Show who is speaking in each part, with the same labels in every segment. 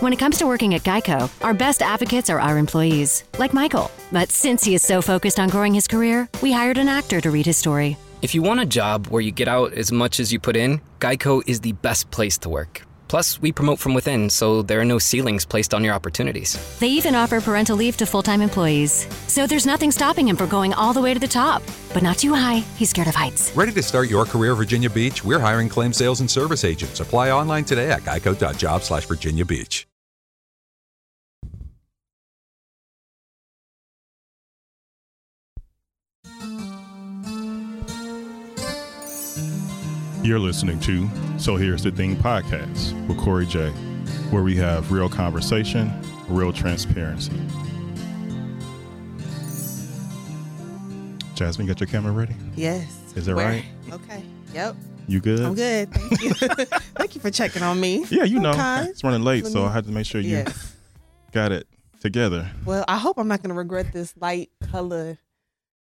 Speaker 1: When it comes to working at Geico, our best advocates are our employees, like Michael. But since he is so focused on growing his career, we hired an actor to read his story.
Speaker 2: If you want a job where you get out as much as you put in, Geico is the best place to work. Plus, we promote from within, so there are no ceilings placed on your opportunities.
Speaker 1: They even offer parental leave to full time employees. So there's nothing stopping him from going all the way to the top. But not too high, he's scared of heights.
Speaker 3: Ready to start your career, Virginia Beach? We're hiring claim sales and service agents. Apply online today at geico.job slash Virginia Beach.
Speaker 4: You're listening to So Here's the Thing podcast with Corey J, where we have real conversation, real transparency. Jasmine, got your camera ready?
Speaker 5: Yes.
Speaker 4: Is that
Speaker 5: Where?
Speaker 4: right?
Speaker 5: Okay. Yep.
Speaker 4: You good?
Speaker 5: I'm good. Thank you. Thank you for checking on me.
Speaker 4: Yeah, you know,
Speaker 5: Okay.
Speaker 4: it's running late,
Speaker 5: Let
Speaker 4: so
Speaker 5: me-
Speaker 4: I had to make sure you
Speaker 5: Yes.
Speaker 4: got it together.
Speaker 5: Well, I hope I'm not going to regret this light color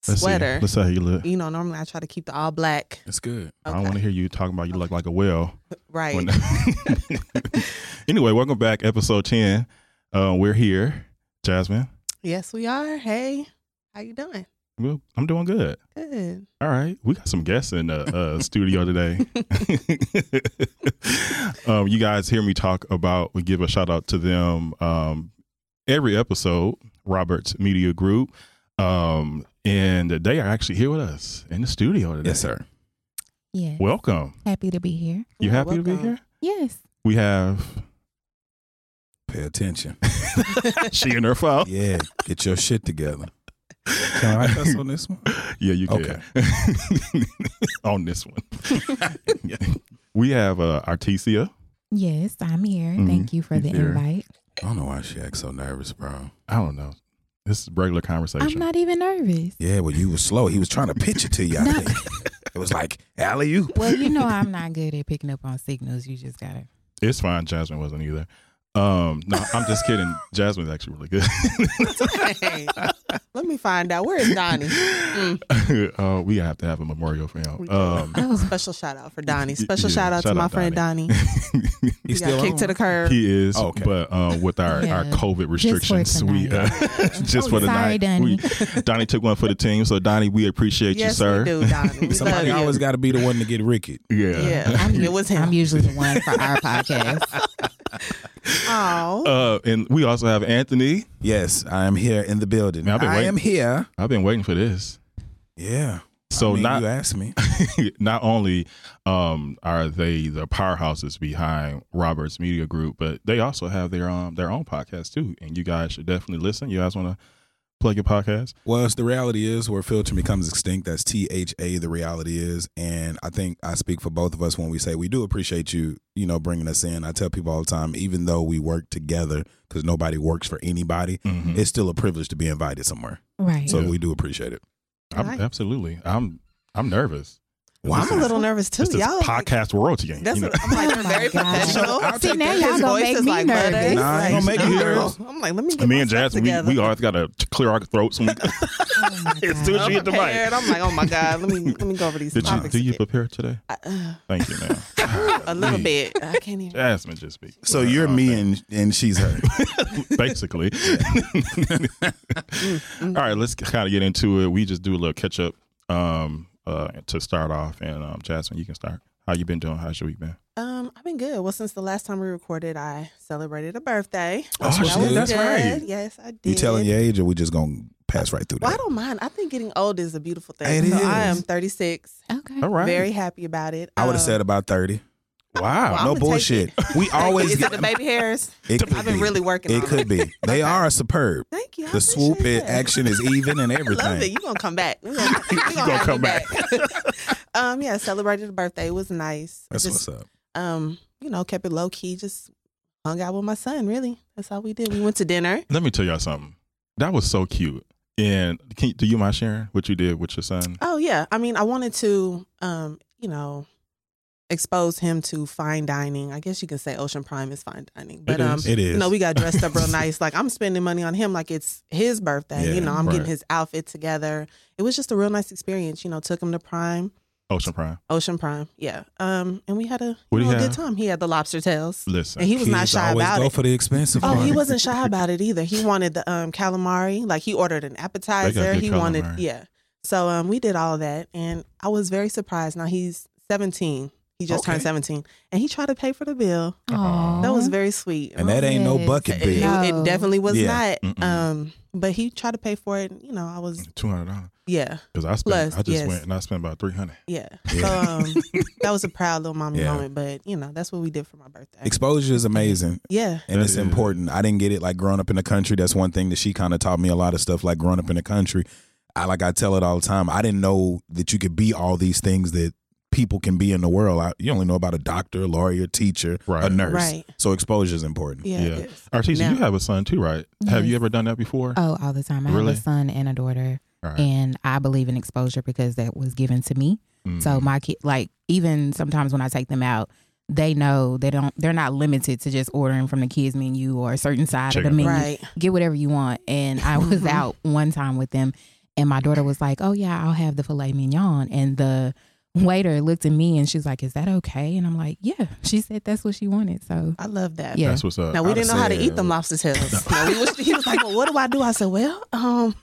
Speaker 4: Let's
Speaker 5: sweater.
Speaker 4: see. Let's see how you look.
Speaker 5: You know, normally I try to keep the all black.
Speaker 6: That's good.
Speaker 4: I don't want to hear you talking about you look like a whale.
Speaker 5: Right.
Speaker 4: When- anyway, welcome back, episode 10. Uh, we're here. Jasmine,
Speaker 5: yes, we are. Hey, how you doing?
Speaker 4: well, I'm doing good.
Speaker 5: Good.
Speaker 4: All right, we got some guests in the uh, studio today. um, you guys hear me talk about? We give a shout out to them um, every episode. Roberts Media Group, um, and they are actually here with us in the studio today.
Speaker 6: Yes, sir.
Speaker 7: Yes.
Speaker 4: Welcome.
Speaker 7: Happy to be here.
Speaker 4: You
Speaker 5: Yeah,
Speaker 4: happy to be
Speaker 5: welcome.
Speaker 4: here?
Speaker 7: Yes.
Speaker 4: We have
Speaker 6: Pay attention.
Speaker 4: she and her file.
Speaker 6: Yeah, get your shit together. Can I cuss on this one?
Speaker 4: Yeah, you can. On this one, Yeah. we have uh, Artesia.
Speaker 7: Yes, I'm here.
Speaker 6: Mm-hmm.
Speaker 4: Mhm.
Speaker 7: Thank you for the
Speaker 4: You're here.
Speaker 7: invite.
Speaker 6: I don't know Oh, why she acts so nervous, bro.
Speaker 4: I don't know. This is regular conversation.
Speaker 7: I'm not even nervous.
Speaker 6: Yeah, well, you was slow. He was trying to pitch it to you. I
Speaker 7: No.
Speaker 6: think it was like alley you.
Speaker 7: Well, you know I'm not good at picking up on signals. You just gotta.
Speaker 4: It's fine. Jasmine wasn't either. Um, no, I'm just kidding. Jasmine's actually really
Speaker 5: Hey, let me find out. Where is Donnie? Mm.
Speaker 4: good. uh, we have to have a memorial for him. Um,
Speaker 7: Oh,
Speaker 5: Special shout out for Donnie.
Speaker 4: Yeah,
Speaker 5: Special shout out
Speaker 4: shout
Speaker 5: to my
Speaker 4: out
Speaker 5: friend Donnie.
Speaker 6: He's
Speaker 5: he got kicked to the curb.
Speaker 4: he is,
Speaker 6: Oh, okay.
Speaker 4: but uh, with our, our
Speaker 7: Yeah.
Speaker 4: COVID
Speaker 7: Just for
Speaker 4: restrictions, we uh, just
Speaker 7: Oh,
Speaker 4: for the
Speaker 7: sorry,
Speaker 4: night. We, Donnie took one for the team, so Donnie, we appreciate
Speaker 5: yes,
Speaker 4: you, sir.
Speaker 5: we do, Donnie. We love
Speaker 6: Somebody
Speaker 5: you.
Speaker 6: always got to be the one to get ricked.
Speaker 4: Yeah.
Speaker 5: Yeah, it was him.
Speaker 7: I'm usually the one for our podcast.
Speaker 5: Oh,
Speaker 4: Uh, and we also have Anthony.
Speaker 6: Yes, I am here in the building.
Speaker 4: Man, I've been
Speaker 6: I
Speaker 4: waiting.
Speaker 6: am here.
Speaker 4: I've been waiting for this.
Speaker 6: Yeah.
Speaker 4: So
Speaker 6: I mean,
Speaker 4: not
Speaker 6: you asked me.
Speaker 4: not only um, are they the powerhouses behind Roberts Media Group, but they also have their um their own podcast too. And you guys should definitely listen. You guys want to plug your podcast?
Speaker 6: Well, it's the reality is where filtering becomes extinct. That's T H A. The reality is, and I think I speak for both of us when we say we do appreciate you. You know, bringing us in. I tell people all the time, even though we work together, because nobody works for anybody, it's still a privilege to be invited somewhere.
Speaker 7: Right.
Speaker 6: So we do appreciate it.
Speaker 4: I'm, Absolutely. I'm I'm nervous.
Speaker 5: I'm a little nervous too.
Speaker 4: It's this
Speaker 5: Y'all, like,
Speaker 4: podcast royalty game.
Speaker 5: that's
Speaker 4: you know?
Speaker 5: what, I'm like,
Speaker 7: Oh
Speaker 5: they're
Speaker 7: my
Speaker 5: very
Speaker 7: God.
Speaker 5: professional.
Speaker 6: I'll
Speaker 7: See,
Speaker 6: take
Speaker 7: now
Speaker 6: that.
Speaker 7: y'all
Speaker 5: His
Speaker 7: gonna
Speaker 5: voice
Speaker 7: make
Speaker 5: is
Speaker 7: me
Speaker 5: like butter.
Speaker 7: nervous.
Speaker 5: It's
Speaker 6: Nah,
Speaker 5: like,
Speaker 6: you gonna make me
Speaker 5: no.
Speaker 6: nervous.
Speaker 5: I'm like, let me get
Speaker 4: me and
Speaker 5: myself
Speaker 4: Jasmine,
Speaker 5: together.
Speaker 4: we, we always got to clear our throats. When we,
Speaker 7: Oh my
Speaker 4: It's too
Speaker 7: God.
Speaker 5: I'm
Speaker 4: She hit the mic.
Speaker 5: prepared. I'm like, oh my god, let me let me go over these
Speaker 4: did you
Speaker 5: topics.
Speaker 4: do you
Speaker 5: again.
Speaker 4: prepare today?
Speaker 5: I- uh,
Speaker 4: Thank you, man.
Speaker 5: a little
Speaker 6: Hmm.
Speaker 5: bit. I can't even.
Speaker 4: Jasmine just speak.
Speaker 6: So you're me and and she's her.
Speaker 4: basically. All
Speaker 6: Mm-hmm.
Speaker 4: right, let's kind of get into it. We just do a little catch up um, uh, to start off, and um, Jasmine, you can start. How you been doing? How's your week been?
Speaker 5: Um, I've been good. Well, since the last time we recorded, I celebrated a birthday.
Speaker 6: Oh,
Speaker 5: So
Speaker 6: shit,
Speaker 5: that was
Speaker 6: that's
Speaker 5: good.
Speaker 6: right.
Speaker 5: Yes, I did.
Speaker 6: You telling your age, or we just gonna pass right through
Speaker 5: Well, I
Speaker 6: that?
Speaker 5: don't mind. I think getting old is a beautiful thing.
Speaker 6: It
Speaker 5: so I am
Speaker 6: is.
Speaker 5: 36.
Speaker 7: Okay.
Speaker 4: All right.
Speaker 5: Very happy about it.
Speaker 6: I would
Speaker 5: Um,
Speaker 6: have said about thirty.
Speaker 4: wow.
Speaker 5: Well,
Speaker 6: no
Speaker 5: I'ma take
Speaker 6: bullshit.
Speaker 5: it.
Speaker 6: We always
Speaker 5: is
Speaker 6: get.
Speaker 5: it the baby hairs?
Speaker 6: It could
Speaker 5: I've been
Speaker 6: be.
Speaker 5: really working.
Speaker 6: It
Speaker 5: on
Speaker 6: could be. They are superb.
Speaker 5: Thank you. I
Speaker 6: The swoop
Speaker 5: appreciate
Speaker 6: it
Speaker 5: that.
Speaker 6: action is even and everything.
Speaker 5: I love it. You gonna come back? We gonna, we gonna
Speaker 4: gonna
Speaker 5: have
Speaker 4: come
Speaker 5: you um, yeah, celebrated a birthday. It was nice.
Speaker 6: That's
Speaker 5: just,
Speaker 6: what's up.
Speaker 5: Um, you know, kept it low key. Just hung out with my son. Really, that's all we did. We went to dinner.
Speaker 4: Let me tell y'all something. That was so cute. And can, do you mind sharing what you did with your son?
Speaker 5: Oh yeah. I mean, I wanted to, um, you know, expose him to fine dining. I guess you can say Ocean Prime is fine dining, but um,
Speaker 4: is.
Speaker 6: It
Speaker 5: you
Speaker 6: is.
Speaker 5: know, we got dressed up real nice. Like I'm spending money on him like it's his birthday.
Speaker 6: Yeah,
Speaker 5: you know, I'm
Speaker 4: right.
Speaker 5: getting his outfit together. It was just a real nice experience. You know, took him to Prime,
Speaker 4: Ocean Prime.
Speaker 5: Ocean Prime. Yeah. Um, and we had a,
Speaker 4: What do you
Speaker 5: you know, a
Speaker 4: have?
Speaker 5: good time. He had the lobster tails,
Speaker 4: Listen,
Speaker 5: and he was not
Speaker 6: Kids
Speaker 5: shy
Speaker 6: always
Speaker 5: about
Speaker 6: go
Speaker 5: it.
Speaker 6: for the expensive
Speaker 5: Oh,
Speaker 6: part.
Speaker 5: he wasn't shy about it either. He wanted the um calamari. Like he ordered an appetizer.
Speaker 4: good
Speaker 5: He wanted
Speaker 4: calamari.
Speaker 5: yeah. So um we did all that and I was very surprised. Now he's 17. He just turned
Speaker 6: Okay.
Speaker 5: 17 and he tried to pay for the bill.
Speaker 4: Aw.
Speaker 5: That
Speaker 7: Uh-huh.
Speaker 5: was very sweet.
Speaker 6: and that ain't no
Speaker 7: Yes.
Speaker 6: bucket
Speaker 5: it,
Speaker 6: bill.
Speaker 5: it
Speaker 7: No.
Speaker 5: definitely was
Speaker 6: Yeah.
Speaker 5: not.
Speaker 4: Mm-mm.
Speaker 5: Um but he tried to pay for it, and, you know, I was
Speaker 4: two hundred dollars.
Speaker 5: yeah,
Speaker 4: Because I spent,
Speaker 5: Plus,
Speaker 4: I just
Speaker 5: yes.
Speaker 4: went and I spent about three hundred.
Speaker 5: yeah.
Speaker 6: Yeah.
Speaker 5: So um that was a proud little mommy
Speaker 6: Yeah.
Speaker 5: moment, but you know, that's what we did for my birthday.
Speaker 6: Exposure is amazing.
Speaker 5: yeah.
Speaker 6: and
Speaker 4: That
Speaker 6: it's
Speaker 4: is.
Speaker 6: important. I didn't get it like growing up in the country. That's one thing that she kind of taught me a lot of stuff. Like growing up in the country, I like I tell it all the time. I didn't know that you could be all these things that people can be in the world. I, you only know about a doctor, lawyer, teacher, a
Speaker 4: Right.
Speaker 6: nurse.
Speaker 5: Right.
Speaker 6: So exposure is important.
Speaker 5: Yeah.
Speaker 4: Yeah.
Speaker 5: it is.
Speaker 4: Artisa,
Speaker 5: Now-
Speaker 4: you have a son too, right? Have you
Speaker 7: Yes.
Speaker 4: ever done that before?
Speaker 7: Oh, all the time. I
Speaker 4: Really?
Speaker 7: have a son and a daughter,
Speaker 4: All right.
Speaker 7: and I believe in exposure because that was given to me.
Speaker 4: Mm.
Speaker 7: So my kid, like even sometimes when I take them out, they know they don't. They're not limited to just ordering from the kids menu or a certain side of
Speaker 4: Chicken.
Speaker 7: the menu.
Speaker 5: Right.
Speaker 7: Get whatever you want. And I was
Speaker 5: Mhm.
Speaker 7: out one time with them, and my daughter was like, "Oh yeah, I'll have the filet mignon." And the waiter looked at me and she's like, "Is that okay?" And I'm like, "Yeah." She said that's what she wanted. So
Speaker 5: I love that.
Speaker 7: Yeah.
Speaker 4: that's what's up.
Speaker 5: Now we
Speaker 6: I'd
Speaker 5: didn't know how to
Speaker 6: said-
Speaker 5: eat them lobster tails. Now, we was, he was like, "Well, what do I do?" I said, "Well, um,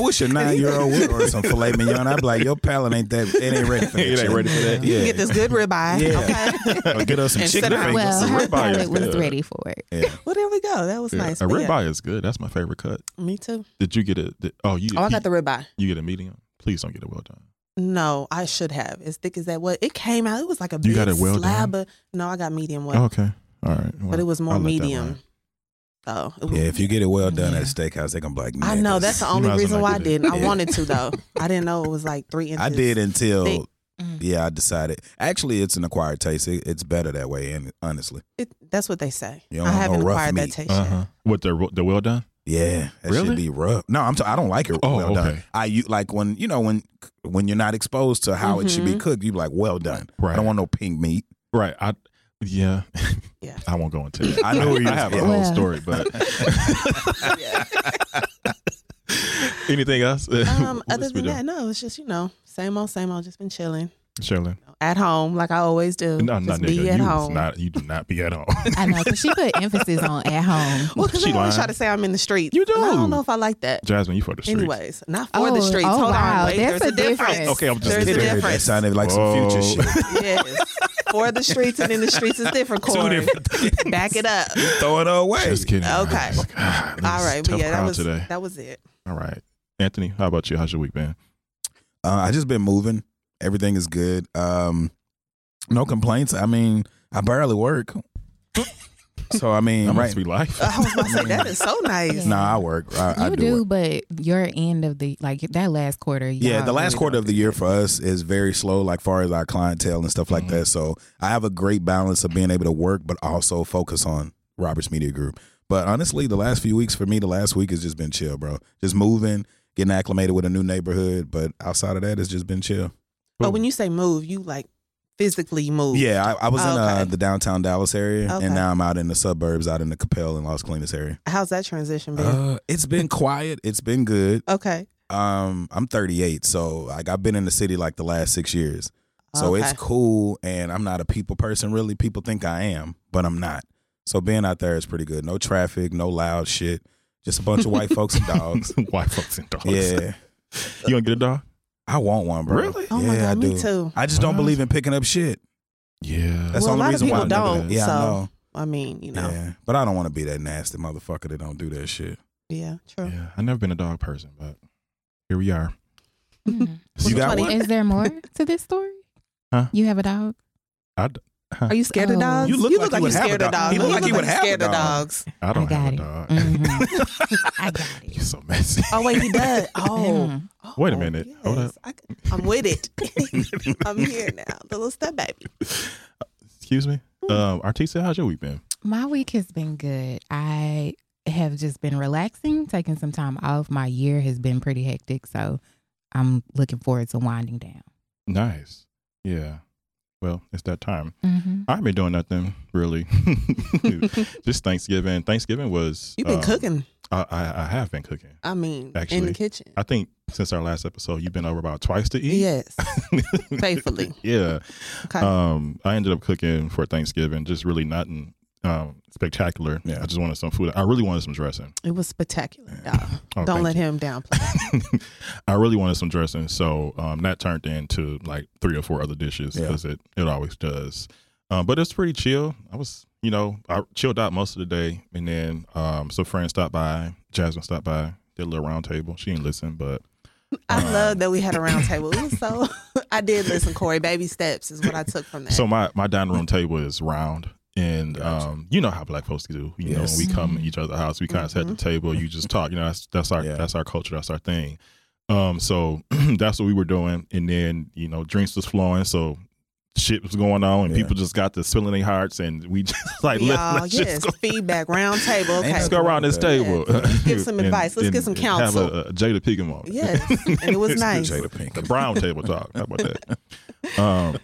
Speaker 6: wish a nine year old would order some filet mignon. I'd be like, your palate ain't that. It ain't ready for that.
Speaker 4: It ain't
Speaker 6: shit.
Speaker 4: ready for that.
Speaker 5: you
Speaker 6: Yeah.
Speaker 5: can get this good ribeye,
Speaker 6: Yeah.
Speaker 5: okay?"
Speaker 6: Or get us some
Speaker 5: And
Speaker 6: chicken
Speaker 5: sit down.
Speaker 6: fingers.
Speaker 7: well, her
Speaker 4: ribeye is
Speaker 7: palate was
Speaker 4: good.
Speaker 7: ready for it.
Speaker 6: yeah.
Speaker 5: Well, there we go. That was
Speaker 4: Yeah.
Speaker 5: nice.
Speaker 4: A
Speaker 5: but
Speaker 4: ribeye
Speaker 5: yeah.
Speaker 4: is good. That's my favorite cut.
Speaker 5: Me too.
Speaker 4: Did you get it? Did, oh, you.
Speaker 5: Oh, I
Speaker 4: you-
Speaker 5: got the ribeye.
Speaker 4: You get a medium. Please don't get it well done.
Speaker 5: No, I should have. As thick as that was, it came out. It was like
Speaker 4: You
Speaker 5: a big
Speaker 4: got it well
Speaker 5: slab.
Speaker 4: done?
Speaker 5: Of, no, I got medium well,
Speaker 4: Oh, okay. All right.
Speaker 5: but it was more
Speaker 4: I'll let that
Speaker 5: medium.
Speaker 4: ride.
Speaker 5: So it was,
Speaker 6: Yeah, if you get it well done at
Speaker 7: Yeah.
Speaker 6: a steakhouse, they gonna be like,
Speaker 5: I know that's the
Speaker 4: You
Speaker 5: only
Speaker 4: might as well
Speaker 5: reason
Speaker 4: not
Speaker 5: why I
Speaker 4: get it.
Speaker 5: didn't. I
Speaker 6: Yeah.
Speaker 5: wanted to though. I didn't know it was like three inches.
Speaker 6: I did until
Speaker 5: thick.
Speaker 7: Mm-hmm.
Speaker 6: yeah, I decided. Actually, it's an acquired taste. It, it's better that way, and honestly,
Speaker 5: It, that's what they say.
Speaker 6: You don't
Speaker 5: I
Speaker 6: want no
Speaker 5: haven't
Speaker 6: rough
Speaker 5: acquired that
Speaker 6: meat.
Speaker 5: taste. yet.
Speaker 4: Uh-huh. What the the well done?
Speaker 6: yeah, that
Speaker 4: Really?
Speaker 6: should be rough. No, I'm. T- I don't like it.
Speaker 4: Oh,
Speaker 6: well done.
Speaker 4: okay.
Speaker 6: I you like when you know when when you're not exposed to how it should be
Speaker 5: Mhm.
Speaker 6: cooked. You be like, well done. I
Speaker 4: Right.
Speaker 6: don't want no pink meat.
Speaker 4: Right. I. Yeah.
Speaker 5: Yeah.
Speaker 4: I won't go into it.
Speaker 6: I know where you-
Speaker 4: I have a
Speaker 6: yeah.
Speaker 4: whole
Speaker 7: Well.
Speaker 4: story, but anything else?
Speaker 5: Um,
Speaker 4: What's
Speaker 5: other
Speaker 4: we
Speaker 5: than
Speaker 4: doing?
Speaker 5: that, no, it's just you know, same old, same old. Just been chilling
Speaker 4: Sherilyn.
Speaker 5: at home, like I always do.
Speaker 4: No, no,
Speaker 5: just
Speaker 4: nigga.
Speaker 5: be
Speaker 4: You
Speaker 5: at
Speaker 4: is
Speaker 5: home.
Speaker 4: not. You do not be at home.
Speaker 7: I know because she put emphasis on at home.
Speaker 5: well, because
Speaker 4: She
Speaker 5: I always
Speaker 4: lying.
Speaker 5: try to say I'm in the streets.
Speaker 4: You
Speaker 5: and I
Speaker 4: do.
Speaker 5: don't know if I like that.
Speaker 4: Jasmine, you for the streets.
Speaker 5: Anyways, not for the
Speaker 7: Oh,
Speaker 5: streets.
Speaker 7: oh,
Speaker 5: Hold
Speaker 7: wow,
Speaker 5: on, wait,
Speaker 7: that's
Speaker 5: there's
Speaker 7: a
Speaker 5: a difference.
Speaker 7: difference.
Speaker 4: Okay, I'm just
Speaker 5: There's a
Speaker 4: kidding.
Speaker 5: difference.
Speaker 6: That sounded like some future
Speaker 4: Whoa.
Speaker 6: shit.
Speaker 5: Yes, for the streets and in the streets is different. Corey, back it up.
Speaker 6: Throw it away.
Speaker 4: Just kidding.
Speaker 5: Okay.
Speaker 4: God, this
Speaker 5: All
Speaker 4: is a
Speaker 5: right,
Speaker 4: tough
Speaker 5: but yeah, that
Speaker 4: crowd
Speaker 5: was
Speaker 4: today.
Speaker 5: that was it.
Speaker 4: All right, Anthony, how about you? How's your week been?
Speaker 6: Uh, I just been moving. Everything is good. Um, no complaints. I mean, I barely work. so I mean,
Speaker 4: That
Speaker 6: right?
Speaker 4: must be life.
Speaker 5: I was about to say that is so nice.
Speaker 7: Yeah.
Speaker 6: Nah, I work. I, I
Speaker 7: you
Speaker 6: do. work.
Speaker 7: do, but your end of the like that last quarter.
Speaker 6: Yeah,
Speaker 7: y'all
Speaker 6: the last
Speaker 7: really
Speaker 6: quarter of the year for us is very slow, like far as our clientele and stuff like
Speaker 4: Mhm.
Speaker 6: that. So I have a great balance of being able to work, but also focus on Roberts Media Group. But honestly, the last few weeks for me, the last week has just been chill, bro. Just moving, getting acclimated with a new neighborhood. But outside of that, it's just been chill.
Speaker 5: But when you say move, you like physically move.
Speaker 6: Yeah, I, I was in uh,
Speaker 5: Oh, Okay.
Speaker 6: the downtown Dallas area,
Speaker 5: Okay.
Speaker 6: and now I'm out in the suburbs, out in the Capel and Las Colinas area.
Speaker 5: How's that transition been?
Speaker 6: Uh, it's been quiet. It's been good.
Speaker 5: okay.
Speaker 6: Um, I'm 38, so like I've been in the city like the last six years. So
Speaker 5: okay.
Speaker 6: it's cool, and I'm not a people person really. People think I am, but I'm not. So being out there is pretty good. No traffic, no loud shit. Just a bunch of white folks and dogs.
Speaker 4: white folks and dogs.
Speaker 6: Yeah,
Speaker 4: you gonna get a dog?
Speaker 6: I want one, bro.
Speaker 4: Really?
Speaker 5: Oh
Speaker 6: yeah,
Speaker 5: my god,
Speaker 6: I do.
Speaker 5: me too.
Speaker 6: I just don't
Speaker 4: Wow.
Speaker 6: believe in picking up shit.
Speaker 4: Yeah.
Speaker 6: That's
Speaker 5: Well,
Speaker 6: the
Speaker 5: a lot
Speaker 6: only
Speaker 5: of
Speaker 6: reason why.
Speaker 5: people
Speaker 6: I never
Speaker 5: don't,
Speaker 6: did. Yeah, I
Speaker 5: so,
Speaker 6: know.
Speaker 5: I mean, you know,
Speaker 6: Yeah, but I don't want to be that nasty motherfucker that don't do that shit.
Speaker 5: yeah, true.
Speaker 4: yeah. I've never been a dog person, but here we are.
Speaker 7: Mhm.
Speaker 6: You got
Speaker 5: funny.
Speaker 6: one?
Speaker 7: Is there more to this story?
Speaker 4: Huh?
Speaker 7: You have a dog?
Speaker 4: I, d-
Speaker 5: Are you scared of
Speaker 7: Oh.
Speaker 5: dogs?
Speaker 6: You look like you would have a
Speaker 5: scared of
Speaker 6: dog.
Speaker 5: dogs.
Speaker 7: He look like he would
Speaker 5: you
Speaker 6: have a
Speaker 5: scared of
Speaker 6: dog.
Speaker 5: dogs.
Speaker 4: I don't
Speaker 7: I got
Speaker 4: have a
Speaker 7: it.
Speaker 4: dog.
Speaker 7: Mhm. I got it.
Speaker 4: You're so messy.
Speaker 5: Mm-hmm. Oh wait, he does. Oh,
Speaker 7: Mhm.
Speaker 5: oh
Speaker 4: Wait a minute. Hold
Speaker 5: yes. I, am with it. I'm here now. The little step baby.
Speaker 4: Excuse me.
Speaker 5: Hmm.
Speaker 4: Um, Artisa, how's your week been?
Speaker 7: My week has been good. I have just been relaxing, taking some time off. My year has been pretty hectic, so I'm looking forward to winding down.
Speaker 4: Nice. Yeah. Well, it's that time.
Speaker 7: Mm-hmm.
Speaker 4: I haven't been doing nothing really. Just Thanksgiving. Thanksgiving was.
Speaker 5: You've been
Speaker 4: um,
Speaker 5: cooking.
Speaker 4: I, I, I have been cooking.
Speaker 5: I mean, in
Speaker 4: Actually,
Speaker 5: the kitchen.
Speaker 4: I think since our last episode, you've been over about twice to eat.
Speaker 5: yes. faithfully.
Speaker 4: Yeah.
Speaker 5: Okay.
Speaker 4: Um, I ended up cooking for Thanksgiving, just really nothing um, spectacular.
Speaker 6: Yeah.
Speaker 4: I just wanted some food. I really wanted some dressing.
Speaker 5: it was spectacular, dog.
Speaker 4: Oh,
Speaker 5: Don't
Speaker 4: thank
Speaker 5: let him downplay.
Speaker 4: I really wanted some dressing, so um, that turned into like three or four other dishes
Speaker 6: Yeah.
Speaker 4: because it it always does. Um, but it's pretty chill. I was, you know, I chilled out most of the day, and then um, some friends stopped by. Jasmine stopped by, did a little round table. She didn't listen, but
Speaker 5: I
Speaker 4: Um,
Speaker 5: love that we had a round table. It was so I did listen, Corey. Baby steps is what I took from that.
Speaker 4: so my my dining room table is round. And um, you know how black folks do. You know, when we
Speaker 7: Yes.
Speaker 4: come in each other's house, we kind of set the
Speaker 5: Mm-hmm.
Speaker 4: table. You just talk. You know, that's that's our
Speaker 6: Yeah.
Speaker 4: that's our culture. That's our thing. Um, so that's what we were doing. And then you know, drinks was flowing. So shit was going on, and
Speaker 6: Yeah.
Speaker 4: people just got to spilling their hearts, and we just like let,
Speaker 5: Y'all,
Speaker 4: us
Speaker 5: yes,
Speaker 4: just go,
Speaker 5: feedback, round table.
Speaker 6: Ain't
Speaker 5: Okay.
Speaker 4: let's go around this
Speaker 6: Yeah.
Speaker 4: table.
Speaker 5: Give some advice. Let's get some counsel.
Speaker 4: Have a, a Jada Pinkett moment.
Speaker 5: Yes, and it was nice.
Speaker 6: Jada Pink.
Speaker 4: The brown table talk. How about that? Um,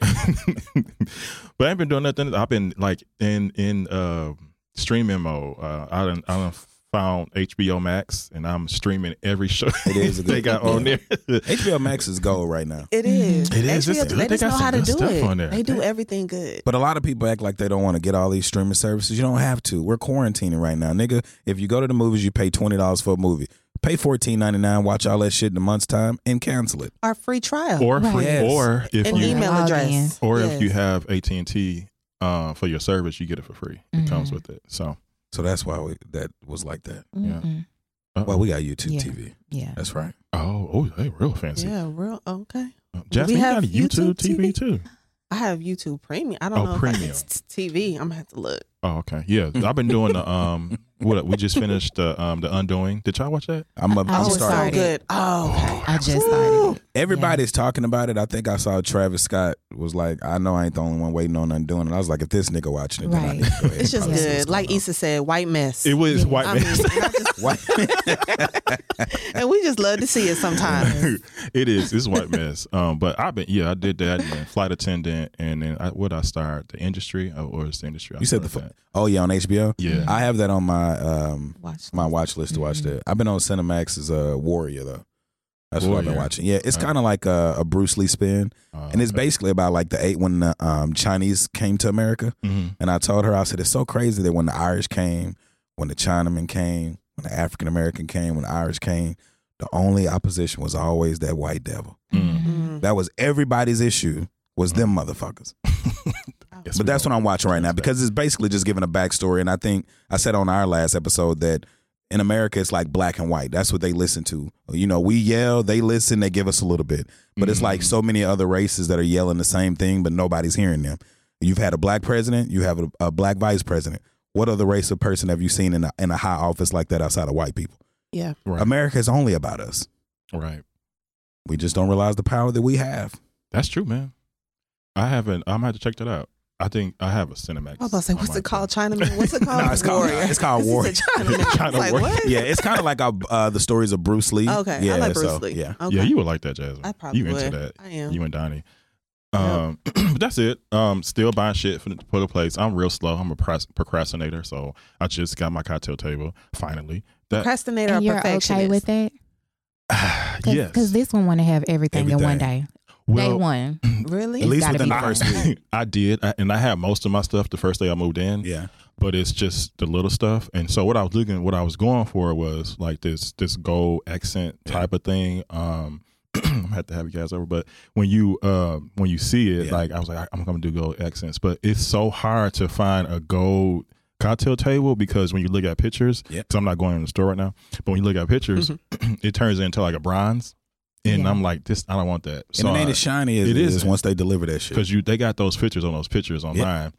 Speaker 4: but I ain't been doing nothing. I've been like in in uh, streaming mode. Uh, I done, I done found HBO Max, and I'm streaming every show
Speaker 6: It is a good
Speaker 4: they got on there.
Speaker 6: HBO Max is gold right now.
Speaker 5: It is.
Speaker 4: It is.
Speaker 5: HBO,
Speaker 4: It's good.
Speaker 5: they
Speaker 4: They
Speaker 5: just
Speaker 4: got
Speaker 5: know
Speaker 4: some
Speaker 5: how to
Speaker 4: good
Speaker 5: do
Speaker 4: stuff
Speaker 5: it.
Speaker 4: on there.
Speaker 5: They do everything good.
Speaker 6: But a lot of people act like they don't want to get all these streaming services. You don't have to. We're quarantining right now, nigga. If you go to the movies, you pay twenty dollars for a movie. Pay fourteen ninety nine. Watch all that shit in a month's time and cancel it.
Speaker 5: Our free trial.
Speaker 4: Or if,
Speaker 7: Right.
Speaker 6: Yes.
Speaker 4: or if
Speaker 5: an
Speaker 7: you-
Speaker 5: Oh, email
Speaker 7: Log in.
Speaker 5: address.
Speaker 4: or
Speaker 5: Yes.
Speaker 4: if you have AT and T uh, for your service, you get it for free. It comes
Speaker 5: Mm-hmm.
Speaker 4: with it. So
Speaker 6: So that's why we, that was like that.
Speaker 4: Yeah.
Speaker 7: Mm-mm.
Speaker 4: uh,
Speaker 6: Well, we got YouTube
Speaker 7: Yeah.
Speaker 6: TV.
Speaker 7: Yeah.
Speaker 6: That's right.
Speaker 4: oh oh they real fancy.
Speaker 5: Yeah, real okay.
Speaker 4: Uh, Jasmine,
Speaker 5: We
Speaker 4: you
Speaker 5: have
Speaker 4: got a YouTube,
Speaker 5: YouTube TV?
Speaker 4: TV too.
Speaker 5: I have YouTube Premium. I don't
Speaker 4: Oh,
Speaker 5: know
Speaker 4: Premium.
Speaker 5: if I, it's TV. I'm gonna have to look.
Speaker 4: Oh, okay. Yeah, I've been doing the um. What we just finished the um the Undoing. Did y'all watch that?
Speaker 6: I'm up.
Speaker 7: I
Speaker 6: I'm
Speaker 5: oh,
Speaker 7: was
Speaker 5: it's so
Speaker 6: starting.
Speaker 7: started.
Speaker 5: good. Oh, okay.
Speaker 7: I just
Speaker 5: Woo.
Speaker 7: started.
Speaker 6: Everybody's talking about it. I think I saw Travis Scott was like, "I know I ain't the only one waiting on undoing it." I was like, "If this nigga watching it, then I
Speaker 7: Right.
Speaker 6: need to go ahead
Speaker 5: It's
Speaker 6: and
Speaker 5: just
Speaker 6: probably see
Speaker 5: good.
Speaker 6: what's
Speaker 5: Like
Speaker 6: going
Speaker 5: Issa said, white mess.
Speaker 4: It was
Speaker 7: Yeah.
Speaker 4: white
Speaker 5: I
Speaker 4: man.
Speaker 5: mean, and, I just,
Speaker 6: on.
Speaker 5: and we just love to see it sometimes.
Speaker 4: it is. It's white mess. Um, but I've been yeah, I did that. And then flight attendant, and then I, what I start the industry oh, or it's the industry. I
Speaker 6: You said the
Speaker 4: started
Speaker 6: fu- oh yeah on HBO.
Speaker 4: Yeah. Mm-hmm.
Speaker 6: I have that on my um
Speaker 7: Watch.
Speaker 6: my watch list to watch that. I've been on Cinemax as a Warrior though. That's what I've been
Speaker 4: Warrior.
Speaker 6: watching. Yeah, it's
Speaker 4: Okay.
Speaker 6: kind of like a, a Bruce Lee spin,
Speaker 4: that. Uh,
Speaker 6: and it's
Speaker 4: okay.
Speaker 6: basically about like the eight when the um, Chinese came to America.
Speaker 5: Mm-hmm.
Speaker 4: Mhm.
Speaker 6: And I told her, I said, it's so crazy that when the Irish came, when the Chinaman came, when the African American came, when the Irish came, the only opposition was always that white devil.
Speaker 4: Mm.
Speaker 7: Mm-hmm.
Speaker 5: Mm.
Speaker 6: That was everybody's issue. Was them motherfuckers.
Speaker 4: Yes, we
Speaker 6: But that's
Speaker 4: know.
Speaker 6: what I'm watching right now
Speaker 4: That's
Speaker 6: because it's basically just giving a backstory. And I think I said on our last episode that in America it's like black and white. That's what they listen to. You know, we yell, they listen, they give us a little bit. But it's like so many other races that are yelling the same thing, but nobody's hearing them. You've had a black president, you have a, a black vice president. What other race of person have you seen in a, in a high office like that outside of white people?
Speaker 5: Yeah.
Speaker 4: Right.
Speaker 6: America is only about us.
Speaker 4: right.
Speaker 6: We just don't realize the power that we have.
Speaker 4: That's true, man. I haven't. I'm gonna have to check that out. I think I have a Cinemax.
Speaker 5: I was about to say,
Speaker 4: on
Speaker 5: what's
Speaker 4: my
Speaker 5: it called?
Speaker 4: phone.
Speaker 5: Chinaman? What's it called?
Speaker 6: No, it's called-
Speaker 5: Warrior.
Speaker 6: it's called
Speaker 5: This is a
Speaker 6: Warrior.
Speaker 5: Chinaman.
Speaker 4: China
Speaker 5: It's like,
Speaker 4: Warrior.
Speaker 5: what?
Speaker 6: Yeah, it's kind of like our, uh, the stories of Bruce Lee.
Speaker 5: Okay.
Speaker 6: yeah,
Speaker 5: I like Bruce
Speaker 6: so,
Speaker 5: Lee.
Speaker 6: Yeah.
Speaker 5: Okay.
Speaker 4: Yeah, you would like that, Jasmine.
Speaker 5: I probably
Speaker 4: you into
Speaker 5: would.
Speaker 4: that?
Speaker 5: I am.
Speaker 4: You and Donnie.
Speaker 5: Yep.
Speaker 4: Um, but that's it. Um, still buying shit for the, for the place. I'm real slow. I'm a pros- procrastinator, so I just got my cocktail table finally. That
Speaker 5: Procrastinator or
Speaker 7: And you're okay
Speaker 5: perfectionist?
Speaker 7: with that? Cause,
Speaker 4: yes,
Speaker 7: 'cause this one want to have everything, in one day. day one.
Speaker 4: Mm-hmm.
Speaker 5: Really?
Speaker 6: At
Speaker 7: It's
Speaker 6: least
Speaker 7: gotta
Speaker 6: within
Speaker 7: be
Speaker 6: the
Speaker 7: done.
Speaker 6: first week.
Speaker 4: I did, I, and I had most of my stuff the first day I moved in.
Speaker 6: Yeah.
Speaker 4: but it's just the little stuff. And so what I was looking, what I was going for was like this this gold accent type of thing. Um, I'm gonna have to have you guys over, but when you uh, when you see it,
Speaker 6: Yeah.
Speaker 4: like I was like, I- I'm gonna do gold accents, but it's so hard to find a gold cocktail table because when you look at pictures,
Speaker 6: Yeah. Mm-hmm.
Speaker 4: because I'm not going in the store right now, but when you look at pictures, it turns into like a bronze, and
Speaker 7: Yeah.
Speaker 4: I'm like, this I don't want that.
Speaker 6: And it ain't
Speaker 4: I-
Speaker 6: as shiny as
Speaker 4: It
Speaker 6: it is
Speaker 4: isn't.
Speaker 6: once they deliver that shit.
Speaker 4: because you they got those pictures on those pictures online.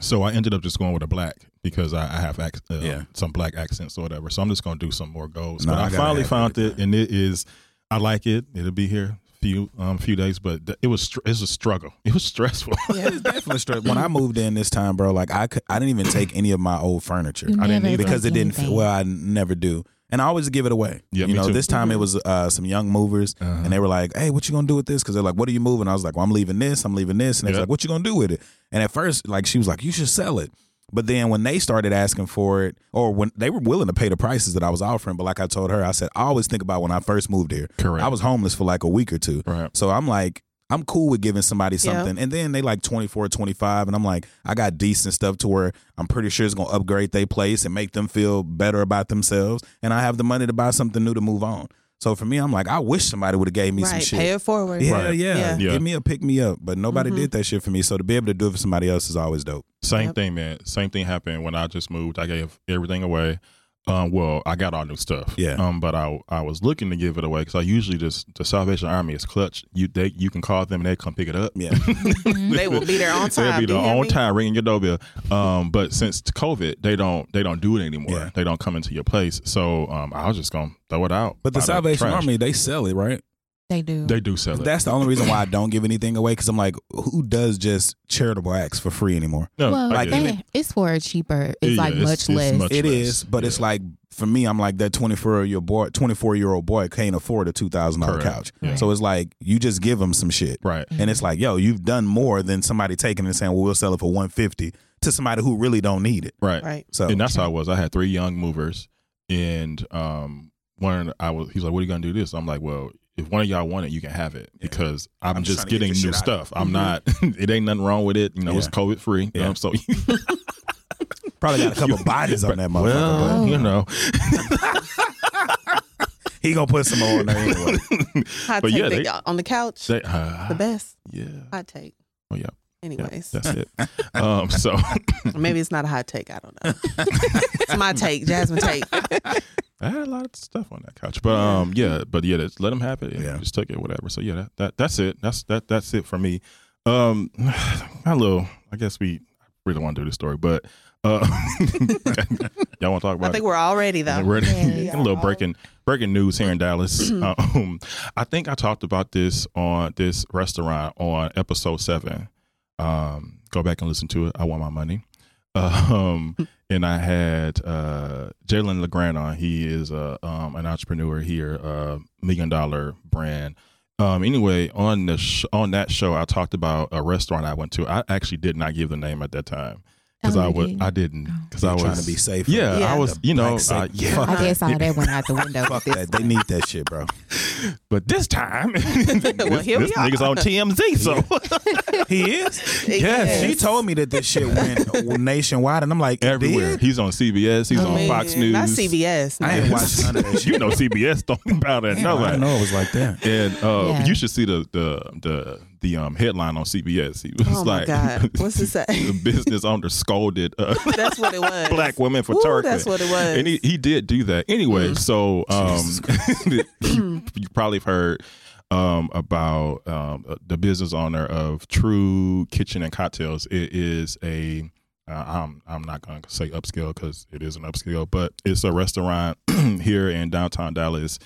Speaker 4: So I ended up just going with a black because I, I have ac- uh,
Speaker 6: Yeah.
Speaker 4: some black accents or whatever. So I'm just gonna do some more golds.
Speaker 6: Nah,
Speaker 4: but I,
Speaker 6: I gotta
Speaker 4: finally
Speaker 6: have
Speaker 4: found it,
Speaker 6: everything.
Speaker 4: and it is I like it. It'll be here few um few days, but th- it was str- it's a struggle. It was stressful.
Speaker 6: It's definitely straight. When I moved in this time, bro, like I could, I didn't even take any of my old furniture
Speaker 7: You
Speaker 4: I didn't
Speaker 7: never
Speaker 4: either.
Speaker 7: take
Speaker 6: because it didn't. fit-
Speaker 7: anything.
Speaker 6: Well, I never do, and I always give it away.
Speaker 4: Yeah,
Speaker 6: you
Speaker 4: me
Speaker 6: know,
Speaker 4: too. Uh-huh.
Speaker 6: this time it
Speaker 7: Mm-hmm.
Speaker 6: was uh, some young movers, and they were like, "Hey, what you gonna do with this?" Because they're like, "What are you moving?" I was like, "Well, I'm leaving this. I'm leaving this," and they was
Speaker 4: Yeah.
Speaker 6: like, "What you gonna do with it?" And at first, like she was like, "You should sell it." But then when they started asking for it, or when they were willing to pay the prices that I was offering, but like I told her, I said, I always think about when I first moved here.
Speaker 4: Correct.
Speaker 6: I was homeless for like a week or two.
Speaker 4: Right.
Speaker 6: So I'm like, I'm cool with giving somebody
Speaker 5: Yeah.
Speaker 6: something. And then they like 24, 25. And I'm like, I got decent stuff to where I'm pretty sure it's going to upgrade their place and make them feel better about themselves. And I have the money to buy something new to move on. So for me, I'm like, I wish somebody would have gave me some
Speaker 5: right.
Speaker 6: shit.
Speaker 5: Pay it forward.
Speaker 6: Yeah,
Speaker 4: Right.
Speaker 6: yeah,
Speaker 5: Yeah. Mm-hmm.
Speaker 4: Yeah.
Speaker 6: Give me a pick me up. But nobody did that shit for me. So to be able to do it for somebody else is always dope.
Speaker 4: Same
Speaker 5: Yep.
Speaker 4: thing, man. Same thing happened when I just moved. I gave everything away. Um, well, I got all new stuff.
Speaker 6: Yeah.
Speaker 4: Um, but I I was looking to give it away because I usually just the Salvation Army is clutch. You they you can call them and they come pick it up.
Speaker 6: Yeah.
Speaker 5: They will be there on
Speaker 4: Mm-hmm. They'll
Speaker 5: time.
Speaker 4: be
Speaker 5: Do
Speaker 4: there
Speaker 5: you hear
Speaker 4: on
Speaker 5: me?
Speaker 4: time ringing your doorbell. Um, but since COVID, they don't they don't do it anymore.
Speaker 6: Yeah.
Speaker 4: They don't come into your place. So um, I was just gonna throw it out.
Speaker 6: But the
Speaker 4: Buy
Speaker 6: Salvation
Speaker 4: trash.
Speaker 6: Army, they sell it, right?
Speaker 7: They do.
Speaker 4: they do sell it.
Speaker 6: That's the only reason why I don't give anything away because I'm like, who does just charitable acts for free anymore?
Speaker 4: no,
Speaker 7: well,
Speaker 4: I
Speaker 6: like
Speaker 4: get it.
Speaker 7: they- it's for cheaper. It's
Speaker 4: Yeah,
Speaker 7: like
Speaker 4: it's-
Speaker 7: much
Speaker 4: it's
Speaker 7: less.
Speaker 4: much-
Speaker 6: It is,
Speaker 4: less.
Speaker 6: but it's
Speaker 4: Yeah.
Speaker 6: like for me, I'm like that 24 year boy, 24 year old boy can't afford a two thousand dollar
Speaker 4: Correct.
Speaker 6: couch.
Speaker 7: Yeah.
Speaker 6: So it's like you just give them some shit,
Speaker 4: right.
Speaker 6: and it's like, yo, you've done more than somebody taking it and saying, well, we'll sell it for 150 to somebody who really don't need it.
Speaker 4: Right.
Speaker 5: Right.
Speaker 6: So
Speaker 4: and that's how it was. I had three young movers, and um, one of the- I was. He's like, "What are you gonna do this?" I'm like, "Well, if one of y'all want it, you can have it because I'm,
Speaker 6: I'm just
Speaker 4: just
Speaker 6: trying to get
Speaker 4: getting
Speaker 6: this
Speaker 4: new
Speaker 6: shit out. Mm-hmm.
Speaker 4: stuff. I'm not. it ain't nothing wrong with it. You know, it's
Speaker 6: Yeah.
Speaker 4: COVID free.
Speaker 6: Yeah.
Speaker 4: Um, so,
Speaker 6: probably got a couple bodies on that motherfucker.
Speaker 4: well,
Speaker 6: but
Speaker 4: you know,
Speaker 6: he gonna put some more on there anyway.
Speaker 5: Hot
Speaker 4: But
Speaker 5: take
Speaker 4: yeah,
Speaker 5: that
Speaker 4: they-
Speaker 5: y'all- on the couch.
Speaker 4: they, uh,
Speaker 5: the best.
Speaker 4: yeah,
Speaker 5: Hot take.
Speaker 4: oh yeah, yeah,
Speaker 5: Anyways.
Speaker 4: that's it. um, so
Speaker 5: Maybe it's not a hot take. I don't know. it's my take, Jasmine take.
Speaker 4: I had a lot of stuff on that couch, but um, yeah, but yeah, just let them have it. Yeah,
Speaker 6: Yeah.
Speaker 4: just took it, whatever. So yeah, that, that that's it. That's that that's it for me. Um, my little, I guess we I really want to do this story, but uh, y'all want to talk about?
Speaker 5: I think
Speaker 4: it?
Speaker 5: we're all ready though.
Speaker 4: We're ready. a
Speaker 7: Yeah.
Speaker 4: little breaking breaking news here in Dallas. um, I think I talked about this on this restaurant on episode seven. Um, go back and listen to it. I want my money. Um, and I had uh, Jalen Legrand on. He is a, um, an entrepreneur here, a million dollar brand. Um, anyway, on the sh- on that show, I talked about a restaurant I went to. I actually did not give the name at that time because
Speaker 7: Oh,
Speaker 4: I
Speaker 7: you
Speaker 4: was
Speaker 7: didn't?
Speaker 4: I didn't
Speaker 7: Oh.
Speaker 4: because I was
Speaker 6: trying to be safe.
Speaker 4: Yeah,
Speaker 5: Yeah.
Speaker 4: I was. You know,
Speaker 6: Black
Speaker 4: I,
Speaker 6: safety.
Speaker 4: yeah.
Speaker 6: Fuck
Speaker 7: I guess all
Speaker 4: It-
Speaker 7: that went out the window. with
Speaker 6: Fuck
Speaker 7: this
Speaker 6: that. They need that shit, bro.
Speaker 4: But this time, this,
Speaker 5: here we
Speaker 4: this
Speaker 5: are.
Speaker 4: nigga's on TMZ. So
Speaker 6: He is.
Speaker 5: Yes.
Speaker 6: She told me that this shit went nationwide, and I'm like, it
Speaker 4: everywhere,
Speaker 6: did?
Speaker 4: he's on CBS. He's
Speaker 5: I
Speaker 4: on
Speaker 5: mean,
Speaker 4: Fox News.
Speaker 5: Oh, Not CBS.
Speaker 6: I ain't
Speaker 5: no.
Speaker 6: watched none of that shit.
Speaker 4: you know, CBS talking about it. No,
Speaker 6: I didn't know it was like that.
Speaker 4: And uh,
Speaker 7: Yeah.
Speaker 4: you should see the the the the um headline on CBS. He was
Speaker 5: Oh my
Speaker 4: like,
Speaker 5: God. What's it say?
Speaker 4: the business owner scolded uh,
Speaker 5: That's what it was.
Speaker 4: black women for
Speaker 5: Woo,
Speaker 4: twerking.
Speaker 5: That's what it was. Mm.
Speaker 4: And he, he did do that anyway. So um, you, you probably have heard um, about um, the business owner of True Kitchen and Cocktails. It is a uh, I'm I'm not going to say upscale because it is an upscale, but it's a restaurant here in downtown Dallas,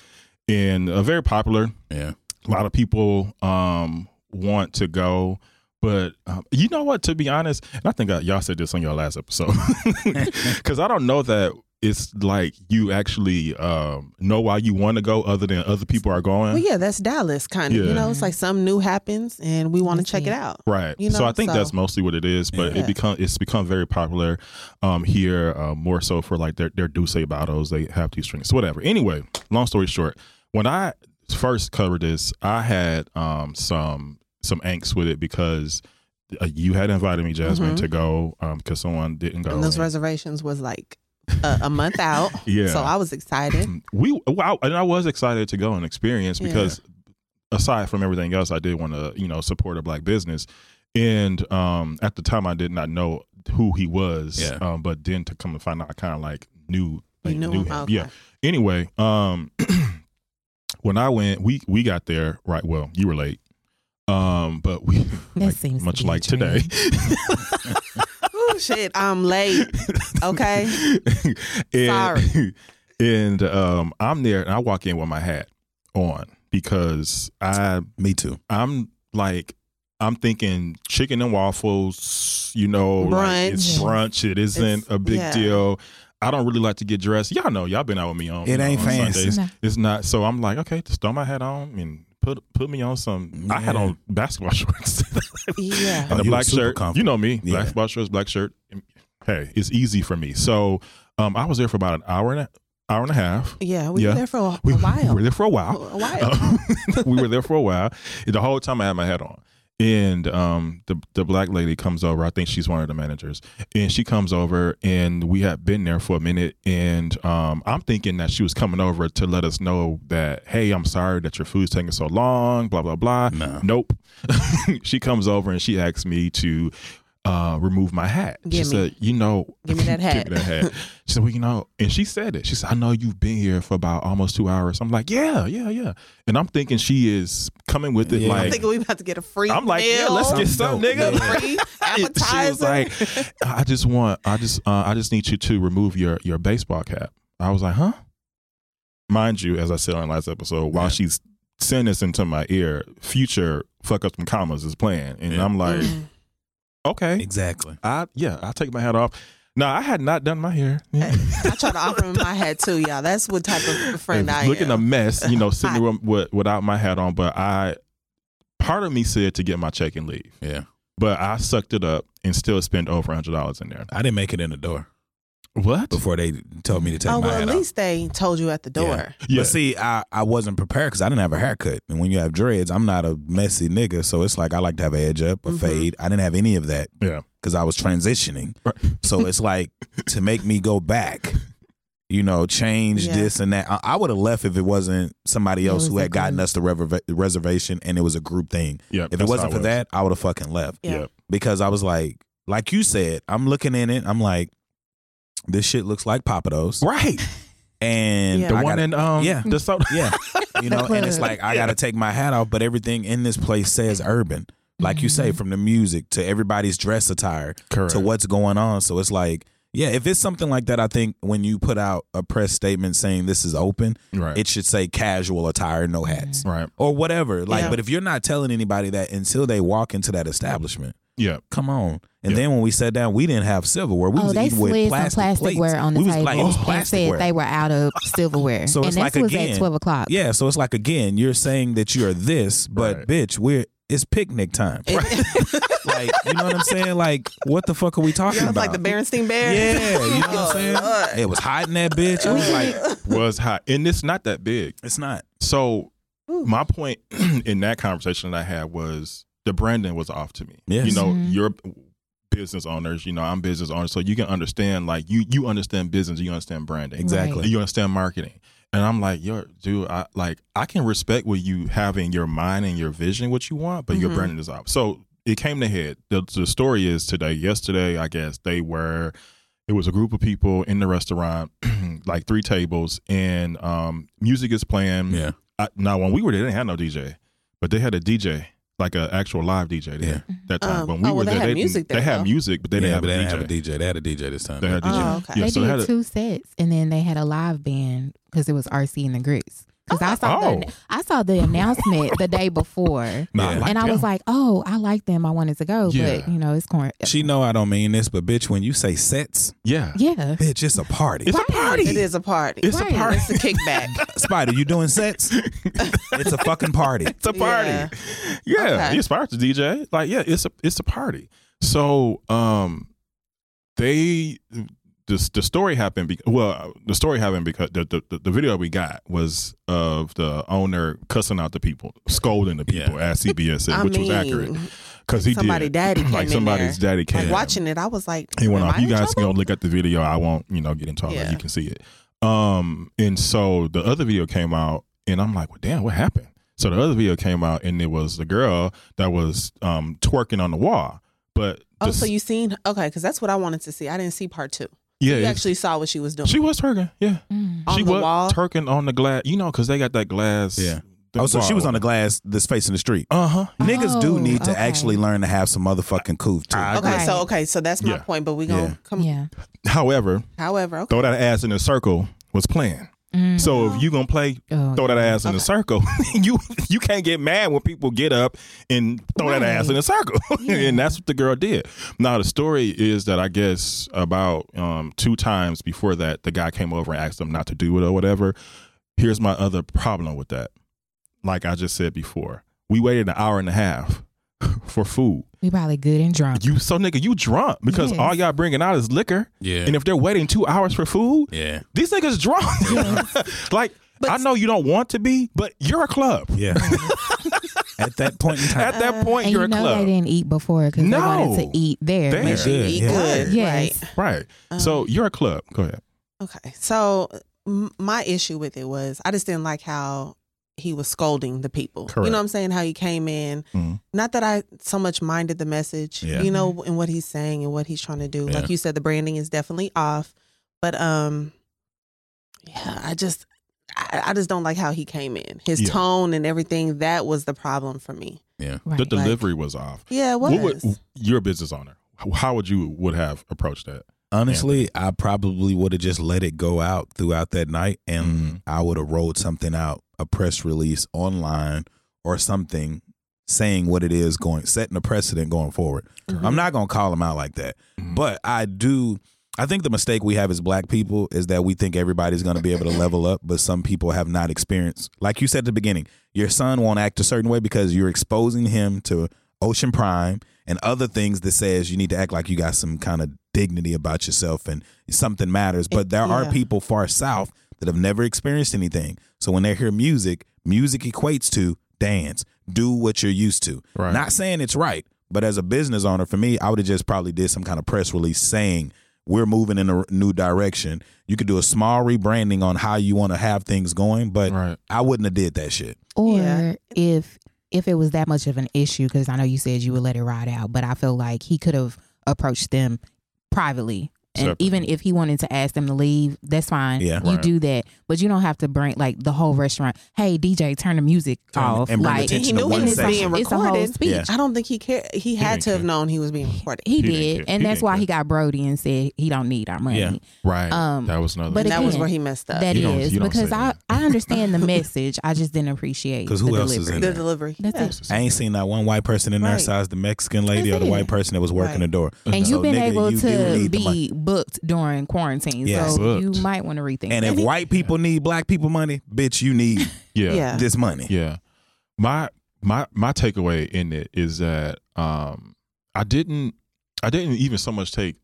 Speaker 4: and uh, very popular
Speaker 6: Yeah.
Speaker 4: a lot of people um want to go but um, you know what to be honest and i think I, y'all said this on your last episode because i don't know that it's like you actually um know why you want to go other than other people are going
Speaker 5: well, yeah, that's Dallas kind of.
Speaker 4: Yeah.
Speaker 5: You know, it's like something new happens and we want to
Speaker 7: That's
Speaker 5: check it
Speaker 7: it.
Speaker 5: out.
Speaker 4: Right.
Speaker 5: You
Speaker 4: so
Speaker 5: know,
Speaker 4: I think
Speaker 5: so-
Speaker 4: that's mostly what it is, but
Speaker 5: Yeah.
Speaker 4: it become it's become very popular um, here, uh, more so for like their their Douce bottles. They have these drinks, whatever. Anyway, long story short, when I first covered this, I had um, some some angst with it because uh, you had invited me, Jasmine,
Speaker 5: Mhm.
Speaker 4: to go because someone didn't go.
Speaker 5: And those
Speaker 4: And-
Speaker 5: reservations was like a, a month out.
Speaker 4: Yeah.
Speaker 5: So I was excited.
Speaker 4: we wow and i was excited to go and experience
Speaker 5: Yeah.
Speaker 4: because aside from everything else i did want to you know support a black business and um at the time i did not know who he was
Speaker 6: Yeah.
Speaker 4: um but then to come and find out i kind of like knew
Speaker 5: You
Speaker 4: like,
Speaker 5: knew him? Okay.
Speaker 4: yeah anyway um when i went we we got there right well you were late um but we
Speaker 7: That
Speaker 4: like,
Speaker 7: seems to
Speaker 4: much
Speaker 7: be a
Speaker 4: like today
Speaker 5: Oh, shit. I'm late. Okay.
Speaker 4: and,
Speaker 5: Sorry.
Speaker 4: And um, I'm there, and I walk in with my hat on because I
Speaker 6: Me too.
Speaker 4: I'm like I'm thinking chicken and waffles. You know, like it's brunch. It isn't
Speaker 5: It's-
Speaker 4: a big
Speaker 5: yeah.
Speaker 4: deal. I don't really like to get dressed. Y'all know, y'all been out with me on.
Speaker 6: It
Speaker 4: you know,
Speaker 6: ain't
Speaker 4: on
Speaker 6: fancy.
Speaker 4: Sundays.
Speaker 7: No.
Speaker 4: It's not. So I'm like, okay, just throw my hat on and put put me on some. I had
Speaker 6: Yeah.
Speaker 4: on basketball shorts
Speaker 5: Yeah.
Speaker 4: and
Speaker 6: Oh,
Speaker 4: a
Speaker 6: you
Speaker 4: black
Speaker 6: was super
Speaker 4: shirt.
Speaker 6: comfortable.
Speaker 4: You know me,
Speaker 6: Yeah.
Speaker 4: black black shorts, black shirt. Hey, it's easy for me. So um, I was there for about an hour and a, hour and a half.
Speaker 5: Yeah, we
Speaker 4: Yeah.
Speaker 5: were there for a, a
Speaker 4: We
Speaker 5: while.
Speaker 4: were there for a
Speaker 5: a
Speaker 4: while.
Speaker 5: a while.
Speaker 4: Um, we were there for a while. The whole time I had my hat on. And um, the the black lady comes over. I think she's one of the managers, and she comes over, and we had been there for a minute. And um, I'm thinking that she was coming over to let us know that, hey, I'm sorry that your food's taking so long, blah blah blah.
Speaker 6: No.
Speaker 4: Nope. she comes over and she asks me to uh, remove my hat. she
Speaker 5: Gimme.
Speaker 4: said, you know,
Speaker 5: Give me that hat.
Speaker 4: give me that hat. She said, well, you know, and she said it. She said, I know you've been here for about almost two hours. I'm like, yeah, yeah, yeah. And I'm thinking she is coming with it
Speaker 6: Yeah.
Speaker 5: I'm
Speaker 4: like,
Speaker 5: thinking we about to get a free.
Speaker 4: I'm like, yeah,
Speaker 5: meal,
Speaker 4: let's get some,
Speaker 6: Something
Speaker 4: nigga.
Speaker 6: dope.
Speaker 5: a free
Speaker 4: she was
Speaker 5: appetizer.
Speaker 4: like, I just want, I just, uh, I just need you to remove your your baseball cap. I was like, huh? Mind you, as I said on last episode, while
Speaker 6: Yeah.
Speaker 4: she's saying this into my ear, future fuck up some commas is playing, and
Speaker 6: Yeah.
Speaker 4: I'm like,
Speaker 5: Mm.
Speaker 4: okay,
Speaker 6: Exactly.
Speaker 4: I yeah, I'll take my hat off. No, I had not done my hair.
Speaker 5: I try to offer him my hat too, y'all. That's what type of friend I
Speaker 4: looking
Speaker 5: am.
Speaker 4: a mess, you know, sitting
Speaker 5: Hot.
Speaker 4: with, with- without my hat on. But I, part of me said to get my check and leave,
Speaker 6: Yeah.
Speaker 4: but I sucked it up and still spent over a hundred dollars in there.
Speaker 6: I didn't make it in the door
Speaker 4: What?
Speaker 6: before they told me to take
Speaker 5: oh
Speaker 6: my
Speaker 5: well, at
Speaker 6: hat
Speaker 5: least they told you at the door.
Speaker 6: off.
Speaker 4: Yeah.
Speaker 6: But see, I, I wasn't prepared because I didn't have a haircut. And when you have dreads, I'm not a messy nigga. So it's like I like to have an edge up, a
Speaker 5: Mhm.
Speaker 6: fade. I didn't have any of that
Speaker 4: Yeah.
Speaker 6: because I was transitioning.
Speaker 4: Right.
Speaker 6: So it's like to make me go back, you know, change
Speaker 5: Yeah.
Speaker 6: this and that. I, I would have left if it wasn't somebody
Speaker 7: It
Speaker 6: else who
Speaker 7: was a
Speaker 6: had gotten
Speaker 7: group.
Speaker 6: us the rever- reservation and it was a group thing.
Speaker 4: Yeah.
Speaker 6: If
Speaker 4: that's
Speaker 6: it
Speaker 4: how
Speaker 6: wasn't for
Speaker 4: was.
Speaker 6: that, I would have fucking left
Speaker 5: Yeah.
Speaker 4: Yep.
Speaker 6: because I was like, like you said, I'm looking in it. I'm like, this shit looks like Papados.
Speaker 4: Right.
Speaker 6: And
Speaker 5: Yeah.
Speaker 4: The
Speaker 6: I
Speaker 4: one
Speaker 6: gotta-
Speaker 4: in um
Speaker 6: yeah.
Speaker 4: the soda.
Speaker 6: yeah, you know, and it's like I got to take my hat off, but everything in this place says urban. Like you
Speaker 5: Mm-hmm.
Speaker 6: say, from the music to everybody's dress attire
Speaker 4: Correct.
Speaker 6: to what's going on. So it's like, yeah, if it's something like that, I think when you put out a press statement saying this is open,
Speaker 4: Right.
Speaker 6: it should say casual attire, no hats
Speaker 4: right.
Speaker 6: or whatever. Like,
Speaker 5: Yeah.
Speaker 6: but if you're not telling anybody that until they walk into that establishment,
Speaker 4: Yeah.
Speaker 6: come on.
Speaker 4: Yeah.
Speaker 6: And then when we sat down, we didn't have silverware. We
Speaker 7: oh,
Speaker 6: was
Speaker 7: they
Speaker 6: eating with
Speaker 7: slid
Speaker 6: plastic
Speaker 7: some
Speaker 6: plates.
Speaker 7: plasticware on the
Speaker 6: we was
Speaker 7: table
Speaker 6: like, it was
Speaker 7: and said
Speaker 6: plasticware.
Speaker 7: they were out of silverware.
Speaker 6: So it's
Speaker 7: and
Speaker 6: like
Speaker 7: this was
Speaker 6: again-
Speaker 7: at twelve o'clock.
Speaker 6: Yeah, so it's like again, you're saying that you're this, but
Speaker 4: Right.
Speaker 6: bitch, we're it's picnic time. like, you know what I'm saying? Like, what the fuck are we talking
Speaker 5: Y'all was
Speaker 6: about?
Speaker 5: like the Berenstain Bears.
Speaker 6: yeah, you know what
Speaker 7: Oh,
Speaker 6: I'm saying? It was hot in that bitch. It was like,
Speaker 4: Was hot. And it's not that big.
Speaker 6: it's not.
Speaker 4: So my point in that conversation that I had was the branding was off to me.
Speaker 6: Yes.
Speaker 4: You know,
Speaker 7: Mhm.
Speaker 4: you're business owners, you know, I'm business owner. So you can understand like you you understand business, you understand branding.
Speaker 6: Exactly.
Speaker 4: You understand marketing. And I'm like, yo, dude, I like I can respect what you have in your mind and your vision, what you want, but your
Speaker 5: Mhm.
Speaker 4: branding is off. So it came to head. The, the story is today, yesterday, I guess, they were it was a group of people in the restaurant, like three tables, and um, music is playing. I, now when we were there, they didn't have no DJ, but they had a DJ, like an actual live DJ there that time.
Speaker 5: Um,
Speaker 4: when we
Speaker 5: oh,
Speaker 4: were
Speaker 5: well, they
Speaker 4: there,
Speaker 5: had
Speaker 4: they,
Speaker 5: music
Speaker 4: they
Speaker 5: there,
Speaker 4: had
Speaker 5: though.
Speaker 4: music, but they
Speaker 6: yeah,
Speaker 4: didn't, have, a
Speaker 6: but they
Speaker 4: DJ.
Speaker 6: didn't have a DJ. They had a DJ this time.
Speaker 4: They had a DJ.
Speaker 5: Oh, okay.
Speaker 4: Yeah,
Speaker 7: they
Speaker 4: so they had
Speaker 7: did
Speaker 4: a,
Speaker 7: two sets, and then they had a live band because it was RC and the Grits. Because I saw
Speaker 4: Oh.
Speaker 7: the I saw the announcement the day before,
Speaker 4: Nah, I
Speaker 6: Yeah.
Speaker 4: like
Speaker 7: and I was
Speaker 4: them.
Speaker 7: like, "Oh, I like them. I wanted to go,
Speaker 4: Yeah.
Speaker 7: but you know, it's corn."
Speaker 6: She know I don't mean this, but bitch, when you say sets,
Speaker 4: yeah,
Speaker 7: yeah,
Speaker 6: bitch, it's a party.
Speaker 4: it's
Speaker 7: Right.
Speaker 4: a party.
Speaker 5: It is a party.
Speaker 4: It's
Speaker 7: Right.
Speaker 4: a party.
Speaker 5: It's a kickback.
Speaker 6: Spider, you doing sets? it's a fucking party.
Speaker 4: It's a party.
Speaker 5: Yeah.
Speaker 4: Yeah,
Speaker 5: Okay.
Speaker 4: you're inspired to DJ. Like, yeah, it's a it's a party. So, um, they the the story happened. Be, well, the story happened because the, the the- the video we got was of the owner cussing out the people, scolding the people at CBS, said,
Speaker 5: I
Speaker 4: which
Speaker 5: mean,
Speaker 4: was accurate because he
Speaker 5: somebody
Speaker 4: did.
Speaker 5: daddy came
Speaker 4: like
Speaker 5: in
Speaker 4: somebody's daddy came.
Speaker 5: like
Speaker 4: in.
Speaker 5: watching it, I was like,
Speaker 4: He went
Speaker 5: am
Speaker 4: off.
Speaker 5: I
Speaker 4: You
Speaker 5: in
Speaker 4: guys can
Speaker 5: trouble?
Speaker 4: go look at the video. I won't, you know, get into all
Speaker 5: Yeah.
Speaker 4: that. You can see it. Um, and so the other video came out, and I'm like, well, damn, what happened? So the other video came out, and it was the girl that was um twerking on the wall, but
Speaker 5: Oh,
Speaker 4: the-
Speaker 5: so you seen? Okay, because that's what I wanted to see. I didn't see part two.
Speaker 4: yeah,
Speaker 5: You
Speaker 4: it's-
Speaker 5: actually saw what she was doing.
Speaker 4: she was twerking, yeah,
Speaker 7: Mm.
Speaker 5: On
Speaker 4: she
Speaker 5: the
Speaker 4: was
Speaker 5: wall?
Speaker 4: twerking on the glass, you know, because they got that glass,
Speaker 6: Yeah. Oh, so she was on the glass, this facing the street.
Speaker 4: uh huh,
Speaker 6: Niggas do
Speaker 7: Oh,
Speaker 6: need to
Speaker 7: okay.
Speaker 6: actually learn to have some motherfucking coof too.
Speaker 4: I-
Speaker 5: okay,
Speaker 7: Right.
Speaker 5: so okay, so that's my
Speaker 4: Yeah.
Speaker 5: point. But we gonna
Speaker 6: Yeah.
Speaker 5: come.
Speaker 7: yeah.
Speaker 4: However,
Speaker 5: However, okay.
Speaker 4: throw that ass in a circle was playing.
Speaker 7: Mm.
Speaker 4: So if you gonna play
Speaker 7: Oh,
Speaker 4: throw that ass in
Speaker 5: Okay.
Speaker 4: a circle. you you can't get mad when people get up and throw that ass in a circle, and that's what the girl did. Now the story is that I guess about um, two times before that, the guy came over and asked them not to do it or whatever. Here's my other problem with that. Like I just said before, we waited an hour and a half for food.
Speaker 7: We probably good and drunk.
Speaker 4: You so nigga, you drunk because
Speaker 7: Yes.
Speaker 4: all y'all bringing out is liquor.
Speaker 6: Yeah.
Speaker 4: And if they're waiting two hours for food,
Speaker 6: Yeah.
Speaker 4: these niggas drunk. like
Speaker 5: But-
Speaker 4: I know you don't want to be, but you're a club.
Speaker 6: Yeah. At that point in time.
Speaker 4: At that point,
Speaker 7: and
Speaker 4: you're
Speaker 7: you
Speaker 4: a
Speaker 7: know
Speaker 4: club,
Speaker 7: they didn't eat before because
Speaker 4: No.
Speaker 7: they wanted to eat there.
Speaker 4: There.
Speaker 7: But-
Speaker 6: They did,
Speaker 5: Eat
Speaker 6: yeah.
Speaker 5: good.
Speaker 7: Yes.
Speaker 5: Right.
Speaker 4: right?
Speaker 5: Um,
Speaker 4: so you're a club. Go ahead.
Speaker 5: Okay. So m- my issue with it was I just didn't like how he was scolding the people. You
Speaker 6: Correct.
Speaker 5: know what I'm saying? How he came in.
Speaker 4: Mhm.
Speaker 5: Not that I so much minded the message,
Speaker 6: Yeah.
Speaker 5: you know,
Speaker 7: Mm-hmm.
Speaker 5: and what he's saying and what he's trying to do.
Speaker 6: Yeah.
Speaker 5: Like you said, the branding is definitely off. But um yeah, I just I, I just don't like how he came in. His
Speaker 4: Yeah.
Speaker 5: tone and everything, that was the problem for me.
Speaker 6: Yeah.
Speaker 7: Right.
Speaker 4: The delivery was off.
Speaker 5: Yeah, it was.
Speaker 4: What would you're a business owner? How would you would have approached that?
Speaker 6: Honestly, I probably would have just let it go out throughout that night and
Speaker 4: Mhm.
Speaker 6: I would have rolled something out, a press release online or something saying what it is going setting a precedent going forward. I'm not going to call them out like that. Mm-hmm. But I do I think the mistake we have as black people is that we think everybody's going to be able to level up, but some people have not experienced. Like you said at the beginning, your son won't act a certain way because you're exposing him to Ocean Prime and other things that says you need to act like you got some kind of dignity about yourself and something matters. But there are
Speaker 5: Yeah.
Speaker 6: people far south that have never experienced anything. So when they hear music, music equates to dance, do what you're used to.
Speaker 4: Right.
Speaker 6: Not saying it's right, but as a business owner, for me, I would have just probably did some kind of press release saying we're moving in a r- new direction. You could do a small rebranding on how you want to have things going, but
Speaker 4: Right.
Speaker 6: I wouldn't have did that shit.
Speaker 7: or
Speaker 5: Yeah.
Speaker 7: if if it was that much of an issue because i know you said you would let it ride out but i feel like he could have approached them privately and
Speaker 4: Separately.
Speaker 7: even if he wanted to ask them to leave that's fine
Speaker 6: Yeah.
Speaker 7: you
Speaker 4: Right.
Speaker 7: do that but you don't have to bring like the whole restaurant hey dj turn the music
Speaker 6: Turn-
Speaker 7: off
Speaker 6: and bring
Speaker 7: like
Speaker 5: and he
Speaker 6: attention to
Speaker 5: knew
Speaker 6: one
Speaker 5: he was
Speaker 6: section.
Speaker 5: being
Speaker 7: It's a whole
Speaker 5: recorded.
Speaker 7: speech.
Speaker 6: Yeah.
Speaker 5: I don't think he cared. He had
Speaker 4: didn't
Speaker 5: to have
Speaker 4: care.
Speaker 5: known he was being recorded.
Speaker 7: he,
Speaker 4: He didn't
Speaker 7: did
Speaker 4: care.
Speaker 7: and
Speaker 4: He
Speaker 7: that's
Speaker 4: didn't
Speaker 7: why
Speaker 4: care.
Speaker 7: he got brody and said he don't need our money
Speaker 6: Yeah.
Speaker 4: Right.
Speaker 7: Um,
Speaker 4: that was another.
Speaker 7: but
Speaker 5: and that was
Speaker 7: again,
Speaker 5: where he messed up.
Speaker 7: That
Speaker 4: You
Speaker 7: is
Speaker 4: don't- you don't say
Speaker 7: because I,
Speaker 4: that.
Speaker 7: I understand the message i just didn't appreciate
Speaker 6: 'Cause who
Speaker 7: the
Speaker 6: else is
Speaker 7: delivery.
Speaker 6: in
Speaker 5: the
Speaker 6: there.
Speaker 5: delivery.
Speaker 7: That's
Speaker 5: Yeah.
Speaker 7: it.
Speaker 6: I ain't seen that one white person in there
Speaker 5: Right.
Speaker 6: besides the Mexican lady or the
Speaker 7: That's it.
Speaker 6: white person that was working
Speaker 5: Right.
Speaker 6: the door.
Speaker 7: and you've
Speaker 6: So,
Speaker 7: been
Speaker 6: nigga,
Speaker 7: able
Speaker 6: you do
Speaker 7: to
Speaker 6: need the money.
Speaker 7: be booked during quarantine,
Speaker 6: Yes.
Speaker 7: so
Speaker 4: Booked.
Speaker 7: you might want to rethink.
Speaker 6: And
Speaker 7: that.
Speaker 6: if white people need black people money, bitch, you need
Speaker 4: yeah.
Speaker 5: Yeah.
Speaker 6: this money.
Speaker 4: Yeah. My my my takeaway in it is that um I didn't I didn't even so much take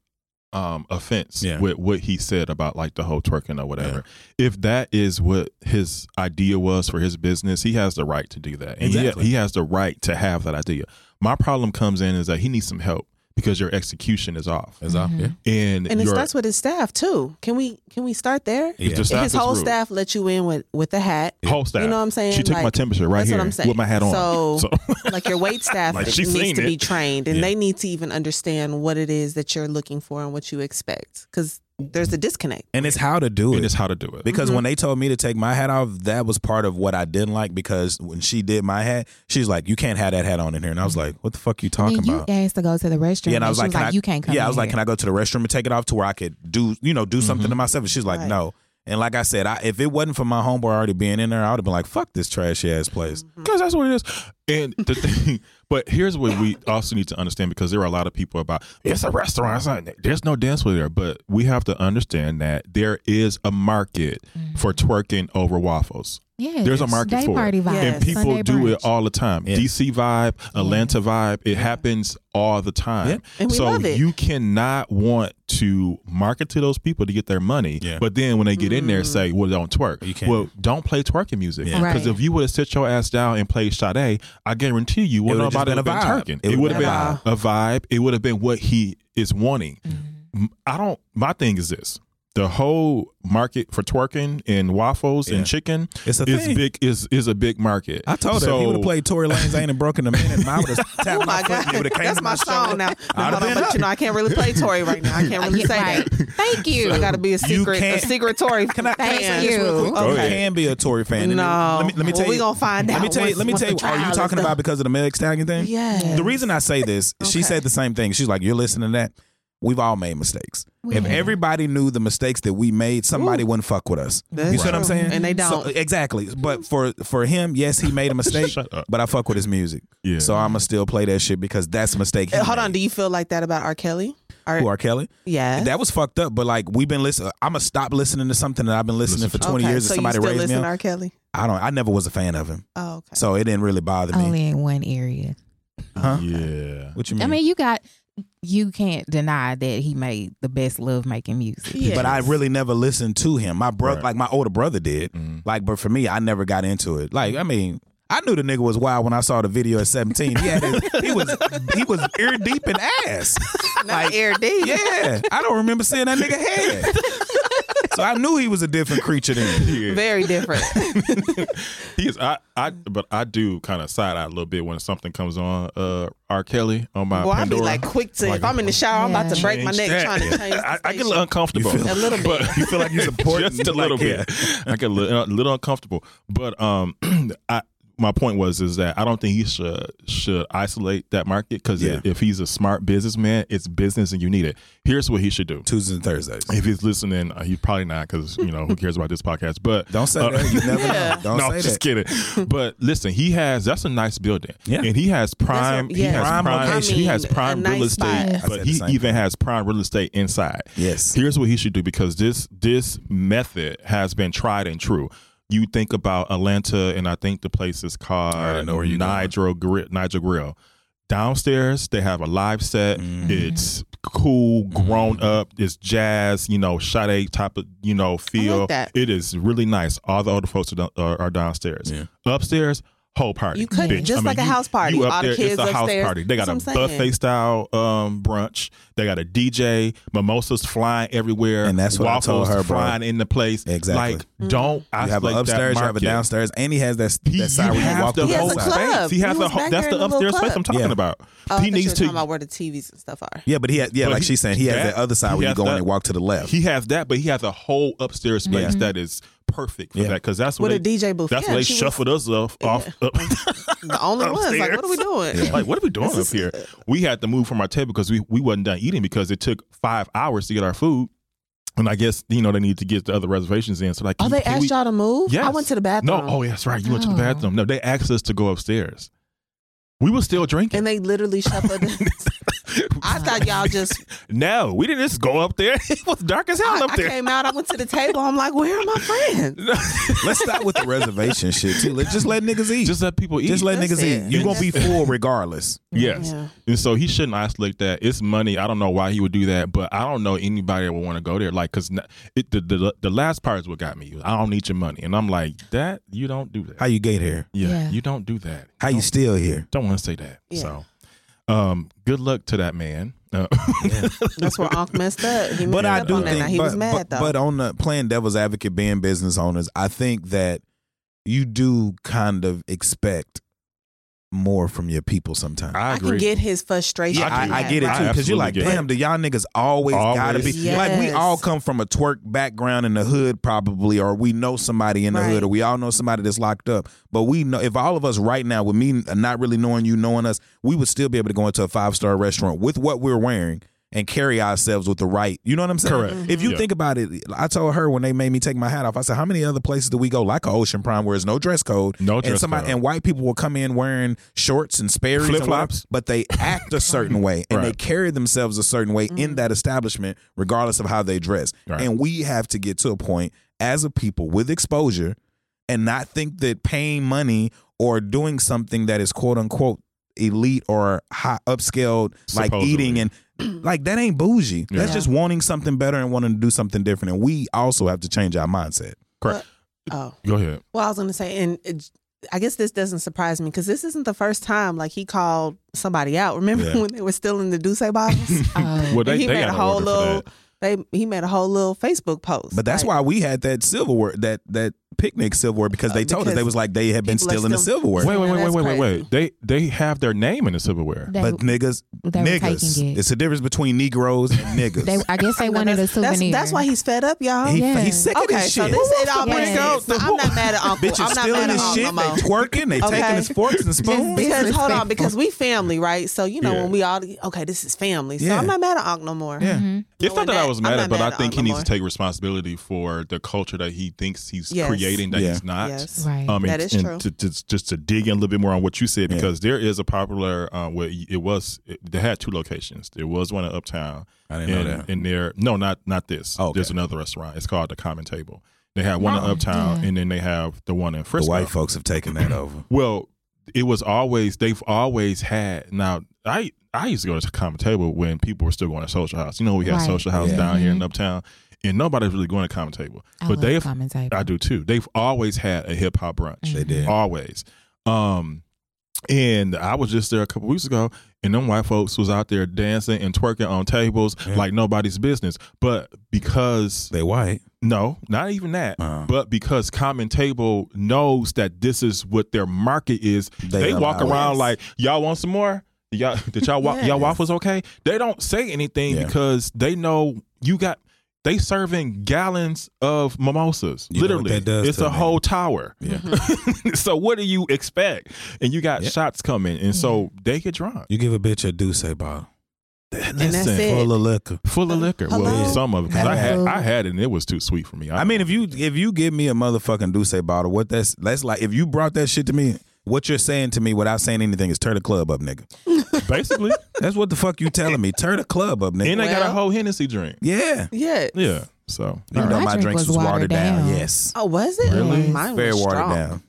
Speaker 4: um offense
Speaker 6: Yeah.
Speaker 4: with what he said about like the whole twerking or whatever. If that is what his idea was for his business, he has the right to do that. And
Speaker 6: Exactly.
Speaker 4: he, he has the right to have that idea. My problem comes in is that he needs some help because your execution is off.
Speaker 6: Yeah.
Speaker 4: And,
Speaker 5: Mm-hmm. And it
Speaker 4: your,
Speaker 5: starts with his staff too. Can we can we start there?
Speaker 4: if the staff
Speaker 5: his
Speaker 4: is
Speaker 5: whole
Speaker 4: rude-
Speaker 5: staff let you in with with the hat,
Speaker 4: Whole staff.
Speaker 5: You know what I'm saying?
Speaker 4: She took my
Speaker 5: Like,
Speaker 4: temperature right
Speaker 5: that's
Speaker 4: here
Speaker 5: what I'm saying.
Speaker 4: with my hat on.
Speaker 5: So-
Speaker 4: so
Speaker 5: like your wait staff
Speaker 4: Like, she
Speaker 5: needs
Speaker 4: seen
Speaker 5: to
Speaker 4: it.
Speaker 5: be trained, and
Speaker 6: Yeah.
Speaker 5: they need to even understand what it is that you're looking for and what you expect, because there's a disconnect.
Speaker 6: And it's how to do
Speaker 4: and
Speaker 6: it.
Speaker 4: it's how to do it.
Speaker 5: Mm-hmm.
Speaker 6: Because when they told me to take my hat off, that was part of what I didn't like. Because when she did my hat, she's like, "You can't have that hat on in here," and I was like, "What the fuck you talking
Speaker 7: Then you
Speaker 6: about?"
Speaker 7: asked to go to the restroom,
Speaker 6: Yeah, and I was
Speaker 7: she
Speaker 6: like,
Speaker 7: was
Speaker 6: "Can
Speaker 7: like,
Speaker 6: I-
Speaker 7: "You can't come."
Speaker 6: Yeah, I
Speaker 7: in
Speaker 6: was like,
Speaker 7: here."
Speaker 6: "Can I go to the restroom and take it off to where I could do, you know, do something to myself?" And she's like,
Speaker 5: Mm-hmm. Right.
Speaker 6: "No." And like I said, I, if it wasn't for my homeboy already being in there, I would have been like, "Fuck this trash ass place."
Speaker 5: Mm-hmm.
Speaker 4: Because Mm-hmm. that's what it is. And the thing, but here's what we also need to understand because there are a lot of people about it's a restaurant. It's not, there's no dance floor there, but we have to understand that there is a market for twerking over waffles.
Speaker 7: yeah,
Speaker 4: there's a
Speaker 7: it's
Speaker 4: market
Speaker 7: day
Speaker 4: for it.
Speaker 7: party vibes,
Speaker 5: And
Speaker 4: And people
Speaker 7: Sunday
Speaker 4: do
Speaker 7: brunch.
Speaker 4: it all the time.
Speaker 6: Yeah.
Speaker 4: DC vibe, Atlanta vibe, it happens all the time.
Speaker 6: Yeah.
Speaker 5: And we
Speaker 4: so
Speaker 5: love it.
Speaker 4: you cannot want to market to those people to get their money,
Speaker 6: Yeah.
Speaker 4: but then when they get in there, say, "Well, don't twerk."
Speaker 6: You can't.
Speaker 4: Well, don't play twerking music because
Speaker 6: Yeah.
Speaker 7: Right.
Speaker 4: if you would have sit your ass down and played Sade, I guarantee you, would
Speaker 6: would've just
Speaker 4: nobody
Speaker 6: been a
Speaker 4: would have been
Speaker 6: vibe.
Speaker 4: twerking. It, would have been
Speaker 5: a
Speaker 4: a vibe. It would have been what he is wanting.
Speaker 5: Mm-hmm.
Speaker 4: M- I don't. My thing is this. The whole market for twerking and waffles
Speaker 6: Yeah.
Speaker 4: and chicken
Speaker 6: It's a
Speaker 4: is
Speaker 6: thing.
Speaker 4: big is is a big market.
Speaker 6: I told her if he would have played Tory Lanez, I ain't have broken a minute. and I would have tapped
Speaker 5: Oh my
Speaker 6: foot and it
Speaker 5: God,
Speaker 6: would've came
Speaker 5: that's
Speaker 6: to
Speaker 5: my
Speaker 6: shoulder.
Speaker 5: song now. No, hold
Speaker 6: I'd have
Speaker 5: on,
Speaker 6: been
Speaker 5: but you know,
Speaker 6: up.
Speaker 5: I can't really play Tory right now. I can't really
Speaker 7: Yeah,
Speaker 5: say
Speaker 7: right.
Speaker 5: that.
Speaker 7: Thank you.
Speaker 5: I got to be a
Speaker 6: You
Speaker 5: secret, a
Speaker 6: can't-
Speaker 5: secret Tory
Speaker 6: Can I, can I
Speaker 5: fan.
Speaker 6: say this real
Speaker 5: Thank
Speaker 6: quick?
Speaker 5: you.
Speaker 6: Oh, You
Speaker 5: Okay.
Speaker 6: can be a Tory fan. and
Speaker 5: No.
Speaker 6: let me, let me
Speaker 5: Well,
Speaker 6: tell
Speaker 5: we
Speaker 6: you.
Speaker 5: gonna find
Speaker 6: let Me
Speaker 5: out
Speaker 6: tell you
Speaker 5: once-
Speaker 6: let me
Speaker 5: once
Speaker 6: tell you.
Speaker 5: the
Speaker 6: Are you
Speaker 5: trial
Speaker 6: talking
Speaker 5: is
Speaker 6: about
Speaker 5: done.
Speaker 6: because of the Meg Thee Stallion thing?
Speaker 5: Yeah.
Speaker 6: The reason I say this, she
Speaker 5: Okay.
Speaker 6: said the same thing. She's like, "You're listening to that. We've all made mistakes.
Speaker 7: We
Speaker 6: if
Speaker 7: have.
Speaker 6: everybody knew the mistakes that we made, somebody wouldn't fuck with us.
Speaker 5: That's
Speaker 6: you see what I'm
Speaker 5: true.
Speaker 6: saying?
Speaker 5: And they
Speaker 6: So-
Speaker 5: don't.
Speaker 6: exactly. But for for him, yes, he made a mistake.
Speaker 4: Shut up.
Speaker 6: but I fuck with his music.
Speaker 4: Yeah.
Speaker 6: So I'ma still play that shit because that's a mistake. he
Speaker 5: Uh, Hold
Speaker 6: made.
Speaker 5: on. Do you feel like that about R. Kelly? Or,
Speaker 6: Who R. Kelly?
Speaker 5: yeah.
Speaker 6: That was fucked up. But like we've been listening. I'ma stop listening to something that I've been listening
Speaker 4: Listen
Speaker 6: for
Speaker 4: to.
Speaker 6: 20
Speaker 5: okay.
Speaker 6: years.
Speaker 5: So
Speaker 6: and somebody
Speaker 5: you still
Speaker 6: raised me.
Speaker 5: listen
Speaker 6: up.
Speaker 5: to R. Kelly?
Speaker 6: I don't. I never was a fan of him,
Speaker 5: Oh, okay.
Speaker 6: so it didn't really bother me.
Speaker 7: only in one area.
Speaker 6: Huh?
Speaker 4: Yeah.
Speaker 6: What you mean?
Speaker 7: I mean, you got you can't deny that he made the best love making music.
Speaker 5: Yeah.
Speaker 6: But I really never listened to him. My brother,
Speaker 4: Right.
Speaker 6: like my older brother, did.
Speaker 4: Mhm.
Speaker 6: Like, but for me, I never got into it. Like, I mean, I knew the nigga was wild when I saw the video at seventeen. He, had his, he was he was ear deep in ass.
Speaker 5: Not air deep.
Speaker 6: Yeah, I don't remember seeing that nigga head. So I knew he was a different creature then.
Speaker 4: Yeah.
Speaker 5: Very different.
Speaker 4: He is. I. I. But I do kind of side eye a little bit when something comes on. Uh, R. Kelly on my.
Speaker 5: well, I'd be
Speaker 4: Pandora.
Speaker 5: like quick to,
Speaker 4: Like,
Speaker 5: if I'm in the shower, I'm about to
Speaker 7: Yeah.
Speaker 5: break my
Speaker 4: change
Speaker 5: neck
Speaker 4: that.
Speaker 5: trying to change the
Speaker 4: I, I get a
Speaker 5: station.
Speaker 4: little uncomfortable.
Speaker 6: You feel-
Speaker 5: A little bit.
Speaker 4: But you feel like you're
Speaker 6: important?
Speaker 4: Just a little
Speaker 6: Like, yeah.
Speaker 4: bit. I get a little, a little uncomfortable. But um, I my point was is that I don't think he should should isolate that market because
Speaker 6: Yeah.
Speaker 4: if he's a smart businessman, it's business and you need it. Here's what he should do.
Speaker 6: Tuesdays and Thursdays.
Speaker 4: If he's listening, uh, he's probably not because you know who cares about this podcast. But
Speaker 6: Don't say
Speaker 4: uh,
Speaker 6: that. You never
Speaker 5: Yeah.
Speaker 6: know. Don't
Speaker 4: no,
Speaker 6: say that.
Speaker 4: just kidding. But listen, he has that's a nice building.
Speaker 6: Yeah.
Speaker 4: And he has prime
Speaker 5: what-
Speaker 4: he
Speaker 5: yeah.
Speaker 4: has prime,
Speaker 6: Prime
Speaker 5: location.
Speaker 4: he has
Speaker 5: I mean,
Speaker 4: prime
Speaker 5: a
Speaker 4: real
Speaker 5: nice spot.
Speaker 4: estate,
Speaker 6: I
Speaker 4: but
Speaker 6: said the
Speaker 4: he
Speaker 6: same
Speaker 4: even has prime real estate inside.
Speaker 6: Yes.
Speaker 4: Here's what he should do because this this method has been tried and true. You think about Atlanta and I think the place is called
Speaker 6: already know where you're going.
Speaker 4: Nigel Grill Nigel Grill. Downstairs, they have a live set.
Speaker 6: Mm-hmm.
Speaker 4: It's cool, grown up. It's jazz, you know, Sade type of, you know, feel.
Speaker 5: that.
Speaker 4: It is really nice. All the older folks are, down- are, are downstairs.
Speaker 6: Yeah.
Speaker 4: Upstairs, whole party.
Speaker 5: You couldn't,
Speaker 4: bitch.
Speaker 5: just like a house party.
Speaker 4: You up
Speaker 5: All the
Speaker 4: there,
Speaker 5: kids
Speaker 4: it's a house
Speaker 5: upstairs.
Speaker 4: party. They got a
Speaker 5: That's what I'm saying.
Speaker 4: buffet style um, brunch. They got a DJ, mimosas flying everywhere,
Speaker 6: And that's what I told
Speaker 4: waffles
Speaker 6: her, bro.
Speaker 4: flying in the place.
Speaker 6: Exactly.
Speaker 4: Like, don't
Speaker 5: Mm-hmm.
Speaker 6: You have
Speaker 4: isolate
Speaker 6: an upstairs,
Speaker 4: that
Speaker 6: you have a
Speaker 4: market.
Speaker 6: downstairs, and he has that,
Speaker 4: He,
Speaker 6: that side
Speaker 4: you
Speaker 6: where you
Speaker 4: have
Speaker 6: walk
Speaker 4: the
Speaker 6: through
Speaker 5: He has
Speaker 4: whole
Speaker 5: a
Speaker 6: outside.
Speaker 5: club.
Speaker 4: space. He has
Speaker 5: He
Speaker 4: the
Speaker 5: was
Speaker 4: whole.
Speaker 5: back
Speaker 4: That's
Speaker 5: there in
Speaker 4: the
Speaker 5: the little
Speaker 4: upstairs space
Speaker 5: club.
Speaker 4: I'm talking
Speaker 6: Yeah.
Speaker 4: about.
Speaker 5: Oh,
Speaker 4: he
Speaker 5: I thought you
Speaker 4: needs
Speaker 5: were
Speaker 4: to
Speaker 5: talking about where the TVs and stuff are.
Speaker 6: Yeah, but he had yeah,
Speaker 4: But
Speaker 6: like
Speaker 4: he-
Speaker 6: she's saying, he has
Speaker 4: that-
Speaker 6: that other side
Speaker 4: he
Speaker 6: where you
Speaker 4: has
Speaker 6: go in
Speaker 4: that-
Speaker 6: and walk to the left.
Speaker 4: He has that, but he has a whole upstairs space that is perfect for
Speaker 6: Yeah.
Speaker 4: that because that's
Speaker 5: With
Speaker 4: where
Speaker 5: Mm-hmm. a DJ booth.
Speaker 4: That's
Speaker 5: Yeah,
Speaker 4: where they
Speaker 5: she was-
Speaker 4: shuffled us off. off up,
Speaker 5: The only ones. Like, what are we doing?
Speaker 4: Like, what are we doing up here? We had to move from our table because we we wasn't done eating because it took five hours to get our food, and I guess you know they needed to get the other reservations in. So like,
Speaker 5: Oh,
Speaker 4: can-
Speaker 5: they
Speaker 4: can
Speaker 5: asked
Speaker 4: we-
Speaker 5: y'all to move?
Speaker 4: Yes.
Speaker 5: I went to the bathroom.
Speaker 4: No, oh, yeah, that's right. You went to the
Speaker 7: Oh.
Speaker 4: bathroom. No, they asked us to go upstairs. We were still drinking.
Speaker 5: And they literally shuffled. I thought y'all just.
Speaker 4: no, we didn't just go up there. It was dark as hell
Speaker 5: I,
Speaker 4: up
Speaker 5: I
Speaker 4: there.
Speaker 5: came out. I went to the table. I'm like, where are my friends?
Speaker 6: Let's stop with the reservation shit too. Let's just let niggas eat.
Speaker 4: Just let people eat.
Speaker 6: Just let
Speaker 5: That's
Speaker 6: niggas
Speaker 5: it.
Speaker 6: eat. You gonna be full regardless.
Speaker 4: Yes.
Speaker 5: Yeah.
Speaker 4: And so he shouldn't isolate that. It's money. I don't know why he would do that, but I don't know anybody that would want to go there. Like, cause n- it, the, the the last part is what got me. I don't need your money, and I'm like, that you don't do that.
Speaker 6: How you get here?
Speaker 4: yeah,
Speaker 7: Yeah.
Speaker 4: you don't do that.
Speaker 6: How you still here?
Speaker 4: Don't want to say that.
Speaker 5: Yeah.
Speaker 4: So, um, good luck to that man. Uh,
Speaker 5: That's where Unc messed up. He messed
Speaker 6: But I
Speaker 5: up on that.
Speaker 6: do
Speaker 5: Now,
Speaker 6: think,
Speaker 5: he
Speaker 6: but,
Speaker 5: was mad
Speaker 6: but,
Speaker 5: though.
Speaker 6: but on the playing devil's advocate, being business owners, I think that you do kind of expect more from your people sometimes.
Speaker 4: I
Speaker 5: I
Speaker 4: agree.
Speaker 5: can get his frustration.
Speaker 6: Yeah, I,
Speaker 5: in
Speaker 6: I
Speaker 5: that,
Speaker 6: get it
Speaker 5: right?
Speaker 6: too. Because you're
Speaker 4: absolutely
Speaker 6: like,
Speaker 4: get it.
Speaker 6: damn, do y'all niggas always, gotta
Speaker 4: Always.
Speaker 6: be
Speaker 5: Yes.
Speaker 6: like we all come from a twerk background in the hood, probably, or we know somebody in the
Speaker 5: Right.
Speaker 6: hood, or we all know somebody that's locked up. But we know if all of us right now, with me not really knowing you, knowing us, we would still be able to go into a five star restaurant with what we're wearing. And carry ourselves with the right, you know what I'm saying?
Speaker 4: Correct. Mhm.
Speaker 6: If you
Speaker 4: Yeah.
Speaker 6: think about it, I told her when they made me take my hat off, I said, "How many other places do we go like a Ocean Prime where it's no dress code?
Speaker 4: No
Speaker 6: and
Speaker 4: dress
Speaker 6: somebody,
Speaker 4: code.
Speaker 6: And white people will come in wearing shorts and Sperry's and
Speaker 4: Flip-flops.
Speaker 6: whatever, but they act a certain way and they
Speaker 4: Right.
Speaker 6: carry themselves a certain way
Speaker 5: Mm-hmm.
Speaker 6: in that establishment, regardless of how they dress.
Speaker 4: Right.
Speaker 6: And we have to get to a point as a people with exposure and not think that paying money or doing something that is quote unquote elite or high upscaled, like
Speaker 4: Supposedly.
Speaker 6: eating and like that ain't bougie. That's
Speaker 5: Yeah.
Speaker 6: just wanting something better and wanting to do something different. And we also have to change our mindset.
Speaker 4: Correct.
Speaker 5: oh,
Speaker 4: Go ahead.
Speaker 5: well, I was going to say, and it, I guess this doesn't surprise me because this isn't the first time like he called somebody out. Remember
Speaker 6: Yeah.
Speaker 5: when they were stealing the Douce bottles?
Speaker 7: Oh,
Speaker 4: Well, they,
Speaker 5: he
Speaker 4: they
Speaker 5: made
Speaker 4: got
Speaker 5: a
Speaker 4: an
Speaker 5: whole
Speaker 4: order for
Speaker 5: little.
Speaker 4: that.
Speaker 5: They he made a whole little Facebook post.
Speaker 6: But that's
Speaker 5: like,
Speaker 6: why we had that silverware, that that picnic silverware, because they
Speaker 5: Uh,
Speaker 6: told us
Speaker 5: because
Speaker 6: they was like they had been
Speaker 5: people are
Speaker 6: stealing the
Speaker 5: still-
Speaker 6: silverware.
Speaker 4: Wait, wait,
Speaker 5: Now
Speaker 4: wait, wait,
Speaker 5: that's
Speaker 4: wait, wait,
Speaker 5: crazy.
Speaker 4: wait. They they have their name in the silverware.
Speaker 7: they,
Speaker 6: but niggas,
Speaker 7: they were
Speaker 6: niggas,
Speaker 7: taking it.
Speaker 6: it's a difference between Negroes and niggas.
Speaker 7: They, I guess they
Speaker 5: No,
Speaker 7: wanted a
Speaker 5: that's, that's-
Speaker 7: souvenir.
Speaker 5: That's, why he's fed up, y'all.
Speaker 6: he,
Speaker 7: Yeah.
Speaker 6: He's sick of
Speaker 5: okay,
Speaker 6: this
Speaker 5: so
Speaker 6: shit.
Speaker 5: this it all
Speaker 7: Yes.
Speaker 5: makes sense. So I'm not mad at Uncle.
Speaker 6: Bitches
Speaker 5: I'm not
Speaker 6: stealing
Speaker 5: mad at
Speaker 6: this
Speaker 5: Uncle
Speaker 6: shit.
Speaker 5: no more.
Speaker 6: They twerking. They taking
Speaker 5: Okay.
Speaker 6: his forks and spoons.
Speaker 7: Just
Speaker 5: Because hold
Speaker 7: Disrespectful.
Speaker 5: on, because we family, right? So you know
Speaker 4: Yeah.
Speaker 5: when we all okay, this is family. So
Speaker 6: Yeah.
Speaker 5: I'm not mad at Unc no more.
Speaker 6: Yeah.
Speaker 7: Mhm.
Speaker 4: It's not
Speaker 5: Knowing
Speaker 4: that I
Speaker 5: that,
Speaker 4: was
Speaker 5: I'm
Speaker 4: mad
Speaker 5: not
Speaker 4: at, but
Speaker 5: mad
Speaker 4: I
Speaker 5: at
Speaker 4: think he
Speaker 5: Uncle
Speaker 4: needs to
Speaker 5: Moore.
Speaker 4: take responsibility for the culture that he thinks he's
Speaker 5: Yes.
Speaker 4: creating that
Speaker 6: Yeah.
Speaker 4: he's not.
Speaker 5: Yes.
Speaker 7: Right.
Speaker 4: Um,
Speaker 5: That
Speaker 4: and,
Speaker 5: is
Speaker 4: and
Speaker 5: true.
Speaker 4: To, to- just to dig in a little bit more on what you said,
Speaker 6: Yeah.
Speaker 4: because there is a popular, uh, well, it was, it, they had two locations. There was one in Uptown.
Speaker 6: I
Speaker 4: and, and there, no, not not this.
Speaker 6: Oh, okay.
Speaker 4: There's another restaurant. It's called The Common Table. They have one in
Speaker 7: Oh,
Speaker 4: Uptown,
Speaker 7: yeah.
Speaker 4: and then they have the one in
Speaker 6: The
Speaker 4: Frisco.
Speaker 6: white folks have taken that over.
Speaker 4: Well, it was always they've always had now i i used to go to the common table when people were still going to social house you know we had
Speaker 7: Right.
Speaker 4: social house
Speaker 6: Yeah.
Speaker 4: down here in
Speaker 7: Mhm.
Speaker 4: uptown and nobody's really going to common table
Speaker 7: I
Speaker 4: but
Speaker 7: love
Speaker 4: they've
Speaker 7: Common Table. Mm-hmm.
Speaker 4: i do too they've always had a hip-hop brunch
Speaker 6: They did.
Speaker 4: always um and i was just there a couple weeks ago and them white folks was out there dancing and twerking on tables
Speaker 6: Yeah.
Speaker 4: like nobody's business but because
Speaker 6: They white.
Speaker 4: no not even that
Speaker 6: Uh,
Speaker 4: but because common table knows that this is what their market is
Speaker 6: They
Speaker 4: they, walk
Speaker 6: allow it.
Speaker 4: around
Speaker 5: Yes.
Speaker 4: like y'all want some more y'all did y'all wa-
Speaker 5: Yes.
Speaker 4: y'all waffles okay they don't say anything
Speaker 6: Yeah.
Speaker 4: because they know you got they serving gallons of mimosas
Speaker 6: You know what
Speaker 4: literally
Speaker 6: that does
Speaker 4: it's
Speaker 6: to
Speaker 4: a
Speaker 6: me.
Speaker 4: whole tower
Speaker 6: yeah.
Speaker 5: Mm-hmm.
Speaker 4: so what do you expect and you got
Speaker 6: Yeah.
Speaker 4: shots coming and so they get drunk
Speaker 6: You give a bitch a Douce bottle
Speaker 5: and that's it.
Speaker 6: full of liquor.
Speaker 4: full of liquor well
Speaker 5: Hello?
Speaker 4: some of it 'cause i had
Speaker 7: Hello?
Speaker 4: i had it and it was too sweet for me
Speaker 6: I mean, if you if you give me a motherfucking Douce bottle, what that's that's like if you brought that shit to me, what you're saying to me without saying anything is turn the club up, nigga.
Speaker 4: basically
Speaker 6: That's what the fuck you telling me. Turn the club up, nigga.
Speaker 4: and they got a
Speaker 5: Well-
Speaker 4: whole hennessy drink
Speaker 6: yeah.
Speaker 5: Yeah.
Speaker 4: yeah so
Speaker 6: Even
Speaker 7: My
Speaker 6: though my
Speaker 7: drink
Speaker 6: drinks
Speaker 7: was
Speaker 6: was watered,
Speaker 7: watered
Speaker 6: down.
Speaker 7: down.
Speaker 6: Yes.
Speaker 5: Oh, was it?
Speaker 4: Really?
Speaker 5: Mine
Speaker 6: Very
Speaker 5: was
Speaker 6: watered
Speaker 5: strong.
Speaker 6: down.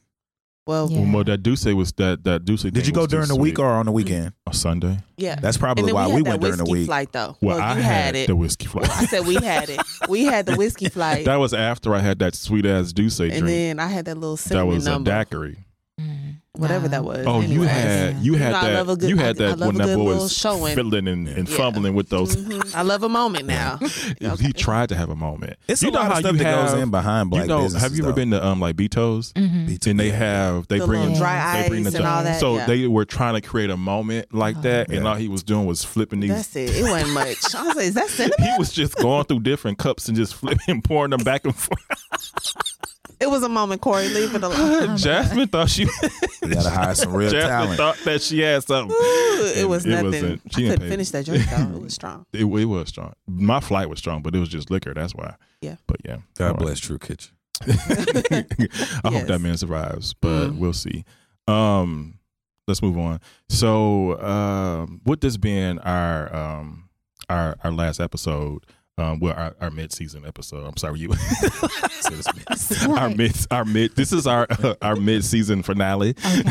Speaker 5: Well,
Speaker 7: Yeah.
Speaker 5: yeah.
Speaker 4: Well, Mo, that Duce was that that Duce.
Speaker 6: Did you go during the week or on the weekend?
Speaker 4: on Sunday?
Speaker 6: That's
Speaker 5: And
Speaker 6: probably
Speaker 5: then
Speaker 6: why
Speaker 5: we
Speaker 6: we,
Speaker 5: had that
Speaker 6: went during the
Speaker 5: whiskey
Speaker 6: week.
Speaker 5: flight though.
Speaker 4: Well, I
Speaker 5: you
Speaker 4: had,
Speaker 5: had, it.
Speaker 4: the whiskey flight.
Speaker 5: I said we had it. We had the whiskey flight,
Speaker 4: that was after I had that sweet ass Duce
Speaker 5: and
Speaker 4: drink.
Speaker 5: then I had that little
Speaker 4: That
Speaker 5: cinnamon
Speaker 4: was
Speaker 5: number,
Speaker 4: a daiquiri.
Speaker 7: Mm.
Speaker 5: whatever
Speaker 7: Wow.
Speaker 5: that was.
Speaker 4: Oh, you
Speaker 5: Anyways.
Speaker 4: had you had
Speaker 5: know, I
Speaker 4: that
Speaker 5: love a good-
Speaker 4: you had
Speaker 5: I- I
Speaker 4: that
Speaker 5: love
Speaker 4: when
Speaker 5: a
Speaker 4: that
Speaker 5: good
Speaker 4: boy
Speaker 5: little
Speaker 4: was
Speaker 5: showing.
Speaker 4: fiddling and, and
Speaker 5: Yeah. Mm-hmm.
Speaker 4: fumbling with those.
Speaker 5: Mhm. I love a moment now.
Speaker 4: He tried to have a moment.
Speaker 6: It's
Speaker 4: you
Speaker 6: a
Speaker 4: know
Speaker 6: lot
Speaker 4: how
Speaker 6: of stuff
Speaker 4: you
Speaker 6: that
Speaker 4: have,
Speaker 6: goes in behind black
Speaker 4: you know,
Speaker 6: businesses,
Speaker 4: have you ever
Speaker 6: though.
Speaker 4: been to um like Beto's?
Speaker 7: Mhm.
Speaker 6: Beats
Speaker 4: And they
Speaker 6: it.
Speaker 4: have they
Speaker 5: Mm-hmm. the
Speaker 4: bring
Speaker 5: little
Speaker 4: in
Speaker 7: it-
Speaker 5: dry
Speaker 4: they bring
Speaker 5: ice
Speaker 4: the
Speaker 5: and all that.
Speaker 4: so
Speaker 5: yeah.
Speaker 4: they were trying to create a moment like
Speaker 7: Oh.
Speaker 4: that, and
Speaker 6: Yeah.
Speaker 4: all he was doing was flipping these
Speaker 5: That's it. It wasn't much. I was like, is that cinnamon?
Speaker 4: he was just going through different cups and just flipping, pouring them back and forth.
Speaker 5: It was a moment, Corey. Leave it alone.
Speaker 4: Jasmine thought she
Speaker 6: You gotta hire some real
Speaker 4: Jasmine
Speaker 6: talent.
Speaker 4: thought that she had something.
Speaker 5: it was
Speaker 4: It
Speaker 5: nothing.
Speaker 4: wasn't-
Speaker 5: I
Speaker 4: she didn't
Speaker 5: couldn't
Speaker 4: pay-
Speaker 5: finish that drink though. It was strong.
Speaker 4: It, it was strong. My flight was strong, but it was just liquor. That's why.
Speaker 5: Yeah.
Speaker 4: But yeah.
Speaker 6: God
Speaker 4: All right.
Speaker 6: bless True Kitchen.
Speaker 4: I hope that
Speaker 5: Yes.
Speaker 4: man survives, but
Speaker 5: Mhm.
Speaker 4: we'll see. Um, let's move on. So, um, with this being our um our our last episode, um, well, our, our mid season episode. I'm sorry, you. our
Speaker 7: Right.
Speaker 4: mid our mid. This is our uh, our mid season finale.
Speaker 7: Okay.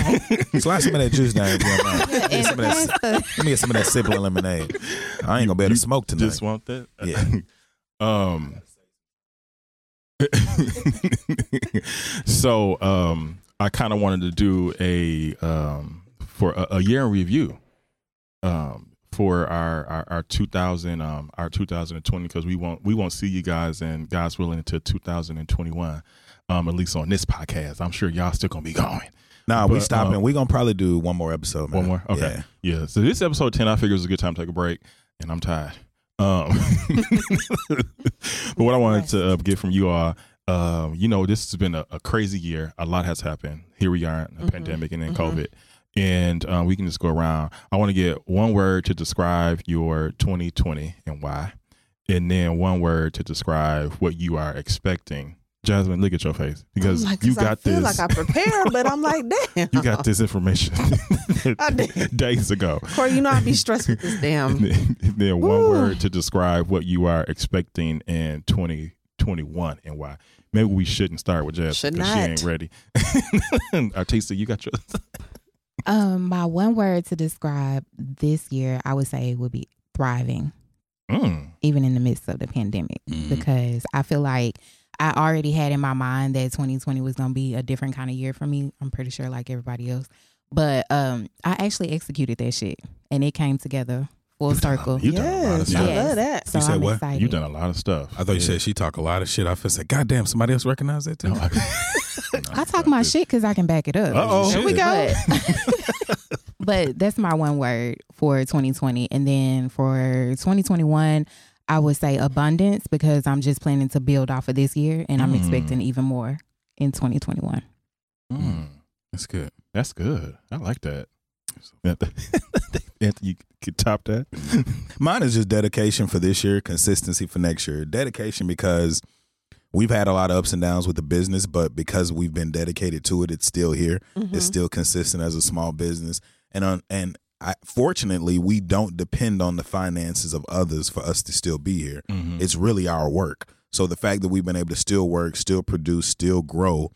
Speaker 6: Slide some of that juice down. if you don't mind. Give me
Speaker 7: And
Speaker 6: some of that-
Speaker 7: that's the-
Speaker 6: Let me get some of that sibling lemonade. I ain't gonna be able
Speaker 4: You
Speaker 6: to smoke tonight.
Speaker 4: Just want that.
Speaker 6: Yeah.
Speaker 4: um. so um, I kind of wanted to do a um for a, a year in review, um for our our, our 2000 um our 2020 because we won't we won't see you guys and God's willing until 2021. Um, at least on this podcast, I'm sure y'all still gonna be going.
Speaker 6: nah, we
Speaker 4: But,
Speaker 6: stopping.
Speaker 4: um,
Speaker 6: we gonna probably do one more episode. Man.
Speaker 4: One more? Okay.
Speaker 6: Yeah.
Speaker 4: Yeah. So this episode ten, I figured was a good time to take a break, and I'm tired. Um, but what I wanted to uh, get from you all, um, you know, this has been a, a crazy year. A lot has happened. Here we are, in a
Speaker 5: Mhm.
Speaker 4: pandemic and then
Speaker 5: Mhm.
Speaker 4: COVID, and um, we can just go around. I want to get one word to describe your 2020 and why, and then one word to describe what you are expecting. Jasmine, look at your face because
Speaker 5: I'm like,
Speaker 4: you
Speaker 5: Oh 'cause
Speaker 4: got
Speaker 5: I feel
Speaker 4: this.
Speaker 5: like I prepared, but I'm like, damn.
Speaker 4: you got this information
Speaker 5: I did.
Speaker 4: days ago.
Speaker 5: Corey, you know I'd be stressed with this damn.
Speaker 4: And then, and then one
Speaker 5: Woo.
Speaker 4: word to describe what you are expecting in 2021 and why. Maybe we shouldn't start with Jazz
Speaker 5: Should
Speaker 4: because she
Speaker 5: not.
Speaker 4: ain't ready. Artista, you got your.
Speaker 7: um, my one word to describe this year, I would say, would be thriving,
Speaker 4: Mm.
Speaker 7: even in the midst of the pandemic,
Speaker 6: Mhm.
Speaker 7: because I feel like I already had in my mind that 2020 was going to be a different kind of year for me. I'm pretty sure, like everybody else, but um, I actually executed that shit, and it came together full
Speaker 6: You done a-
Speaker 7: circle.
Speaker 6: you done a lot of
Speaker 5: Yes,
Speaker 6: stuff.
Speaker 5: I
Speaker 7: Yes.
Speaker 5: love that.
Speaker 7: So
Speaker 6: You said
Speaker 7: I'm
Speaker 6: what?
Speaker 7: excited.
Speaker 4: You done a lot of stuff.
Speaker 6: I thought you
Speaker 4: Yeah.
Speaker 6: said she talk a lot of shit. I feel like, God damn, somebody else recognized that too.
Speaker 4: No, I-
Speaker 7: I talk my shit because I can back it up.
Speaker 4: Uh-oh.
Speaker 6: Here we
Speaker 7: go. but that's my one word for 2020. And then for 2021, I would say abundance because I'm just planning to build off of this year and I'm
Speaker 4: Mm.
Speaker 7: expecting even more in 2021.
Speaker 4: Mm.
Speaker 6: That's good.
Speaker 4: That's good. I like that. Anthony, you could top that.
Speaker 6: Mine is just dedication for this year, consistency for next year. Dedication because we've had a lot of ups and downs with the business, but because we've been dedicated to it, it's still here.
Speaker 5: Mm-hmm.
Speaker 6: It's still consistent as a small business, and on and I, fortunately, we don't depend on the finances of others for us to still be here. It's really our work. So the fact that we've been able to still work, still produce, still grow,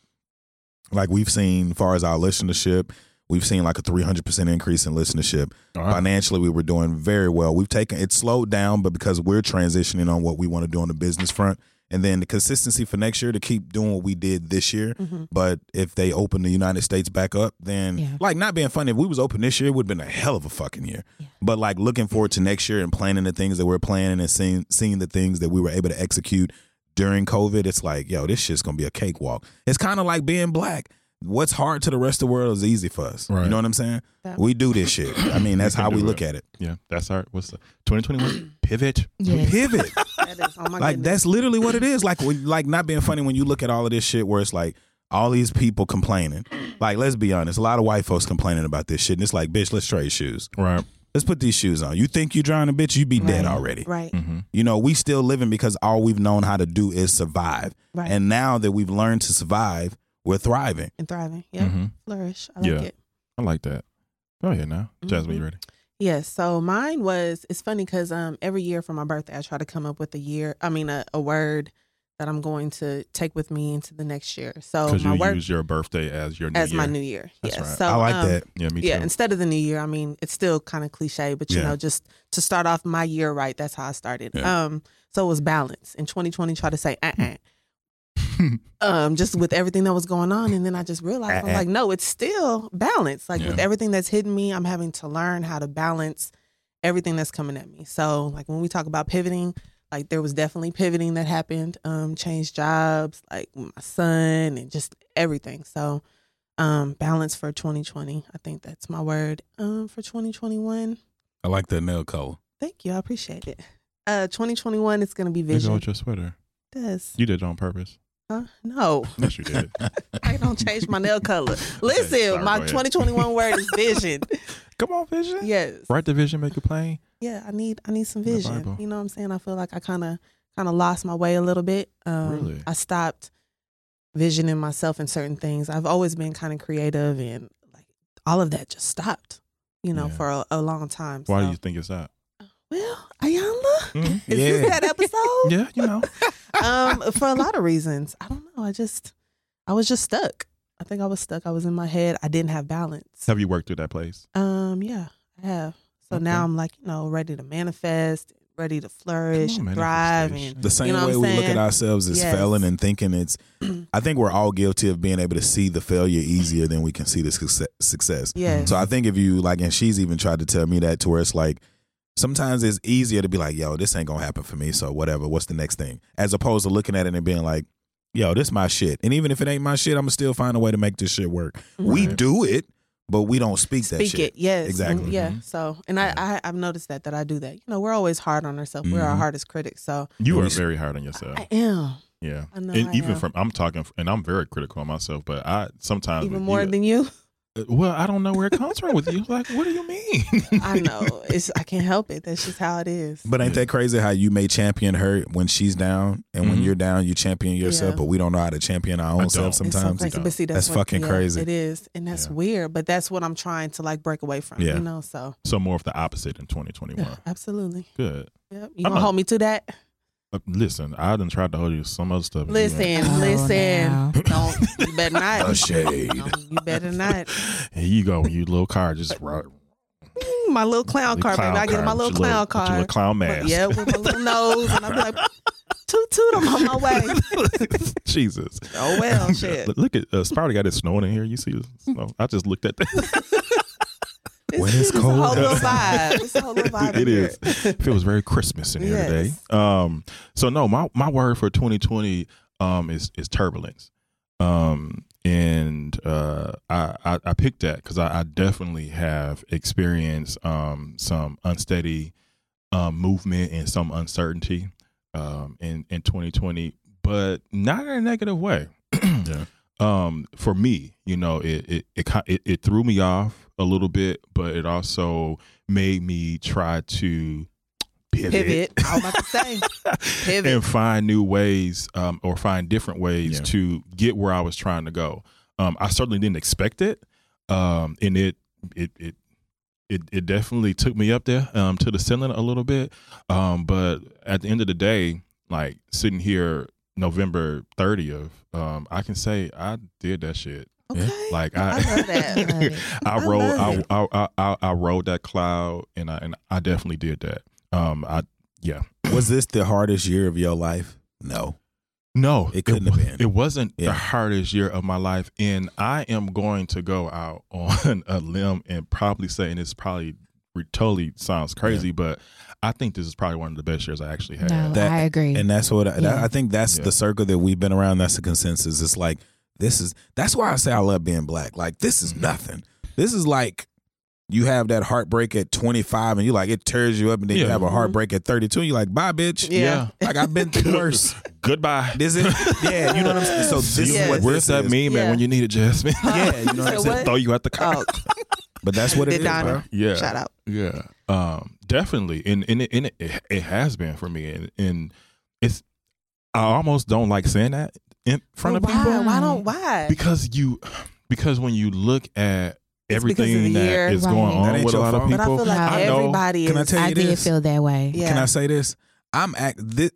Speaker 6: like we've seen, far as our listenership, We've seen like a 300% increase in listenership.
Speaker 4: All right.
Speaker 6: Financially, we were doing very well. We've taken it slowed down, but because we're transitioning on what we want to do on the business front, and then the consistency for next year to keep doing what we did this year. But if they open the United States back up, then
Speaker 7: Yeah.
Speaker 6: like not being funny, if we was open this year, it would have been a hell of a fucking year. But like looking forward to next year and planning the things that we're planning and seeing seeing the things that we were able to execute during COVID, it's like, yo, this shit's gonna be a cakewalk. It's kind of like being black. What's hard to the rest of the world is easy for us.
Speaker 4: Right.
Speaker 6: You know what I'm saying?
Speaker 5: That-
Speaker 6: We do this shit. I mean, that's
Speaker 4: We can
Speaker 6: how we
Speaker 4: do
Speaker 6: look
Speaker 4: it.
Speaker 6: at it.
Speaker 4: Yeah, that's our what's the 2021 pivot.
Speaker 7: Yes.
Speaker 6: Pivot.
Speaker 5: That is, oh my
Speaker 6: like
Speaker 5: goodness.
Speaker 6: that's literally what it is. Like when, like not being funny when you look at all of this shit where it's like all these people complaining. Like let's be honest, a lot of white folks complaining about this shit, and it's like, bitch, let's trade shoes.
Speaker 4: Right.
Speaker 6: Let's put these shoes on. You think you drowning, bitch? You be dead
Speaker 7: Right.
Speaker 6: already.
Speaker 5: right.
Speaker 4: mm-hmm,
Speaker 6: You know, we still living because all we've known how to do is survive.
Speaker 5: Right.
Speaker 6: And now that we've learned to survive, we're thriving.
Speaker 5: And thriving. Yeah.
Speaker 6: Mm-hmm.
Speaker 4: Mhm.
Speaker 5: Flourish. I like
Speaker 4: Yeah.
Speaker 5: it.
Speaker 4: I like that. Go ahead now, Jasmine.
Speaker 5: Mhm.
Speaker 4: You ready?
Speaker 5: Yes. So mine was. It's funny because um every year for my birthday I try to come up with a year. I mean a, a word that I'm going to take with me into the next year. So
Speaker 4: Because
Speaker 5: Oh, my
Speaker 4: you
Speaker 5: work
Speaker 4: use your birthday as your new
Speaker 5: as my
Speaker 4: year.
Speaker 5: new year.
Speaker 4: That's
Speaker 5: yeah.
Speaker 4: right.
Speaker 5: So
Speaker 6: I like
Speaker 5: um,
Speaker 6: that.
Speaker 4: Yeah, me too.
Speaker 5: Yeah. Instead of the new year, I mean it's still kind of cliche, but you
Speaker 6: Yeah.
Speaker 5: know just to start off my year right. That's how I started.
Speaker 6: Yeah.
Speaker 5: Um. So it was balance in 2020. Try to say uh uh um, just with everything that was going on. And then I just realized,
Speaker 6: Uh-uh.
Speaker 5: I'm like, no, it's still balanced. Like with
Speaker 6: Yeah.
Speaker 5: everything that's hitting me, I'm having to learn how to balance everything that's coming at me. So, like when we talk about pivoting, like there was definitely pivoting that happened, um, changed jobs, like with my son and just everything. So, um, balance for 2020. I think that's my word. Um, for 2021,
Speaker 6: I like that nail color.
Speaker 5: thank you. I appreciate it. Uh, 2021 it's going to be
Speaker 4: Look at
Speaker 5: vision.
Speaker 4: with your sweater.
Speaker 5: Does
Speaker 4: You did it on purpose.
Speaker 5: huh? no.
Speaker 4: Yes, you did.
Speaker 5: I don't change my nail color. Listen,
Speaker 4: sorry,
Speaker 5: my
Speaker 4: go ahead.
Speaker 5: 2021 word is vision.
Speaker 4: Come on, vision.
Speaker 5: yes.
Speaker 4: Write the vision, make it plain.
Speaker 5: Yeah, I need I need some
Speaker 4: The
Speaker 5: vision.
Speaker 4: Bible.
Speaker 5: You know what I'm saying? I feel like I kind of kind of lost my way a little bit. Um
Speaker 4: Really?
Speaker 5: I stopped visioning myself in certain things. I've always been kind of creative and like all of that just stopped, you know,
Speaker 4: Yeah.
Speaker 5: for a, a long time.
Speaker 4: Why
Speaker 5: so.
Speaker 4: do you think it's that?
Speaker 5: Well, Ayala,
Speaker 4: Mhm.
Speaker 5: is this
Speaker 6: Yeah.
Speaker 5: that episode?
Speaker 4: Yeah, you know.
Speaker 5: um, for a lot of reasons. I don't know. I just I was just stuck. I think I was stuck. I was in my head. I didn't have balance.
Speaker 4: Have you worked through that place?
Speaker 5: Um, yeah, I have. So
Speaker 4: Okay.
Speaker 5: now I'm like, you know, ready to manifest, ready to flourish,
Speaker 4: Come on,
Speaker 5: and thrive,
Speaker 4: manifestation.
Speaker 5: and
Speaker 6: The same
Speaker 5: know what
Speaker 6: way
Speaker 5: I'm
Speaker 6: we look at
Speaker 5: saying?
Speaker 6: ourselves as
Speaker 5: Yes.
Speaker 6: failing and thinking it's, I think we're all guilty of being able to see the failure easier than we can see the success. success.
Speaker 5: yes,
Speaker 6: So I think if you like, and she's even tried to tell me that to where it's like, sometimes it's easier to be like, yo, this ain't gonna happen for me. So whatever, what's the next thing? As opposed to looking at it and being like, yo, this my shit. And even if it ain't my shit, I'm gonna still find a way to make this shit work. We
Speaker 4: Right.
Speaker 6: do it, but we don't speak, that
Speaker 5: Mm-hmm. speak
Speaker 6: shit.
Speaker 5: it. Yes,
Speaker 6: Exactly. Mm-hmm.
Speaker 5: Mm, Yeah.
Speaker 4: Mhm.
Speaker 5: So, and I, I I've noticed that that I do that. You know, we're always hard on ourselves. We're our
Speaker 6: Mhm.
Speaker 5: hardest critics. So
Speaker 4: You are very hard on yourself.
Speaker 5: I am
Speaker 4: yeah,
Speaker 5: I know
Speaker 4: and
Speaker 5: I
Speaker 4: even
Speaker 5: am.
Speaker 4: from I'm talking, f- and I'm very critical on myself, but I sometimes
Speaker 5: even
Speaker 4: with
Speaker 5: more
Speaker 4: you, uh,
Speaker 5: than you.
Speaker 4: well, I don't know where it comes from with you. Like, what do you mean?
Speaker 5: I know. It's I can't help it. That's just how it is.
Speaker 6: But ain't that crazy how you may champion her when she's down, and when
Speaker 4: Mhm.
Speaker 6: you're down, you champion yourself,
Speaker 5: Yeah.
Speaker 6: but we don't know how to champion our
Speaker 4: I
Speaker 6: own
Speaker 4: don't.
Speaker 6: self
Speaker 5: It's so
Speaker 6: sometimes.
Speaker 5: crazy. But see, that's,
Speaker 6: That's
Speaker 5: what-
Speaker 6: fucking
Speaker 5: yeah,
Speaker 6: crazy.
Speaker 5: It is, and that's
Speaker 4: Yeah.
Speaker 5: weird. But that's what I'm trying to like break away from.
Speaker 6: Yeah.
Speaker 5: You know, so
Speaker 4: so more of the opposite in
Speaker 5: yeah,
Speaker 4: 2021.
Speaker 5: absolutely.
Speaker 4: Good.
Speaker 5: Yep. You
Speaker 4: I'm
Speaker 5: gonna
Speaker 4: a-
Speaker 5: hold me to that?
Speaker 4: Uh, listen, I done tried to hold you to some other stuff. and you
Speaker 5: Listen,
Speaker 4: ain't-
Speaker 7: Oh,
Speaker 5: listen.
Speaker 7: no.
Speaker 5: Don't you better not.
Speaker 6: A Uh, shade.
Speaker 5: No, you better not.
Speaker 4: Here you go, you little car just ro-
Speaker 5: Mm, My little clown
Speaker 4: Little
Speaker 5: car, baby. I get in my
Speaker 4: with
Speaker 5: little
Speaker 4: your
Speaker 5: clown
Speaker 4: with your
Speaker 5: car.
Speaker 4: little clown mask.
Speaker 5: Yeah, with my little nose, and I'm like, toot toot, I'm on my way.
Speaker 4: Jesus.
Speaker 5: Oh well, shit.
Speaker 4: Look- Look at uh, Sparty got it snowing in here. You see the snow? I just looked at that.
Speaker 5: It's,
Speaker 6: When it's
Speaker 5: it's a whole
Speaker 6: cold
Speaker 5: little
Speaker 6: outside.
Speaker 5: vibe. It's a whole little vibe. in
Speaker 4: it
Speaker 5: here.
Speaker 4: is. It feels very Christmas in here
Speaker 5: Yes.
Speaker 4: today. Um, so no, my my word for 2020 um is is turbulence. Um, and uh, I I, I picked that because I, I definitely have experienced um some unsteady um movement and some uncertainty um in in 2020, but not in a negative way.
Speaker 6: Yeah.
Speaker 4: Um, for me, you know, it it it ki- it, it threw me off a little bit, but it also made me try to pivot,
Speaker 5: Pivot. I was about to say. Pivot.
Speaker 4: and find new ways um, or find different ways
Speaker 6: Yeah.
Speaker 4: to get where I was trying to go. Um, I certainly didn't expect it, um, and it it it it, it definitely took me up there um, to the ceiling a little bit. Um, but at the end of the day, like sitting here November 30th, um, I can say I did that shit.
Speaker 5: Okay.
Speaker 4: Like
Speaker 5: I love that.
Speaker 7: Love it.
Speaker 4: I
Speaker 5: I
Speaker 4: rolled
Speaker 5: love
Speaker 4: I,
Speaker 5: it.
Speaker 4: I, I I I rolled that cloud and I and I definitely did that. Um I yeah.
Speaker 6: Was this the hardest year of your life? No.
Speaker 4: No,
Speaker 6: It couldn't have
Speaker 4: wa-
Speaker 6: been.
Speaker 4: It wasn't
Speaker 6: Yeah.
Speaker 4: the hardest year of my life, and I am going to go out on a limb and probably say, and it's probably it totally sounds crazy, but I think this is probably one of the best years I actually had.
Speaker 7: No,
Speaker 6: That-
Speaker 7: I
Speaker 5: Mm-hmm.
Speaker 7: agree.
Speaker 6: And that's what I, that-
Speaker 7: Yeah.
Speaker 6: I think that's
Speaker 4: Yeah.
Speaker 6: the circle that we've been around. That's the consensus. It's like this is that's why I say I love being black. Like this
Speaker 4: Mm-hmm.
Speaker 6: is nothing. This is like you have that heartbreak at 25 and you like it tears you up and then you
Speaker 4: Yeah.
Speaker 6: have a heartbreak at 32 and you're like, "Bye, bitch."
Speaker 5: Yeah.
Speaker 6: Like I've been through worse.
Speaker 4: Goodbye.
Speaker 6: This is yeah, you know what I'm saying? So this
Speaker 5: Yeah.
Speaker 6: is what
Speaker 4: Where's
Speaker 6: this
Speaker 4: that
Speaker 6: is.
Speaker 4: meme at
Speaker 5: Yeah.
Speaker 4: when you need it, Jasmine?
Speaker 6: Yeah, you know what I'm
Speaker 5: So
Speaker 6: saying?
Speaker 5: what?
Speaker 4: Throw you at the car.
Speaker 5: Oh,
Speaker 6: But that's what it
Speaker 5: Did
Speaker 6: is.
Speaker 5: Donna-
Speaker 6: bro.
Speaker 4: yeah.
Speaker 5: shout out.
Speaker 4: Yeah, um, definitely, and and, it, and it, it has been for me, and, and it's I almost don't like saying that in front of
Speaker 5: why?
Speaker 4: people
Speaker 5: Why don't why?
Speaker 4: because you because when you look at
Speaker 5: It's because of
Speaker 4: everything
Speaker 5: the
Speaker 4: that
Speaker 5: year.
Speaker 4: is
Speaker 7: Right.
Speaker 4: going
Speaker 6: That
Speaker 4: on
Speaker 6: ain't
Speaker 4: with a
Speaker 6: your
Speaker 4: lot of
Speaker 6: fault.
Speaker 5: but
Speaker 4: people,
Speaker 5: I feel like
Speaker 4: I know-
Speaker 5: everybody
Speaker 6: Can I
Speaker 5: is
Speaker 6: tell you
Speaker 7: I did
Speaker 6: this?
Speaker 7: feel that way.
Speaker 5: yeah.
Speaker 6: Can I say this? I'm act this,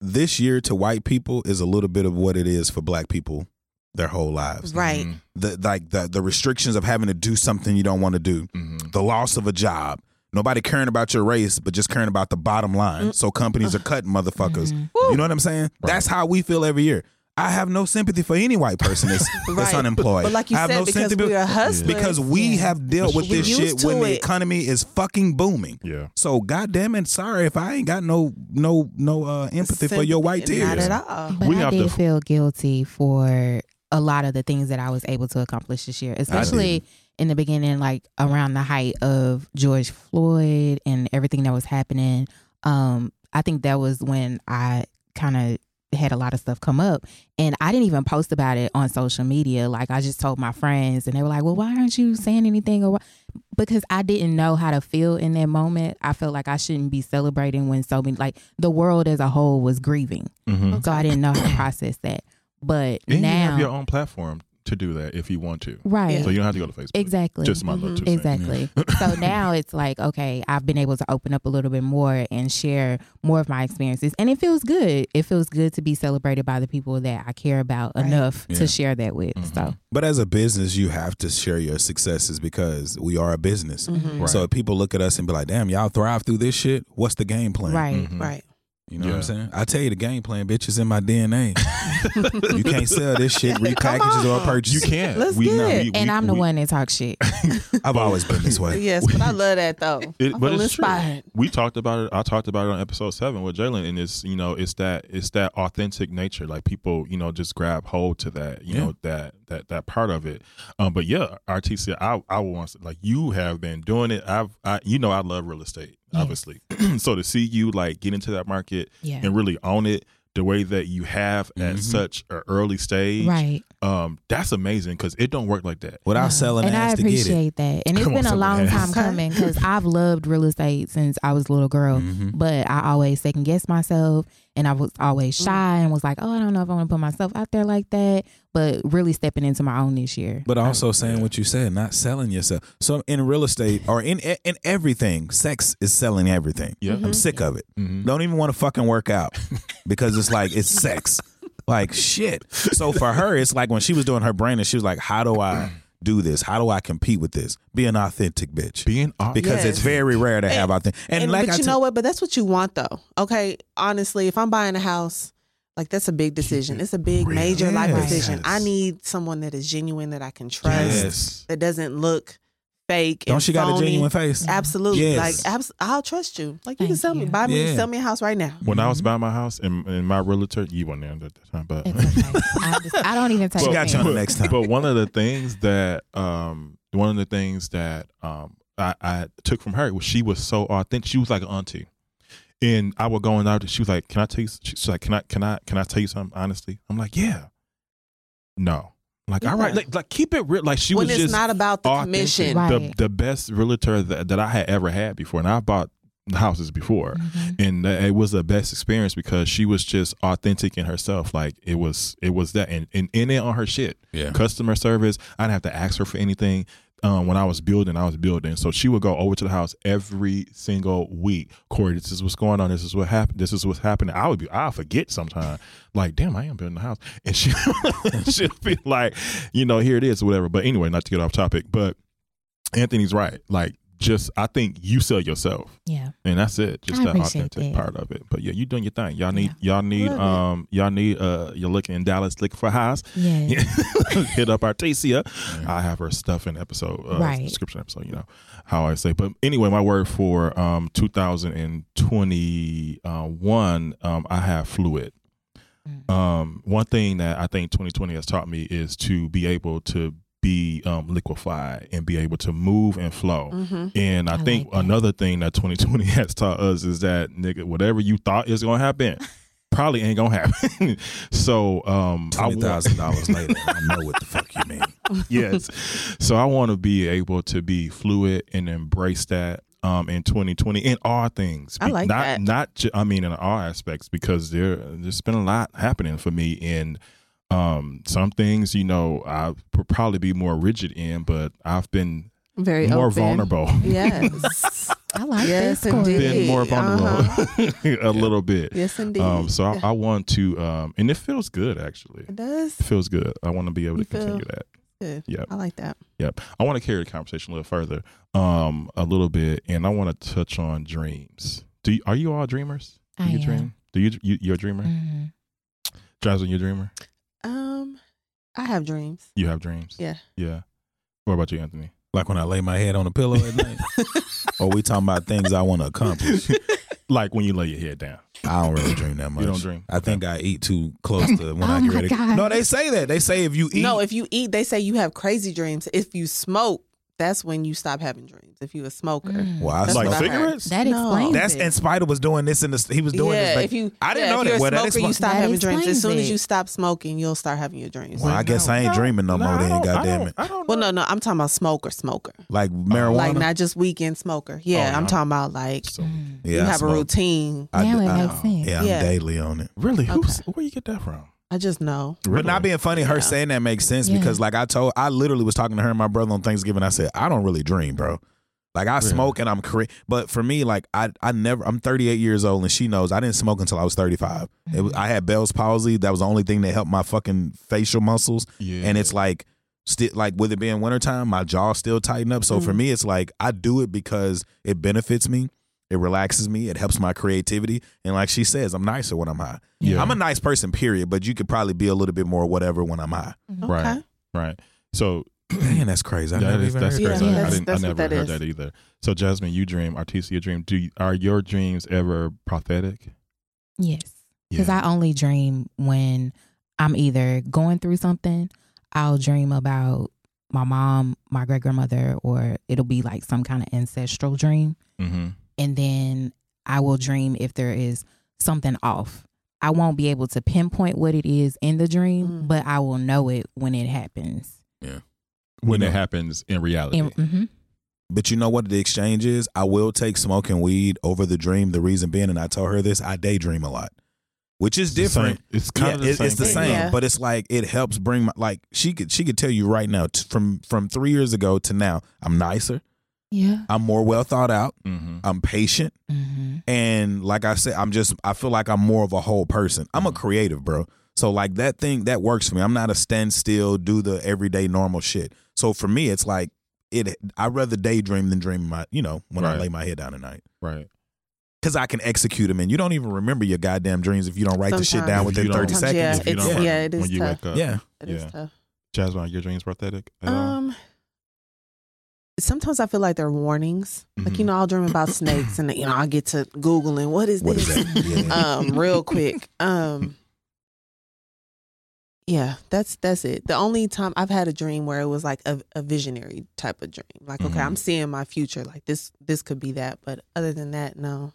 Speaker 6: this year to white people is a little bit of what it is for black people their whole lives.
Speaker 5: right.
Speaker 6: The like the the restrictions of having to do something you don't want to do,
Speaker 4: Mhm.
Speaker 6: the loss of a job, nobody caring about your race, but just caring about the bottom line.
Speaker 5: Mm.
Speaker 6: So companies are cutting motherfuckers.
Speaker 5: Mm-hmm.
Speaker 6: You know what I'm saying? That's how we feel every year. I have no sympathy for any white person that's, that's
Speaker 5: Right.
Speaker 6: unemployed.
Speaker 5: But like you
Speaker 6: I have
Speaker 5: said,
Speaker 6: no
Speaker 5: because
Speaker 6: sympathy
Speaker 5: we are hustlers.
Speaker 6: because we have dealt
Speaker 4: That's
Speaker 6: with
Speaker 4: true.
Speaker 6: this
Speaker 5: We used
Speaker 6: shit
Speaker 5: to
Speaker 6: when the
Speaker 5: it.
Speaker 6: economy is fucking booming.
Speaker 4: Yeah.
Speaker 6: So goddamn it, sorry if I ain't got no no no uh, empathy for your white
Speaker 5: Sympathy,
Speaker 6: tears.
Speaker 5: Not at all.
Speaker 7: But
Speaker 4: We
Speaker 7: I
Speaker 4: have
Speaker 7: did
Speaker 4: to-
Speaker 7: feel guilty for a lot of the things that I was able to accomplish this year, especially in the beginning, like around the height of George Floyd and everything that was happening. Um, I think that was when I kind of had a lot of stuff come up, and I didn't even post about it on social media. Like I just told my friends, and they were like, "Well, why aren't you saying anything?" Or why? because I didn't know how to feel in that moment. I felt like I shouldn't be celebrating when so many, like the world as a whole, was grieving.
Speaker 4: Mhm.
Speaker 7: So I didn't know how to process that. But
Speaker 4: And you have
Speaker 7: now,
Speaker 4: your own platform to do that if you want to,
Speaker 7: right?
Speaker 4: so you don't have to go to Facebook.
Speaker 7: Exactly.
Speaker 4: Just my little
Speaker 7: Mm-hmm.
Speaker 5: Mhm.
Speaker 4: two cents.
Speaker 7: Exactly. so now it's like, okay, I've been able to open up a little bit more and share more of my experiences. And it feels good. It feels good to be celebrated by the people that I care about
Speaker 5: Right.
Speaker 7: enough
Speaker 6: Yeah.
Speaker 7: to share that with. So,
Speaker 6: But as a business, you have to share your successes because we are a business.
Speaker 5: Mhm.
Speaker 4: Right.
Speaker 6: So if people look at us and be like, "Damn, y'all thrive through this shit. What's the game plan?"
Speaker 7: right.
Speaker 4: Mhm.
Speaker 5: Right.
Speaker 6: You know what
Speaker 4: Yeah.
Speaker 6: I'm saying? I tell you, the game plan, bitch, is in my DNA. you can't sell this shit, repackage it,
Speaker 5: on.
Speaker 6: or purchase.
Speaker 4: You can.
Speaker 5: Let's
Speaker 4: we,
Speaker 5: get
Speaker 4: no,
Speaker 5: it.
Speaker 4: we-
Speaker 7: And
Speaker 4: we-
Speaker 7: I'm the
Speaker 4: we-
Speaker 7: one that talks shit.
Speaker 6: I've always been this way.
Speaker 5: Yes, but I love that though.
Speaker 4: It,
Speaker 5: I
Speaker 4: but
Speaker 5: feel
Speaker 4: it's true.
Speaker 5: inspired.
Speaker 4: We talked about it. I talked about it on episode seven with Jalen, and it's you know it's that it's that authentic nature. Like people, you know, just grab hold to that, you
Speaker 6: Yeah.
Speaker 4: know, that that that part of it. Um, but yeah, RTC, I I want to like you have been doing it. I've I you know I love real estate, obviously. so to see you like get into that market
Speaker 7: Yeah.
Speaker 4: and really own it the way that you have at
Speaker 6: Mhm.
Speaker 4: such an early stage,
Speaker 7: Right.
Speaker 4: um, that's amazing because it don't work like that.
Speaker 6: Without selling
Speaker 7: and I
Speaker 6: ass to get it.
Speaker 7: appreciate that. And it's
Speaker 4: Come on,
Speaker 7: been a
Speaker 4: someone
Speaker 7: long
Speaker 4: has.
Speaker 7: time
Speaker 5: Okay.
Speaker 7: coming because I've loved real estate since I was a little girl.
Speaker 6: Mhm.
Speaker 7: But I always second guess myself, and I was always shy and was like, "Oh, I don't know if I want to put myself out there like that." But really stepping into my own this year.
Speaker 6: But also saying what you said, not selling yourself. So in real estate or in in everything, sex is selling everything.
Speaker 4: Yeah.
Speaker 6: I'm sick
Speaker 7: Mm-hmm.
Speaker 6: of it.
Speaker 4: Mhm.
Speaker 6: Don't even want to fucking work out because it's like it's sex. Like shit. So for her, it's like when she was doing her brain and she was like, "How do I do this? How do I compete with this? Be an authentic bitch."
Speaker 4: Being au-
Speaker 6: because it's
Speaker 5: Yes.
Speaker 6: very rare to have
Speaker 5: And-
Speaker 6: out there. And,
Speaker 5: And,
Speaker 6: like
Speaker 5: but
Speaker 6: I
Speaker 5: you
Speaker 6: t-
Speaker 5: know what? But that's what you want though. Okay. Honestly, if I'm buying a house, like that's a big decision. It's a big
Speaker 6: Really?
Speaker 5: major life
Speaker 6: Yes.
Speaker 5: decision. I need someone that is genuine that I can trust,
Speaker 6: yes.
Speaker 5: that doesn't look fake.
Speaker 6: Don't
Speaker 5: and
Speaker 6: she got a
Speaker 5: phony.
Speaker 6: genuine face?
Speaker 5: Absolutely.
Speaker 6: Yes.
Speaker 5: Like abs- I'll trust you. Like you
Speaker 7: Thank
Speaker 5: can sell me,
Speaker 7: you.
Speaker 5: buy me,
Speaker 6: Yeah.
Speaker 5: sell me a house right now.
Speaker 4: When I was
Speaker 6: Mm-hmm.
Speaker 4: buying my house and, and my realtor, you weren't there at that time, but
Speaker 7: It's okay. I, just- I don't even take.
Speaker 6: She got you on the
Speaker 7: offense.
Speaker 6: next time.
Speaker 4: but one of the things that um one of the things that um I, I took from her was she was so authentic. She was like an auntie. And I would go in out and she was like, Can I tell you she's like, Can I can I can I tell you
Speaker 5: Mm-hmm.
Speaker 4: something honestly? I'm like, Yeah. No. Like, all right,
Speaker 5: Yeah.
Speaker 4: like, like keep it real. Like she
Speaker 5: when
Speaker 4: was
Speaker 5: it's
Speaker 4: just
Speaker 5: not about the
Speaker 4: authentic.
Speaker 5: commission.
Speaker 4: The
Speaker 7: Right.
Speaker 4: the best realtor that, that I had ever had before. And I bought the houses before
Speaker 5: Mm-hmm.
Speaker 7: Mhm.
Speaker 4: and that, it was the best experience because she was just authentic in herself like it was it was that and and in it on her shit
Speaker 6: Yeah.
Speaker 4: customer service i didn't have to ask her for anything um, when i was building i was building so she would go over to the house every single week corey this is what's going on this is what happened this is what's happening i would be i'll forget sometime like damn i am building the house and she she'd be like you know here it is or whatever but anyway not to get off topic but anthony's right like just i think you sell yourself
Speaker 7: Yeah.
Speaker 4: and that's it. Just
Speaker 7: I
Speaker 4: that
Speaker 7: appreciate
Speaker 4: authentic
Speaker 7: that.
Speaker 4: part of it. But yeah, you doing your thing. Y'all need y'all need
Speaker 5: Love it.
Speaker 4: um y'all need uh you're looking in Dallas looking for highs.
Speaker 7: Yes. Yeah.
Speaker 4: Hit up Artesia. I have her stuff in episode uh,
Speaker 7: Right.
Speaker 4: description episode. You know how I say. But anyway, my word for um 2021 um I have fluid. Um, one thing that I think 2020 has taught me is to be able to be um, liquefied and be able to move and flow.
Speaker 5: Mm-hmm.
Speaker 4: And I,
Speaker 7: I
Speaker 4: think
Speaker 7: like that.
Speaker 4: another thing that 2020 has taught us is that nigga, whatever you thought is gonna happen, probably ain't gonna happen. so um, I
Speaker 6: Twenty
Speaker 4: want-
Speaker 6: thousand dollars later, I know what the fuck you mean.
Speaker 4: yes. So I want to be able to be fluid and embrace that um, in 2020 in all things.
Speaker 5: I like
Speaker 4: not,
Speaker 5: that.
Speaker 4: Not ju- I mean in all aspects because there there's been a lot happening for me and um, some things you know I would probably be more rigid in, but I've been
Speaker 5: Very
Speaker 4: more
Speaker 5: open.
Speaker 4: vulnerable.
Speaker 5: Yes.
Speaker 7: I like
Speaker 5: Yes,
Speaker 7: this. Corey.
Speaker 5: indeed.
Speaker 4: been more vulnerable
Speaker 5: Uh-huh.
Speaker 4: a little bit.
Speaker 5: yes, indeed.
Speaker 4: Um, so I, I want to, um, and it feels good actually.
Speaker 5: it does.
Speaker 4: It feels good. I want to be able to
Speaker 5: You feel-
Speaker 4: continue that.
Speaker 5: Good.
Speaker 4: Yeah.
Speaker 5: I like that.
Speaker 4: Yep. I want to carry the conversation a little further, um, a little bit, and I want to touch on dreams. Do you, are you all dreamers? Do
Speaker 7: I
Speaker 4: you
Speaker 7: am.
Speaker 4: dream? Do you, you you're a dreamer?
Speaker 6: Mm.
Speaker 7: Mhm.
Speaker 4: Jasmine, you're a dreamer.
Speaker 5: Um, I have dreams.
Speaker 4: You have dreams.
Speaker 5: Yeah.
Speaker 4: Yeah. What about you, Anthony?
Speaker 6: Like when I lay my head on a pillow at night. or we talking about things I want to accomplish.
Speaker 4: Like when you lay your head down.
Speaker 6: I don't really dream that much.
Speaker 4: You don't dream.
Speaker 6: I think I eat too close to when
Speaker 7: Oh
Speaker 6: I get
Speaker 7: my
Speaker 6: ready.
Speaker 7: God.
Speaker 6: No, they say that. They say if you eat,
Speaker 5: No, if you eat, they say you have crazy dreams. If you smoke, that's when you stop having dreams. If you a smoker,
Speaker 7: Mm.
Speaker 6: well, I
Speaker 5: That's
Speaker 4: like
Speaker 5: what I heard.
Speaker 4: cigarettes.
Speaker 7: That
Speaker 5: No.
Speaker 7: explains
Speaker 6: That's
Speaker 7: it.
Speaker 6: and Spider was doing this in the. He was doing
Speaker 5: yeah,
Speaker 6: this. Like,
Speaker 5: if you,
Speaker 6: I didn't
Speaker 5: yeah,
Speaker 6: know
Speaker 5: if
Speaker 6: that.
Speaker 5: You're a
Speaker 6: Well, that
Speaker 5: smoker, you
Speaker 6: explains-
Speaker 5: stop
Speaker 7: That
Speaker 5: having dreams. As soon
Speaker 7: explains
Speaker 5: as
Speaker 7: it.
Speaker 5: you stop smoking, you'll start having your dreams.
Speaker 6: Well, I guess I ain't dreaming no more. Then, goddamn it.
Speaker 4: I don't
Speaker 5: Well, no, no, I'm talking about smoker, smoker.
Speaker 6: Like marijuana.
Speaker 5: Like not just weekend smoker.
Speaker 4: Oh,
Speaker 5: Yeah,
Speaker 4: no,
Speaker 5: I'm
Speaker 4: I'm-
Speaker 5: talking about like
Speaker 4: So,
Speaker 7: Mm.
Speaker 6: yeah,
Speaker 5: you
Speaker 6: I
Speaker 5: have
Speaker 6: smoke.
Speaker 5: a routine.
Speaker 6: I
Speaker 7: Now
Speaker 6: d-
Speaker 7: it
Speaker 6: I-
Speaker 7: makes sense.
Speaker 6: Yeah, I'm
Speaker 5: Yeah.
Speaker 6: daily on it.
Speaker 4: really, who's
Speaker 5: Okay.
Speaker 4: where you get that from?
Speaker 5: I just know.
Speaker 6: But not being funny, her
Speaker 5: Yeah.
Speaker 6: saying that makes sense
Speaker 7: Yeah.
Speaker 6: because, like, I told, I literally was talking to her and my brother on Thanksgiving. I said, I don't really dream, bro. Like, I
Speaker 4: Really?
Speaker 6: smoke and I'm cra But for me, like, I, I never, I'm 38 years old and she knows I didn't smoke until I was 35. It was, I had Bell's palsy. That was the only thing that helped my fucking facial muscles.
Speaker 4: yeah.
Speaker 6: And it's like, still like, with it being wintertime, my jaw still tighten up. So for
Speaker 4: Mm.
Speaker 5: Mhm.
Speaker 6: me, it's like, I do it because it benefits me. It relaxes me. It helps my creativity. And like she says, I'm nicer when I'm high.
Speaker 4: yeah.
Speaker 6: I'm a nice person, period. But you could probably be a little bit more whatever when I'm high.
Speaker 7: Mm-hmm.
Speaker 5: Okay.
Speaker 4: Right. Right. So
Speaker 6: Man, that's crazy. I
Speaker 4: that
Speaker 6: never
Speaker 4: is,
Speaker 6: even
Speaker 4: that's
Speaker 6: heard
Speaker 4: crazy.
Speaker 5: Yeah,
Speaker 4: I- I,
Speaker 5: that's-
Speaker 4: didn't,
Speaker 5: that's
Speaker 4: I
Speaker 5: what
Speaker 4: never
Speaker 5: that
Speaker 4: heard
Speaker 5: is.
Speaker 4: that either. So Jasmine, you dream, Artesia dream. Do you, are your dreams ever prophetic?
Speaker 7: Yes. Because I only dream when I'm either going through something, I'll dream about my mom, my great grandmother, or it'll be like some kind of ancestral dream.
Speaker 4: mm-hmm.
Speaker 7: And then I will dream if there is something off. I won't be able to pinpoint what it is in the dream,
Speaker 5: Mm.
Speaker 7: but I will know it when it happens.
Speaker 4: when
Speaker 6: You
Speaker 4: it
Speaker 6: know.
Speaker 4: happens in reality.
Speaker 7: And, mhm.
Speaker 6: But you know what the exchange is? I will take smoking weed over the dream. The reason being, and I tell her this, I daydream a lot, which is
Speaker 4: It's the
Speaker 6: different.
Speaker 4: same- It's kind
Speaker 6: Yeah,
Speaker 4: of the
Speaker 6: it-
Speaker 4: same.
Speaker 6: it's the
Speaker 4: thing.
Speaker 6: same,
Speaker 5: Yeah.
Speaker 6: but it's like it helps bring my like she could she could tell you right now t- from from three years ago to now I'm nicer,
Speaker 7: Yeah.
Speaker 6: I'm more well thought out,
Speaker 4: Mm-hmm.
Speaker 6: I'm patient,
Speaker 7: hmm
Speaker 6: and like I said, I'm just I feel like I'm more of a whole person. I'm a
Speaker 4: Mhm.
Speaker 6: creative, bro. So like that thing that works for me. I'm not a standstill, do the everyday normal shit. So for me, it's like it. I rather daydream than dream my. You know, when I
Speaker 4: Right.
Speaker 6: lay my head down at night,
Speaker 4: Right.
Speaker 6: because I can execute them, and you don't even remember your goddamn dreams if you don't write the shit
Speaker 5: Sometimes.
Speaker 6: down
Speaker 5: If
Speaker 6: within
Speaker 4: you don't-
Speaker 6: 30
Speaker 5: Sometimes,
Speaker 6: seconds.
Speaker 5: yeah,
Speaker 4: if you
Speaker 5: it's-
Speaker 4: don't-
Speaker 5: yeah, it is
Speaker 4: when you
Speaker 5: tough.
Speaker 4: wake up.
Speaker 6: yeah.
Speaker 5: It is
Speaker 4: Yeah.
Speaker 5: tough.
Speaker 4: Jasmine, are your dreams prophetic at all?
Speaker 5: Um, sometimes I feel like they're warnings. Like
Speaker 6: Mm-hmm.
Speaker 5: you
Speaker 4: Mhm.
Speaker 5: know, I'll dream about snakes, and you know, I get to googling what is
Speaker 6: What is
Speaker 5: this
Speaker 6: that? Yeah.
Speaker 5: um, real quick. Um, yeah, that's that's it. The only time I've had a dream where it was like a, a visionary type of dream. Like, okay,
Speaker 4: Mhm.
Speaker 5: I'm seeing my future. Like this, this could be that. But other than that, no,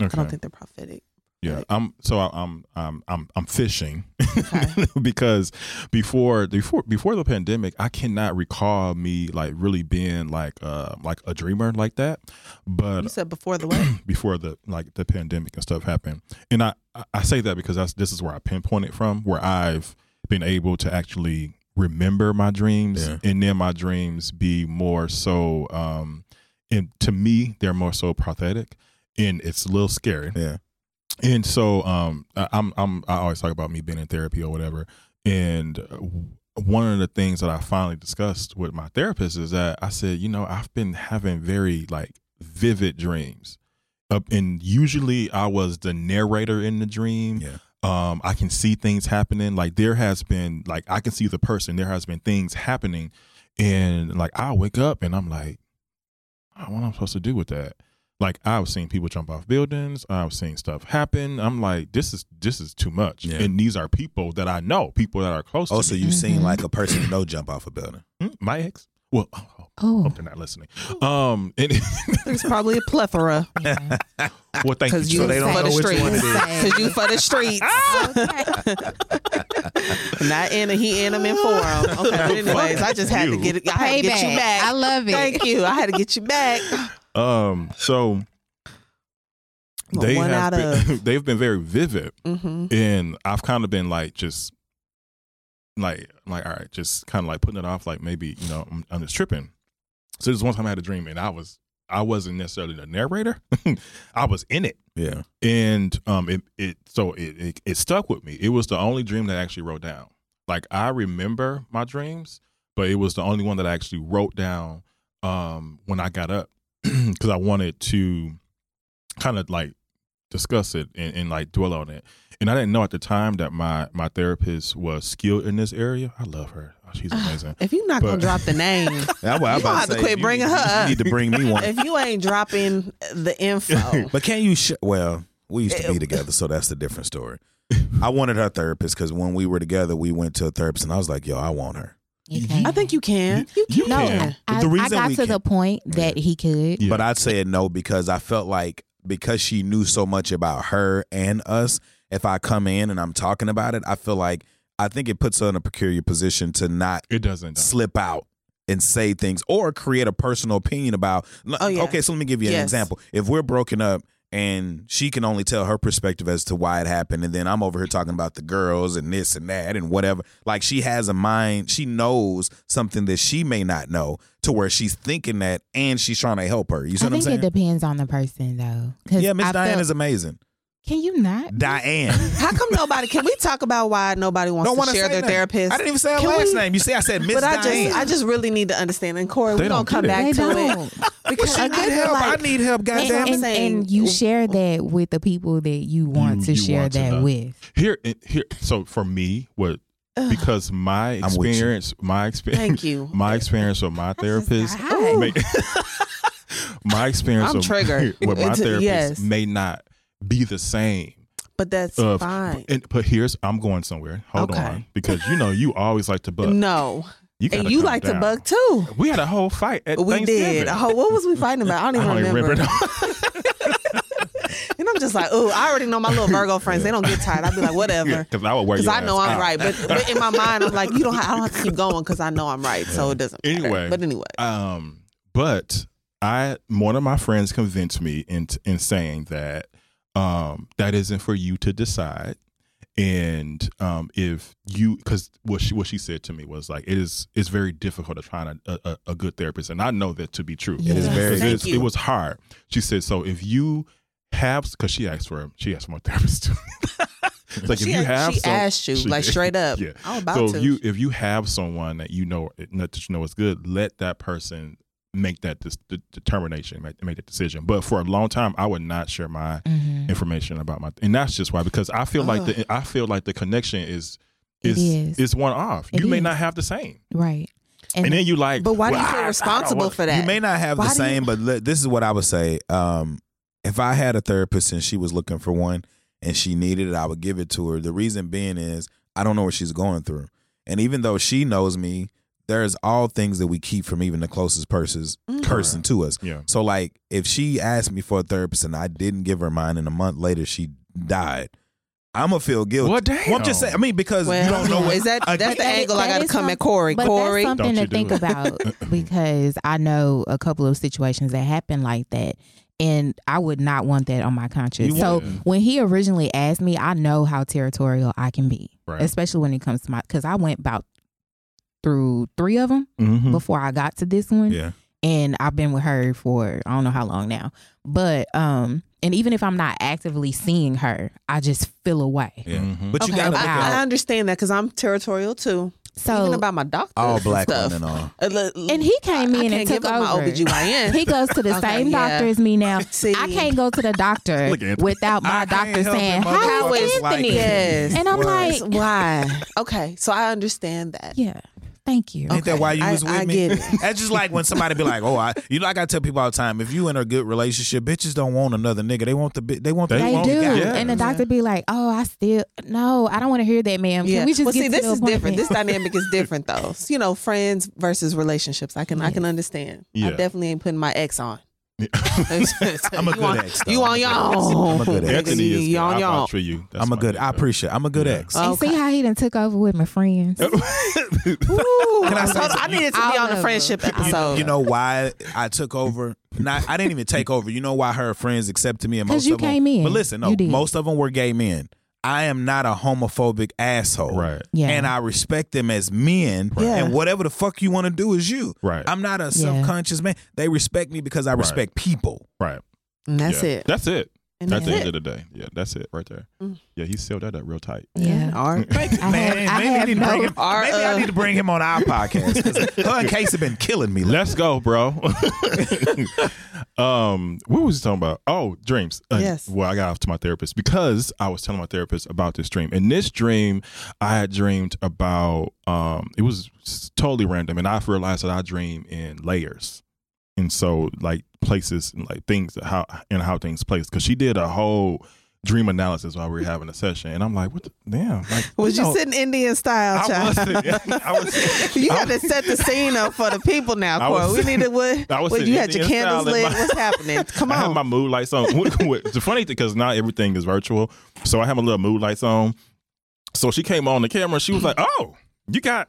Speaker 5: I
Speaker 4: okay.
Speaker 5: don't think they're prophetic.
Speaker 4: Yeah,
Speaker 5: Right.
Speaker 4: I'm so I, I'm I'm I'm I'm fishing
Speaker 5: Okay.
Speaker 4: because before before before the pandemic, I cannot recall me like really being like uh like a dreamer like that. But
Speaker 5: you said before the what?
Speaker 4: before the like the pandemic and stuff happened, and I I- I say that because that's this is where I pinpoint it from, where I've been able to actually remember my dreams,
Speaker 6: Yeah.
Speaker 4: and then my dreams be more so um, and to me they're more so prophetic, and it's a little scary.
Speaker 6: Yeah.
Speaker 4: And so um I, I'm I'm I always talk about me being in therapy or whatever. And uh, w- one of the things that I finally discussed with my therapist is that I said, you know, I've been having very like vivid dreams. Uh, and usually I was the narrator in the dream
Speaker 6: Yeah.
Speaker 4: um i can see things happening like there has been like i can see the person there has been things happening and like i wake up and i'm like "Oh, what i'm supposed to do with that like i was seeing people jump off buildings i was seeing stuff happen i'm like this is this is too much
Speaker 6: Yeah.
Speaker 4: and these are people that i know people that are close
Speaker 6: Oh,
Speaker 4: to
Speaker 6: so
Speaker 4: me.
Speaker 6: you
Speaker 7: Mhm.
Speaker 5: Mm-hmm.
Speaker 6: seem like a person you know jump off a building.
Speaker 4: Hmm, my ex well oh, oh,
Speaker 7: Oh,
Speaker 4: hope they're not listening um and
Speaker 5: There's probably a plethora
Speaker 7: yeah.
Speaker 4: well thank
Speaker 5: because
Speaker 4: you
Speaker 5: you,
Speaker 6: Oh. So they don't
Speaker 5: for
Speaker 6: know
Speaker 5: the
Speaker 6: which
Speaker 5: streets.
Speaker 6: one it is.
Speaker 5: Because you for the streets. Not in a he in him in forum. Okay, but anyways, I just had to
Speaker 4: You.
Speaker 5: get it. I had to get you
Speaker 7: Payback.
Speaker 5: back.
Speaker 7: I love it.
Speaker 5: Thank you. I had to get you back.
Speaker 4: um so
Speaker 5: Well,
Speaker 4: they
Speaker 5: one
Speaker 4: have
Speaker 5: out
Speaker 4: been, they've been very vivid
Speaker 5: Mm-hmm.
Speaker 4: and I've kind of been like just like like all right, just kind of like putting it off, like maybe you know I'm, I'm just tripping. So this one time I had a dream and I was I wasn't necessarily the narrator, I was in it,
Speaker 6: Yeah.
Speaker 4: and um it it so it, it it stuck with me. It was the only dream that I actually wrote down. Like I remember my dreams, but it was the only one that I actually wrote down um when I got up because I wanted to kind of like discuss it and, and like dwell on it. And I didn't know at the time that my my therapist was skilled in this area. I love her. Oh, she's
Speaker 5: Uh-huh.
Speaker 4: amazing.
Speaker 5: If you're not gonna
Speaker 4: But-
Speaker 5: drop the name,
Speaker 6: That's what
Speaker 5: You
Speaker 6: I was about
Speaker 5: have to
Speaker 6: say,
Speaker 5: quit
Speaker 6: you-
Speaker 5: bringing her up.
Speaker 6: You need to bring me one.
Speaker 5: if you ain't dropping the info,
Speaker 6: But can you? Sh- well, we used
Speaker 5: Eh,
Speaker 6: to be together, so that's the different story. I wanted her therapist because when we were together, we went to a therapist, and I was like, "Yo, I want her."
Speaker 7: You can't.
Speaker 5: I think you can. You
Speaker 4: You
Speaker 5: can.
Speaker 7: No,
Speaker 4: can.
Speaker 7: I,
Speaker 6: The
Speaker 7: I
Speaker 6: reason
Speaker 7: got
Speaker 6: we
Speaker 7: to the
Speaker 6: can't-
Speaker 7: point that he could.
Speaker 4: Yeah.
Speaker 6: But I said no because I felt like because she knew so much about her and us, if I come in and I'm talking about it, I feel like I think it puts her in a peculiar position to not
Speaker 4: It doesn't. though.
Speaker 6: slip out and say things or create a personal opinion about.
Speaker 5: Oh, yeah.
Speaker 6: Okay, so let me give you an
Speaker 5: Yes.
Speaker 6: example. If we're broken up and she can only tell her perspective as to why it happened, and then I'm over here talking about the girls and this and that and whatever, like she has a mind, she knows something that she may not know to where she's thinking that and she's trying to help her. You see
Speaker 7: I
Speaker 6: what
Speaker 7: think
Speaker 6: I'm
Speaker 7: it
Speaker 6: saying?
Speaker 7: depends on the person, though. 'Cause
Speaker 6: Yeah, Miss
Speaker 7: I
Speaker 6: Diane
Speaker 7: felt-
Speaker 6: is amazing.
Speaker 7: Can you not?
Speaker 6: Diane.
Speaker 5: How come nobody? Can we talk about why nobody wants
Speaker 6: Don't want
Speaker 5: to
Speaker 6: to
Speaker 5: share their therapist?
Speaker 6: I didn't even say her
Speaker 5: Can
Speaker 6: last
Speaker 5: we-
Speaker 6: name. You see, I said Miss
Speaker 5: but I
Speaker 6: Diane.
Speaker 5: just, I just really need to understand. And Corey,
Speaker 4: They
Speaker 5: we
Speaker 4: don't
Speaker 5: gonna come
Speaker 4: do that.
Speaker 5: back
Speaker 7: They
Speaker 5: to it
Speaker 7: don't.
Speaker 5: because
Speaker 6: I
Speaker 5: I
Speaker 6: need
Speaker 5: feel
Speaker 6: help.
Speaker 5: like
Speaker 6: I need help.
Speaker 5: That's
Speaker 6: Goddamn.
Speaker 5: what I'm
Speaker 7: and, and,
Speaker 5: saying.
Speaker 7: and you share that with the people that you want
Speaker 4: You-
Speaker 7: to
Speaker 4: you
Speaker 7: share
Speaker 4: want to
Speaker 7: that
Speaker 4: know.
Speaker 7: with.
Speaker 4: Here, it- here. So for me, what because my
Speaker 6: I'm with you.
Speaker 4: experience, my experience,
Speaker 5: Thank you.
Speaker 4: my experience with my therapist,
Speaker 7: Ooh.
Speaker 4: may, my experience
Speaker 5: I'm
Speaker 4: with,
Speaker 5: triggered.
Speaker 4: with my
Speaker 5: It's-
Speaker 4: therapist
Speaker 5: yes.
Speaker 4: may not be the same.
Speaker 5: but that's
Speaker 4: Of,
Speaker 5: fine.
Speaker 4: and, but here's I'm going somewhere. Hold
Speaker 5: Okay.
Speaker 4: on, because you know you always like to bug.
Speaker 5: no,
Speaker 4: you gotta
Speaker 5: and you
Speaker 4: calm
Speaker 5: like to
Speaker 4: down.
Speaker 5: bug too.
Speaker 4: We had a whole fight at
Speaker 5: We did.
Speaker 4: Thanksgiving.
Speaker 5: Oh, what was we fighting about? I don't
Speaker 4: I
Speaker 5: even
Speaker 4: don't even
Speaker 5: remember.
Speaker 4: remember.
Speaker 5: And I'm just like, oh, I already know my little Virgo friends. They don't get tired. I'd be like, whatever.
Speaker 4: because I would wear
Speaker 5: Because
Speaker 4: your
Speaker 5: I know
Speaker 4: ass
Speaker 5: I'm
Speaker 4: out.
Speaker 5: right, but, but in my mind, I'm like, you don't. Have, I don't have to keep going because I know I'm right, so it doesn't. matter.
Speaker 4: Anyway.
Speaker 5: but anyway,
Speaker 4: Um, but I one of my friends convinced me in in saying that um that isn't for you to decide. And um, if you, because what she what she said to me was like, it is it's very difficult to find a, a, a good therapist, and I know that to be true.
Speaker 7: It is
Speaker 5: Yes.
Speaker 6: very
Speaker 4: It,
Speaker 5: Thank
Speaker 4: is-
Speaker 5: you.
Speaker 4: it was hard. She said, so if you have, because she asked for she asked for a therapist. too. it's like
Speaker 5: she,
Speaker 4: if you have,
Speaker 5: she
Speaker 4: some-
Speaker 5: asked you
Speaker 4: she
Speaker 5: like
Speaker 4: did.
Speaker 5: straight up.
Speaker 4: Yeah.
Speaker 5: I'm about
Speaker 4: so
Speaker 5: to.
Speaker 4: if you if you have someone that you know not that you know is good, let that person make that dis- de- determination, make, make that decision. But for a long time, I would not share my
Speaker 7: Mhm.
Speaker 5: Mm-hmm.
Speaker 4: information about my, and that's just why because I feel like the I feel like the connection is
Speaker 7: It
Speaker 4: is
Speaker 7: is.
Speaker 4: is, one off.
Speaker 7: It
Speaker 4: you may
Speaker 7: is.
Speaker 4: not have the same,
Speaker 7: Right.
Speaker 4: and, then you like,
Speaker 5: but why do
Speaker 4: well,
Speaker 5: you
Speaker 4: I- I
Speaker 5: feel
Speaker 4: don't
Speaker 5: responsible
Speaker 4: wanna-
Speaker 5: for that?
Speaker 6: You may not have
Speaker 5: Why
Speaker 6: the
Speaker 5: do you-
Speaker 6: same, but li- this is what I would say. Um, if I had a therapist and she was looking for one and she needed it, I would give it to her. The reason being is I don't know what she's going through. And even though she knows me, there's all things that we keep from even the closest persons,
Speaker 5: Mm.
Speaker 6: person to us.
Speaker 4: Yeah.
Speaker 6: So like if she asked me for a therapist and I didn't give her mine and a month later she died. I'm gonna feel guilty.
Speaker 4: Well, damn.
Speaker 6: Well, I'm just saying. I mean, because
Speaker 5: Well,
Speaker 6: you don't know what
Speaker 5: is that
Speaker 6: I-
Speaker 5: that's the
Speaker 7: That-
Speaker 5: angle I
Speaker 7: that
Speaker 5: got to
Speaker 7: is
Speaker 5: come
Speaker 7: some-
Speaker 5: at Corey.
Speaker 7: But
Speaker 5: Corey,
Speaker 7: that's something
Speaker 4: Don't you
Speaker 7: to
Speaker 4: do
Speaker 7: think
Speaker 4: it.
Speaker 7: about because I know a couple of situations that happen like that. And I would not want that on my conscience.
Speaker 4: You
Speaker 7: So
Speaker 4: wouldn't.
Speaker 7: when he originally asked me, I know how territorial I can be,
Speaker 4: Right.
Speaker 7: especially when it comes to my, because I went about through three of them
Speaker 4: Mhm.
Speaker 7: before I got to this one
Speaker 6: Hmm. Yeah.
Speaker 7: and I've been with her for I don't know how long now. But um and even if I'm not actively seeing her, I just feel away.
Speaker 6: Yeah.
Speaker 4: Mhm.
Speaker 6: But you
Speaker 7: Okay,
Speaker 6: gotta
Speaker 7: wow.
Speaker 6: look
Speaker 7: out.
Speaker 5: I, I
Speaker 6: at
Speaker 5: understand that because I'm territorial too.
Speaker 7: So
Speaker 5: Even about my doctor,
Speaker 6: all black
Speaker 5: stuff.
Speaker 6: women are.
Speaker 7: and he came in and took
Speaker 5: give up
Speaker 7: over.
Speaker 5: my OBGYN.
Speaker 7: he goes to the
Speaker 5: Okay,
Speaker 7: same
Speaker 5: yeah.
Speaker 7: doctor as me now.
Speaker 5: See,
Speaker 7: I can't go to the doctor
Speaker 4: Look at Anthony.
Speaker 7: without my
Speaker 6: I can't
Speaker 7: doctor
Speaker 6: help it,
Speaker 7: saying, "How is
Speaker 6: motherfuckers like
Speaker 7: Anthony?"
Speaker 6: it.
Speaker 5: Yes.
Speaker 7: And I'm
Speaker 6: Word.
Speaker 7: like,
Speaker 5: That's why? Okay, so I understand that.
Speaker 7: "Yeah, thank you."
Speaker 6: Ain't that
Speaker 5: Okay,
Speaker 6: why you
Speaker 5: I-
Speaker 6: was with
Speaker 5: I
Speaker 6: me?
Speaker 5: get it.
Speaker 6: That's just like when somebody be like, "Oh, I," you know, I gotta tell people all the time. If you in a good relationship, bitches don't want another nigga. They want the bi- they want the
Speaker 4: They
Speaker 7: They
Speaker 4: won't
Speaker 7: do,
Speaker 4: get it.
Speaker 7: and the doctor be like, "Oh, I still no, I don't want to hear that, ma'am. Can we just
Speaker 5: well,
Speaker 7: get
Speaker 5: see,
Speaker 7: to
Speaker 5: this
Speaker 7: the
Speaker 5: is different.
Speaker 7: appointment?"
Speaker 5: This dynamic is different, though. You know, friends versus relationships. I can, I can understand.
Speaker 4: Yeah.
Speaker 5: I definitely ain't putting my ex on.
Speaker 6: I'm a
Speaker 5: You
Speaker 6: good
Speaker 5: on-
Speaker 6: ex. though.
Speaker 5: You
Speaker 6: I'm
Speaker 5: on
Speaker 6: a
Speaker 5: your
Speaker 6: good ex.
Speaker 5: own.
Speaker 6: I'm a good ex.
Speaker 4: Anthony is good.
Speaker 5: You on
Speaker 4: I
Speaker 5: your own.
Speaker 4: voucher you. That's
Speaker 6: I'm a
Speaker 4: my
Speaker 6: good.
Speaker 4: nigga.
Speaker 6: I appreciate. I'm a good
Speaker 4: Yeah.
Speaker 6: ex.
Speaker 5: Oh.
Speaker 7: And see
Speaker 5: Okay.
Speaker 7: how he done took over with my friends.
Speaker 5: Ooh,
Speaker 6: Can I
Speaker 5: I,
Speaker 6: say
Speaker 5: told- I
Speaker 6: something?
Speaker 5: needed to
Speaker 7: All
Speaker 5: be on
Speaker 7: of
Speaker 5: the friendship
Speaker 7: them.
Speaker 5: episode.
Speaker 6: You know why I took over? Not I didn't even take over. You know why her friends accepted me and
Speaker 7: 'Cause
Speaker 6: most
Speaker 7: you
Speaker 6: of them.
Speaker 7: came in.
Speaker 6: But listen, no,
Speaker 7: You did.
Speaker 6: most of them were gay men. I am not a homophobic asshole.
Speaker 4: Right.
Speaker 7: Yeah.
Speaker 6: And I respect them as men.
Speaker 5: Right.
Speaker 6: And whatever the fuck you want to do is you.
Speaker 4: Right.
Speaker 6: I'm not a self-conscious man. They respect me because I respect people.
Speaker 4: Right.
Speaker 5: And that's
Speaker 4: Yeah.
Speaker 5: it.
Speaker 4: That's it.
Speaker 5: And
Speaker 4: That's
Speaker 5: that's
Speaker 4: the
Speaker 5: it.
Speaker 4: end of the day. Yeah, that's it right there.
Speaker 5: Mm.
Speaker 4: Yeah, he sealed that up real tight.
Speaker 7: yeah.
Speaker 5: Art.
Speaker 7: I
Speaker 6: Man,
Speaker 7: have- I
Speaker 6: maybe, I
Speaker 7: have
Speaker 6: need to bring
Speaker 7: no-
Speaker 6: him,
Speaker 5: Our,
Speaker 6: maybe I
Speaker 5: uh,
Speaker 6: need to bring him on our podcast. 'cause Her and Case have been killing me.
Speaker 4: Let's go, bro. um, what was he talking about? Oh, dreams. Uh,
Speaker 5: Yes.
Speaker 4: Well, I got off to my therapist because I was telling my therapist about this dream. And this dream, I had dreamed about. Um, it was s- totally random, and I've realized that I dream in layers, and so like places, and like things, how and how things place. Because she did a whole dream analysis while we were having a session, and I'm like, what? The, damn. Like,
Speaker 5: Was you
Speaker 4: know,
Speaker 5: sitting Indian style,
Speaker 4: I
Speaker 5: child?
Speaker 4: was sitting- I was sitting-
Speaker 5: you
Speaker 4: I
Speaker 5: got to
Speaker 4: was-
Speaker 5: set the scene up for the people now,
Speaker 4: I was
Speaker 5: Corey. We needed what?
Speaker 4: I was
Speaker 5: what you
Speaker 4: sitting
Speaker 5: had your
Speaker 4: Indian
Speaker 5: candles
Speaker 4: style in
Speaker 5: lit.
Speaker 4: my-
Speaker 5: What's happening? Come
Speaker 4: I have
Speaker 5: on.
Speaker 4: my mood lights on. What- what- the funny thing, because now everything is virtual, so I have my little mood lights on. So she came on the camera. She was like, "Oh, you got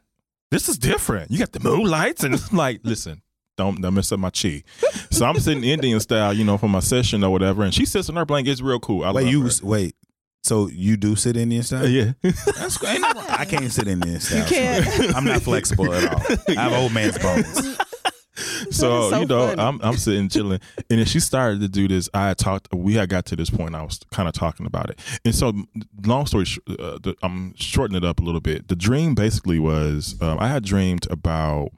Speaker 4: this is different. You got the mood lights," and it's like, "Listen, don't don't mess up my chi." So I'm sitting Indian style, you know, for my session or whatever, and she sits in her blanket. It's real cool. I
Speaker 6: Wait,
Speaker 4: love
Speaker 6: you uh,
Speaker 4: her.
Speaker 6: wait. So you do sit in this style?
Speaker 4: yeah.
Speaker 6: That's great. Ain't no- I can't sit in this style.
Speaker 5: You can't.
Speaker 6: I'm not flexible at all. I have old man's bones.
Speaker 4: so,
Speaker 5: so
Speaker 4: you know,
Speaker 5: funny.
Speaker 4: I'm I'm sitting chilling, and then she started to do this. I had talked. We had got to this point. I was kind of talking about it, and so long story. sh- Uh, the, I'm shortening it up a little bit. The dream basically was um, I had dreamed about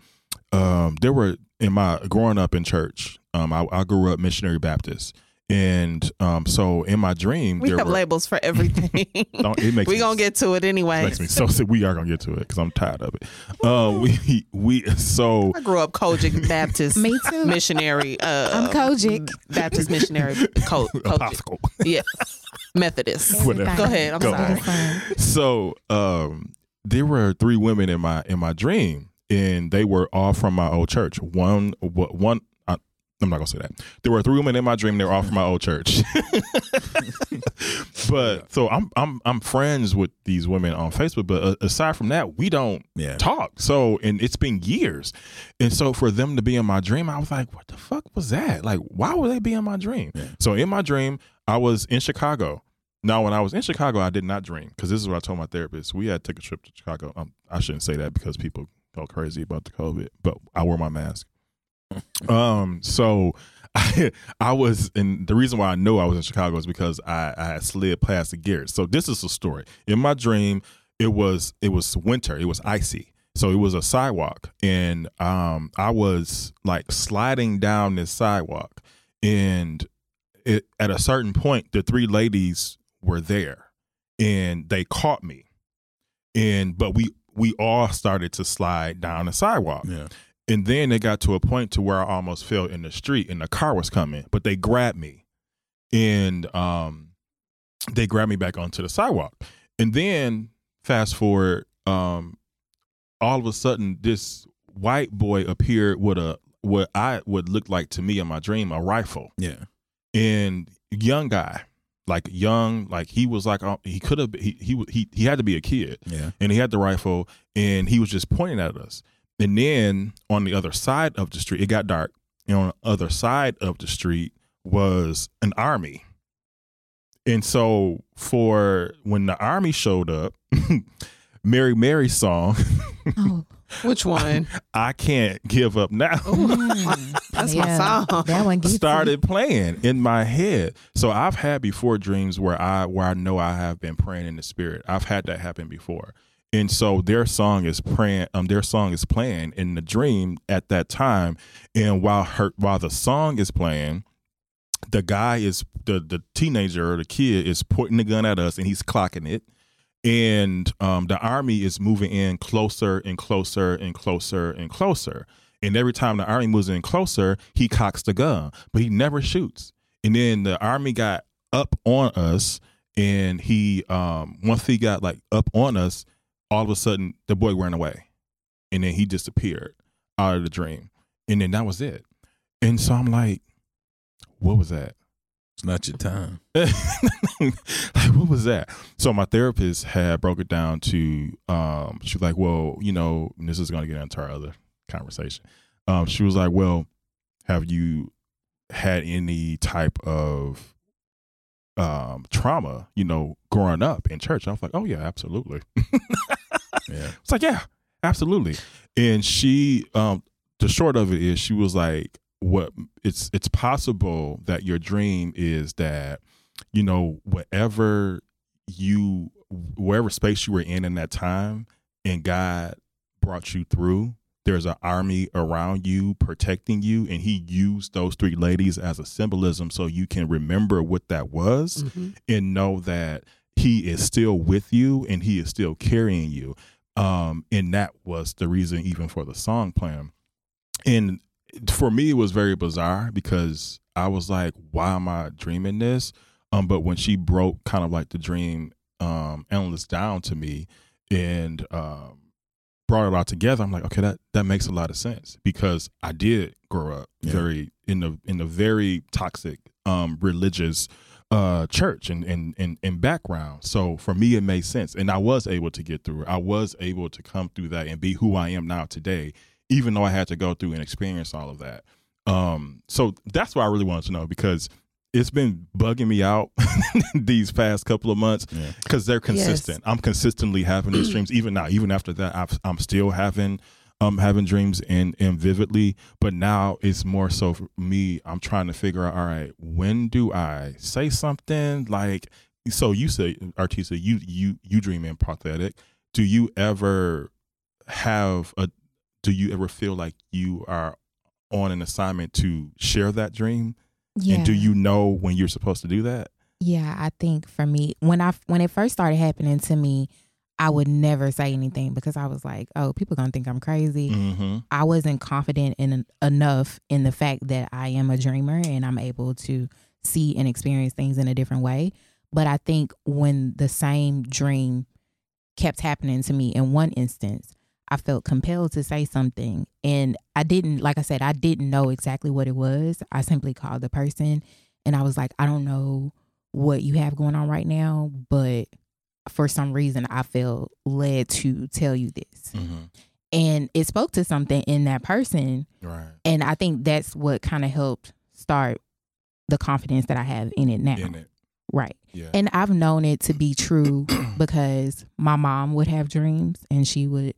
Speaker 4: um, there were in my growing up in church. Um, I, I grew up missionary Baptist, and um, so in my dream
Speaker 5: we
Speaker 4: there
Speaker 5: have
Speaker 4: were.
Speaker 5: labels for everything.
Speaker 4: don't, it makes
Speaker 5: We're
Speaker 4: me
Speaker 5: going to get to it anyway.
Speaker 4: makes me so sick. We are gonna get to it because I'm tired of it. Uh, we we so
Speaker 5: I grew up Kojic Baptist
Speaker 7: Me too.
Speaker 5: missionary. Uh,
Speaker 7: I'm Kojic.
Speaker 5: Baptist missionary. Co- Kojic.
Speaker 4: apostle.
Speaker 5: Yeah. Methodist.
Speaker 4: Whatever.
Speaker 5: Go ahead. I'm
Speaker 4: Go
Speaker 5: sorry.
Speaker 7: Fine.
Speaker 4: so um there were three women in my in my dream and they were all from my old church one wa- one I, i'm not gonna say that there were three women in my dream they were all from my old church but so i'm i'm i'm friends with these women on facebook but uh, aside from that we don't
Speaker 6: Yeah.
Speaker 4: talk so and it's been years and so for them to be in my dream i was like what the fuck was that like why would they be in my dream so in my dream i was in chicago now, when I was in Chicago, I did not drink because this is what I told my therapist. We had took a trip to Chicago. Um, I shouldn't say that because people go crazy about the COVID, but I wore my mask. um, so I, I was, and the reason why I know I was in Chicago is because I, I had slid past the gears. So this is the story. In my dream, it was it was winter. It was icy. So it was a sidewalk, and um, I was like sliding down this sidewalk, and it, at a certain point, the three ladies were there, and they caught me, and but we we all started to slide down the sidewalk,
Speaker 6: Yeah.
Speaker 4: and then it got to a point to where I almost fell in the street, and the car was coming, but they grabbed me, and um, they grabbed me back onto the sidewalk, and then fast forward, um, all of a sudden this white boy appeared with a what I would look like to me in my dream a rifle
Speaker 6: Yeah.
Speaker 4: and young guy like young, like he was like uh, he could have he, he he he had to be a kid
Speaker 6: Yeah.
Speaker 4: and he had the rifle and he was just pointing at us. And then on the other side of the street, it got dark. And on the other side of the street was an army. And so for when the army showed up, Mary Mary's song,
Speaker 7: Oh,
Speaker 5: Which one?
Speaker 4: I can't give up now.
Speaker 7: mm.
Speaker 5: That's my song.
Speaker 7: That one gets
Speaker 4: started playing in my head. So I've had before dreams where I where I know I have been praying in the spirit. I've had that happen before. And so their song is praying um their song is playing in the dream at that time. And while her while the song is playing, the guy is the the teenager or the kid is pointing the gun at us and he's clocking it. And um, the army is moving in closer and closer and closer and closer. And every time the army moves in closer, he cocks the gun, but he never shoots. And then the army got up on us, and he um, once he got like up on us, all of a sudden the boy ran away, and then he disappeared out of the dream, and then that was it. And so I'm like, what was that?
Speaker 6: It's not your time.
Speaker 4: like what was that so my therapist had broke it down to um she was like well you know and this is going to get into our other conversation um she was like well have you had any type of um trauma you know growing up in church i was like oh yeah absolutely
Speaker 6: Yeah.
Speaker 4: it's like, yeah, absolutely. And she, um, the short of it is, she was like, "What? It's it's possible that your dream is that, you know, whatever you, wherever space you were in in that time, and God brought you through. There's an army around you protecting you, and He used those three ladies as a symbolism so you can remember what that was."
Speaker 5: Mhm.
Speaker 4: and know that he is still with you and he is still carrying you um and that was the reason even for the song playing and for me it was very bizarre because i was like why am i dreaming this um but when she broke kind of like the dream um analyst down to me and um brought it all together i'm like okay that that makes a lot of sense because i did grow up
Speaker 6: Yeah.
Speaker 4: very in the in the very toxic um religious uh church and and and, and background so for me it made sense and i was able to get through it. i was able to come through that and be who i am now today even though i had to go through and experience all of that um so that's what i really wanted to know because it's been bugging me out these past couple of months
Speaker 6: Yeah.
Speaker 4: because they're consistent i'm consistently having these dreams even now even after that I've, i'm still having um having dreams and and vividly but now it's more so for me i'm trying to figure out all right when do i say something like so you say artista you you you dream in prothetic do you ever have a do you ever feel like you are on an assignment to share that dream
Speaker 7: Yeah.
Speaker 4: and do you know when you're supposed to do that
Speaker 7: Yeah, I think for me, when I when it first started happening to me, I would never say anything because I was like, "Oh, people gonna think I'm crazy."
Speaker 4: mm-hmm
Speaker 7: I wasn't confident in enough in the fact that I am a dreamer and I'm able to see and experience things in a different way. But I think when the same dream kept happening to me in one instance, I felt compelled to say something. And I didn't, like I said, I didn't know exactly what it was. I simply called the person and I was like, I don't know what you have going on right now, but for some reason, I feel led to tell you this
Speaker 4: mm-hmm
Speaker 7: and it spoke to something in that person
Speaker 4: right
Speaker 7: and i think that's what kind of helped start the confidence that i have in it now
Speaker 4: in it
Speaker 7: right
Speaker 4: yeah
Speaker 7: and i've known it to be true because my mom would have dreams and she would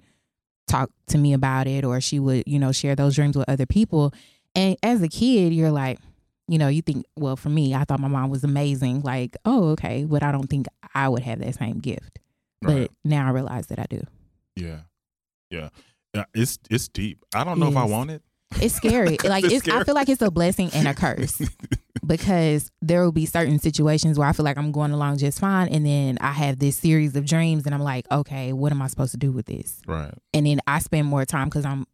Speaker 7: talk to me about it or she would you know share those dreams with other people and as a kid you're like you know you think well for me i thought my mom was amazing like oh okay but i don't think i would have that same gift
Speaker 4: Right.
Speaker 7: but now i realize that i do
Speaker 4: Yeah, yeah, yeah. It's it's deep. I don't know if I
Speaker 7: Yes.
Speaker 4: want it.
Speaker 7: It's scary. like
Speaker 4: It's
Speaker 7: it's, I
Speaker 4: scary.
Speaker 7: feel like it's a blessing and a curse because there will be certain situations where I feel like I'm going along just fine, and then I have this series of dreams, and I'm like, okay, what am I supposed to do with this?
Speaker 4: Right.
Speaker 7: And then I spend more time because I'm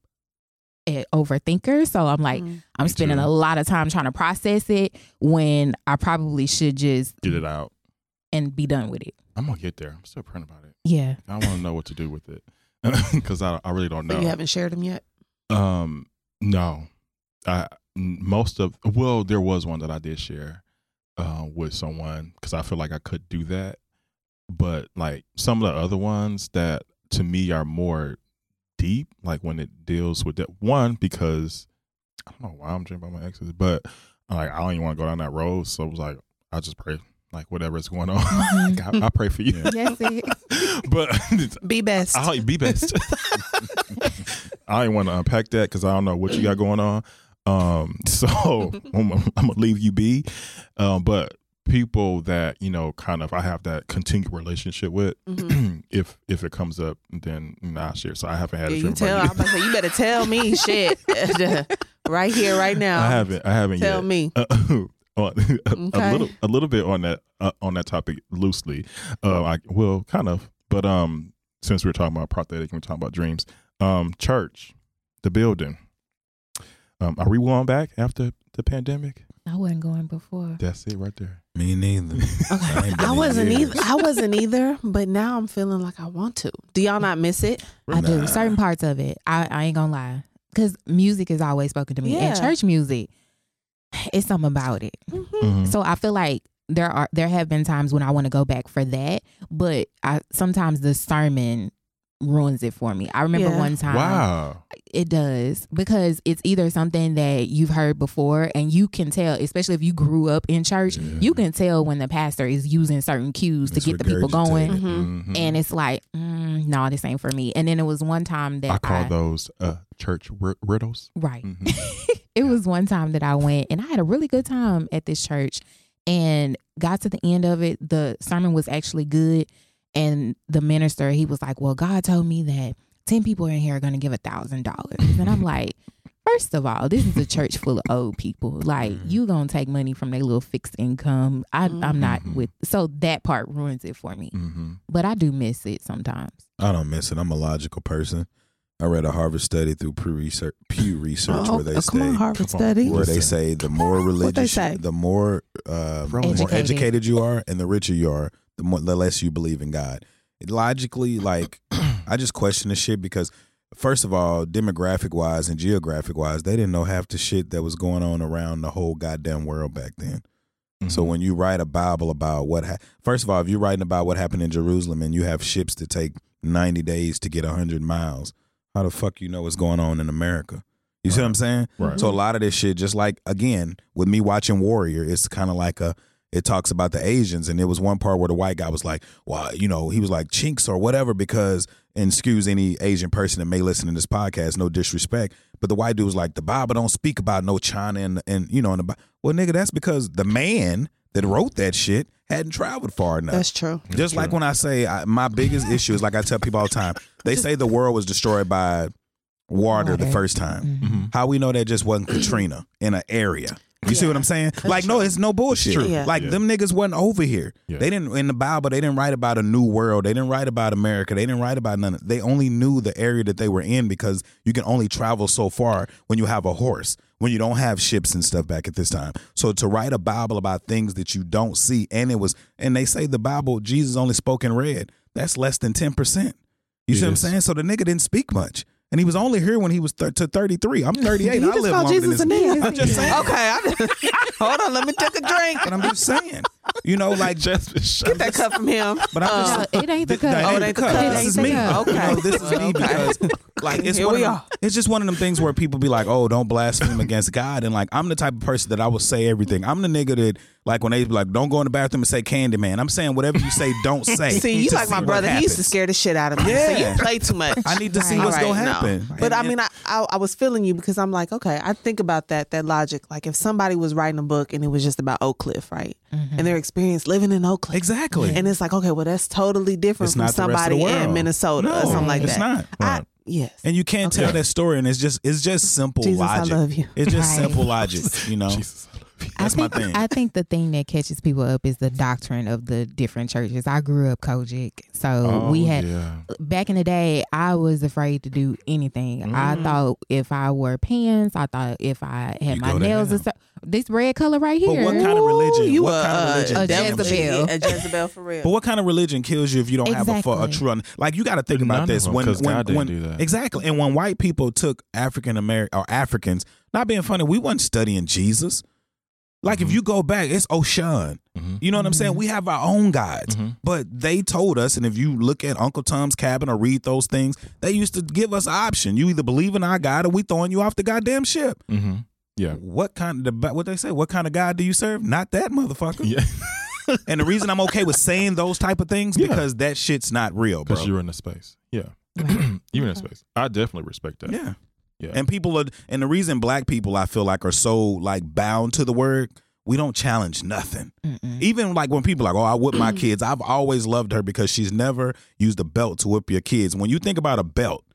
Speaker 7: an overthinker, so I'm like,
Speaker 5: Mhm.
Speaker 7: I'm
Speaker 4: Me
Speaker 7: spending
Speaker 4: too.
Speaker 7: a lot of time trying to process it when I probably should just
Speaker 4: Get it out.
Speaker 7: and be done with it.
Speaker 4: I'm gonna get there. I'm still praying about it.
Speaker 7: Yeah,
Speaker 4: I want to know what to do with it because I I really don't
Speaker 5: But you
Speaker 4: know.
Speaker 5: haven't shared them yet.
Speaker 4: Um, no, I n- most of well there was one that I did share, uh, with someone because I feel like I could do that. But like some of the other ones that to me are more deep, like when it deals with that one, because I don't know why I'm dreaming about my exes, but like I don't even want to go down that road. So I was like, I just pray, like whatever is going on, like, I, I pray for you.
Speaker 7: Yes, it.
Speaker 4: but
Speaker 5: Be best.
Speaker 4: I'll be best. I ain't want to unpack that because I don't know what you got going on. Um, so I'm, I'm gonna leave you be. Um, but people that you know, kind of, I have that continued relationship with. if if it comes up, then I share. So I haven't had
Speaker 5: Mm-hmm. Yeah,
Speaker 4: a
Speaker 5: you
Speaker 4: dream
Speaker 5: tell. I'm
Speaker 4: about you.
Speaker 5: about to say you better tell me shit right here, right now.
Speaker 4: I haven't. I haven't
Speaker 5: Tell
Speaker 4: yet.
Speaker 5: me.
Speaker 4: Uh, on, a,
Speaker 5: Okay.
Speaker 4: little a little bit on that uh, on that topic loosely. Uh, I well, kind of, but um, since we are talking about prosthetic and we're talking about dreams, um, church, the building. Um, are we going back after the pandemic?
Speaker 7: I wasn't going before.
Speaker 4: That's it right there.
Speaker 6: Me neither. I ain't been
Speaker 5: I
Speaker 6: in
Speaker 5: wasn't
Speaker 6: years.
Speaker 5: either. I wasn't either. But now I'm feeling like I want to. Do y'all not miss it?
Speaker 7: I do
Speaker 6: Nah.
Speaker 7: certain parts of it. I, I ain't gonna lie, because music has always spoken to me,
Speaker 5: Yeah.
Speaker 7: and church music, it's something about it.
Speaker 4: Mm-hmm.
Speaker 5: Mm-hmm.
Speaker 4: Mm.
Speaker 7: So I feel like there are there have been times when I want to go back for that, but I sometimes the sermon ruins it for me. I remember
Speaker 5: Yeah.
Speaker 7: one time,
Speaker 4: Wow.
Speaker 7: it does because it's either something that you've heard before, and you can tell, especially if you grew up in church,
Speaker 6: Yeah.
Speaker 7: you can tell when the pastor is using certain cues
Speaker 6: It's
Speaker 7: to get the people going.
Speaker 6: regurgitated.
Speaker 5: Mm-hmm.
Speaker 4: Mhm.
Speaker 7: And it's like, mm, no, this ain't for me. And then it was one time that
Speaker 4: I call those uh, church ri- riddles.
Speaker 7: Right.
Speaker 4: Mhm.
Speaker 7: it was one time that I went and I had a really good time at this church and got to the end of it. The sermon was actually good. And the minister, he was like, Well, God told me that 10 people in here are going to give a thousand dollars. And I'm like, First of all, this is a church full of old people. Like, you gonna take money from their little fixed income. I, I'm not
Speaker 4: Mhm.
Speaker 7: with. So that part ruins it for
Speaker 6: Mm.
Speaker 7: me.
Speaker 4: Mhm.
Speaker 7: But I do miss it sometimes.
Speaker 6: I don't miss it. I'm a logical person. I read a Harvard study through Pew Research, Pew Research
Speaker 5: Oh,
Speaker 6: where they
Speaker 5: come
Speaker 6: say
Speaker 5: on, Harvard
Speaker 4: Come on.
Speaker 5: study.
Speaker 6: where they
Speaker 4: Listen.
Speaker 6: say the more
Speaker 5: What'd they
Speaker 6: religious,
Speaker 5: say?
Speaker 6: the more uh,
Speaker 4: From
Speaker 6: the more
Speaker 7: Educated.
Speaker 6: educated you are, and the richer you are, the more the less you believe in God. It logically, like I just question this shit because first of all, demographic wise and geographic wise, they didn't know half the shit that was going on around the whole goddamn world back then. So when you write a Bible about what, ha- first of all, if you're writing about what happened in Jerusalem and you have ships that take 90 days to get 100 miles, how the fuck you know what's going on in America? You see what I'm saying?
Speaker 4: Right.
Speaker 6: So a lot of this shit, just like again with me watching Warrior, it's kind of like a. It talks about the Asians, and there was one part where the white guy was like, "Well, you know," he was like chinks or whatever because, and excuse any Asian person that may listen to this podcast, no disrespect, but the white dude was like, "The Bible don't speak about no China and and you know and the Bi-" well, nigga, that's because the man that wrote that shit hadn't traveled far enough.
Speaker 5: That's true.
Speaker 6: Just like when I say I, my biggest issue is like I tell people all the time, they say the world was destroyed by water, the
Speaker 7: Water.
Speaker 6: first time.
Speaker 4: Mhm.
Speaker 6: How we know that just wasn't Katrina in an area. You see what I'm saying? like, no, it's no bullshit.
Speaker 5: true. Yeah.
Speaker 6: Like
Speaker 4: Yeah.
Speaker 6: them niggas wasn't over here.
Speaker 4: Yeah.
Speaker 6: They didn't in the Bible. They didn't write about a new world. They didn't write about America. They didn't write about none. Of, they only knew the area that they were in because you can only travel so far when you have a horse. When you don't have ships and stuff back at this time. So to write a Bible about things that you don't see, and it was, and they say the Bible Jesus only spoke in red. That's less than ten percent. You see what I'm
Speaker 4: Yes.
Speaker 6: saying? So the nigga didn't speak much. And he was only here when he was th- to 33. I'm 38.
Speaker 5: You
Speaker 6: I
Speaker 5: just
Speaker 6: live
Speaker 5: called
Speaker 6: longer
Speaker 5: Jesus a
Speaker 6: than this.
Speaker 5: nigga.
Speaker 6: I'm just saying.
Speaker 5: Okay. I, hold on. Let me take a drink.
Speaker 6: But I'm just saying. You know, like,
Speaker 4: Just
Speaker 5: Get that cup from him.
Speaker 6: but I'm just.
Speaker 7: No, it ain't the
Speaker 6: Th- that
Speaker 7: cup.
Speaker 5: Oh,
Speaker 6: ain't
Speaker 5: Uh, it ain't
Speaker 6: the
Speaker 5: the cup.
Speaker 6: cup. This
Speaker 7: It
Speaker 6: is
Speaker 7: ain't
Speaker 6: me.
Speaker 7: the cup.
Speaker 6: You know,
Speaker 5: Okay.
Speaker 6: this is me
Speaker 5: Okay.
Speaker 6: because, like, it's
Speaker 5: Here
Speaker 6: one
Speaker 5: we
Speaker 6: of them-
Speaker 5: are.
Speaker 6: it's just one of them things where people be like, "Oh, don't blaspheme against God," and like, I'm the type of person that I will say everything. I'm the nigga that, like, when they be like, "Don't go in the bathroom and say Candyman," I'm saying whatever you say, don't say.
Speaker 5: See, you
Speaker 6: to
Speaker 5: like
Speaker 6: see
Speaker 5: my
Speaker 6: what
Speaker 5: brother. He used to
Speaker 6: happens.
Speaker 5: scare the shit out of me. So
Speaker 6: Yeah.
Speaker 5: you play too much.
Speaker 6: I need to see
Speaker 7: Right.
Speaker 6: what's
Speaker 5: All
Speaker 6: gonna
Speaker 5: right, no.
Speaker 6: happen.
Speaker 5: But I
Speaker 6: And-
Speaker 5: mean, I, I I was feeling you because I'm like, okay, I think about that that logic. Like if somebody was writing a book and it was just about Oak Cliff, right, and their experience living in Oak Cliff,
Speaker 6: Exactly.
Speaker 5: and it's like, okay, well that's totally different
Speaker 6: It's
Speaker 5: from
Speaker 6: not the rest of the
Speaker 5: somebody in
Speaker 6: world.
Speaker 5: Minnesota or
Speaker 6: No,
Speaker 5: something like
Speaker 6: it's
Speaker 5: that.
Speaker 6: not.
Speaker 5: I,
Speaker 6: Right.
Speaker 5: yes,
Speaker 6: And you can't tell that story, and it's just it's just simple
Speaker 5: Jesus, I
Speaker 6: logic.
Speaker 5: love you.
Speaker 6: It's just
Speaker 7: Right.
Speaker 6: simple logic, you know.
Speaker 4: Jesus, I love you.
Speaker 6: That's
Speaker 7: I think,
Speaker 6: my thing.
Speaker 7: I think the thing that catches people up is the doctrine of the different churches. I grew up Kojic, so
Speaker 6: Oh,
Speaker 7: we had
Speaker 4: yeah.
Speaker 7: back in the day. I was afraid to do anything.
Speaker 6: Mm.
Speaker 7: I thought if I wore pants, I thought if I had
Speaker 6: You
Speaker 7: my
Speaker 6: go to
Speaker 7: nails and
Speaker 6: hell.
Speaker 7: stuff. This red color right here.
Speaker 6: but what kind of
Speaker 5: Ooh,
Speaker 6: religion?
Speaker 5: you
Speaker 6: what
Speaker 5: a,
Speaker 6: kind of religion?
Speaker 5: a
Speaker 6: kills you?
Speaker 7: Jezebel.
Speaker 5: Jezebel, a Jezebel for real.
Speaker 6: But what kind of religion kills you if you don't have a, fu- a
Speaker 7: Exactly.
Speaker 6: true un- like? You got to think about
Speaker 4: None of
Speaker 6: this
Speaker 4: them,
Speaker 6: when
Speaker 4: 'cause
Speaker 6: when,
Speaker 4: God didn't
Speaker 6: when
Speaker 4: do that.
Speaker 6: exactly and when white people took African American or Africans, not being funny, we wasn't studying Jesus. Like
Speaker 4: Mm-hmm.
Speaker 6: if you go back, it's O'Shawn.
Speaker 4: Mhm.
Speaker 6: You know what I'm
Speaker 7: Mm-hmm.
Speaker 6: saying? We have our own guides,
Speaker 4: Mhm.
Speaker 6: but they told us. And if you look at Uncle Tom's Cabin or read those things, they used to give us an option. You either believe in our guide or we throwing you off the goddamn ship.
Speaker 4: Mm-hmm. Yeah.
Speaker 6: What kind of what they say? What kind of God do you serve? Not that motherfucker.
Speaker 4: Yeah.
Speaker 6: And the reason I'm okay with saying those type of things
Speaker 4: Yeah.
Speaker 6: because that shit's not real, bro.
Speaker 4: Because you're in the space. Yeah.
Speaker 7: Right.
Speaker 4: you're in the space. I definitely respect that.
Speaker 6: Yeah.
Speaker 4: Yeah.
Speaker 6: And people are and the reason black people I feel like are so like bound to the word, we don't challenge nothing.
Speaker 4: Mm.
Speaker 7: Mm-mm.
Speaker 6: Even like when people are like, oh, I whip my kids. I've always loved her because she's never used a belt to whip your kids. When you think about a belt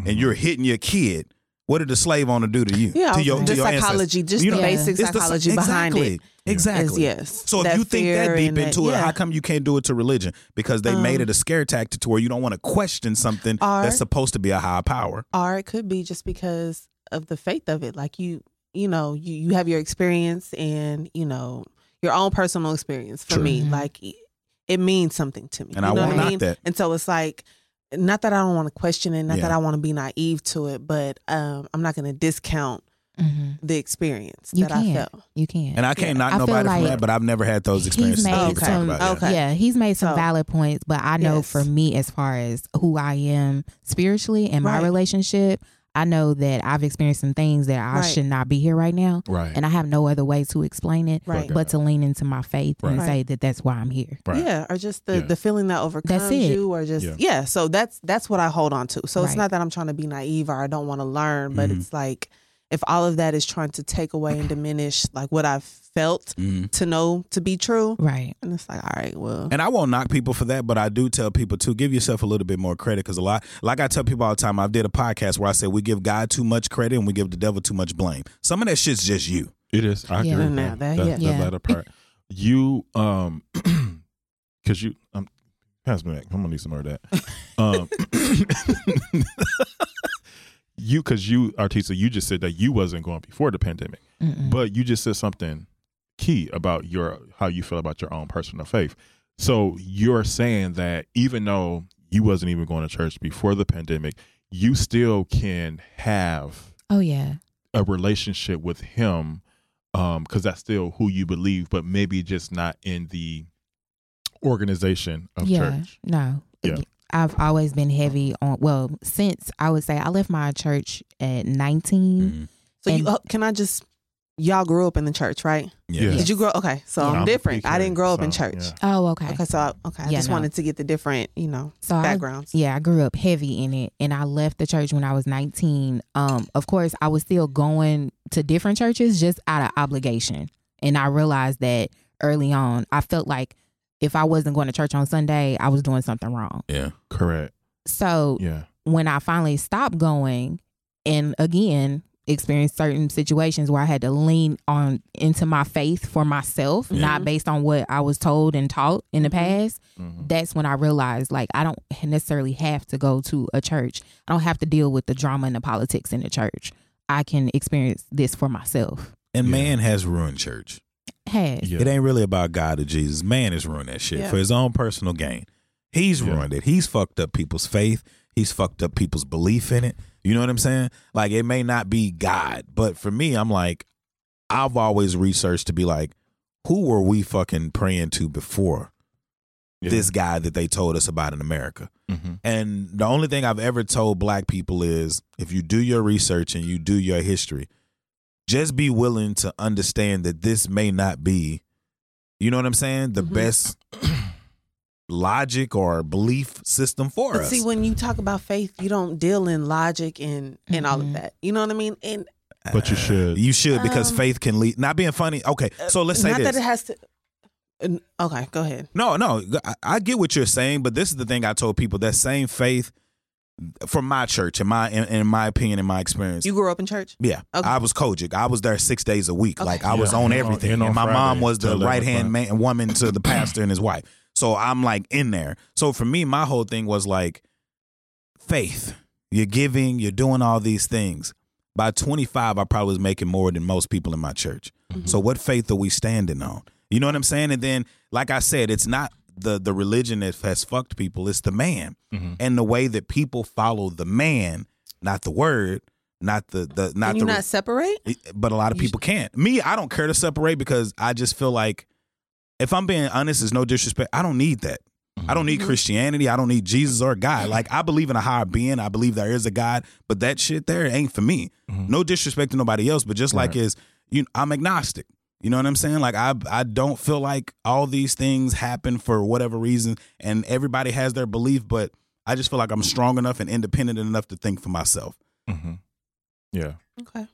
Speaker 4: Mm-hmm.
Speaker 6: and you're hitting your kid, what did the slave owner do to you?
Speaker 5: Yeah,
Speaker 6: to
Speaker 5: I was- the
Speaker 6: ancestors?
Speaker 5: psychology, just
Speaker 6: You
Speaker 5: the
Speaker 6: know,
Speaker 5: basic
Speaker 6: it's the-
Speaker 5: psychology behind
Speaker 6: exactly,
Speaker 5: it.
Speaker 6: Exactly.
Speaker 5: Is yes.
Speaker 6: So if
Speaker 5: That
Speaker 6: you think that
Speaker 5: fear
Speaker 6: deep
Speaker 5: and that-
Speaker 6: into it,
Speaker 5: yeah. Um,
Speaker 6: how come you can't do it to religion? Because they made it a scare tactic to where you don't want to question something
Speaker 5: Or-
Speaker 6: that's supposed to be a higher power.
Speaker 5: or it could be just because of the faith of it like you you know you, you have your experience and you know your own personal experience for
Speaker 6: True.
Speaker 5: me
Speaker 7: Mhm.
Speaker 5: like it- it means something to me
Speaker 6: And
Speaker 5: you
Speaker 6: I
Speaker 5: know
Speaker 7: won't
Speaker 5: what I
Speaker 6: knock
Speaker 5: mean?
Speaker 6: that.
Speaker 5: and so it's like not that i don't want to question it not
Speaker 6: Yeah.
Speaker 5: that i want to be naive to it but um i'm not going to discount
Speaker 7: Mhm.
Speaker 5: the experience
Speaker 7: You
Speaker 5: that i
Speaker 7: can't.
Speaker 5: felt
Speaker 7: You can't.
Speaker 6: And I can't knock
Speaker 7: I feel
Speaker 6: nobody
Speaker 7: like
Speaker 6: from that, but I've never had those experiences.
Speaker 7: He's
Speaker 6: that
Speaker 7: made
Speaker 6: you can
Speaker 5: some-
Speaker 6: talk about, yeah.
Speaker 5: Oh, okay.
Speaker 7: Yeah, he's made some
Speaker 5: So-
Speaker 7: valid points, but I know
Speaker 5: Yes.
Speaker 7: for me, as far as who I am spiritually and my
Speaker 5: Right.
Speaker 7: relationship, I know that I've experienced some things that I
Speaker 5: Right.
Speaker 7: should not be here right now,
Speaker 4: Right.
Speaker 7: and I have no other way to explain it
Speaker 5: right
Speaker 7: but to lean into my faith and
Speaker 5: Right.
Speaker 7: say that that's why I'm here.
Speaker 4: Right.
Speaker 5: yeah or just the
Speaker 4: Yeah.
Speaker 5: the feeling that overcomes
Speaker 7: it.
Speaker 5: you or just
Speaker 4: Yeah.
Speaker 5: yeah. so that's that's what i hold on to so
Speaker 7: Right.
Speaker 5: it's not that i'm trying to be naive or i don't want to learn but
Speaker 6: Mhm.
Speaker 5: it's like if all of that is trying to take away and diminish like what i've felt
Speaker 6: Mhm.
Speaker 5: to know to be true
Speaker 7: Right.
Speaker 5: and it's like all right well
Speaker 6: And I won't knock people for that, but I do tell people to give yourself a little bit more credit because a lot, like I tell people all the time, I did a podcast where I said we give God too much credit and we give the devil too much blame. Some of that shit's just you.
Speaker 4: It is. I
Speaker 7: Yeah.
Speaker 4: agree.
Speaker 5: Now
Speaker 4: with that,
Speaker 5: that- yeah.
Speaker 4: that,
Speaker 7: Yeah.
Speaker 4: latter part. You um, because you um, pass me that. I'm gonna need some more of that. Um, you because you Artisa, you just said that you wasn't going before the pandemic,
Speaker 7: Mm-mm.
Speaker 4: but you just said something key about your how you feel about your own personal faith. So you're saying that even though you wasn't even going to church before the pandemic, you still can have
Speaker 7: oh yeah.
Speaker 4: a relationship with him um because that's still who you believe but maybe just not in the organization of
Speaker 7: yeah.
Speaker 4: church
Speaker 7: No.
Speaker 4: Yeah.
Speaker 7: I've always been heavy on. Well, since I would say I left my church at 19
Speaker 5: Mm-hmm.
Speaker 4: Mm-hmm.
Speaker 5: so you
Speaker 7: And-
Speaker 5: oh, can i just y'all grew up in the church right
Speaker 6: Yeah.
Speaker 7: Yeah.
Speaker 5: did you grow okay so
Speaker 7: Yeah.
Speaker 5: i'm
Speaker 4: I'm
Speaker 5: different i
Speaker 4: particular,
Speaker 5: didn't grow up in
Speaker 4: so,
Speaker 5: church
Speaker 4: yeah.
Speaker 7: Oh, okay.
Speaker 5: okay so I, okay i
Speaker 7: Yeah,
Speaker 5: just
Speaker 7: no.
Speaker 5: wanted to get the different you know
Speaker 7: So I
Speaker 5: backgrounds
Speaker 7: Yeah, I grew up heavy in it and I left the church when I was 19. Um of course, I was still going to different churches just out of obligation. And I realized that early on. I felt like if I wasn't going to church on Sunday, I was doing something wrong.
Speaker 6: Yeah.
Speaker 4: correct
Speaker 7: So,
Speaker 4: yeah
Speaker 7: when I finally stopped going and again experienced certain situations where I had to lean on into my faith for myself,
Speaker 4: Mm-hmm.
Speaker 6: Yeah.
Speaker 7: not based on what I was told and taught in the
Speaker 5: Mhm.
Speaker 7: past,
Speaker 4: Mhm.
Speaker 7: that's when I realized like I don't necessarily have to go to a church. I don't have to deal with the drama and the politics in the church. I can experience this for myself.
Speaker 6: And
Speaker 4: Yeah.
Speaker 6: man has ruined church.
Speaker 7: Has
Speaker 4: yeah
Speaker 6: It ain't really about God or Jesus. Man has ruined that shit
Speaker 5: Yeah.
Speaker 6: for his own personal gain. He's
Speaker 4: Yeah.
Speaker 6: ruined it. He's fucked up people's faith. He's fucked up people's belief in it. You know what I'm saying? Like it may not be God, but for me, I'm like, I've always researched to be like, who were we fucking praying to before
Speaker 4: Yeah.
Speaker 6: this guy that they told us about in America?
Speaker 4: Mhm.
Speaker 6: And the only thing I've ever told black people is if you do your research and you do your history, just be willing to understand that this may not be, you know what I'm saying, the
Speaker 5: Mhm.
Speaker 6: best logic or belief system for
Speaker 5: But
Speaker 6: us.
Speaker 5: see, when you talk about faith, you don't deal in logic and and all
Speaker 7: Mhm.
Speaker 5: of that. You know what I mean? And
Speaker 4: but
Speaker 6: uh,
Speaker 4: you should
Speaker 6: you should because
Speaker 5: Um, uh,
Speaker 6: faith can lead. Not being funny. Okay, so let's say
Speaker 5: not
Speaker 6: this.
Speaker 5: that it has to. n- Okay, go ahead.
Speaker 6: No, no, I, I get what you're saying, but this is the thing I told people: that same faith from my church, in my in, in my opinion, in my experience.
Speaker 5: You grew up in church.
Speaker 6: yeah,
Speaker 5: Okay.
Speaker 6: I was Kojic. I was there six days a week.
Speaker 5: Okay.
Speaker 6: Like I was
Speaker 4: Yeah,
Speaker 6: on
Speaker 4: and on-
Speaker 6: everything.
Speaker 4: and on
Speaker 6: and my mom
Speaker 4: Friday
Speaker 6: was the
Speaker 4: till 11
Speaker 6: right hand
Speaker 4: o'clock.
Speaker 6: man woman to the pastor and his wife. So I'm like in there. So for me, my whole thing was like faith. You're giving. You're doing all these things. By 25, I probably was making more than most people in my church.
Speaker 5: Mm-hmm.
Speaker 6: So what faith are we standing on? You know what I'm saying? And then, like I said, it's not the the religion that has fucked
Speaker 5: Mm-hmm.
Speaker 6: people. It's the man
Speaker 4: Mhm.
Speaker 6: and the way that people follow the man, not the word, not the the not
Speaker 5: Can
Speaker 6: the
Speaker 5: you not separate?
Speaker 6: but a lot of
Speaker 5: You-
Speaker 6: people can't. Me, I don't care to separate because I just feel like if I'm being honest, it's no disrespect. I don't need that. I don't need
Speaker 5: Mhm.
Speaker 6: Christianity. I don't need Jesus or
Speaker 5: Mm-hmm.
Speaker 6: God. Like I believe in a higher being. I believe there is a God, but that shit there ain't for me.
Speaker 4: Mhm.
Speaker 6: No disrespect to nobody else, but just like
Speaker 4: Right.
Speaker 6: is you, I'm agnostic. You know what I'm saying? Like I, I don't feel like all these things happen for whatever reason, and everybody has their belief, but I just feel like I'm strong enough and independent enough to think for myself.
Speaker 4: Mhm. Yeah.
Speaker 5: Okay.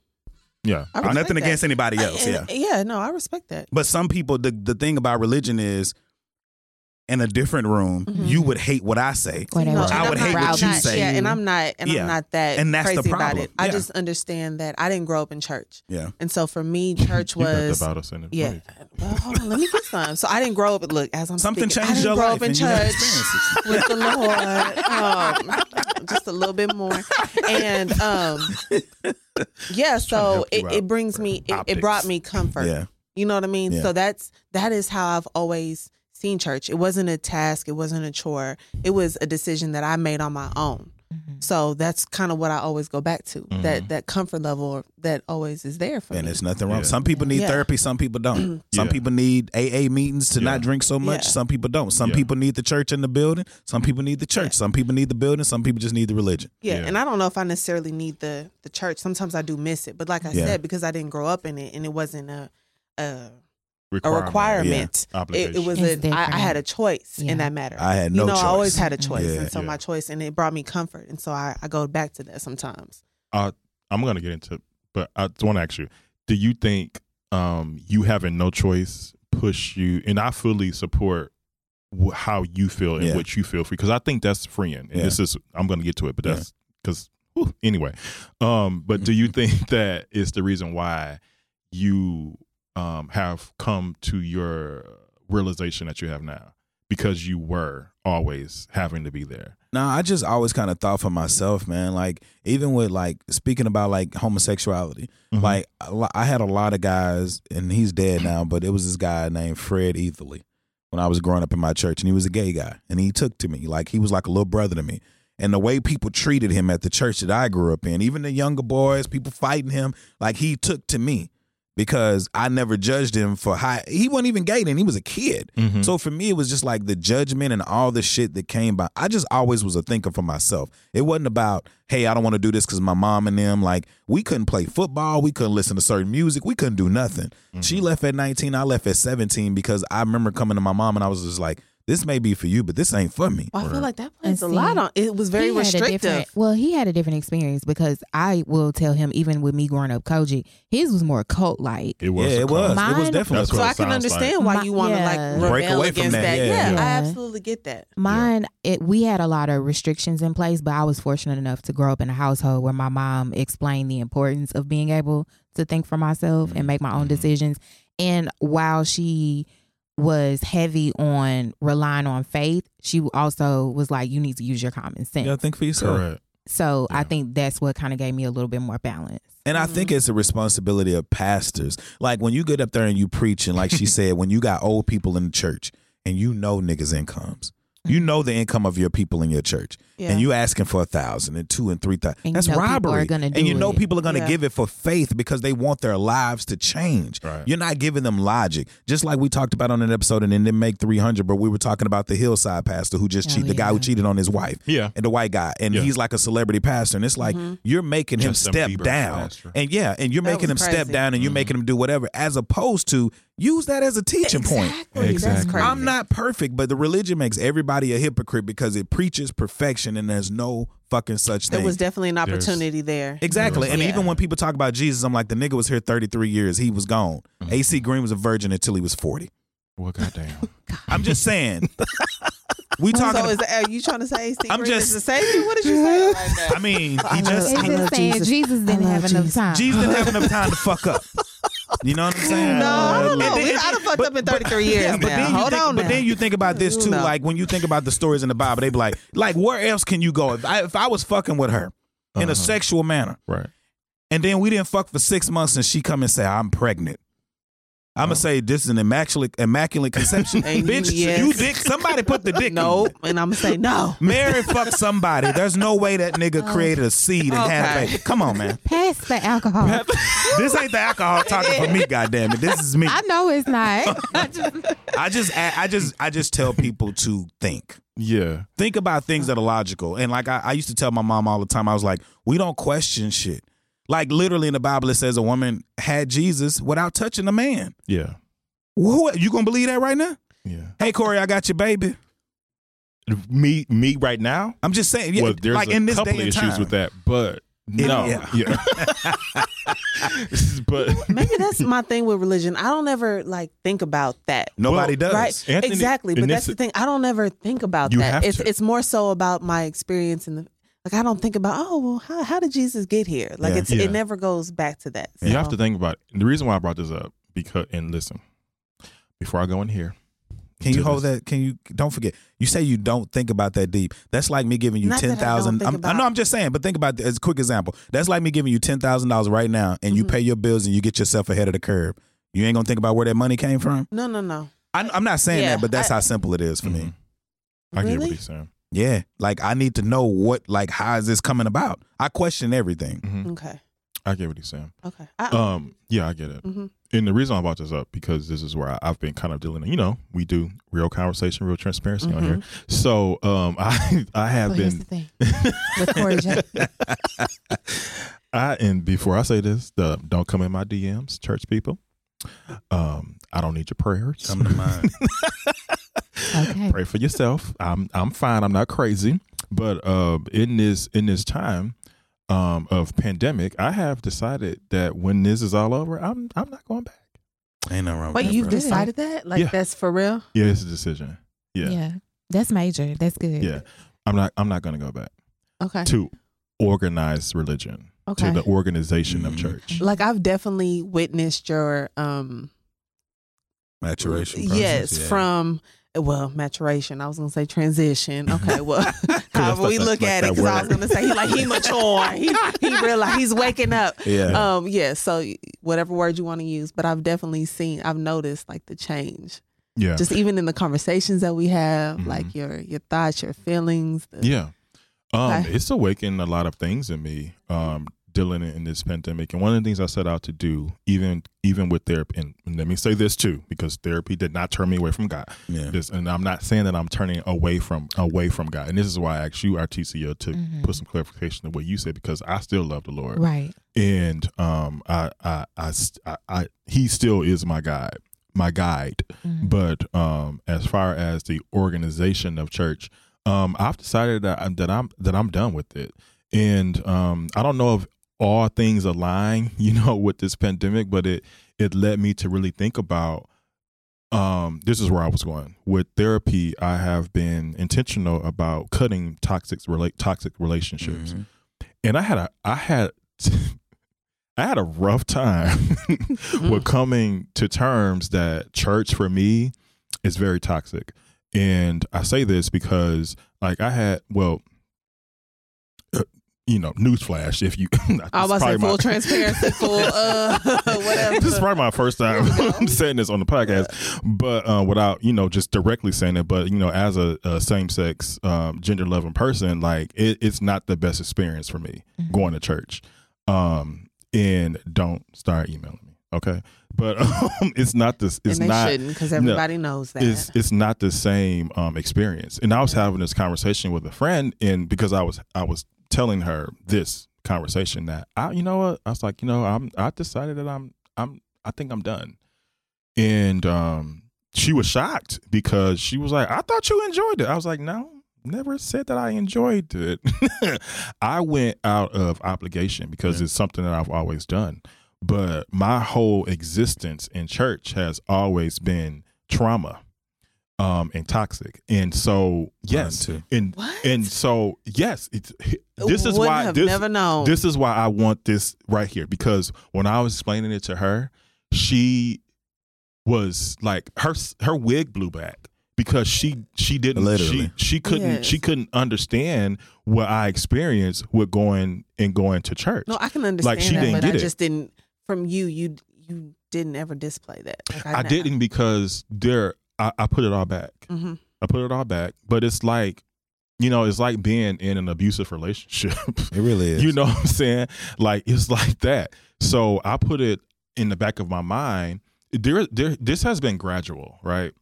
Speaker 4: Yeah.
Speaker 5: I respect
Speaker 6: Nothing
Speaker 5: that.
Speaker 6: against anybody else.
Speaker 5: And-
Speaker 6: yeah.
Speaker 5: Yeah. No, I respect that.
Speaker 6: But some people, the, the thing about religion is, in a different room,
Speaker 5: Mhm.
Speaker 6: you would hate what I say.
Speaker 7: Or they
Speaker 5: No,
Speaker 7: would
Speaker 5: and
Speaker 6: I
Speaker 5: I'm
Speaker 6: would hate
Speaker 5: not-
Speaker 6: what you
Speaker 5: I'm not-
Speaker 6: say.
Speaker 5: Yeah, and I'm not, and
Speaker 6: Yeah.
Speaker 5: I'm not that
Speaker 6: And that's the
Speaker 5: crazy about
Speaker 6: problem.
Speaker 5: it. I
Speaker 6: Yeah.
Speaker 5: just understand that I didn't grow up in church,
Speaker 6: Yeah.
Speaker 5: and so for me, church
Speaker 4: You got the
Speaker 5: was.
Speaker 4: Bible sentence.
Speaker 5: Yeah. Well, hold on. Let me get some. So I didn't grow up. Look, as I'm
Speaker 6: Something
Speaker 5: speaking, I
Speaker 6: changed
Speaker 5: didn't
Speaker 6: your
Speaker 5: grow
Speaker 6: life
Speaker 5: up in
Speaker 6: and you had
Speaker 5: church
Speaker 6: experiences.
Speaker 5: with the Lord. Um, just a little bit more, and um, yeah.
Speaker 6: trying to
Speaker 5: So
Speaker 6: help you
Speaker 5: it,
Speaker 6: out,
Speaker 5: it brings me. It, it
Speaker 6: Optics.
Speaker 5: brought me comfort.
Speaker 6: Yeah.
Speaker 5: You know what I mean?
Speaker 6: Yeah.
Speaker 5: So that's that is how I've always seen church. It wasn't a task, it wasn't a chore. It was a decision that I made on my own. So that's kind of what I always go back to. That that comfort level that always is there for
Speaker 6: Mm-hmm. And
Speaker 5: me.
Speaker 6: there's nothing wrong.
Speaker 4: Yeah.
Speaker 6: Some people need
Speaker 5: Yeah.
Speaker 6: therapy, some people don't. Some
Speaker 4: Yeah.
Speaker 6: people need AA meetings to not drink so much,
Speaker 5: Yeah.
Speaker 6: some people don't. Some
Speaker 4: Yeah.
Speaker 6: people need the church in the building, some people need the church, some people need the building, some people just need the religion.
Speaker 5: yeah.
Speaker 4: yeah.
Speaker 5: And I don't know if I necessarily need the the church. Sometimes I do miss it. But like I
Speaker 6: Yeah.
Speaker 5: said, because I didn't grow up in it and it wasn't a a, a
Speaker 4: Requirement.
Speaker 5: requirement. It, it
Speaker 4: Obligation.
Speaker 5: was
Speaker 7: It's
Speaker 5: a, I, I had
Speaker 7: different.
Speaker 5: a choice
Speaker 7: Yeah.
Speaker 5: in that matter.
Speaker 6: I had
Speaker 5: you
Speaker 6: no
Speaker 5: know, I always
Speaker 6: choice.
Speaker 5: had a choice.
Speaker 6: Yeah.
Speaker 5: And so
Speaker 4: Yeah.
Speaker 5: my choice and it brought me comfort. And so I, I go back to that sometimes.
Speaker 4: I'm gonna get into, but I just want to ask you: Do you think um, you having no choice push you? And I fully support wh- how you feel and
Speaker 6: Yeah.
Speaker 4: what you feel free because I think that's freeing. And
Speaker 6: Yeah.
Speaker 4: this is I'm gonna get to it, but
Speaker 6: Yeah.
Speaker 4: that's because anyway. Um, but do you think that is the reason why you um, have come to your realization that you have now? Because you were always having to be there.
Speaker 6: No, I just always kind of thought for myself, man. Like even with like speaking about like homosexuality,
Speaker 4: Mhm.
Speaker 6: like a lo- I had a lot of guys, and he's dead now, but it was this guy named Fred Etherly when I was growing up in my church, and he was a gay guy, and he took to me like he was like a little brother to me. And the way people treated him at the church that I grew up in, even the younger boys, people fighting him, like he took to me because I never judged him for how he wasn't even gay then he was a kid.
Speaker 4: Mhm.
Speaker 6: So for me, it was just like the judgment and all the shit that came by. I just always was a thinker for myself. It wasn't about, hey, I don't want to do this because my mom and them, like, we couldn't play football. We couldn't listen to certain music. We couldn't do nothing. She left at 19. I left at 17 because I remember coming to my mom and I was just like, this may be for you, but this ain't for me.
Speaker 5: Well, I feel like that
Speaker 7: And
Speaker 5: plays a lot
Speaker 7: see,
Speaker 5: on it was very
Speaker 7: He had a different-
Speaker 5: restrictive.
Speaker 7: Well, he had a different experience because I will tell him, even with me growing up, Koji, his was more cult like.
Speaker 4: It a
Speaker 6: yeah, it was.
Speaker 4: cause.
Speaker 6: it was
Speaker 7: Mine-
Speaker 6: definitely.
Speaker 4: That's
Speaker 6: a
Speaker 5: So
Speaker 4: what
Speaker 5: I
Speaker 4: it
Speaker 5: can
Speaker 4: sounds
Speaker 5: understand
Speaker 7: like.
Speaker 5: why you want to
Speaker 7: My-
Speaker 5: like
Speaker 7: yeah.
Speaker 5: rebel
Speaker 6: Break away from
Speaker 5: against
Speaker 6: that,
Speaker 5: that.
Speaker 6: yeah.
Speaker 5: Yeah, I
Speaker 7: Yeah.
Speaker 5: absolutely get that.
Speaker 7: Mine, it we had a lot of restrictions in place, but I was fortunate enough to grow up in a household where my mom explained the importance of being able to think for myself and make my own decisions. And while she was heavy on relying on faith, she also was like, "You need to use your common sense."
Speaker 6: Yeah, think for yourself.
Speaker 4: Correct.
Speaker 7: So I think that's what kind of gave me a little bit more balance.
Speaker 6: And I think it's a responsibility of pastors. Like when you get up there and you preach, and like she said, when you got old people in the church and you know niggas' incomes, you know the income of your people in your church,
Speaker 5: Yeah.
Speaker 6: and you asking for a thousand and two and three thousand.
Speaker 7: And you
Speaker 6: That's
Speaker 7: know people are
Speaker 6: robbery.
Speaker 7: gonna
Speaker 6: and
Speaker 7: do
Speaker 6: you know
Speaker 7: it.
Speaker 6: people are going to
Speaker 5: Yeah.
Speaker 6: give it for faith because they want their lives to change.
Speaker 4: Right.
Speaker 6: You're not giving them logic. Just like we talked about on an episode and then didn't make 300, but we were talking about the hillside pastor who just
Speaker 7: Oh,
Speaker 6: cheated, the guy who
Speaker 7: yeah.
Speaker 6: cheated on his wife
Speaker 4: Yeah.
Speaker 6: and the white guy, and
Speaker 4: Yeah.
Speaker 6: he's like a celebrity pastor, and it's like
Speaker 7: Mm-hmm.
Speaker 6: you're making him
Speaker 4: Justin
Speaker 6: step
Speaker 4: Bieber Mm-hmm.
Speaker 6: down,
Speaker 4: pastor.
Speaker 6: and yeah, and you're
Speaker 5: That
Speaker 6: making him
Speaker 5: was
Speaker 6: step
Speaker 5: crazy.
Speaker 6: down, and you're making him do whatever, as opposed to use that as a teaching point.
Speaker 5: That's
Speaker 4: Exactly.
Speaker 5: crazy.
Speaker 6: I'm not perfect, but the religion makes everybody a hypocrite because it preaches perfection, and there's no fucking such
Speaker 5: There
Speaker 6: thing.
Speaker 5: was definitely an
Speaker 4: There's-
Speaker 5: opportunity there.
Speaker 6: Exactly. And
Speaker 5: Yeah.
Speaker 6: even when people talk about Jesus, I'm like, the nigga was here 33 years. He was gone.
Speaker 5: Mm-hmm.
Speaker 6: AC Green was a virgin until he was 40.
Speaker 4: Well, goddamn.
Speaker 6: I'm just saying.
Speaker 7: Oh,
Speaker 6: we talking.
Speaker 5: so is that, are you trying to say AC
Speaker 6: I'm
Speaker 5: Green
Speaker 6: just-
Speaker 5: is the savior? What did you say? Like that?
Speaker 6: I mean, he just.
Speaker 7: It's
Speaker 5: I love
Speaker 7: just saying Jesus,
Speaker 5: Jesus.
Speaker 7: didn't
Speaker 5: love
Speaker 7: have enough
Speaker 5: Jesus.
Speaker 7: time.
Speaker 6: Jesus didn't have enough time to fuck up. You know what I'm saying?
Speaker 5: no, I don't
Speaker 6: And
Speaker 5: know.
Speaker 6: then-
Speaker 5: We, I done fucked up in 33 years
Speaker 6: yeah, but
Speaker 5: now.
Speaker 6: then you
Speaker 5: Hold
Speaker 6: think,
Speaker 5: on
Speaker 6: but
Speaker 5: now.
Speaker 6: then you think about this too.
Speaker 5: No.
Speaker 6: Like when you think about the stories in the Bible, they be like, like where else can you go? If I, if I was fucking with her in
Speaker 4: Uh-huh.
Speaker 6: a sexual manner,
Speaker 4: right.
Speaker 6: and then we didn't fuck for six months, and she come and say I'm pregnant, I'm gonna say this is an immaculate immaculate conception.
Speaker 5: And
Speaker 6: Bitch,
Speaker 5: yes.
Speaker 6: you dick. Somebody put the dick.
Speaker 5: No,
Speaker 6: In.
Speaker 5: and I'm gonna say no.
Speaker 6: Mary fucked somebody. There's no way that nigga created a seed and had a
Speaker 5: Oh. Okay.
Speaker 6: baby. Come on, man.
Speaker 7: Pass the alcohol.
Speaker 6: This ain't the alcohol talking for me, goddamn it. This is me.
Speaker 7: I know it's not. I just-
Speaker 6: I just I just I just tell people to think.
Speaker 4: Yeah.
Speaker 6: think about things that are logical. And like I, I used to tell my mom all the time, I was like, we don't question shit. Like literally in the Bible, it says a woman had Jesus without touching a man.
Speaker 4: Yeah.
Speaker 6: Who you gonna believe that right now?
Speaker 4: Yeah.
Speaker 6: Hey Corey, I got your baby.
Speaker 4: Me me right now?
Speaker 6: I'm just saying. Yeah,
Speaker 4: well, there's
Speaker 6: like
Speaker 4: a
Speaker 6: in this
Speaker 4: couple
Speaker 6: day and
Speaker 4: issues
Speaker 6: time.
Speaker 4: with that, but
Speaker 6: It-
Speaker 4: no.
Speaker 6: yeah.
Speaker 4: yeah. but
Speaker 5: Maybe that's my thing with religion. I don't ever like think about that.
Speaker 6: Nobody does.
Speaker 5: Right,
Speaker 4: Anthony-
Speaker 5: exactly. But
Speaker 4: and
Speaker 5: that's
Speaker 4: this-
Speaker 5: the thing. I don't ever think about
Speaker 4: You
Speaker 5: that.
Speaker 4: have
Speaker 5: it's
Speaker 4: to.
Speaker 5: it's more so about my experience and the like. I don't think about oh well, how how did Jesus get here? Like
Speaker 6: Yeah.
Speaker 5: it's
Speaker 4: Yeah.
Speaker 5: it never goes back to that.
Speaker 4: You have
Speaker 5: So-
Speaker 4: to think about it. The reason why I brought this up because and listen, before I go in here,
Speaker 6: Can you
Speaker 4: to
Speaker 6: hold
Speaker 4: this-
Speaker 6: that? Can you don't forget? You say you don't think about that deep. That's like me giving you
Speaker 5: Not that I
Speaker 6: ten
Speaker 5: don't
Speaker 6: thousand.
Speaker 5: think
Speaker 6: I'm, I know.
Speaker 5: about-
Speaker 6: I'm just saying, but think about this, as a quick example. That's like me giving you ten thousand dollars right now, and
Speaker 5: Mm-hmm.
Speaker 6: you pay your bills and you get yourself ahead of the curb. You ain't gonna think about where that money came from.
Speaker 5: No, no, no.
Speaker 6: I, I'm not saying
Speaker 5: Yeah,
Speaker 6: that, but that's
Speaker 5: I-
Speaker 6: how simple it is for me.
Speaker 4: Mhm. I get what
Speaker 5: Really?
Speaker 4: he's saying.
Speaker 6: Yeah, like I need to know what, like, how is this coming about? I question everything.
Speaker 4: Mhm.
Speaker 5: Okay,
Speaker 4: I get what he's saying.
Speaker 5: okay. I,
Speaker 4: Um, yeah, I get it.
Speaker 6: Mm-hmm.
Speaker 5: mhm.
Speaker 4: And the reason I brought this up because this is where I, I've been kind of dealing. You know, we do real conversation, real transparency on here.
Speaker 6: Mm-hmm.
Speaker 4: So, um, I I have
Speaker 7: but here's
Speaker 4: been
Speaker 7: the thing. With Corey J.
Speaker 4: I and before I say this, the, don't come in my DMs, church people. Um, I don't need your prayers.
Speaker 6: Come to mind.
Speaker 7: Okay.
Speaker 4: pray for yourself. I'm I'm fine. I'm not crazy. But uh, in this in this time um, of pandemic, I have decided that when this is all over, I'm I'm not going back.
Speaker 6: Ain't no wrong.
Speaker 5: Wait,
Speaker 6: with
Speaker 5: you've
Speaker 6: that, bro.
Speaker 5: decided that? Like
Speaker 4: Yeah.
Speaker 5: that's for real?
Speaker 4: Yeah, it's a decision. Yeah, yeah.
Speaker 7: That's major. That's good.
Speaker 4: I'm not I'm not going to go back
Speaker 5: Okay.
Speaker 4: to organized religion
Speaker 5: Okay.
Speaker 4: to the organization
Speaker 6: Mhm.
Speaker 4: of church.
Speaker 5: like I've definitely witnessed your um
Speaker 6: maturation. process,
Speaker 5: yes
Speaker 6: yeah.
Speaker 5: from well maturation i was gonna say transition okay well however we
Speaker 6: like-
Speaker 5: look
Speaker 6: like
Speaker 5: at it
Speaker 6: that
Speaker 5: because i was
Speaker 6: word.
Speaker 5: gonna say he like he maturing he, he realized he's waking up
Speaker 6: yeah.
Speaker 5: um yeah so whatever word you want to use but i've definitely seen i've noticed like the change
Speaker 4: Yeah,
Speaker 5: just even in the conversations that we have
Speaker 4: Mhm.
Speaker 5: like your your thoughts your feelings the-
Speaker 4: yeah. Um,
Speaker 5: Okay.
Speaker 4: it's awakened a lot of things in me. Um, dealing in this pandemic, and one of the things I set out to do, even even with therapy, and let me say this too, because therapy did not turn me away from God.
Speaker 6: yeah.
Speaker 4: this and i'm not saying that i'm turning away from away from god and this is why i asked you rtco to
Speaker 7: Mhm.
Speaker 4: put some clarification to what you said because i still love the lord
Speaker 7: Right.
Speaker 4: and um I, I i s- I- I- he still is my guide my guide
Speaker 7: Mhm.
Speaker 4: but um as far as the organization of church um i've decided that i'm that i'm that i'm done with it and um i don't know if all things align you know with this pandemic but it it led me to really think about um this is where i was going with therapy i have been intentional about cutting toxic relate toxic relationships
Speaker 6: Mhm.
Speaker 4: and I had a I had I had a rough time
Speaker 5: Mm-hmm.
Speaker 4: with coming to terms that church for me is very toxic. And I say this because like I had well uh, you know, newsflash if you
Speaker 5: i was
Speaker 4: This is
Speaker 5: about to say
Speaker 4: probably
Speaker 5: full
Speaker 4: my-
Speaker 5: transparency full uh whatever
Speaker 4: this is probably my first time I'm saying this on the podcast, but uh, without you know just directly saying it. But you know, as a, a same-sex, um, gender-loving person, like it, it's not the best experience for me
Speaker 7: Mm-hmm.
Speaker 4: going to church. Um, and don't start emailing me, okay? But um, it's not this. It's
Speaker 5: and they
Speaker 4: not.
Speaker 5: shouldn't because
Speaker 4: no.
Speaker 5: everybody knows that
Speaker 4: It's it's not the same um, experience. And I was having this conversation with a friend, and because I was I was telling her this conversation that I you know what I was like you know I'm I decided that I'm I'm I think I'm done, and um, she was shocked because she was like I thought you enjoyed it. I was like no. Never said that I enjoyed it. I went out of obligation because it's something that I've always done. But my whole existence in church has always been trauma um and toxic and so yes
Speaker 6: too.
Speaker 4: and
Speaker 5: What?
Speaker 4: and so yes it's this is
Speaker 5: Wouldn't
Speaker 4: why
Speaker 5: have
Speaker 4: this
Speaker 5: never known
Speaker 4: this is why i want this right here because when i was explaining it to her she was like her her wig blew back because she she didn't
Speaker 6: Literally.
Speaker 4: she she couldn't
Speaker 5: Yes.
Speaker 4: she couldn't understand what i experienced with going and going to church
Speaker 5: No, I can understand
Speaker 4: Like, she
Speaker 5: that,
Speaker 4: didn't
Speaker 5: but
Speaker 4: get
Speaker 5: I
Speaker 4: it.
Speaker 5: just didn't from you. You you didn't ever display that. Like,
Speaker 4: I didn't because there I, I put it all back.
Speaker 5: hmm
Speaker 4: I put it all back. But it's like, you know, it's like being in an abusive relationship.
Speaker 6: It really is.
Speaker 4: you know what I'm saying? Like it's like that. So I put it in the back of my mind. There, there. This has been gradual, right?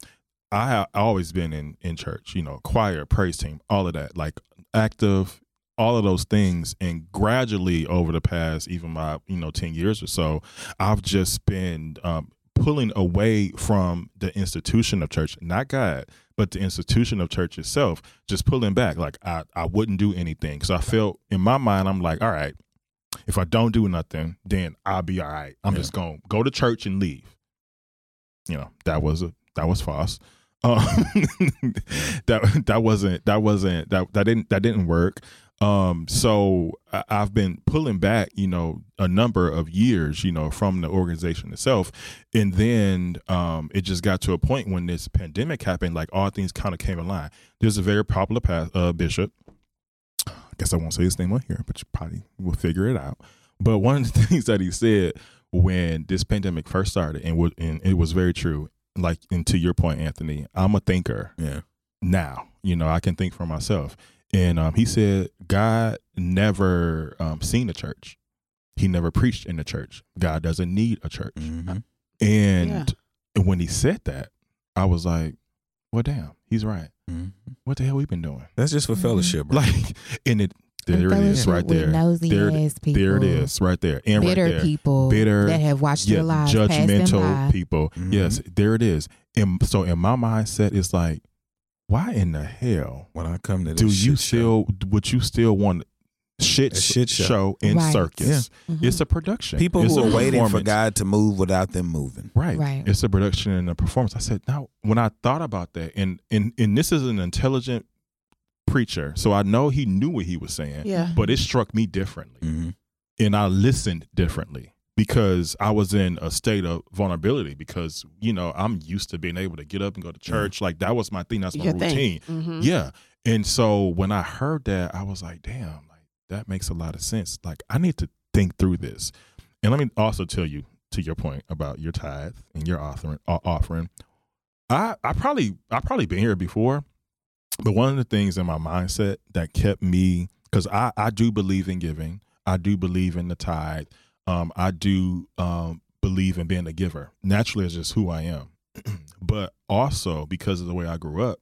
Speaker 4: I have always been in in church. You know, choir, praise team, all of that, like active, all of those things. And gradually over the past, even my you know ten years or so, I've just been um, pulling away from the institution of church, not God, but the institution of church itself, just pulling back. Like I, I wouldn't do anything. So I felt in my mind, I'm like, all right, if I don't do nothing, then I'll be all right. I'm
Speaker 6: Yeah.
Speaker 4: just gonna go to church and leave. You know, that was a that was false. Um, that that wasn't that wasn't that that didn't that didn't work. Um, so I, I've been pulling back, you know, a number of years, you know, from the organization itself, and then um, it just got to a point when this pandemic happened, like all things kind of came in line. There's a very popular pa- uh, bishop. I guess I won't say his name on here, but you probably will figure it out. But one of the things that he said when this pandemic first started, and, wa- and it was very true, like, and to your point, Anthony, I'm a thinker
Speaker 6: yeah.
Speaker 4: now. You know, I can think for myself. And um, he said, God never um, seen a church. He never preached in the church. God doesn't need a church.
Speaker 6: Mhm.
Speaker 4: And when he said that, I was like, well, damn, he's right.
Speaker 6: Mhm.
Speaker 4: What the hell we been doing?
Speaker 6: That's just for
Speaker 5: Mm-hmm.
Speaker 6: fellowship, bro.
Speaker 4: Mm-hmm. Like, and it, there it is right
Speaker 7: With
Speaker 4: there.
Speaker 7: nosy
Speaker 4: There it-
Speaker 7: ass people.
Speaker 4: There it is right there. And
Speaker 7: bitter
Speaker 4: right there.
Speaker 7: people.
Speaker 4: Bitter,
Speaker 7: that have watched
Speaker 4: yeah,
Speaker 7: their lives pass them by.
Speaker 4: judgmental people.
Speaker 6: Mhm.
Speaker 4: Yes, there it is. And so in my mindset, it's like, why in the hell
Speaker 6: when I come to this
Speaker 4: do you
Speaker 6: shit show,
Speaker 4: still would you still want shit,
Speaker 6: A shit
Speaker 4: show,
Speaker 6: show.
Speaker 4: in
Speaker 7: Right.
Speaker 4: circus
Speaker 5: Mm-hmm.
Speaker 4: it's a production
Speaker 6: people
Speaker 4: It's
Speaker 6: who
Speaker 4: a
Speaker 6: are waiting for
Speaker 4: performance.
Speaker 6: God to move without them moving?
Speaker 4: right.
Speaker 7: Right.
Speaker 4: it's a production and a performance i said now when i thought about that and and and this is an intelligent preacher so i know he knew what he was saying
Speaker 5: Yeah.
Speaker 4: but it struck me differently
Speaker 6: Mm-hmm.
Speaker 4: and I listened differently because I was in a state of vulnerability because you know I'm used to being able to get up and go to church like that was my thing that's my
Speaker 5: Mm-hmm. Your thing.
Speaker 4: routine
Speaker 5: Mhm.
Speaker 4: yeah and so when I heard that I was like damn like that makes a lot of sense like I need to think through this and let me also tell you to your point about your tithe and your offering uh, offering I I probably I probably been here before but one of the things in my mindset that kept me, because I, I do believe in giving, I do believe in the tithe, um, I do um, believe in being a giver. Naturally, it's just who I am. but also because of the way I grew up,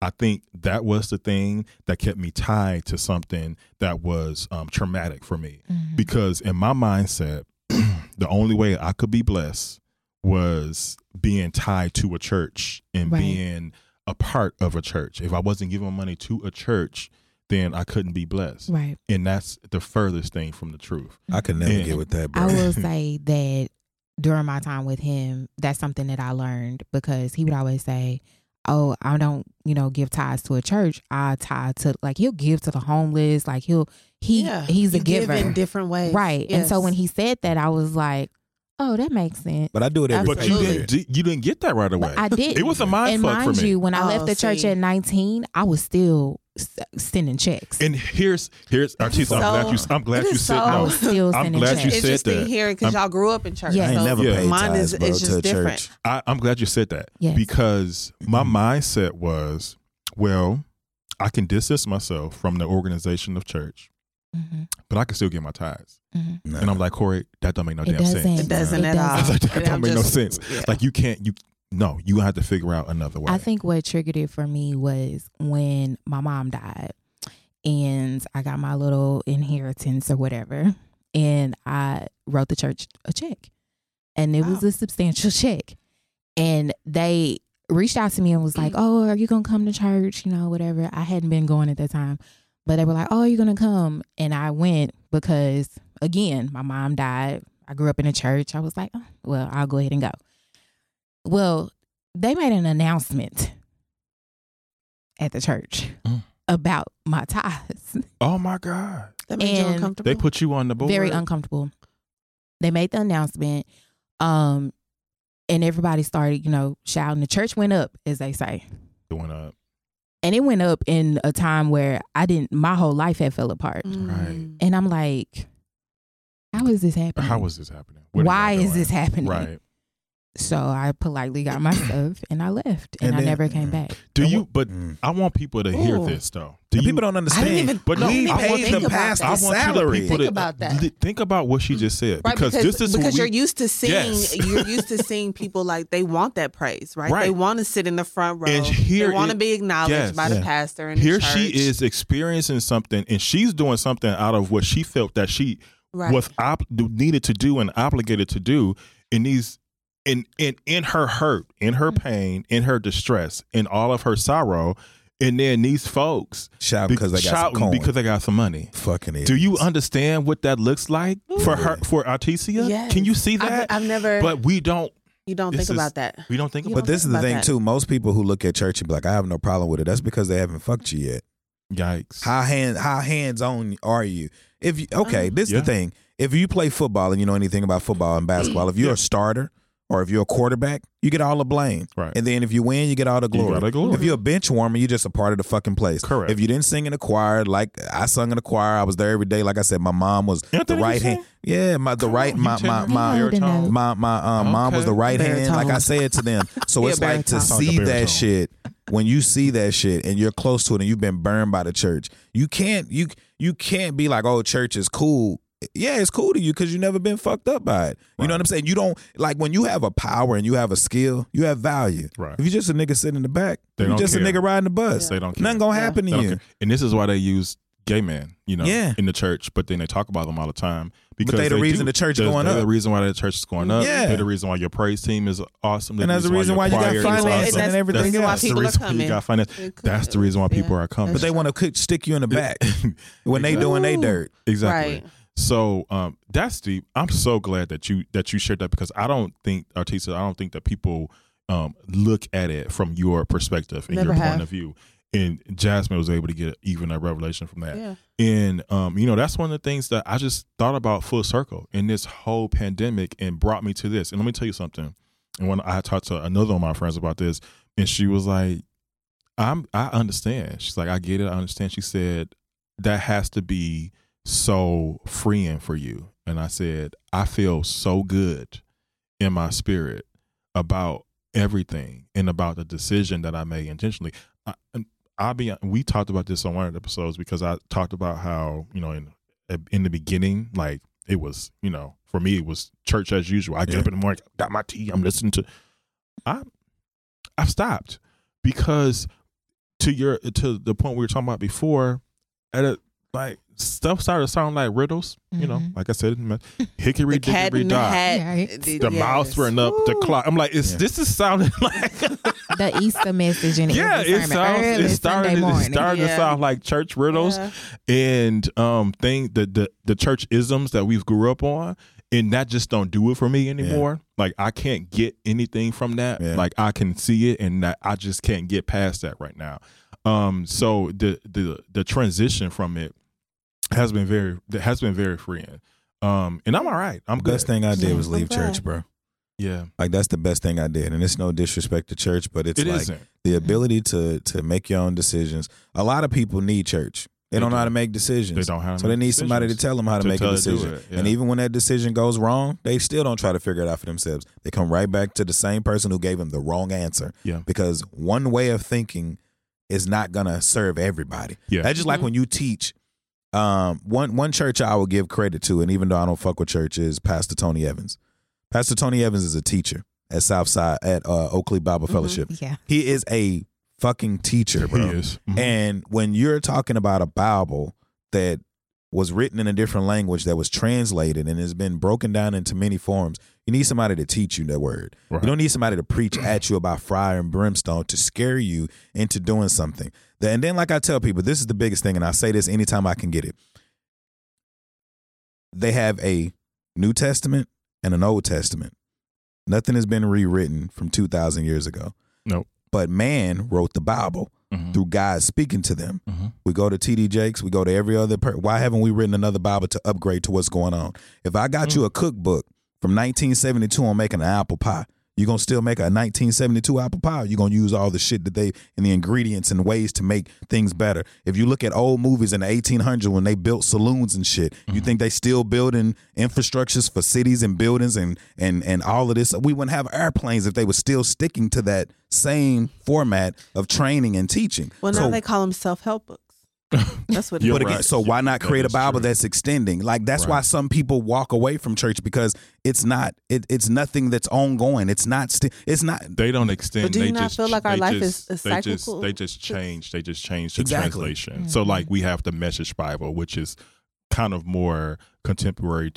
Speaker 4: I think that was the thing that kept me tied to something that was um, traumatic for me. Because in my mindset, the only way I could be blessed was being tied to a church and
Speaker 7: Right.
Speaker 4: being a part of a church. If I wasn't giving money to a church, then I couldn't be blessed.
Speaker 7: Right.
Speaker 4: And that's the furthest thing from the truth.
Speaker 6: I could never
Speaker 4: Yeah.
Speaker 6: get with that, bro.
Speaker 7: I will say that during my time with him, that's something that I learned because he would always say, Oh, I don't, you know, give ties to a church. I tie to like he'll give to the homeless. Like he'll he
Speaker 5: Yeah.
Speaker 7: he's a
Speaker 5: You give
Speaker 7: giver.
Speaker 5: in different ways,
Speaker 7: right. And so
Speaker 5: Yes.
Speaker 7: when he said that, I was like, Oh, that makes sense.
Speaker 6: but I do it every.
Speaker 4: But you
Speaker 5: Absolutely.
Speaker 4: didn't you didn't get that right away.
Speaker 7: But I did
Speaker 4: It was a mind
Speaker 7: and
Speaker 4: fuck
Speaker 7: mind
Speaker 4: for me.
Speaker 7: you, when I
Speaker 5: Oh,
Speaker 7: left the church
Speaker 5: see.
Speaker 7: at 19, I was still s- sending checks.
Speaker 4: and here's here's Artisa,
Speaker 5: So-
Speaker 4: I'm glad you I'm glad you
Speaker 5: it is
Speaker 4: said
Speaker 5: so-
Speaker 7: I
Speaker 4: no.
Speaker 7: was still
Speaker 4: I'm
Speaker 7: sending
Speaker 4: glad
Speaker 7: checks.
Speaker 4: you
Speaker 5: it's
Speaker 4: said
Speaker 5: just
Speaker 4: that.
Speaker 5: in here because y'all grew up in church.
Speaker 7: Yeah.
Speaker 6: I ain't
Speaker 5: so
Speaker 6: never
Speaker 4: Yeah.
Speaker 6: paid
Speaker 5: mine
Speaker 6: tithes,
Speaker 5: is
Speaker 6: bro,
Speaker 5: it's
Speaker 6: to a
Speaker 5: just different.
Speaker 6: church.
Speaker 4: I, I'm glad you said that
Speaker 7: Yes.
Speaker 4: because my mindset was, well, I can distance myself from the organization of church,
Speaker 5: Mm-hmm.
Speaker 7: Mhm,
Speaker 4: but I can still get my tithes.
Speaker 7: mhm.
Speaker 6: Nah.
Speaker 4: And I'm like, Corey, that don't make no
Speaker 7: It
Speaker 4: damn
Speaker 7: doesn't.
Speaker 4: sense.
Speaker 5: It doesn't
Speaker 7: It
Speaker 5: at all.
Speaker 4: I was like, that
Speaker 5: And
Speaker 4: don't
Speaker 5: I'm
Speaker 4: make
Speaker 5: just-
Speaker 4: no sense.
Speaker 5: yeah.
Speaker 4: Like you can't, you no, you have to figure out another way.
Speaker 7: I think what triggered it for me was when my mom died and I got my little inheritance or whatever. And I wrote the church a check. And it was
Speaker 5: Wow.
Speaker 7: a substantial check. And they reached out to me and was like, Oh, are you going to come to church? You know, whatever. I hadn't been going at that time. But they were like, Oh, are you going to come? And I went because, again, my mom died. I grew up in a church. I was like, oh, Well, I'll go ahead and go. Well, they made an announcement at the church
Speaker 4: Mm.
Speaker 7: about my ties.
Speaker 4: oh my God,
Speaker 5: that made you
Speaker 7: and
Speaker 5: uncomfortable.
Speaker 4: they put you on the board.
Speaker 7: Very uncomfortable. They made the announcement, um, and everybody started, you know, shouting. The church went up, as they say,
Speaker 4: Doing up.
Speaker 7: and it went up in a time where I didn't. My whole life had fell apart,
Speaker 5: Mm.
Speaker 7: and I'm like, how is this happening?
Speaker 4: How is this happening? What are
Speaker 7: Mm-hmm. Why
Speaker 4: y'all
Speaker 7: is
Speaker 4: doing?
Speaker 7: this happening?
Speaker 4: Right.
Speaker 7: So I politely got my stuff and I left, and,
Speaker 6: And
Speaker 7: I
Speaker 6: then-
Speaker 7: never came back.
Speaker 4: Do
Speaker 6: And
Speaker 4: you?
Speaker 6: what-
Speaker 4: But
Speaker 6: Mm.
Speaker 4: I want people to hear
Speaker 5: Ooh.
Speaker 4: this though. Do
Speaker 6: And
Speaker 4: you,
Speaker 6: people don't understand.
Speaker 5: even-
Speaker 4: But no,
Speaker 5: I
Speaker 6: we
Speaker 5: didn't even
Speaker 6: paid
Speaker 5: think
Speaker 6: the
Speaker 5: about
Speaker 6: pastor
Speaker 5: that.
Speaker 4: I want you to
Speaker 6: salary.
Speaker 4: people
Speaker 5: Think
Speaker 4: to
Speaker 5: about that.
Speaker 4: li- think about what she just said
Speaker 5: Right,
Speaker 4: because, this is
Speaker 5: because
Speaker 4: what
Speaker 5: you're
Speaker 4: we,
Speaker 5: used to seeing
Speaker 4: Yes.
Speaker 5: you're used to seeing people like they want that praise, right?
Speaker 4: Right.
Speaker 5: They want to sit in the front row.
Speaker 4: And here
Speaker 5: they want to
Speaker 4: it-
Speaker 5: be acknowledged
Speaker 4: yes.
Speaker 5: by the
Speaker 4: Yeah.
Speaker 5: pastor and
Speaker 4: here she is experiencing something and she's doing something out of what she felt that she
Speaker 5: Right.
Speaker 4: was ob- needed to do and obligated to do in these in in in her hurt in her
Speaker 5: Mm-hmm.
Speaker 4: pain in her distress in all of her sorrow and then these folks
Speaker 6: Shout
Speaker 4: be-
Speaker 6: because they got
Speaker 4: shouting
Speaker 6: some corn.
Speaker 4: because they got some money
Speaker 6: fucking it.
Speaker 4: do you understand what that looks like for her for artesia
Speaker 5: Yes.
Speaker 4: can you see
Speaker 5: I've-
Speaker 4: that
Speaker 5: I've never-
Speaker 4: but we don't
Speaker 5: You don't
Speaker 4: This is-
Speaker 5: think about that.
Speaker 4: we don't think
Speaker 5: You
Speaker 4: about that
Speaker 6: But
Speaker 5: don't
Speaker 6: this is the
Speaker 5: about
Speaker 6: thing
Speaker 5: that.
Speaker 6: too. Most people who look at church and be like, "I have no problem with it." That's because they haven't fucked you yet.
Speaker 4: yikes
Speaker 6: How hand how hands on are you? If you, okay, this is
Speaker 4: Um, Yeah.
Speaker 6: the thing. If you play football and you know anything about football and basketball, if you're a starter or if you're a quarterback, you get all the blame.
Speaker 4: Right.
Speaker 6: And then if you win, you get all the
Speaker 4: You
Speaker 6: glory.
Speaker 4: gotta glory.
Speaker 6: If you're a bench warmer, you're just a part of the fucking place.
Speaker 4: Correct.
Speaker 6: If you didn't sing in the choir, like I sung in the choir, I was there every day. Like I said, my mom was
Speaker 4: Anthony,
Speaker 6: the
Speaker 4: you
Speaker 6: right hand.
Speaker 4: sang?
Speaker 6: Yeah, my the
Speaker 4: Come
Speaker 6: right
Speaker 4: on, you
Speaker 6: my
Speaker 4: tell
Speaker 6: my
Speaker 4: me.
Speaker 6: my
Speaker 7: You know the
Speaker 6: my my um, mom was
Speaker 4: Okay.
Speaker 6: the right hand.
Speaker 5: Baritone.
Speaker 6: Like I said to them, so
Speaker 5: Be a
Speaker 6: it's like to
Speaker 5: baritone.
Speaker 6: see
Speaker 4: Like a baritone.
Speaker 6: that shit when you see that shit and you're close to it and you've been burned by the church. You can't you you can't be like, oh, church is cool. Yeah, it's cool to you because you never been fucked up by it. You know what I'm saying? You don't like when you have a power and you have a skill, you have value.
Speaker 4: Right.
Speaker 6: If you're just a nigga sitting in the back,
Speaker 4: They
Speaker 6: you're
Speaker 4: don't
Speaker 6: just a
Speaker 4: care.
Speaker 6: nigga riding the bus.
Speaker 4: They don't care.
Speaker 6: Nothing gonna
Speaker 5: Yeah.
Speaker 6: happen
Speaker 4: They
Speaker 6: to
Speaker 4: don't
Speaker 6: you.
Speaker 4: care. And this is why they use gay men, you know,
Speaker 6: Yeah.
Speaker 4: in the church, but then they talk about them all the time. Because
Speaker 6: they the reason
Speaker 4: do-
Speaker 6: the church
Speaker 4: they're-
Speaker 6: going
Speaker 4: they're
Speaker 6: up.
Speaker 4: The reason why the church is going up.
Speaker 6: Yeah.
Speaker 4: They're the reason why your praise team is awesome. They're
Speaker 6: And that's the reason why you got
Speaker 4: your choir is
Speaker 5: finances
Speaker 4: awesome.
Speaker 5: and
Speaker 4: That's-
Speaker 6: everything
Speaker 4: that's,
Speaker 6: else.
Speaker 4: That's the
Speaker 5: People are
Speaker 4: reason why you
Speaker 5: coming.
Speaker 4: got finance.
Speaker 5: It could-
Speaker 4: That's the reason why people
Speaker 5: yeah,
Speaker 4: are coming.
Speaker 6: But they want to stick you in the back when they doing they dirt.
Speaker 4: Exactly.
Speaker 5: Right.
Speaker 4: So um, that's deep. I'm so glad that you that you shared that because I don't think Artisa, I don't think that people um, look at it from your perspective and
Speaker 5: Never
Speaker 4: your
Speaker 5: have.
Speaker 4: point of view. And Jasmine was able to get even a revelation from that.
Speaker 5: Yeah.
Speaker 4: And um, you know, that's one of the things that I just thought about full circle in this whole pandemic and brought me to this. And let me tell you something. And when I talked to another of my friends about this, and she was like, I'm I understand. She's like, I get it, I understand. She said, That has to be so freeing for you. And I said, I feel so good in my spirit about everything and about the decision that I made intentionally. I, and I'll be. We talked about this on one of the episodes because I talked about how you know in in the beginning, like it was you know for me it was church as usual. I get
Speaker 6: Yeah.
Speaker 4: up in the morning, got my tea, I'm listening to. I I've stopped because to your to the point we were talking about before, at a, like stuff started sounding like riddles. You know,
Speaker 7: Mhm.
Speaker 4: like I said, in the- hickory
Speaker 5: Mm-hmm. The cat
Speaker 4: dickory
Speaker 5: in the
Speaker 4: dock
Speaker 5: hat.
Speaker 7: Right.
Speaker 4: the mouse running up the clock. I'm like, it's
Speaker 6: Yeah.
Speaker 4: this is sounding like
Speaker 7: The Easter message in
Speaker 4: yeah,
Speaker 7: every
Speaker 4: it
Speaker 7: sermon
Speaker 4: sounds
Speaker 7: early
Speaker 4: it started
Speaker 7: Sunday
Speaker 4: it
Speaker 7: morning.
Speaker 4: started to
Speaker 5: Yeah.
Speaker 4: sound like church riddles
Speaker 5: Yeah.
Speaker 4: and um thing the, the the church isms that we've grew up on and that just don't do it for me anymore. Like I can't get anything from that.
Speaker 6: Yeah.
Speaker 4: Like I can see it and that I just can't get past that right now. Um so the the the transition from it has been very has been very freeing. Um and I'm all right. I'm good.
Speaker 6: Best thing I did was
Speaker 5: I'm
Speaker 6: leave
Speaker 5: glad.
Speaker 6: church, bro.
Speaker 4: Yeah.
Speaker 6: Like that's the best thing I did, and it's no disrespect to church, but it's
Speaker 4: It
Speaker 6: like
Speaker 4: isn't.
Speaker 6: the ability to to make your own decisions. A lot of people need church. They,
Speaker 4: They
Speaker 6: don't know how
Speaker 4: do.
Speaker 6: to make decisions.
Speaker 4: They don't have
Speaker 6: so they need somebody to tell them how to,
Speaker 4: To
Speaker 6: make a
Speaker 4: tell- do
Speaker 6: decision.
Speaker 4: it, yeah.
Speaker 6: And even when that decision goes wrong, they still don't try to figure it out for themselves. They come right back to the same person who gave them the wrong answer.
Speaker 4: Yeah.
Speaker 6: Because one way of thinking is not gonna serve everybody.
Speaker 4: Yeah.
Speaker 6: That's just like when you teach. Um, one one church I will give credit to, and even though I don't fuck with church, is Pastor Tony Evans. Pastor Tony Evans is a teacher at Southside at uh, Oakley Bible Fellowship.
Speaker 7: Yeah.
Speaker 6: He is a fucking teacher, bro.
Speaker 4: He is. Mhm.
Speaker 6: And when you're talking about a Bible that was written in a different language that was translated and has been broken down into many forms, you need somebody to teach you that word.
Speaker 4: Right.
Speaker 6: You don't need somebody to preach at you about fire and brimstone to scare you into doing something. The- And then, like I tell people, this is the biggest thing, and I say this anytime I can get it. They have a New Testament and an Old Testament. Nothing has been rewritten from 2,000 years ago.
Speaker 4: Nope.
Speaker 6: But man wrote the Bible
Speaker 4: Mhm.
Speaker 6: through God speaking to them.
Speaker 4: Mhm.
Speaker 6: We go to TD Jakes, we go to every other per- why haven't we written another Bible to upgrade to what's going on? If I got you a cookbook from 1972 on making an apple pie, You're gonna still make a 1972 apple pie. You're gonna use all the shit that they and the ingredients and ways to make things better. If you look at old movies in the 1800s when they built saloons and shit, you think they still building infrastructures for cities and buildings and and and all of this? We wouldn't have airplanes if they were still sticking to that same format of training and teaching.
Speaker 5: Well, now
Speaker 6: So-
Speaker 5: they call them self help books. That's what.
Speaker 4: Yeah,
Speaker 5: it
Speaker 6: but
Speaker 5: is.
Speaker 6: again,
Speaker 4: right.
Speaker 6: so why not
Speaker 4: That
Speaker 6: create a
Speaker 4: is
Speaker 6: Bible
Speaker 4: true.
Speaker 6: that's extending? Like that's why
Speaker 4: Right.
Speaker 6: some people walk away from church because it's not it, it's nothing that's ongoing. It's not st- it's not
Speaker 4: They don't extend.
Speaker 5: But do you
Speaker 4: they
Speaker 5: not
Speaker 4: just,
Speaker 5: feel like our
Speaker 4: they
Speaker 5: life
Speaker 4: just-
Speaker 5: is- is
Speaker 4: they just,
Speaker 5: cyclical? Mm-hmm.
Speaker 4: they just change. They just change the
Speaker 6: Exactly.
Speaker 4: translation. So like we have the Message Bible, which is kind of more contemporary,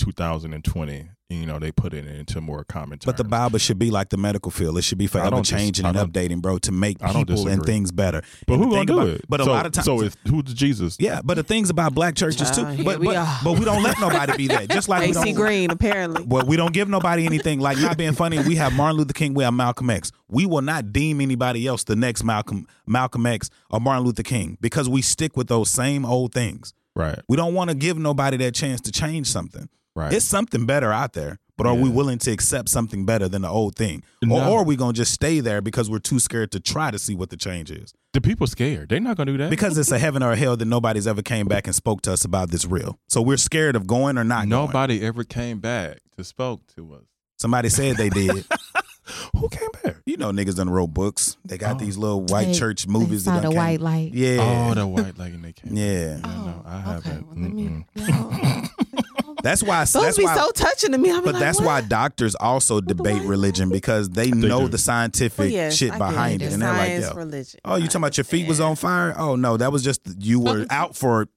Speaker 4: 2020. You know, they put it into more common terms.
Speaker 6: but the Bible should be like the medical field. It should be forever
Speaker 4: don't dis-
Speaker 6: changing
Speaker 4: I
Speaker 6: and
Speaker 4: don't-
Speaker 6: updating, bro, to make
Speaker 4: I don't
Speaker 6: people and
Speaker 4: disagree.
Speaker 6: things better.
Speaker 4: But
Speaker 6: And
Speaker 4: who
Speaker 6: the
Speaker 4: gonna
Speaker 6: thing
Speaker 4: do
Speaker 6: about-
Speaker 4: it?
Speaker 6: But a
Speaker 4: So-
Speaker 6: lot of times
Speaker 4: So if who's Jesus?
Speaker 6: Yeah, but the things about black churches too.
Speaker 5: Child, Uh, here
Speaker 6: but
Speaker 5: we
Speaker 6: but,
Speaker 5: are.
Speaker 6: but we don't let nobody be that. Just like we
Speaker 5: AC
Speaker 6: don't,
Speaker 5: Green apparently.
Speaker 6: Well, we don't give nobody anything. Like not being funny, we have Martin Luther King, we have Malcolm X. We will not deem anybody else the next Malcolm Malcolm X or Martin Luther King because we stick with those same old things.
Speaker 4: Right.
Speaker 6: We don't want to give nobody that chance to change something.
Speaker 4: Right.
Speaker 6: It's something better out there, but are we willing to accept something better than the old thing? Or,
Speaker 4: No.
Speaker 6: or are we going to just stay there because we're too scared to try to see what the change is?
Speaker 4: the people scared. They're not gonna do that.
Speaker 6: Because it's a heaven or a hell that nobody's ever came back and spoke to us about this real. So we're scared of going or not going.
Speaker 4: nobody ever came back to spoke to us.
Speaker 6: Somebody said they did.
Speaker 4: Who came back?
Speaker 6: You know, niggas done wrote books. They got
Speaker 4: Oh.
Speaker 6: these little white
Speaker 7: They-
Speaker 6: church movies
Speaker 7: they saw
Speaker 6: that
Speaker 7: the
Speaker 6: done
Speaker 7: white
Speaker 6: came.
Speaker 7: light.
Speaker 6: Yeah.
Speaker 4: Oh, the white lady. They came.
Speaker 6: yeah.
Speaker 4: Yeah, no, I
Speaker 5: Oh, okay.
Speaker 4: haven't.
Speaker 5: Well, let me,
Speaker 4: Mm-mm.
Speaker 5: no.
Speaker 6: That's why.
Speaker 5: Those
Speaker 6: That's
Speaker 5: be
Speaker 6: why.
Speaker 5: so touching to me. I'm
Speaker 6: but
Speaker 5: like,
Speaker 6: that's
Speaker 5: what?
Speaker 6: why doctors also debate
Speaker 5: white
Speaker 6: religion because they, know
Speaker 4: do.
Speaker 6: the scientific
Speaker 5: Well, Oh, yes,
Speaker 6: shit
Speaker 5: I get
Speaker 6: behind
Speaker 7: it.
Speaker 6: it, and they're like,
Speaker 5: Science,
Speaker 6: "Yo,
Speaker 5: religion.
Speaker 6: oh, you talking about your feet was on fire? Oh no, that was just you were out for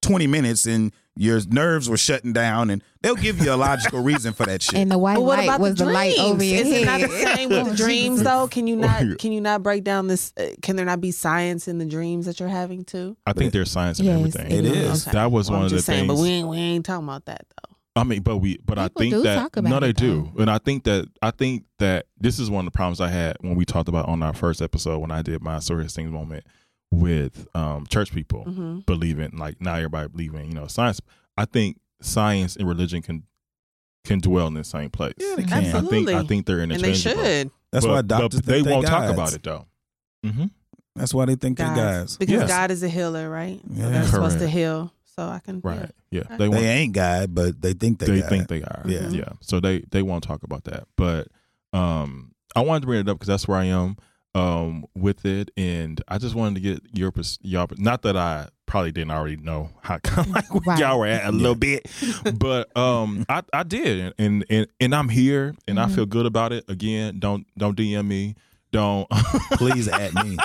Speaker 6: twenty minutes and your nerves were shutting down, and they'll give you a logical reason for that shit.
Speaker 7: And the white
Speaker 5: But what
Speaker 7: light
Speaker 5: about
Speaker 7: was
Speaker 5: the
Speaker 7: the,
Speaker 5: dreams?
Speaker 7: light over your
Speaker 5: Is
Speaker 7: head.
Speaker 5: it not the same with
Speaker 7: Oh,
Speaker 5: the dreams
Speaker 7: Jesus.
Speaker 5: though? Can you
Speaker 4: Oh,
Speaker 5: not? Can you not break down this? Uh, can there not be science in the dreams that you're having too?
Speaker 4: I think there's science in
Speaker 7: Yes,
Speaker 4: everything.
Speaker 7: it
Speaker 6: It is.
Speaker 5: Okay.
Speaker 4: That was
Speaker 5: Well,
Speaker 4: one
Speaker 5: I'm
Speaker 4: of the
Speaker 5: just saying,
Speaker 4: things.
Speaker 5: But we ain't we ain't talking about that though.
Speaker 4: I mean, but we, but I
Speaker 7: People
Speaker 4: think
Speaker 7: do
Speaker 4: that
Speaker 7: talk
Speaker 4: no,
Speaker 7: about
Speaker 4: they
Speaker 7: it,
Speaker 4: do, and I think that I think that this is one of the problems I had when we talked about on our first episode when I did my serious things moment with um, church people
Speaker 5: Mhm.
Speaker 4: believing, like now everybody believing, you know, science. I think science and religion can can dwell in the same place.
Speaker 6: Yeah,
Speaker 4: I
Speaker 6: they can.
Speaker 4: think- I
Speaker 5: Absolutely.
Speaker 4: think they're
Speaker 5: And they
Speaker 4: interchangeable.
Speaker 5: should.
Speaker 6: that's
Speaker 4: But-
Speaker 6: why
Speaker 4: but
Speaker 6: doctors
Speaker 4: they
Speaker 6: think they
Speaker 4: won't talk
Speaker 6: gods.
Speaker 4: about it though. Mm-hmm.
Speaker 6: That's why they think they're
Speaker 5: Guys.
Speaker 6: guys.
Speaker 5: Because
Speaker 4: Yes.
Speaker 5: God is a healer, right? So
Speaker 6: Yeah.
Speaker 5: they're supposed to
Speaker 4: Correct.
Speaker 5: heal. So I can. yeah.
Speaker 4: Right. Yeah.
Speaker 5: Okay.
Speaker 4: They, won't,
Speaker 6: They
Speaker 4: they,
Speaker 6: ain't God, but they think they. God.
Speaker 4: think they are.
Speaker 5: Mm-hmm.
Speaker 6: Yeah.
Speaker 4: Yeah. So they they won't talk about that. But um I wanted to bring it up cuz that's where I am um with it and I just wanted to get your pers- y'all not that I probably didn't already know how kind of like where
Speaker 7: Right.
Speaker 4: y'all were at a little bit. But um I I did and and and I'm here and I feel
Speaker 5: Mm-hmm.
Speaker 4: good about it. Again, don't don't DM me. Don't
Speaker 6: Please at me.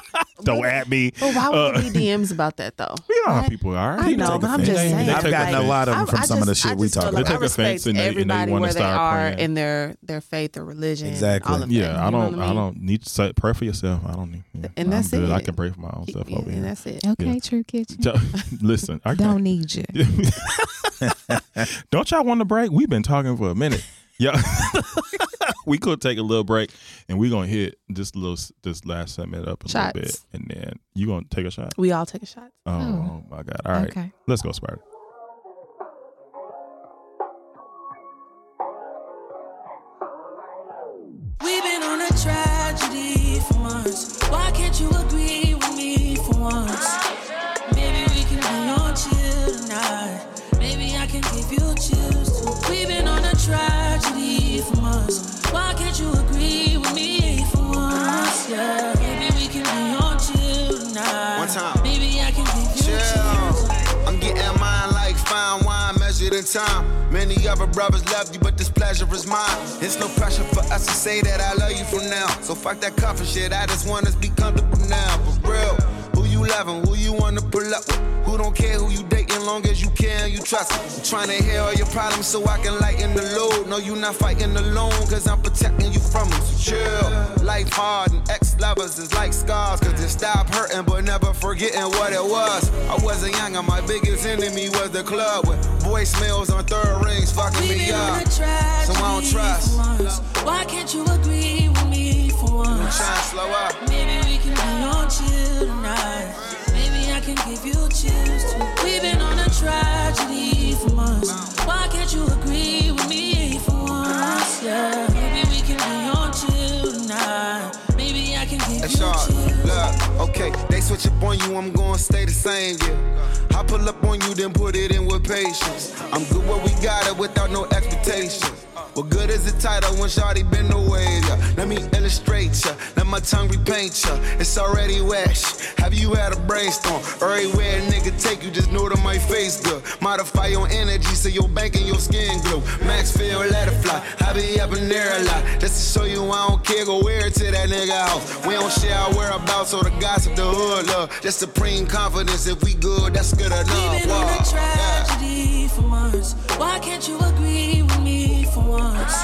Speaker 4: don't at me.
Speaker 5: But why would
Speaker 4: Uh,
Speaker 5: there be DMs about that though?
Speaker 4: You know how people are.
Speaker 5: I
Speaker 4: People
Speaker 5: know,
Speaker 4: take
Speaker 5: but I'm just
Speaker 4: offense.
Speaker 5: saying,
Speaker 4: They
Speaker 6: I've
Speaker 4: take
Speaker 6: gotten a
Speaker 4: offense.
Speaker 6: lot of
Speaker 5: I-
Speaker 6: them from
Speaker 5: I
Speaker 6: some of the
Speaker 5: just- I
Speaker 6: shit we
Speaker 5: just
Speaker 6: talk
Speaker 5: feel
Speaker 6: about.
Speaker 4: They
Speaker 5: Like, I
Speaker 4: take offense
Speaker 5: respect
Speaker 4: and they- and they
Speaker 5: everybody
Speaker 4: wanna
Speaker 5: where they
Speaker 4: start
Speaker 5: are
Speaker 4: praying.
Speaker 5: in their their faith or religion. and
Speaker 6: Exactly.
Speaker 5: all of that,
Speaker 4: Yeah, I
Speaker 5: you know
Speaker 4: don't.
Speaker 5: what
Speaker 4: I,
Speaker 5: mean?
Speaker 4: don't need to say pray for yourself. I don't need. yeah,
Speaker 5: And
Speaker 4: I'm
Speaker 5: that's
Speaker 4: good. I
Speaker 5: it.
Speaker 4: can pray for my own stuff
Speaker 5: Yeah,
Speaker 4: over
Speaker 5: and
Speaker 4: here.
Speaker 5: that's it.
Speaker 7: Okay,
Speaker 4: Yeah.
Speaker 7: True Kitchen.
Speaker 4: So- Listen, I
Speaker 7: Don't need you.
Speaker 4: don't y'all want to break? We've been talking for a minute. Yeah, we could take a little break, and we're gonna hit this little s- this last segment up a
Speaker 5: Shots.
Speaker 4: little bit, and then you gonna take a shot.
Speaker 5: We all take a shot.
Speaker 4: Oh,
Speaker 7: Oh.
Speaker 4: my god! All right,
Speaker 7: Okay.
Speaker 4: let's go, Spider.
Speaker 8: We've been on a tragedy for months. Why can't you agree with me for once? Maybe we can be on chill tonight. Maybe I can give you chills. too. We've been on a tragedy for months. Why can't you agree with me for once? Yeah. Maybe we can be on chill tonight.
Speaker 9: One time.
Speaker 8: Maybe I can give you chills.
Speaker 9: Chill. I'm getting mine like fine wine measured in time. Many other brothers love you, but this pleasure is mine. It's no pressure for us to say that I love you from now. So fuck that comfort shit. I just want us to be comfortable now. For real. Who you loving? Who you wanna pull up with? Who don't care who you dating long as you can, you trust. I'm trying to hear all your problems so I can lighten the load. No, you not fighting alone, cause I'm protecting you from them. So chill. Life hard and ex lovers is like scars, cause they stop hurting but never forgetting what it was. I wasn't young and my biggest enemy was the club with voicemails on third rings fucking
Speaker 8: We've
Speaker 9: me
Speaker 8: been on a
Speaker 9: up. So
Speaker 8: tragedy
Speaker 9: I don't trust.
Speaker 8: for once. Why can't you agree with me for once?
Speaker 9: Try and slow up.
Speaker 8: Maybe we can be on chill tonight. Maybe I can give you chills too. We've been on a tragedy for months. Why can't you agree with me for once? Yeah. Maybe we can be on chill
Speaker 9: switch up on you, I'm gonna stay the same, yeah. I pull up on you, then put it in with patience. I'm good where we got it without no expectations. What good is a title when Shawty been away? Yeah. Let me illustrate ya. Let my tongue repaint ya. It's already wet. Have you had a brainstorm? Everywhere a nigga take you, just know that my face good. Modify your energy so your bank and your skin glow. Max feel, let it fly. I be up in there a lot. Just to show you I don't care, go wear it to that nigga house. We don't share our whereabouts or the gossip, the hood love. Just supreme confidence. If we good, that's good enough.
Speaker 8: We've been on
Speaker 9: Wow.
Speaker 8: a
Speaker 9: Yeah.
Speaker 8: tragedy for months. Why can't you agree with me for once?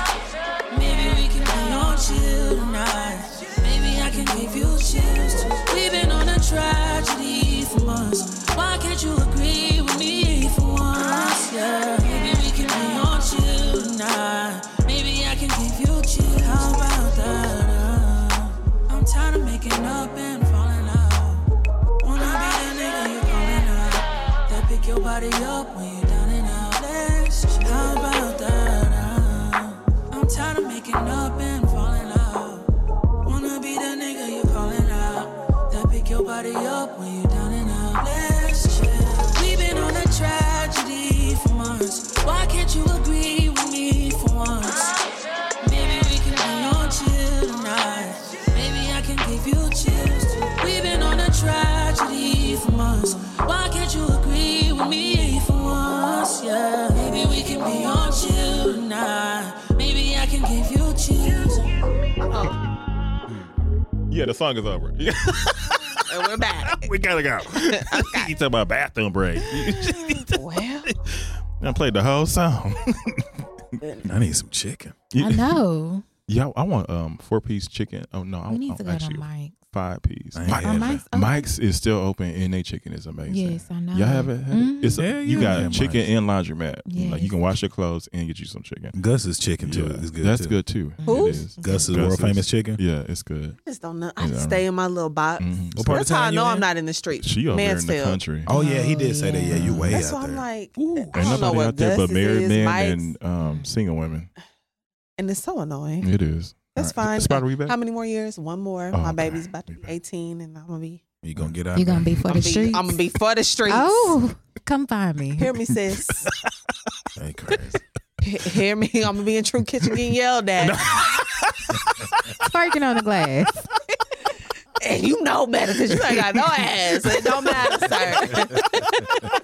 Speaker 8: Maybe we can be on chill tonight. Maybe I can give you chills. too. We've been on a tragedy for months. Why can't you agree with me for once? Yeah. Maybe we can be on chill tonight. Maybe I can give you chills. How about that? I'm tired of making up and falling out. Wanna be that nigga you calling out that pick your body up when you're down and out. Let's how about that? Uh, I'm tired of making up and falling out. Wanna be the nigga you're calling out that pick your body up when you're down and out. Let's chill. We've been on a tragedy for months. Why can't you agree with me for once? Maybe we can be on chill tonight. Maybe I can give you chills. We've been on a tragedy for months. Why can't you agree with me for once? Yeah. Maybe we can be on chill tonight. Maybe I can give you chills.
Speaker 4: Yeah, the song is over.
Speaker 5: And we're back.
Speaker 4: we gotta go. you talking about bathroom break?
Speaker 5: well,
Speaker 4: I played the whole song.
Speaker 6: I need some chicken.
Speaker 7: I know.
Speaker 4: Yeah, I want um four piece chicken. Oh no, I
Speaker 7: We need
Speaker 4: I-
Speaker 7: to go
Speaker 4: actually
Speaker 7: to Mike's.
Speaker 4: five piece.
Speaker 6: I ain't
Speaker 4: Mike-
Speaker 6: had
Speaker 7: Oh,
Speaker 6: it.
Speaker 7: Mike's. open.
Speaker 4: Mike's is still open and their chicken is amazing.
Speaker 7: Yes, I know.
Speaker 4: Y'all haven't had
Speaker 7: Mhm.
Speaker 4: it. It's
Speaker 6: Yeah,
Speaker 4: you
Speaker 6: Mm-hmm. yeah,
Speaker 4: got
Speaker 6: yeah,
Speaker 4: chicken
Speaker 6: Mike's.
Speaker 4: and laundromat. Like you
Speaker 7: Yes.
Speaker 4: can wash your clothes and get you some chicken.
Speaker 6: Gus's chicken too. is good.
Speaker 4: That's
Speaker 6: too.
Speaker 4: good too.
Speaker 5: Who?
Speaker 4: It is.
Speaker 6: Gus's
Speaker 4: Gus's.
Speaker 6: world famous chicken.
Speaker 4: Yeah, it's good.
Speaker 5: I just don't know. I
Speaker 4: Yeah.
Speaker 5: stay in my little box.
Speaker 4: Mhm.
Speaker 6: What part
Speaker 5: That's
Speaker 6: of
Speaker 5: how
Speaker 6: town
Speaker 5: I
Speaker 6: you
Speaker 5: know I'm
Speaker 6: in?
Speaker 5: not in the street.
Speaker 4: She over there in the
Speaker 5: Mansfield.
Speaker 4: country.
Speaker 6: Oh yeah, he
Speaker 7: Oh,
Speaker 6: did say that. Yeah,
Speaker 7: yeah.
Speaker 6: you way
Speaker 5: That's
Speaker 6: out
Speaker 5: why I'm
Speaker 6: there.
Speaker 5: like,
Speaker 6: Ooh.
Speaker 5: I
Speaker 4: Ain't
Speaker 5: don't know
Speaker 4: nobody
Speaker 5: what
Speaker 4: out there but
Speaker 5: Gus's
Speaker 4: married
Speaker 5: is,
Speaker 4: men
Speaker 5: Mike's.
Speaker 4: and um, single women.
Speaker 5: and it's so annoying.
Speaker 4: It is.
Speaker 5: That's
Speaker 4: All
Speaker 5: fine.
Speaker 4: Spider, we back?
Speaker 5: How many more years? One more.
Speaker 4: Oh,
Speaker 5: my
Speaker 4: okay.
Speaker 5: baby's about to
Speaker 4: We
Speaker 5: be
Speaker 4: back.
Speaker 5: 18, and I'm gonna be.
Speaker 6: You gonna get out?
Speaker 7: You're Mm-hmm. gonna
Speaker 6: there.
Speaker 7: be for
Speaker 5: I'm
Speaker 7: the
Speaker 5: gonna be,
Speaker 7: streets.
Speaker 5: I'm gonna be for the streets.
Speaker 7: Oh, come find me.
Speaker 5: hear me, sis.
Speaker 6: Ain't crazy.
Speaker 5: He- hear me. I'm gonna be in True Kitchen getting yelled at,
Speaker 7: Twerking on the glass.
Speaker 5: and you know better because you ain't got no ass. It don't matter, sir.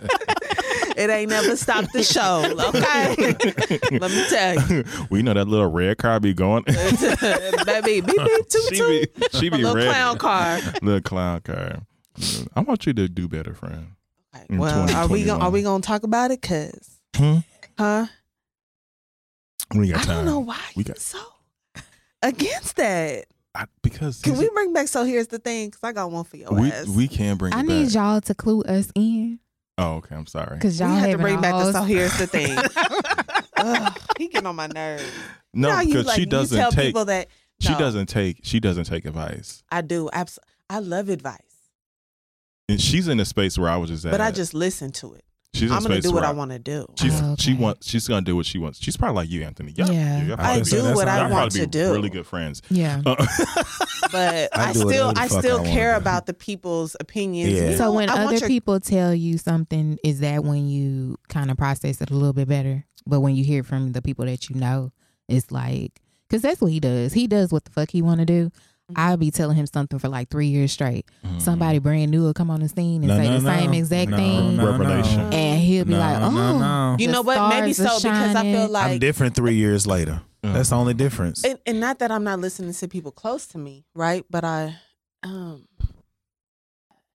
Speaker 5: it ain't never stopped the show. Okay, let me tell you,
Speaker 4: we know that little red car be going.
Speaker 5: baby. Beep beep toot
Speaker 4: she
Speaker 5: toot.
Speaker 4: be, she
Speaker 5: My
Speaker 4: be
Speaker 5: little
Speaker 4: ready.
Speaker 5: clown car.
Speaker 4: Little clown car. I want you to do better, friend.
Speaker 5: Like,
Speaker 4: In
Speaker 5: well, are we gonna
Speaker 4: 2021.
Speaker 5: are we gonna talk about it? Cause,
Speaker 4: Hmm?
Speaker 5: huh?
Speaker 4: We got
Speaker 5: I
Speaker 4: time.
Speaker 5: don't know why
Speaker 4: We
Speaker 5: we
Speaker 4: got-
Speaker 5: so against that.
Speaker 4: I, because
Speaker 5: Can
Speaker 4: these-
Speaker 5: we bring back? So here's the thing, because I got one for your
Speaker 4: we,
Speaker 5: ass.
Speaker 4: we can bring.
Speaker 7: I
Speaker 4: it
Speaker 7: need
Speaker 4: back.
Speaker 7: y'all to clue us in
Speaker 4: Oh, okay. I'm sorry.
Speaker 7: because y'all
Speaker 5: we have to
Speaker 7: having
Speaker 5: bring
Speaker 7: a
Speaker 5: back
Speaker 7: whole-
Speaker 5: the. So here's the thing. Ugh, he getting on my nerves.
Speaker 4: No,
Speaker 5: Now you,
Speaker 4: because
Speaker 5: like,
Speaker 4: she
Speaker 5: you
Speaker 4: doesn't
Speaker 5: tell
Speaker 4: take.
Speaker 5: people that
Speaker 4: She
Speaker 5: No,
Speaker 4: doesn't take. She doesn't take advice,
Speaker 5: I do. Abs- I love advice,
Speaker 4: and she's in a space where I was just at.
Speaker 5: but I just listen to it.
Speaker 4: She's in a
Speaker 5: I'm gonna
Speaker 4: space
Speaker 5: do what
Speaker 4: where
Speaker 5: I want to do.
Speaker 4: She's
Speaker 7: Oh,
Speaker 4: she
Speaker 7: okay.
Speaker 4: wants. She's gonna do what she wants. She's probably like you, Anthony. Y'all,
Speaker 7: Yeah.
Speaker 4: y'all
Speaker 6: I
Speaker 4: probably
Speaker 6: do what I
Speaker 4: y'all
Speaker 5: want
Speaker 4: probably
Speaker 5: to
Speaker 4: be
Speaker 5: do.
Speaker 4: Really good friends.
Speaker 7: Yeah.
Speaker 6: Oh,
Speaker 4: Uh,
Speaker 5: but
Speaker 6: I
Speaker 5: I,
Speaker 6: do whatever
Speaker 5: still,
Speaker 6: the
Speaker 5: I
Speaker 6: fuck I
Speaker 5: still
Speaker 6: wanna
Speaker 5: care
Speaker 6: do.
Speaker 5: about the people's opinions.
Speaker 6: Yeah.
Speaker 5: You
Speaker 7: So
Speaker 5: know,
Speaker 7: when
Speaker 5: I want
Speaker 7: other
Speaker 5: your-
Speaker 7: people tell you something, is that when you kind of process it a little bit better? But when you hear from the people that you know, it's like because that's what he does. He does what the fuck he want to do.
Speaker 5: Mm-hmm.
Speaker 7: I'll be telling him something for like three years straight. Somebody brand new will come on the scene and
Speaker 6: Mm-hmm. No,
Speaker 7: say
Speaker 6: no,
Speaker 7: the same
Speaker 6: no.
Speaker 7: exact
Speaker 6: No,
Speaker 7: thing,
Speaker 6: no, no.
Speaker 4: Revelation.
Speaker 7: and he'll be
Speaker 6: No,
Speaker 7: like,
Speaker 6: no,
Speaker 7: "Oh,
Speaker 6: no.
Speaker 5: you
Speaker 7: the
Speaker 5: know what? Maybe so
Speaker 7: stars are
Speaker 5: because I feel
Speaker 7: shining."
Speaker 5: like
Speaker 6: I'm different three years later. That's the only difference.
Speaker 5: and, and not that I'm not listening to people close to me, right? But I, um,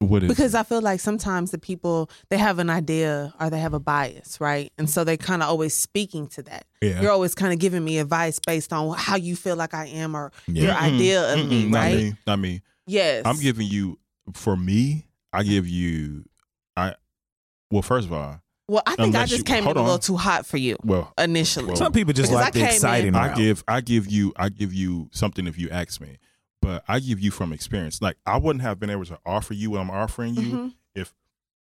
Speaker 4: what is
Speaker 5: because I feel like sometimes the people they have an idea or they have a bias, right? And so they kind of always speaking to that.
Speaker 6: Yeah.
Speaker 5: You're always kind of giving me advice based on how you feel like I am or
Speaker 6: Yeah.
Speaker 5: your idea of me,
Speaker 4: Mm-mm, not
Speaker 5: right?
Speaker 4: me, Not me.
Speaker 5: Yes,
Speaker 4: I'm giving you. For me, I give you. I. Well, first of all,
Speaker 5: Well, I think I
Speaker 4: Unless
Speaker 5: just
Speaker 4: you-
Speaker 5: came in
Speaker 4: hold
Speaker 5: a little
Speaker 4: on.
Speaker 5: too hot for you
Speaker 4: well,
Speaker 5: initially.
Speaker 4: Well,
Speaker 6: Some people just
Speaker 5: Because
Speaker 6: like
Speaker 5: I
Speaker 6: the
Speaker 5: came
Speaker 6: exciting.
Speaker 5: in-
Speaker 4: I
Speaker 6: route.
Speaker 4: give I give you I give you something if you ask me, but I give you from experience. Like I wouldn't have been able to offer you what I'm offering you
Speaker 5: Mhm.
Speaker 4: if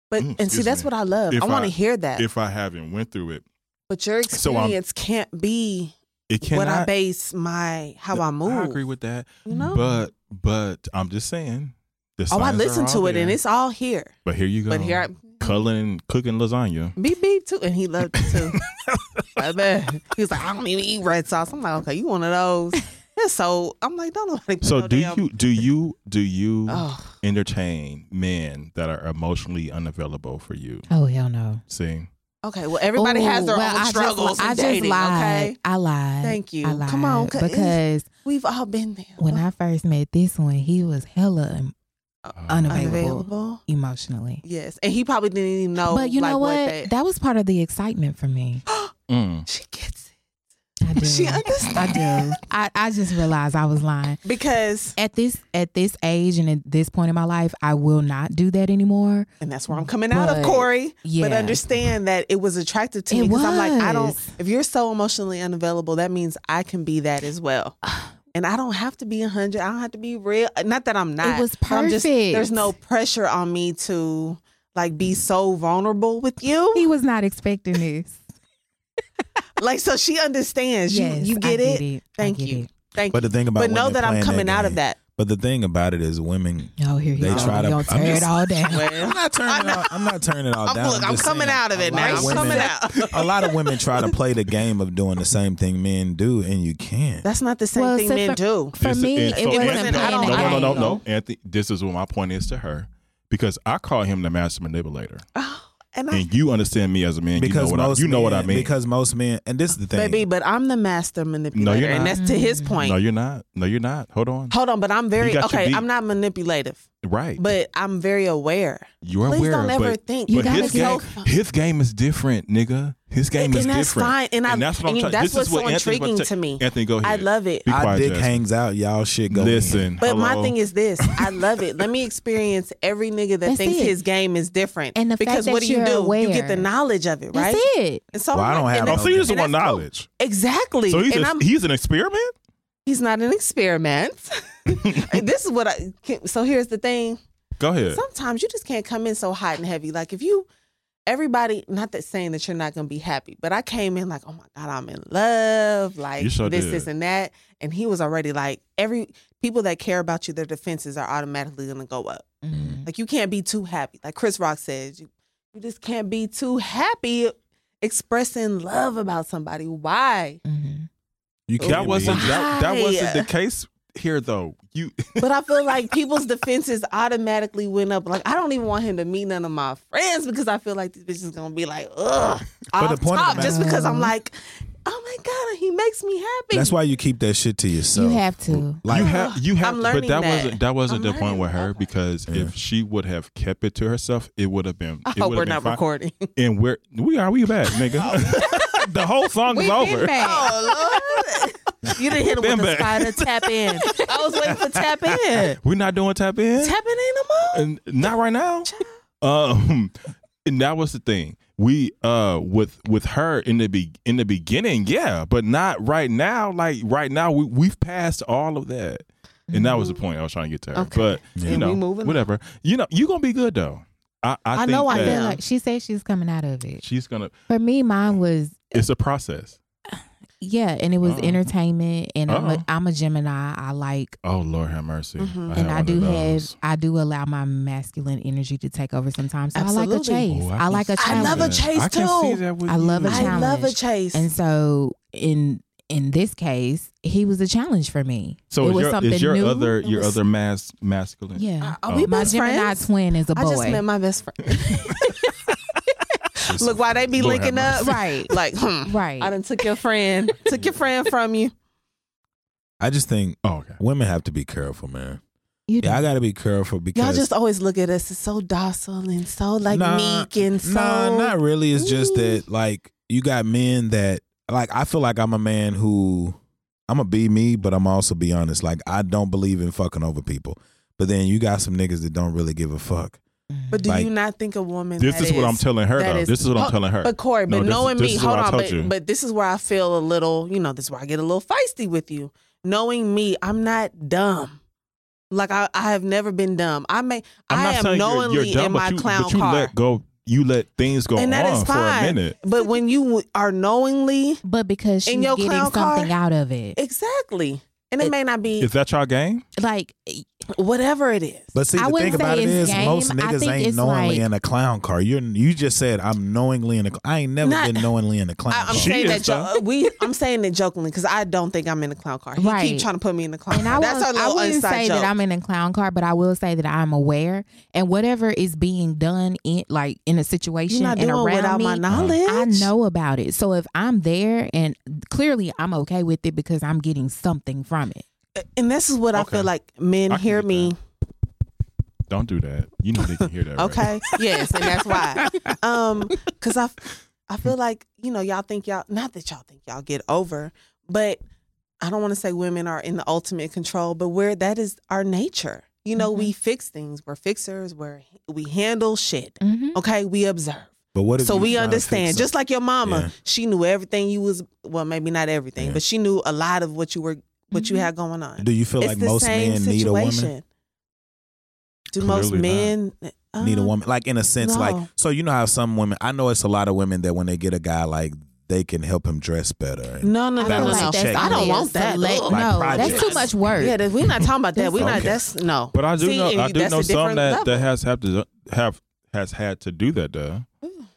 Speaker 5: But
Speaker 4: Mm,
Speaker 5: and see,
Speaker 4: excuse
Speaker 5: that's
Speaker 4: me.
Speaker 5: what I love.
Speaker 4: If
Speaker 5: I want
Speaker 4: I-
Speaker 5: to hear that.
Speaker 4: if I haven't went through it.
Speaker 5: but your
Speaker 4: So um, I'm-
Speaker 5: experience can't be
Speaker 4: It cannot.
Speaker 5: what I base my how I move.
Speaker 4: I agree with that,
Speaker 5: you know.
Speaker 4: but but I'm just saying The
Speaker 5: Oh, I
Speaker 4: signs are
Speaker 5: listened
Speaker 4: all
Speaker 5: to it
Speaker 4: there.
Speaker 5: and it's all here.
Speaker 4: But here you go.
Speaker 5: But here I
Speaker 4: Cullen cooking lasagna.
Speaker 5: beep beep too, and he loved it too. I bet. he was like, I don't even eat red sauce. I'm like, okay, you one of those. And so I'm like, don't nobody. put
Speaker 4: So
Speaker 5: no
Speaker 4: do
Speaker 5: damn-
Speaker 4: you do you do you
Speaker 5: Oh,
Speaker 4: entertain men that are emotionally unavailable for you?
Speaker 7: Oh hell no.
Speaker 4: See,
Speaker 5: okay. Well, everybody
Speaker 7: Ooh,
Speaker 5: has their
Speaker 7: well,
Speaker 5: own
Speaker 7: I
Speaker 5: struggles.
Speaker 7: Just, I
Speaker 5: in
Speaker 7: just
Speaker 5: dating,
Speaker 7: lied.
Speaker 5: Okay,
Speaker 7: I lied.
Speaker 5: Thank you.
Speaker 7: I lied
Speaker 5: Come on, 'cause-
Speaker 7: because
Speaker 5: we've all been there.
Speaker 7: when I first met this one, he was hella em-
Speaker 5: Uh,
Speaker 7: unavailable,
Speaker 5: unavailable.
Speaker 7: emotionally.
Speaker 5: Yes, and he probably didn't even know.
Speaker 7: but you
Speaker 5: Oh, like,
Speaker 7: know what?
Speaker 5: that-
Speaker 7: That, was part of the excitement for me.
Speaker 4: Mm.
Speaker 5: she gets
Speaker 7: I do.
Speaker 5: it. She
Speaker 7: I
Speaker 5: understands
Speaker 7: do. I, I just realized I was lying.
Speaker 5: because,
Speaker 7: At this at this age and at this point in my life, I will not do that anymore.
Speaker 5: and that's where I'm coming out of
Speaker 7: But-
Speaker 5: Corey.
Speaker 7: Yeah.
Speaker 5: But understand that it was attractive to
Speaker 7: It
Speaker 5: me because I'm like, I don't.
Speaker 7: was.
Speaker 5: If you're so emotionally unavailable, that means I can be that as well. And I don't have to be a hundred. I don't have to be real. Not that I'm not.
Speaker 7: was
Speaker 5: but I'm just-
Speaker 7: perfect.
Speaker 5: there's no pressure on me to like be so vulnerable with you.
Speaker 7: He was not expecting this.
Speaker 5: like so, she understands.
Speaker 7: Yes,
Speaker 5: you you
Speaker 7: I
Speaker 5: get,
Speaker 7: get
Speaker 5: it?
Speaker 7: it. I
Speaker 5: Thank
Speaker 7: get
Speaker 5: you.
Speaker 7: it.
Speaker 5: Thank
Speaker 6: But
Speaker 5: you.
Speaker 6: the thing about
Speaker 5: But know
Speaker 6: women
Speaker 5: that I'm
Speaker 6: playing
Speaker 5: coming out
Speaker 6: game-
Speaker 5: of that.
Speaker 6: But the thing about it is, women.
Speaker 7: Oh, here he
Speaker 6: They
Speaker 7: goes.
Speaker 6: try to-
Speaker 7: He gonna
Speaker 6: I'm
Speaker 7: tear
Speaker 6: just-
Speaker 7: it all down.
Speaker 5: Well,
Speaker 6: I'm not turning. It all, I'm not turning it all
Speaker 5: I'm-
Speaker 6: down.
Speaker 5: look, I'm
Speaker 6: just
Speaker 5: coming
Speaker 6: saying,
Speaker 5: out of it
Speaker 6: a
Speaker 5: now.
Speaker 6: lot
Speaker 5: I'm coming out.
Speaker 6: a lot of women try to play the game of doing the same thing men do, and you can't.
Speaker 5: That's not the same
Speaker 7: Well,
Speaker 5: thing
Speaker 7: so
Speaker 5: men
Speaker 7: for-
Speaker 5: do.
Speaker 7: For
Speaker 4: This-
Speaker 7: me,
Speaker 4: and
Speaker 7: it
Speaker 4: so
Speaker 5: wasn't
Speaker 4: Anthony-
Speaker 5: I
Speaker 4: No,
Speaker 5: don't
Speaker 4: no, no, no,
Speaker 5: like
Speaker 4: no.
Speaker 5: him.
Speaker 4: Anthony, this is what my point is to her, because I call him the master manipulator,
Speaker 5: Ah. And I,
Speaker 4: and you understand me as a man.
Speaker 6: because
Speaker 4: you know what
Speaker 6: most
Speaker 4: I, you know
Speaker 6: men,
Speaker 4: what I mean.
Speaker 6: Because most men, and this is the thing.
Speaker 5: baby, but I'm the master manipulator, and
Speaker 4: not. Mm.
Speaker 5: that's to his point.
Speaker 4: no, you're not. No, you're not. Hold on.
Speaker 5: Hold on, but I'm very
Speaker 4: You got your
Speaker 5: okay.
Speaker 4: beat.
Speaker 5: I'm not manipulative,
Speaker 4: Right.
Speaker 5: but I'm very aware.
Speaker 4: you're
Speaker 5: Please
Speaker 4: aware.
Speaker 5: don't ever
Speaker 4: but,
Speaker 5: think
Speaker 7: You
Speaker 4: But
Speaker 7: gotta
Speaker 4: his
Speaker 7: get
Speaker 4: game,
Speaker 7: over-
Speaker 4: his game is different, nigga. His game
Speaker 5: And
Speaker 4: is
Speaker 5: that's
Speaker 4: different.
Speaker 5: fine, and I-
Speaker 4: that's what
Speaker 5: and
Speaker 4: I'm trying.
Speaker 5: that's
Speaker 4: This
Speaker 5: what's
Speaker 4: is what
Speaker 5: so
Speaker 4: Anthony's about
Speaker 5: intriguing
Speaker 4: ta-
Speaker 5: to me.
Speaker 4: Anthony, go
Speaker 5: I
Speaker 4: ahead.
Speaker 5: love it.
Speaker 4: Be
Speaker 6: our
Speaker 4: quiet,
Speaker 6: dick
Speaker 4: Jasmine.
Speaker 6: hangs out. Y'all shit go. in.
Speaker 4: Listen,
Speaker 5: But my
Speaker 4: hello?
Speaker 5: thing is this: I love it. Let me experience every nigga that
Speaker 7: That's
Speaker 5: thinks
Speaker 7: it.
Speaker 5: his game is different.
Speaker 7: And the fact
Speaker 5: because
Speaker 7: that
Speaker 5: what do you
Speaker 7: you're
Speaker 5: do? You
Speaker 7: aware.
Speaker 5: get the knowledge of it, right?
Speaker 7: That's it.
Speaker 5: And so
Speaker 6: Well,
Speaker 5: I'm
Speaker 6: I don't
Speaker 5: like- and
Speaker 6: have
Speaker 4: Oh,
Speaker 5: that's-
Speaker 4: so you just
Speaker 5: and
Speaker 4: want
Speaker 5: that's cool.
Speaker 4: knowledge.
Speaker 5: Exactly.
Speaker 4: So he's
Speaker 5: and
Speaker 4: a,
Speaker 5: I'm,
Speaker 4: he's an experiment.
Speaker 5: he's not an experiment. And this is what I. can- So here's the thing.
Speaker 4: Go ahead.
Speaker 5: sometimes you just can't come in so hot and heavy. Like if you everybody not that saying that you're not gonna be happy, but I came in like, oh my God, I'm in love, like
Speaker 4: You sure
Speaker 5: this,
Speaker 4: did.
Speaker 5: this and that. And he was already like every people that care about you, their defenses are automatically gonna go up.
Speaker 4: Mm-hmm.
Speaker 7: Mhm.
Speaker 5: Like you can't be too happy. Like Chris Rock says, you, you just can't be too happy expressing love about somebody. Why?
Speaker 7: Mhm.
Speaker 6: you can't
Speaker 4: that wasn't
Speaker 6: be-
Speaker 4: that, that wasn't
Speaker 5: Why?
Speaker 4: the case here though. You
Speaker 5: But I feel like people's defenses automatically went up. Like I don't even want him to meet none of my friends because I feel like this bitch is gonna be like, ugh,
Speaker 6: But the
Speaker 5: off
Speaker 6: point of
Speaker 5: top,
Speaker 6: the
Speaker 5: just
Speaker 7: matter-
Speaker 5: because I'm like, oh my god, he makes me happy.
Speaker 6: That's why you keep that shit to
Speaker 7: you
Speaker 6: yourself.
Speaker 7: have to.
Speaker 6: Like
Speaker 4: you have you have
Speaker 5: I'm
Speaker 4: to- but
Speaker 5: learning
Speaker 4: that,
Speaker 5: that.
Speaker 4: wasn't that wasn't
Speaker 5: I'm
Speaker 4: the point
Speaker 5: learning
Speaker 4: with her
Speaker 5: that.
Speaker 4: because
Speaker 6: Yeah.
Speaker 4: if she would have kept it to herself, it would have been
Speaker 5: I
Speaker 4: it
Speaker 5: hope
Speaker 4: would
Speaker 5: we're
Speaker 4: have been
Speaker 5: not
Speaker 4: fine.
Speaker 5: recording.
Speaker 4: And we're we are we back, nigga. the whole song is over.
Speaker 5: oh Lord, you didn't hit him
Speaker 4: Been
Speaker 5: with
Speaker 4: back.
Speaker 5: a spider tap in. I was waiting for tap in.
Speaker 4: We're not doing tap in.
Speaker 5: Tap in ain't no more.
Speaker 4: and not right now. Um, and that was the thing. We uh with with her in the be in the beginning, yeah, but not right now. Like right now, we we've passed all of that, and that was
Speaker 7: Mm-hmm.
Speaker 4: the point I was trying to get to her.
Speaker 5: Okay.
Speaker 4: But
Speaker 5: And
Speaker 4: you
Speaker 5: we
Speaker 4: know,
Speaker 5: moving on.
Speaker 4: whatever. You know, you gonna be good though. I I,
Speaker 5: I
Speaker 4: think
Speaker 5: know I
Speaker 4: that
Speaker 5: am.
Speaker 7: Like, she said she's coming out of it.
Speaker 4: She's gonna.
Speaker 7: For me, mine was
Speaker 4: It's a process.
Speaker 7: yeah, and it was
Speaker 4: Uh-uh.
Speaker 7: entertainment. And I'm
Speaker 5: Uh-huh.
Speaker 4: Uh-uh.
Speaker 7: a, I'm a Gemini. I like
Speaker 4: Oh Lord have mercy. I
Speaker 5: Mhm.
Speaker 4: had
Speaker 7: Mm-hmm. and I
Speaker 4: one
Speaker 7: do
Speaker 4: of
Speaker 7: have
Speaker 4: those.
Speaker 7: I do allow my masculine energy to take over sometimes. So I like a
Speaker 5: Absolutely.
Speaker 7: chase.
Speaker 4: Oh,
Speaker 7: I,
Speaker 4: can
Speaker 7: like a
Speaker 4: see
Speaker 5: I
Speaker 7: challenge.
Speaker 5: love a
Speaker 4: that.
Speaker 5: chase,
Speaker 4: I can see
Speaker 5: too.
Speaker 4: that with
Speaker 7: I love
Speaker 4: you.
Speaker 7: a
Speaker 5: I love a
Speaker 7: challenge.
Speaker 5: chase.
Speaker 7: And so in in this case, he was a challenge for me.
Speaker 4: So
Speaker 7: it
Speaker 4: is
Speaker 7: was
Speaker 4: your,
Speaker 7: something
Speaker 4: is your
Speaker 7: new.
Speaker 4: other
Speaker 5: It
Speaker 4: your
Speaker 5: was-
Speaker 4: other mass masculine?
Speaker 7: yeah.
Speaker 5: Uh, are we
Speaker 4: Oh.
Speaker 7: my
Speaker 5: best
Speaker 7: Gemini
Speaker 5: friends?
Speaker 7: twin is a
Speaker 5: I just met
Speaker 7: boy.
Speaker 5: my best friend. Look, why they be
Speaker 4: Lord have
Speaker 5: linking up?
Speaker 7: Right.
Speaker 5: Like, hmm,
Speaker 7: Right.
Speaker 5: I done took your friend, took your friend from you.
Speaker 6: I just think
Speaker 4: Oh okay.
Speaker 6: women have to be careful, man.
Speaker 7: You
Speaker 6: Yeah, I got to be careful because
Speaker 5: Y'all just always look at us as so docile and so like
Speaker 6: Nah,
Speaker 5: meek and so.
Speaker 6: Nah, not really. It's just
Speaker 5: Ooh.
Speaker 6: that like you got men that like I feel like I'm a man who I'm gonna be me, but I'm also be honest. Like I don't believe in fucking over people. But then you got some niggas that don't really give a fuck.
Speaker 5: But do
Speaker 6: like-
Speaker 5: you not think a woman?
Speaker 4: This
Speaker 5: that
Speaker 4: is what I'm telling her,
Speaker 5: that
Speaker 4: though.
Speaker 5: is-
Speaker 4: This is what I'm
Speaker 5: Oh,
Speaker 4: telling her.
Speaker 5: But Corey,
Speaker 4: No,
Speaker 5: but
Speaker 4: this is-
Speaker 5: knowing
Speaker 4: this
Speaker 5: me,
Speaker 4: is what
Speaker 5: hold
Speaker 4: I
Speaker 5: on.
Speaker 4: told
Speaker 5: But,
Speaker 4: you.
Speaker 5: but this is where I feel a little. You know, this is where I get a little feisty with you. Knowing me, I'm not dumb. Like I, I have never been dumb. I may, I am knowingly in my
Speaker 4: but you,
Speaker 5: clown
Speaker 4: but you
Speaker 5: car,
Speaker 4: let go. You let things go
Speaker 5: and that is
Speaker 4: on for a
Speaker 5: fine.
Speaker 4: minute.
Speaker 5: But when you are knowingly,
Speaker 7: but because
Speaker 5: In
Speaker 7: she's
Speaker 5: your
Speaker 7: getting
Speaker 5: clown car?
Speaker 7: something out of it.
Speaker 5: exactly, and it,
Speaker 7: It-
Speaker 5: may not be
Speaker 4: Is that your game?
Speaker 7: like i-
Speaker 5: Whatever it is.
Speaker 6: But see,
Speaker 7: I
Speaker 6: the
Speaker 7: wouldn't
Speaker 6: thing about
Speaker 7: say
Speaker 6: it
Speaker 7: it's
Speaker 6: is,
Speaker 7: game.
Speaker 6: most
Speaker 7: I
Speaker 6: niggas
Speaker 7: think
Speaker 6: ain't
Speaker 7: it's
Speaker 6: knowingly
Speaker 7: like-
Speaker 6: in a clown car. You are you just said I'm knowingly in a. cl- I ain't never
Speaker 5: Not-
Speaker 6: been knowingly in a clown
Speaker 5: I,
Speaker 6: car.
Speaker 5: I'm
Speaker 4: She
Speaker 5: saying
Speaker 4: is,
Speaker 5: that jo- uh, we. I'm saying it jokingly because I don't think I'm in the clown car. He
Speaker 7: Right.
Speaker 5: keep trying to put me in the clown
Speaker 7: And I,
Speaker 5: car. That's our
Speaker 7: won't- I
Speaker 5: little
Speaker 7: wouldn't
Speaker 5: inside
Speaker 7: say
Speaker 5: joke.
Speaker 7: that I'm in a clown car, but I will say that I'm aware, and whatever is being done in like in a
Speaker 5: You're
Speaker 7: situation
Speaker 5: not
Speaker 7: and
Speaker 5: doing it without
Speaker 7: around me,
Speaker 5: my knowledge.
Speaker 7: I know about it. So if I'm there, and clearly I'm okay with it because I'm getting something from it.
Speaker 5: And this is what I
Speaker 4: Okay.
Speaker 5: feel like men
Speaker 4: I can
Speaker 5: hear
Speaker 4: get
Speaker 5: me.
Speaker 4: Don't do that. You know they can hear that. right?
Speaker 5: Okay. yes, and that's why. Um, because I, I feel like you know y'all think y'all not that y'all think y'all get over, but I don't want to say women are in the ultimate control, but where that is our nature. You know, we fix things. We're fixers. We're we handle shit.
Speaker 7: Mm-hmm.
Speaker 5: Okay, we observe.
Speaker 6: But what? If
Speaker 5: So
Speaker 6: you
Speaker 5: we
Speaker 6: tryna
Speaker 5: understand.
Speaker 6: fix
Speaker 5: Just
Speaker 6: it?
Speaker 5: like your mama,
Speaker 6: Yeah.
Speaker 5: she knew everything you was well, maybe not everything,
Speaker 6: Yeah.
Speaker 5: but she knew a lot of what you were what you
Speaker 7: Mhm.
Speaker 5: had going on.
Speaker 6: do you feel like most men need a woman?
Speaker 5: Do most
Speaker 4: Clearly not.
Speaker 5: men
Speaker 6: Need a
Speaker 5: uh,
Speaker 6: woman, like in a sense, like
Speaker 5: no.
Speaker 6: so. You know how some women. I know it's a lot of women that when they get a guy, like they can help him dress better. and-
Speaker 5: No, no, no,
Speaker 7: I
Speaker 6: That
Speaker 7: feel
Speaker 5: no.
Speaker 6: was
Speaker 7: like
Speaker 5: no.
Speaker 6: a
Speaker 7: that's
Speaker 6: check.
Speaker 5: I don't
Speaker 7: only a
Speaker 5: want that.
Speaker 7: select-
Speaker 5: Ugh.
Speaker 6: Like
Speaker 7: no, that's too
Speaker 6: projects.
Speaker 7: much work.
Speaker 5: Yeah, that- we're not talking about that. We're not.
Speaker 6: Okay.
Speaker 5: That's no.
Speaker 4: But I do
Speaker 5: See,
Speaker 4: know
Speaker 5: and
Speaker 4: I
Speaker 5: you-
Speaker 4: do
Speaker 5: that's
Speaker 4: know
Speaker 5: a
Speaker 4: some
Speaker 5: different
Speaker 4: that, that
Speaker 5: level.
Speaker 4: has have to have has had to do that though.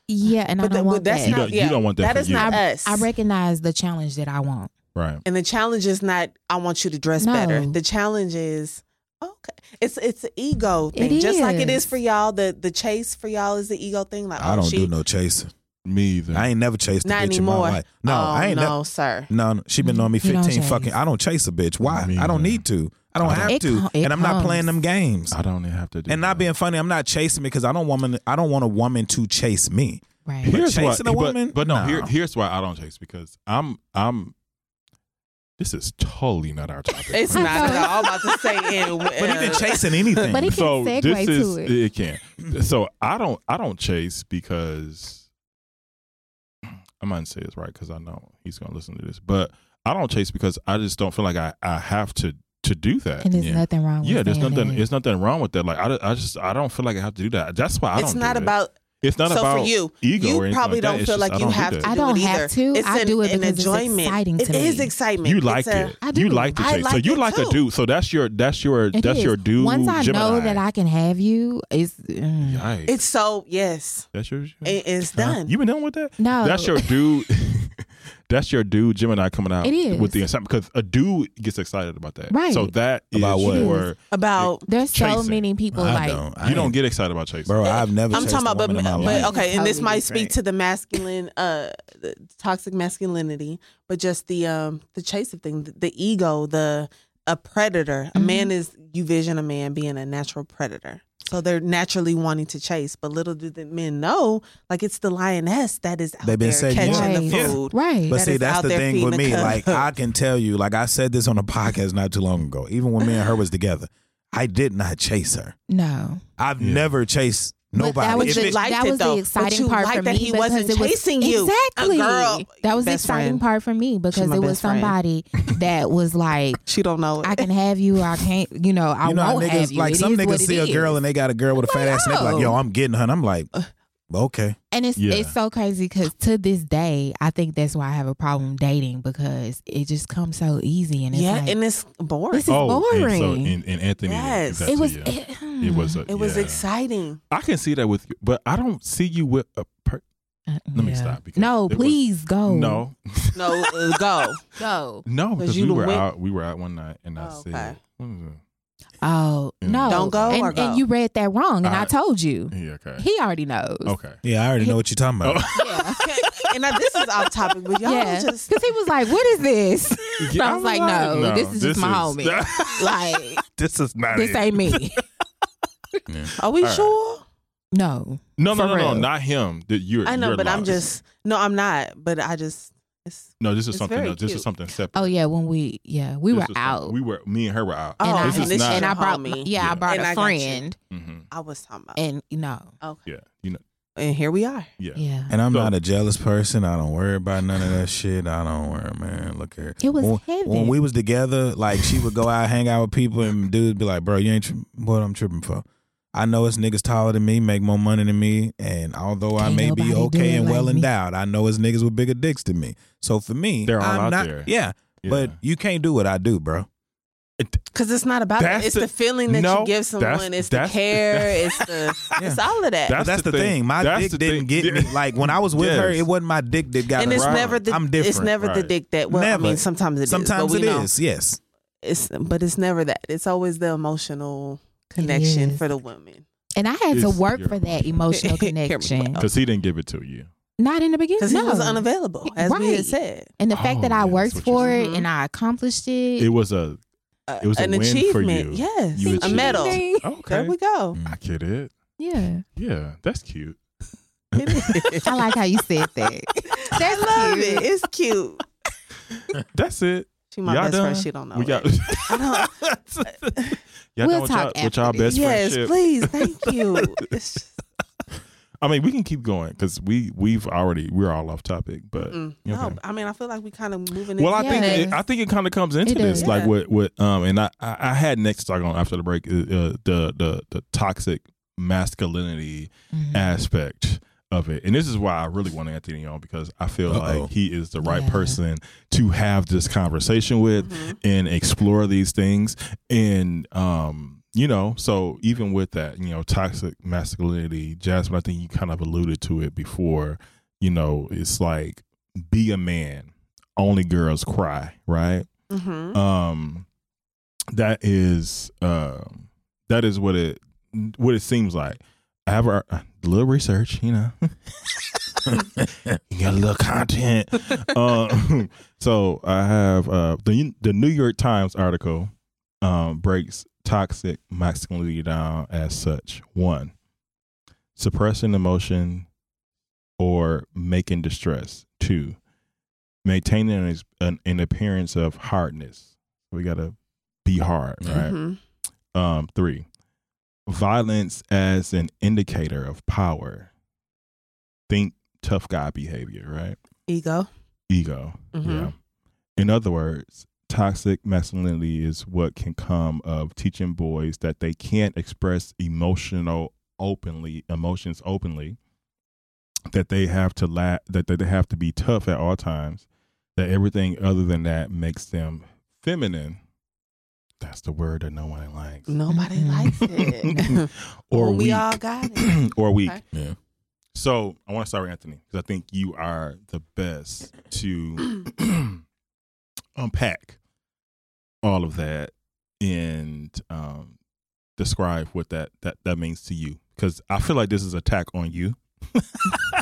Speaker 7: Yeah, and I
Speaker 5: But
Speaker 7: don't
Speaker 5: that-
Speaker 7: want
Speaker 5: but that's
Speaker 7: that.
Speaker 4: You
Speaker 5: not.
Speaker 4: don't- you
Speaker 5: yeah,
Speaker 4: don't want that for
Speaker 5: That is
Speaker 4: you.
Speaker 5: not
Speaker 4: I-
Speaker 5: us.
Speaker 7: I recognize the challenge that I want.
Speaker 4: Right.
Speaker 5: And the challenge is not I want you to dress
Speaker 7: No.
Speaker 5: better. The challenge is okay. It's it's an ego
Speaker 7: It
Speaker 5: thing. Just like it
Speaker 7: is.
Speaker 5: is for y'all. The the chase for y'all is the ego thing. Like
Speaker 6: I
Speaker 5: oh,
Speaker 6: don't
Speaker 5: she,
Speaker 6: do no chasing.
Speaker 4: Me either.
Speaker 6: I ain't never chased a
Speaker 5: Not
Speaker 6: bitch in
Speaker 5: anymore.
Speaker 6: my life. No,
Speaker 5: oh,
Speaker 6: I ain't.
Speaker 5: no,
Speaker 6: never.
Speaker 5: sir.
Speaker 6: No, no, she been knowing me
Speaker 7: You don't
Speaker 6: 15
Speaker 7: chase.
Speaker 6: fucking. I don't chase a bitch. Why?
Speaker 4: Me
Speaker 6: I don't
Speaker 4: neither.
Speaker 6: need to. I don't
Speaker 4: I don't.
Speaker 6: have
Speaker 7: It
Speaker 6: to.
Speaker 7: co- it
Speaker 6: and I'm not
Speaker 7: comes.
Speaker 6: playing them games.
Speaker 4: I don't even have to do
Speaker 6: And not
Speaker 4: that.
Speaker 6: being funny, I'm not chasing because I don't woman. I don't want a woman to chase me.
Speaker 7: Right.
Speaker 6: But
Speaker 4: here's why,
Speaker 6: chasing a woman?
Speaker 4: But, but no,
Speaker 6: Nah.
Speaker 4: here, here's why I don't chase because I'm I'm. This is totally not our topic.
Speaker 5: It's not. at all. I'm about to say in.
Speaker 6: But even chasing anything.
Speaker 7: But it can
Speaker 4: so
Speaker 7: segue
Speaker 4: this
Speaker 7: to
Speaker 4: is
Speaker 7: it.
Speaker 4: can. So I don't I don't chase because I might say it's right because I know he's gonna listen to this, but I don't chase because I just don't feel like I I have to to do that.
Speaker 7: And there's
Speaker 6: Yeah.
Speaker 7: nothing wrong with
Speaker 4: Yeah, there's
Speaker 7: saying
Speaker 4: nothing.
Speaker 7: that.
Speaker 4: It's nothing wrong with that. Like I, I just I don't feel like I have to do that. That's why I
Speaker 5: it's
Speaker 4: don't.
Speaker 5: not
Speaker 4: do it.
Speaker 5: about
Speaker 4: It's not
Speaker 5: so
Speaker 4: about
Speaker 5: for you.
Speaker 4: ego.
Speaker 5: you
Speaker 4: or anything
Speaker 5: probably
Speaker 4: like that.
Speaker 5: don't
Speaker 4: It's
Speaker 5: feel
Speaker 4: just,
Speaker 5: like
Speaker 4: I
Speaker 5: you
Speaker 4: don't do
Speaker 5: have
Speaker 4: that.
Speaker 5: to.
Speaker 7: I
Speaker 5: do
Speaker 7: don't
Speaker 5: it
Speaker 7: have
Speaker 5: either.
Speaker 7: to.
Speaker 5: It's
Speaker 7: I
Speaker 5: an-
Speaker 7: do it
Speaker 5: an
Speaker 7: because it's
Speaker 5: enjoyment.
Speaker 7: exciting to
Speaker 5: It is
Speaker 7: me.
Speaker 5: excitement.
Speaker 4: You
Speaker 5: It's
Speaker 4: like
Speaker 5: a-
Speaker 4: it.
Speaker 7: I do.
Speaker 4: You like to
Speaker 5: I
Speaker 4: chase. so
Speaker 5: like
Speaker 4: you
Speaker 5: it
Speaker 4: like to
Speaker 5: too.
Speaker 4: do. So that's your that's your
Speaker 7: It
Speaker 4: that's
Speaker 7: is.
Speaker 4: your dude.
Speaker 7: Once I
Speaker 4: Gemini.
Speaker 7: know that I can have you, it's mm.
Speaker 4: Yikes.
Speaker 5: It's so yes.
Speaker 4: that's your.
Speaker 5: It is
Speaker 4: Huh?
Speaker 5: done.
Speaker 4: You been done with that?
Speaker 7: No.
Speaker 4: That's your dude. that's your dude Gemini coming out.
Speaker 7: It is.
Speaker 4: with the excitement because a dude gets excited about that.
Speaker 7: Right.
Speaker 4: So that is
Speaker 6: About what?
Speaker 4: your-
Speaker 5: about
Speaker 7: there's so
Speaker 4: Chasing.
Speaker 7: many people
Speaker 6: I
Speaker 7: like
Speaker 6: don't. I
Speaker 4: you don't
Speaker 6: ain't-
Speaker 4: get excited about chasing.
Speaker 6: bro. I've never.
Speaker 5: I'm
Speaker 6: chased
Speaker 5: talking
Speaker 6: a
Speaker 5: about, but,
Speaker 6: woman in my
Speaker 5: but
Speaker 6: life.
Speaker 5: okay, and this
Speaker 7: Totally
Speaker 5: might speak
Speaker 7: different.
Speaker 5: to the masculine, uh, the toxic masculinity, but just the um the chase of thing, the, the ego, the a predator.
Speaker 7: Mm-hmm.
Speaker 5: A man is you vision a man being a natural predator, so they're naturally wanting to chase. But little do the men know, like it's the lioness that is out
Speaker 6: They've been
Speaker 5: there
Speaker 6: saying,
Speaker 5: catching
Speaker 7: right.
Speaker 5: the
Speaker 6: Yeah.
Speaker 5: food.
Speaker 7: right.
Speaker 6: But
Speaker 5: that
Speaker 6: see,
Speaker 5: is
Speaker 6: that's
Speaker 5: out
Speaker 6: the
Speaker 5: there
Speaker 6: thing with
Speaker 5: feeding
Speaker 6: me.
Speaker 5: the
Speaker 6: Like
Speaker 5: cubs.
Speaker 6: I can tell you, like I said this on a podcast not too long ago. Even when me and her was together, I did not chase her.
Speaker 7: no.
Speaker 6: I've
Speaker 4: Yeah.
Speaker 6: never chased
Speaker 7: But
Speaker 6: nobody.
Speaker 7: That was,
Speaker 6: If
Speaker 7: the,
Speaker 5: you liked
Speaker 7: that
Speaker 5: it,
Speaker 7: was
Speaker 5: though.
Speaker 7: the
Speaker 5: But
Speaker 7: exciting
Speaker 5: you
Speaker 7: part
Speaker 5: liked
Speaker 7: for
Speaker 5: that
Speaker 7: me
Speaker 5: he
Speaker 7: because
Speaker 5: wasn't
Speaker 7: it was,
Speaker 5: chasing you. A
Speaker 7: Exactly.
Speaker 5: girl,
Speaker 7: that was the
Speaker 5: best
Speaker 7: exciting
Speaker 5: friend.
Speaker 7: part for me because
Speaker 5: my
Speaker 7: it was
Speaker 5: best friend.
Speaker 7: somebody that was like,
Speaker 5: She don't know it.
Speaker 7: I can have you. I can't. You know, I
Speaker 6: you know how
Speaker 7: won't have
Speaker 6: niggas
Speaker 7: you.
Speaker 6: like
Speaker 7: It
Speaker 6: some
Speaker 7: is
Speaker 6: niggas
Speaker 7: what it
Speaker 6: see a
Speaker 7: is.
Speaker 6: girl and they got a girl with a fat ass and they be like,
Speaker 7: oh.
Speaker 6: yo, I'm getting her. And I'm like, okay.
Speaker 7: And it's
Speaker 4: Yeah.
Speaker 7: it's so crazy because to this day, I think that's why I have a problem dating because it just comes so easy and it's
Speaker 5: yeah,
Speaker 7: like
Speaker 5: and it's boring.
Speaker 7: this is
Speaker 4: oh, And, so,
Speaker 7: boring.
Speaker 4: and, and Anthony.
Speaker 5: Yes.
Speaker 4: that's
Speaker 7: it was.
Speaker 4: you.
Speaker 7: It, hmm. mm.
Speaker 4: It was. A,
Speaker 5: it was
Speaker 4: yeah.
Speaker 5: exciting.
Speaker 4: I can see that with you, but I don't see you with a. Per- Let me stop because
Speaker 7: No,
Speaker 4: it was-
Speaker 7: please go.
Speaker 4: No,
Speaker 5: No, uh, go.
Speaker 7: go.
Speaker 4: no,
Speaker 5: 'Cause
Speaker 4: because
Speaker 5: you
Speaker 4: we
Speaker 5: the
Speaker 4: were
Speaker 5: whip-
Speaker 4: out. We were out one night, and I
Speaker 5: Oh,
Speaker 4: said,
Speaker 5: okay.
Speaker 4: what was it?
Speaker 7: Oh
Speaker 4: Mm.
Speaker 7: no,
Speaker 5: Don't go
Speaker 7: And,
Speaker 5: or
Speaker 7: and
Speaker 5: go?
Speaker 7: you read that wrong, and I,
Speaker 4: I-
Speaker 7: told you.
Speaker 4: "Yeah, okay,
Speaker 7: He already knows.
Speaker 4: okay."
Speaker 6: Yeah, I already know what you're talking about.
Speaker 7: Yeah,
Speaker 5: and now this is off topic, but y'all
Speaker 7: yeah. Because
Speaker 5: just
Speaker 7: he was like, "What is this?" So I was like, no, this is just my homie. like
Speaker 4: this is not
Speaker 7: this
Speaker 4: it.
Speaker 7: ain't me.
Speaker 5: Are we
Speaker 4: All right.
Speaker 5: sure?
Speaker 7: No,
Speaker 4: No, no,
Speaker 7: For
Speaker 4: no, no,
Speaker 7: real.
Speaker 4: not him. That you're.
Speaker 5: I know,
Speaker 4: you're
Speaker 5: but I'm
Speaker 4: lost.
Speaker 5: just no, I'm not. But I just it's
Speaker 4: No, this is
Speaker 5: it's
Speaker 4: something.
Speaker 5: very
Speaker 4: else. This is
Speaker 5: cute.
Speaker 4: something separate.
Speaker 7: Oh yeah, when we yeah we
Speaker 4: This
Speaker 7: were
Speaker 4: is something-
Speaker 7: out.
Speaker 4: We were. Me and her were out.
Speaker 5: Oh,
Speaker 7: and I,
Speaker 4: this is
Speaker 5: and
Speaker 4: not-
Speaker 7: and I
Speaker 5: your
Speaker 7: brought
Speaker 5: homie.
Speaker 7: yeah,
Speaker 4: Yeah.
Speaker 7: I brought
Speaker 5: And
Speaker 7: a
Speaker 5: I got you.
Speaker 7: friend,
Speaker 4: hmm
Speaker 5: I was talking about.
Speaker 7: and you know
Speaker 5: okay,
Speaker 4: Yeah, you know.
Speaker 5: and here we are.
Speaker 4: Yeah.
Speaker 7: yeah.
Speaker 6: And I'm
Speaker 4: So-
Speaker 6: not a jealous person. I don't worry about none of that shit. I don't worry, man. Look here.
Speaker 7: It was
Speaker 6: when,
Speaker 7: heavy.
Speaker 6: when we was together, like she would go out, hang out with people, and dudes be like, "Bro, you ain't tri- what I'm tripping for." I know it's niggas taller than me, make more money than me, and although I
Speaker 7: Can't
Speaker 6: may be
Speaker 7: nobody do
Speaker 6: okay
Speaker 7: it
Speaker 6: and
Speaker 7: like
Speaker 6: well
Speaker 7: me.
Speaker 6: endowed, I know it's niggas with bigger dicks than me. So for me,
Speaker 4: They're all
Speaker 6: I'm
Speaker 4: out
Speaker 6: not,
Speaker 4: there.
Speaker 6: Yeah,
Speaker 4: Yeah.
Speaker 6: but you can't do what I do, bro.
Speaker 5: Because it's not about that.
Speaker 4: That's
Speaker 5: It's
Speaker 4: the-
Speaker 5: the feeling that
Speaker 4: no,
Speaker 5: you give
Speaker 4: that's-
Speaker 5: someone. It's the
Speaker 4: that's the-
Speaker 5: care. It's the. It's all of that.
Speaker 4: That's
Speaker 6: That's,
Speaker 4: the
Speaker 6: the,
Speaker 4: thing.
Speaker 6: thing. My
Speaker 4: That's the
Speaker 6: dick didn't
Speaker 4: thing.
Speaker 6: get me. Like when I was with her,
Speaker 4: Yes.
Speaker 6: it wasn't my dick that got
Speaker 5: and
Speaker 6: her.
Speaker 5: it's
Speaker 4: Right.
Speaker 5: never the.
Speaker 6: I'm different.
Speaker 5: It's never the
Speaker 4: Right.
Speaker 5: dick that. Well,
Speaker 6: Never.
Speaker 5: I mean, sometimes it is.
Speaker 6: Sometimes
Speaker 5: but
Speaker 6: it
Speaker 5: we know.
Speaker 6: is. Yes.
Speaker 5: It's but it's never that. It's always the emotional connection
Speaker 7: is.
Speaker 5: for the woman.
Speaker 7: And I had to
Speaker 4: It's
Speaker 7: work
Speaker 4: your-
Speaker 7: for that emotional
Speaker 5: Here we go.
Speaker 7: connection.
Speaker 4: because he didn't give it to you.
Speaker 7: Not in the beginning.
Speaker 5: Because he
Speaker 7: No.
Speaker 5: was unavailable, as we
Speaker 7: Right.
Speaker 5: had said.
Speaker 7: and the fact
Speaker 4: Oh,
Speaker 7: that
Speaker 4: yeah,
Speaker 7: I
Speaker 4: that's
Speaker 7: worked
Speaker 4: what you
Speaker 7: for
Speaker 5: said.
Speaker 7: it and I accomplished it.
Speaker 4: It was a
Speaker 5: A-
Speaker 4: It was a
Speaker 5: an
Speaker 4: win for
Speaker 5: achievement.
Speaker 4: you.
Speaker 5: Yes,
Speaker 4: You
Speaker 5: a
Speaker 4: achieved
Speaker 5: medal.
Speaker 4: it.
Speaker 5: There
Speaker 4: okay.
Speaker 5: we go.
Speaker 4: I get it.
Speaker 7: Yeah.
Speaker 4: Yeah, that's cute.
Speaker 7: I like how you said that.
Speaker 5: I love it. It's cute.
Speaker 4: That's it.
Speaker 5: She my
Speaker 4: Y'all
Speaker 5: best
Speaker 4: done?
Speaker 5: friend. She don't know.
Speaker 4: we got.
Speaker 5: it. I don't-
Speaker 4: y'all
Speaker 7: We'll
Speaker 4: done with
Speaker 7: talk
Speaker 4: y'all, with
Speaker 7: after
Speaker 4: y'all
Speaker 7: this.
Speaker 4: best
Speaker 5: yes,
Speaker 4: friendship.
Speaker 5: please. Thank you. It's just-
Speaker 4: I mean, we can keep going because we we've already we're all off topic, but
Speaker 5: mm.
Speaker 4: okay.
Speaker 5: No, I mean I feel like we kind of moving.
Speaker 4: Well, I
Speaker 5: into-
Speaker 7: Yeah.
Speaker 4: think
Speaker 7: Yes.
Speaker 4: it, I think it kind of comes into
Speaker 7: It
Speaker 4: this,
Speaker 7: does.
Speaker 4: like
Speaker 5: Yeah.
Speaker 4: what what um, and I I, I had next to talk on after the break uh, uh, the the the toxic masculinity
Speaker 7: Mm-hmm.
Speaker 4: aspect of it, and this is why I really want Anthony on because I feel
Speaker 6: Uh-oh.
Speaker 4: like he is the right
Speaker 7: Yeah.
Speaker 4: person to have this conversation with
Speaker 5: Mhm.
Speaker 4: and explore these things, and um. You know, so even with that, you know, toxic masculinity, Jasmine, I think you kind of alluded to it before. You know, it's like be a man only girls cry right
Speaker 5: Mhm.
Speaker 4: um that is um that is what it what it seems like i have a, a little research you know you got a little content um so i have uh the, the new york times article um breaks toxic masculinity down as such one suppressing emotion or making distress two maintaining an, ex- an, an appearance of hardness we gotta be hard right
Speaker 5: Mhm.
Speaker 4: um three violence as an indicator of power think tough guy behavior right
Speaker 5: Ego.
Speaker 4: ego
Speaker 5: Mhm.
Speaker 4: yeah in other words toxic masculinity is what can come of teaching boys that they can't express emotional openly emotions openly that they have to la- that that they have to be tough at all times that everything other than that makes them feminine that's the word that no one likes
Speaker 5: Nobody
Speaker 7: Mhm.
Speaker 5: likes it.
Speaker 4: or
Speaker 5: we
Speaker 4: weak
Speaker 5: all got it.
Speaker 4: or weak
Speaker 5: Okay.
Speaker 6: Yeah.
Speaker 4: so I want to start with Anthony because I think you are the best to unpack all of that and um, describe what that, that that means to you. Because I feel like this is attack on you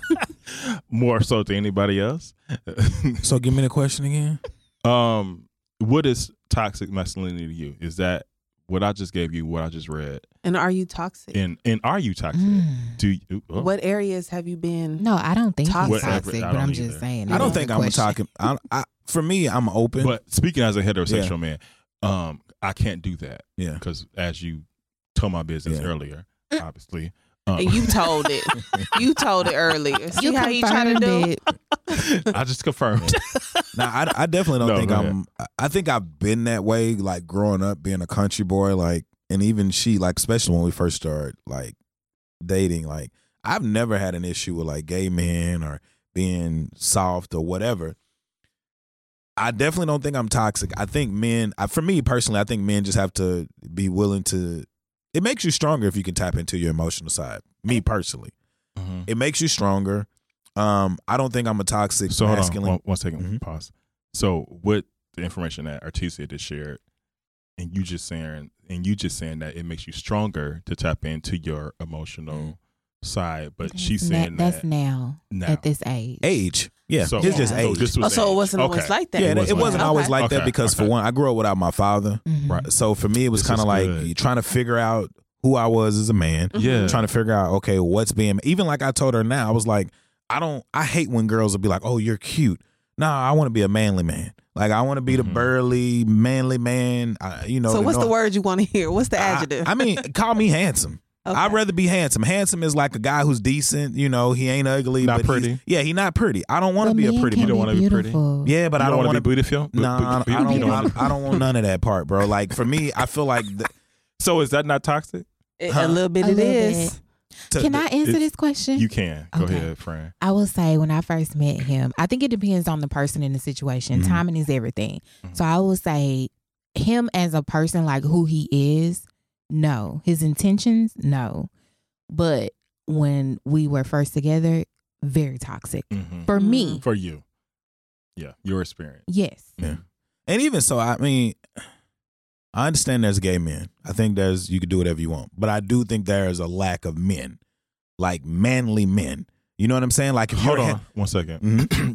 Speaker 4: more so to anybody else.
Speaker 6: So give me the question again.
Speaker 4: um, what is toxic masculinity to you? Is that what I just gave you? What I just read?
Speaker 5: And are you toxic?
Speaker 4: And and are you toxic?
Speaker 7: Mm.
Speaker 4: Do you? oh.
Speaker 5: What areas have you been?
Speaker 7: No, I don't think he's
Speaker 5: Toxic.
Speaker 7: toxic,
Speaker 4: Whatever, I
Speaker 7: but
Speaker 4: don't
Speaker 7: I'm
Speaker 4: either.
Speaker 7: just saying.
Speaker 6: I don't
Speaker 7: that's
Speaker 6: think
Speaker 7: the
Speaker 6: I'm
Speaker 7: question.
Speaker 6: talking. I, I for me, I'm open.
Speaker 4: But speaking as a heterosexual man, um, I can't do that
Speaker 6: yeah.
Speaker 4: because as you told my business
Speaker 6: Yeah.
Speaker 4: earlier, obviously, um,
Speaker 5: And Uh, you told it. you told it earlier. See
Speaker 7: You
Speaker 5: how you trying to
Speaker 7: confirmed
Speaker 5: do?
Speaker 7: it.
Speaker 4: I just confirmed.
Speaker 6: Now I, I definitely don't
Speaker 4: No,
Speaker 6: think
Speaker 4: go
Speaker 6: I'm. I- I think I've been that way. Like growing up, being a country boy, like, and even she, like, especially when we first started, like, dating, like, I've never had an issue with like gay men or being soft or whatever. I definitely don't think I'm toxic. I think men, I, for me personally, I think men just have to be willing to. It makes you stronger if you can tap into your emotional side. Me personally,
Speaker 4: Mhm.
Speaker 6: it makes you stronger. Um, I don't think I'm a toxic
Speaker 4: So hold on,
Speaker 6: masculine.
Speaker 4: one, one second,
Speaker 6: Mhm.
Speaker 4: pause. So with the information that Artesia just shared, and you just saying, and you just saying that it makes you stronger to tap into your emotional
Speaker 6: Mm-hmm.
Speaker 4: side, but she's
Speaker 7: That's
Speaker 4: saying
Speaker 7: na-
Speaker 4: that,
Speaker 7: that's now,
Speaker 4: now.
Speaker 7: at this age.
Speaker 6: age. Yeah,
Speaker 4: So-
Speaker 6: it's just
Speaker 4: so
Speaker 6: age.
Speaker 4: this
Speaker 5: Oh,
Speaker 4: was
Speaker 5: so it
Speaker 4: age.
Speaker 5: wasn't always
Speaker 4: Okay.
Speaker 5: like that.
Speaker 6: yeah, it,
Speaker 4: It wasn't
Speaker 6: wasn't always
Speaker 5: Okay.
Speaker 6: like that
Speaker 4: Okay,
Speaker 6: because for
Speaker 4: okay.
Speaker 6: one, I grew up without my father,
Speaker 7: Mhm.
Speaker 5: Mm-hmm.
Speaker 4: Right.
Speaker 6: so for me it was
Speaker 4: This
Speaker 6: kind
Speaker 4: is
Speaker 6: of like
Speaker 4: good.
Speaker 6: trying to figure out who I was as a man,
Speaker 5: Mm-hmm.
Speaker 4: Yeah.
Speaker 6: trying to figure out okay what's being even like I told her now I was like I don't I hate when girls will be like oh you're cute. Nah, I want to be a manly man. Like I want to be
Speaker 4: Mhm.
Speaker 6: the burly manly man. I, you know.
Speaker 5: so
Speaker 6: that
Speaker 5: what's
Speaker 6: know-
Speaker 5: the word you want to hear? What's the
Speaker 6: I-
Speaker 5: adjective?
Speaker 6: I, mean, call me handsome.
Speaker 5: Okay.
Speaker 6: I'd rather be handsome. Handsome is like a guy who's decent. You know, he ain't ugly.
Speaker 4: Not
Speaker 6: but he's-
Speaker 4: pretty.
Speaker 6: Yeah, he not pretty. I don't want to
Speaker 7: But
Speaker 6: be a
Speaker 7: men
Speaker 6: pretty.
Speaker 7: can
Speaker 4: You don't
Speaker 6: man.
Speaker 4: wanna be pretty.
Speaker 7: beautiful.
Speaker 6: Yeah, but I don't
Speaker 4: want
Speaker 6: want
Speaker 4: to
Speaker 6: to
Speaker 4: be beautiful.
Speaker 6: no, I don't, I
Speaker 4: you
Speaker 6: don't,
Speaker 4: wanna-
Speaker 6: I, I don't want none of that part, bro. Like for me, I feel like the,
Speaker 4: so is that not toxic?
Speaker 5: It-
Speaker 6: huh?
Speaker 5: A little bit
Speaker 7: A
Speaker 5: it
Speaker 7: little
Speaker 5: is.
Speaker 6: to-
Speaker 7: Can
Speaker 6: the-
Speaker 7: I answer
Speaker 4: it's-
Speaker 7: this question?
Speaker 4: You can go
Speaker 7: Okay.
Speaker 4: ahead, friend.
Speaker 7: I will say when I first met him, I think it depends on the person and the situation.
Speaker 6: Mhm.
Speaker 7: Timing is everything.
Speaker 4: Mhm.
Speaker 7: So I will say him as a person, like who he is, no. His intentions, no. But when we were first together, very toxic
Speaker 4: Mhm.
Speaker 7: for me.
Speaker 4: for you. Yeah, your experience.
Speaker 7: Yes.
Speaker 6: And even so, I mean, I understand there's gay men. I think there's you can do whatever you want, but I do think there is a lack of men, like manly men. You know what I'm saying? Like, if
Speaker 4: Hold
Speaker 6: you're
Speaker 4: on one second,
Speaker 6: Mhm.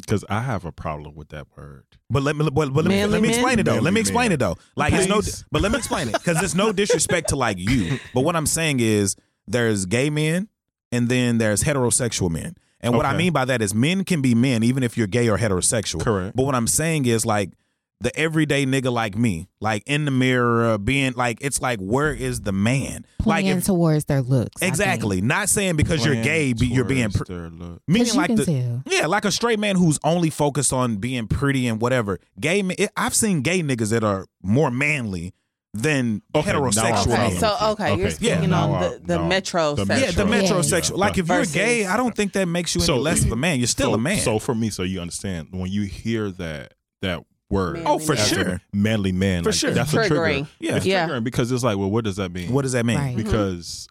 Speaker 4: because I have a problem with that word.
Speaker 6: But let me but, but let me
Speaker 5: Manly
Speaker 6: let me
Speaker 5: men?
Speaker 6: explain it though. Let
Speaker 4: Manly
Speaker 6: me explain
Speaker 4: men.
Speaker 6: it though. Like it's no
Speaker 4: Please.
Speaker 6: but let me explain it because it's no disrespect to like you. But what I'm saying is there's gay men and then there's heterosexual men. And what I
Speaker 4: Okay.
Speaker 6: mean by that is men can be men even if you're gay or heterosexual.
Speaker 4: Correct.
Speaker 6: But what I'm saying is like the everyday nigga like me, like in the mirror, being like it's like where is the man?
Speaker 7: Playing
Speaker 6: like if-
Speaker 7: towards their looks. I think.
Speaker 6: exactly. Not saying because you're
Speaker 4: Plan
Speaker 6: gay, be, you're being
Speaker 4: towards
Speaker 6: pr-
Speaker 4: their look.
Speaker 6: meaning
Speaker 7: 'Cause you
Speaker 6: like
Speaker 7: can
Speaker 6: the
Speaker 7: tell.
Speaker 6: yeah, like a straight man who's only focused on being pretty and whatever. Gay men, it, I've seen gay niggas that are more manly than
Speaker 4: Okay, now I'm
Speaker 6: heterosexual
Speaker 4: following.
Speaker 5: Oh, Okay,
Speaker 6: men.
Speaker 5: so okay, you're
Speaker 4: Okay,
Speaker 5: speaking
Speaker 4: yeah.
Speaker 5: on
Speaker 4: Now
Speaker 5: the,
Speaker 4: I-
Speaker 5: the
Speaker 4: now I-
Speaker 5: metro.
Speaker 4: the
Speaker 5: section.
Speaker 6: yeah, uh, the
Speaker 7: Metro.
Speaker 6: metrosexual. Like if
Speaker 5: Versus-
Speaker 6: you're gay, I don't think that makes you any
Speaker 4: So-
Speaker 6: less of a man. You're still
Speaker 4: so,
Speaker 6: a man.
Speaker 4: So for me, so you understand when you hear that that word.
Speaker 5: Oh, for
Speaker 4: as a
Speaker 6: sure.
Speaker 4: manly man.
Speaker 6: For
Speaker 4: like,
Speaker 6: sure.
Speaker 4: that's a trigger.
Speaker 5: triggering.
Speaker 6: Yeah.
Speaker 4: It's
Speaker 5: Yeah.
Speaker 4: triggering because it's like, well, what does that mean?
Speaker 6: what does that mean?
Speaker 7: Right.
Speaker 4: Because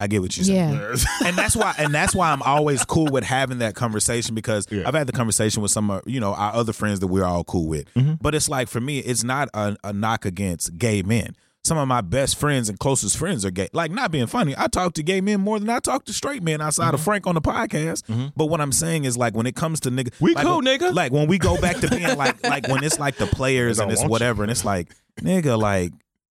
Speaker 6: I get what you're saying.
Speaker 7: Mm-hmm. Yeah.
Speaker 6: and that's why and that's why I'm always cool with having that conversation because
Speaker 4: Yeah.
Speaker 6: I've had the conversation with some of you know our other friends that we're all cool with.
Speaker 4: Mhm.
Speaker 6: But it's like for me, it's not a, a knock against gay men. Some of my best friends and closest friends are gay. Like not being funny, I talk to gay men more than I talk to straight men outside
Speaker 4: Mm-hmm.
Speaker 6: of Frank on the podcast. But what I'm saying is like when it comes to nigga,
Speaker 4: We
Speaker 6: like,
Speaker 4: cool,
Speaker 6: when-
Speaker 4: nigga.
Speaker 6: Like when we go back to being like like when it's like the players
Speaker 4: They
Speaker 6: and
Speaker 4: don't
Speaker 6: it's
Speaker 4: want you.
Speaker 6: whatever, and it's like nigga, like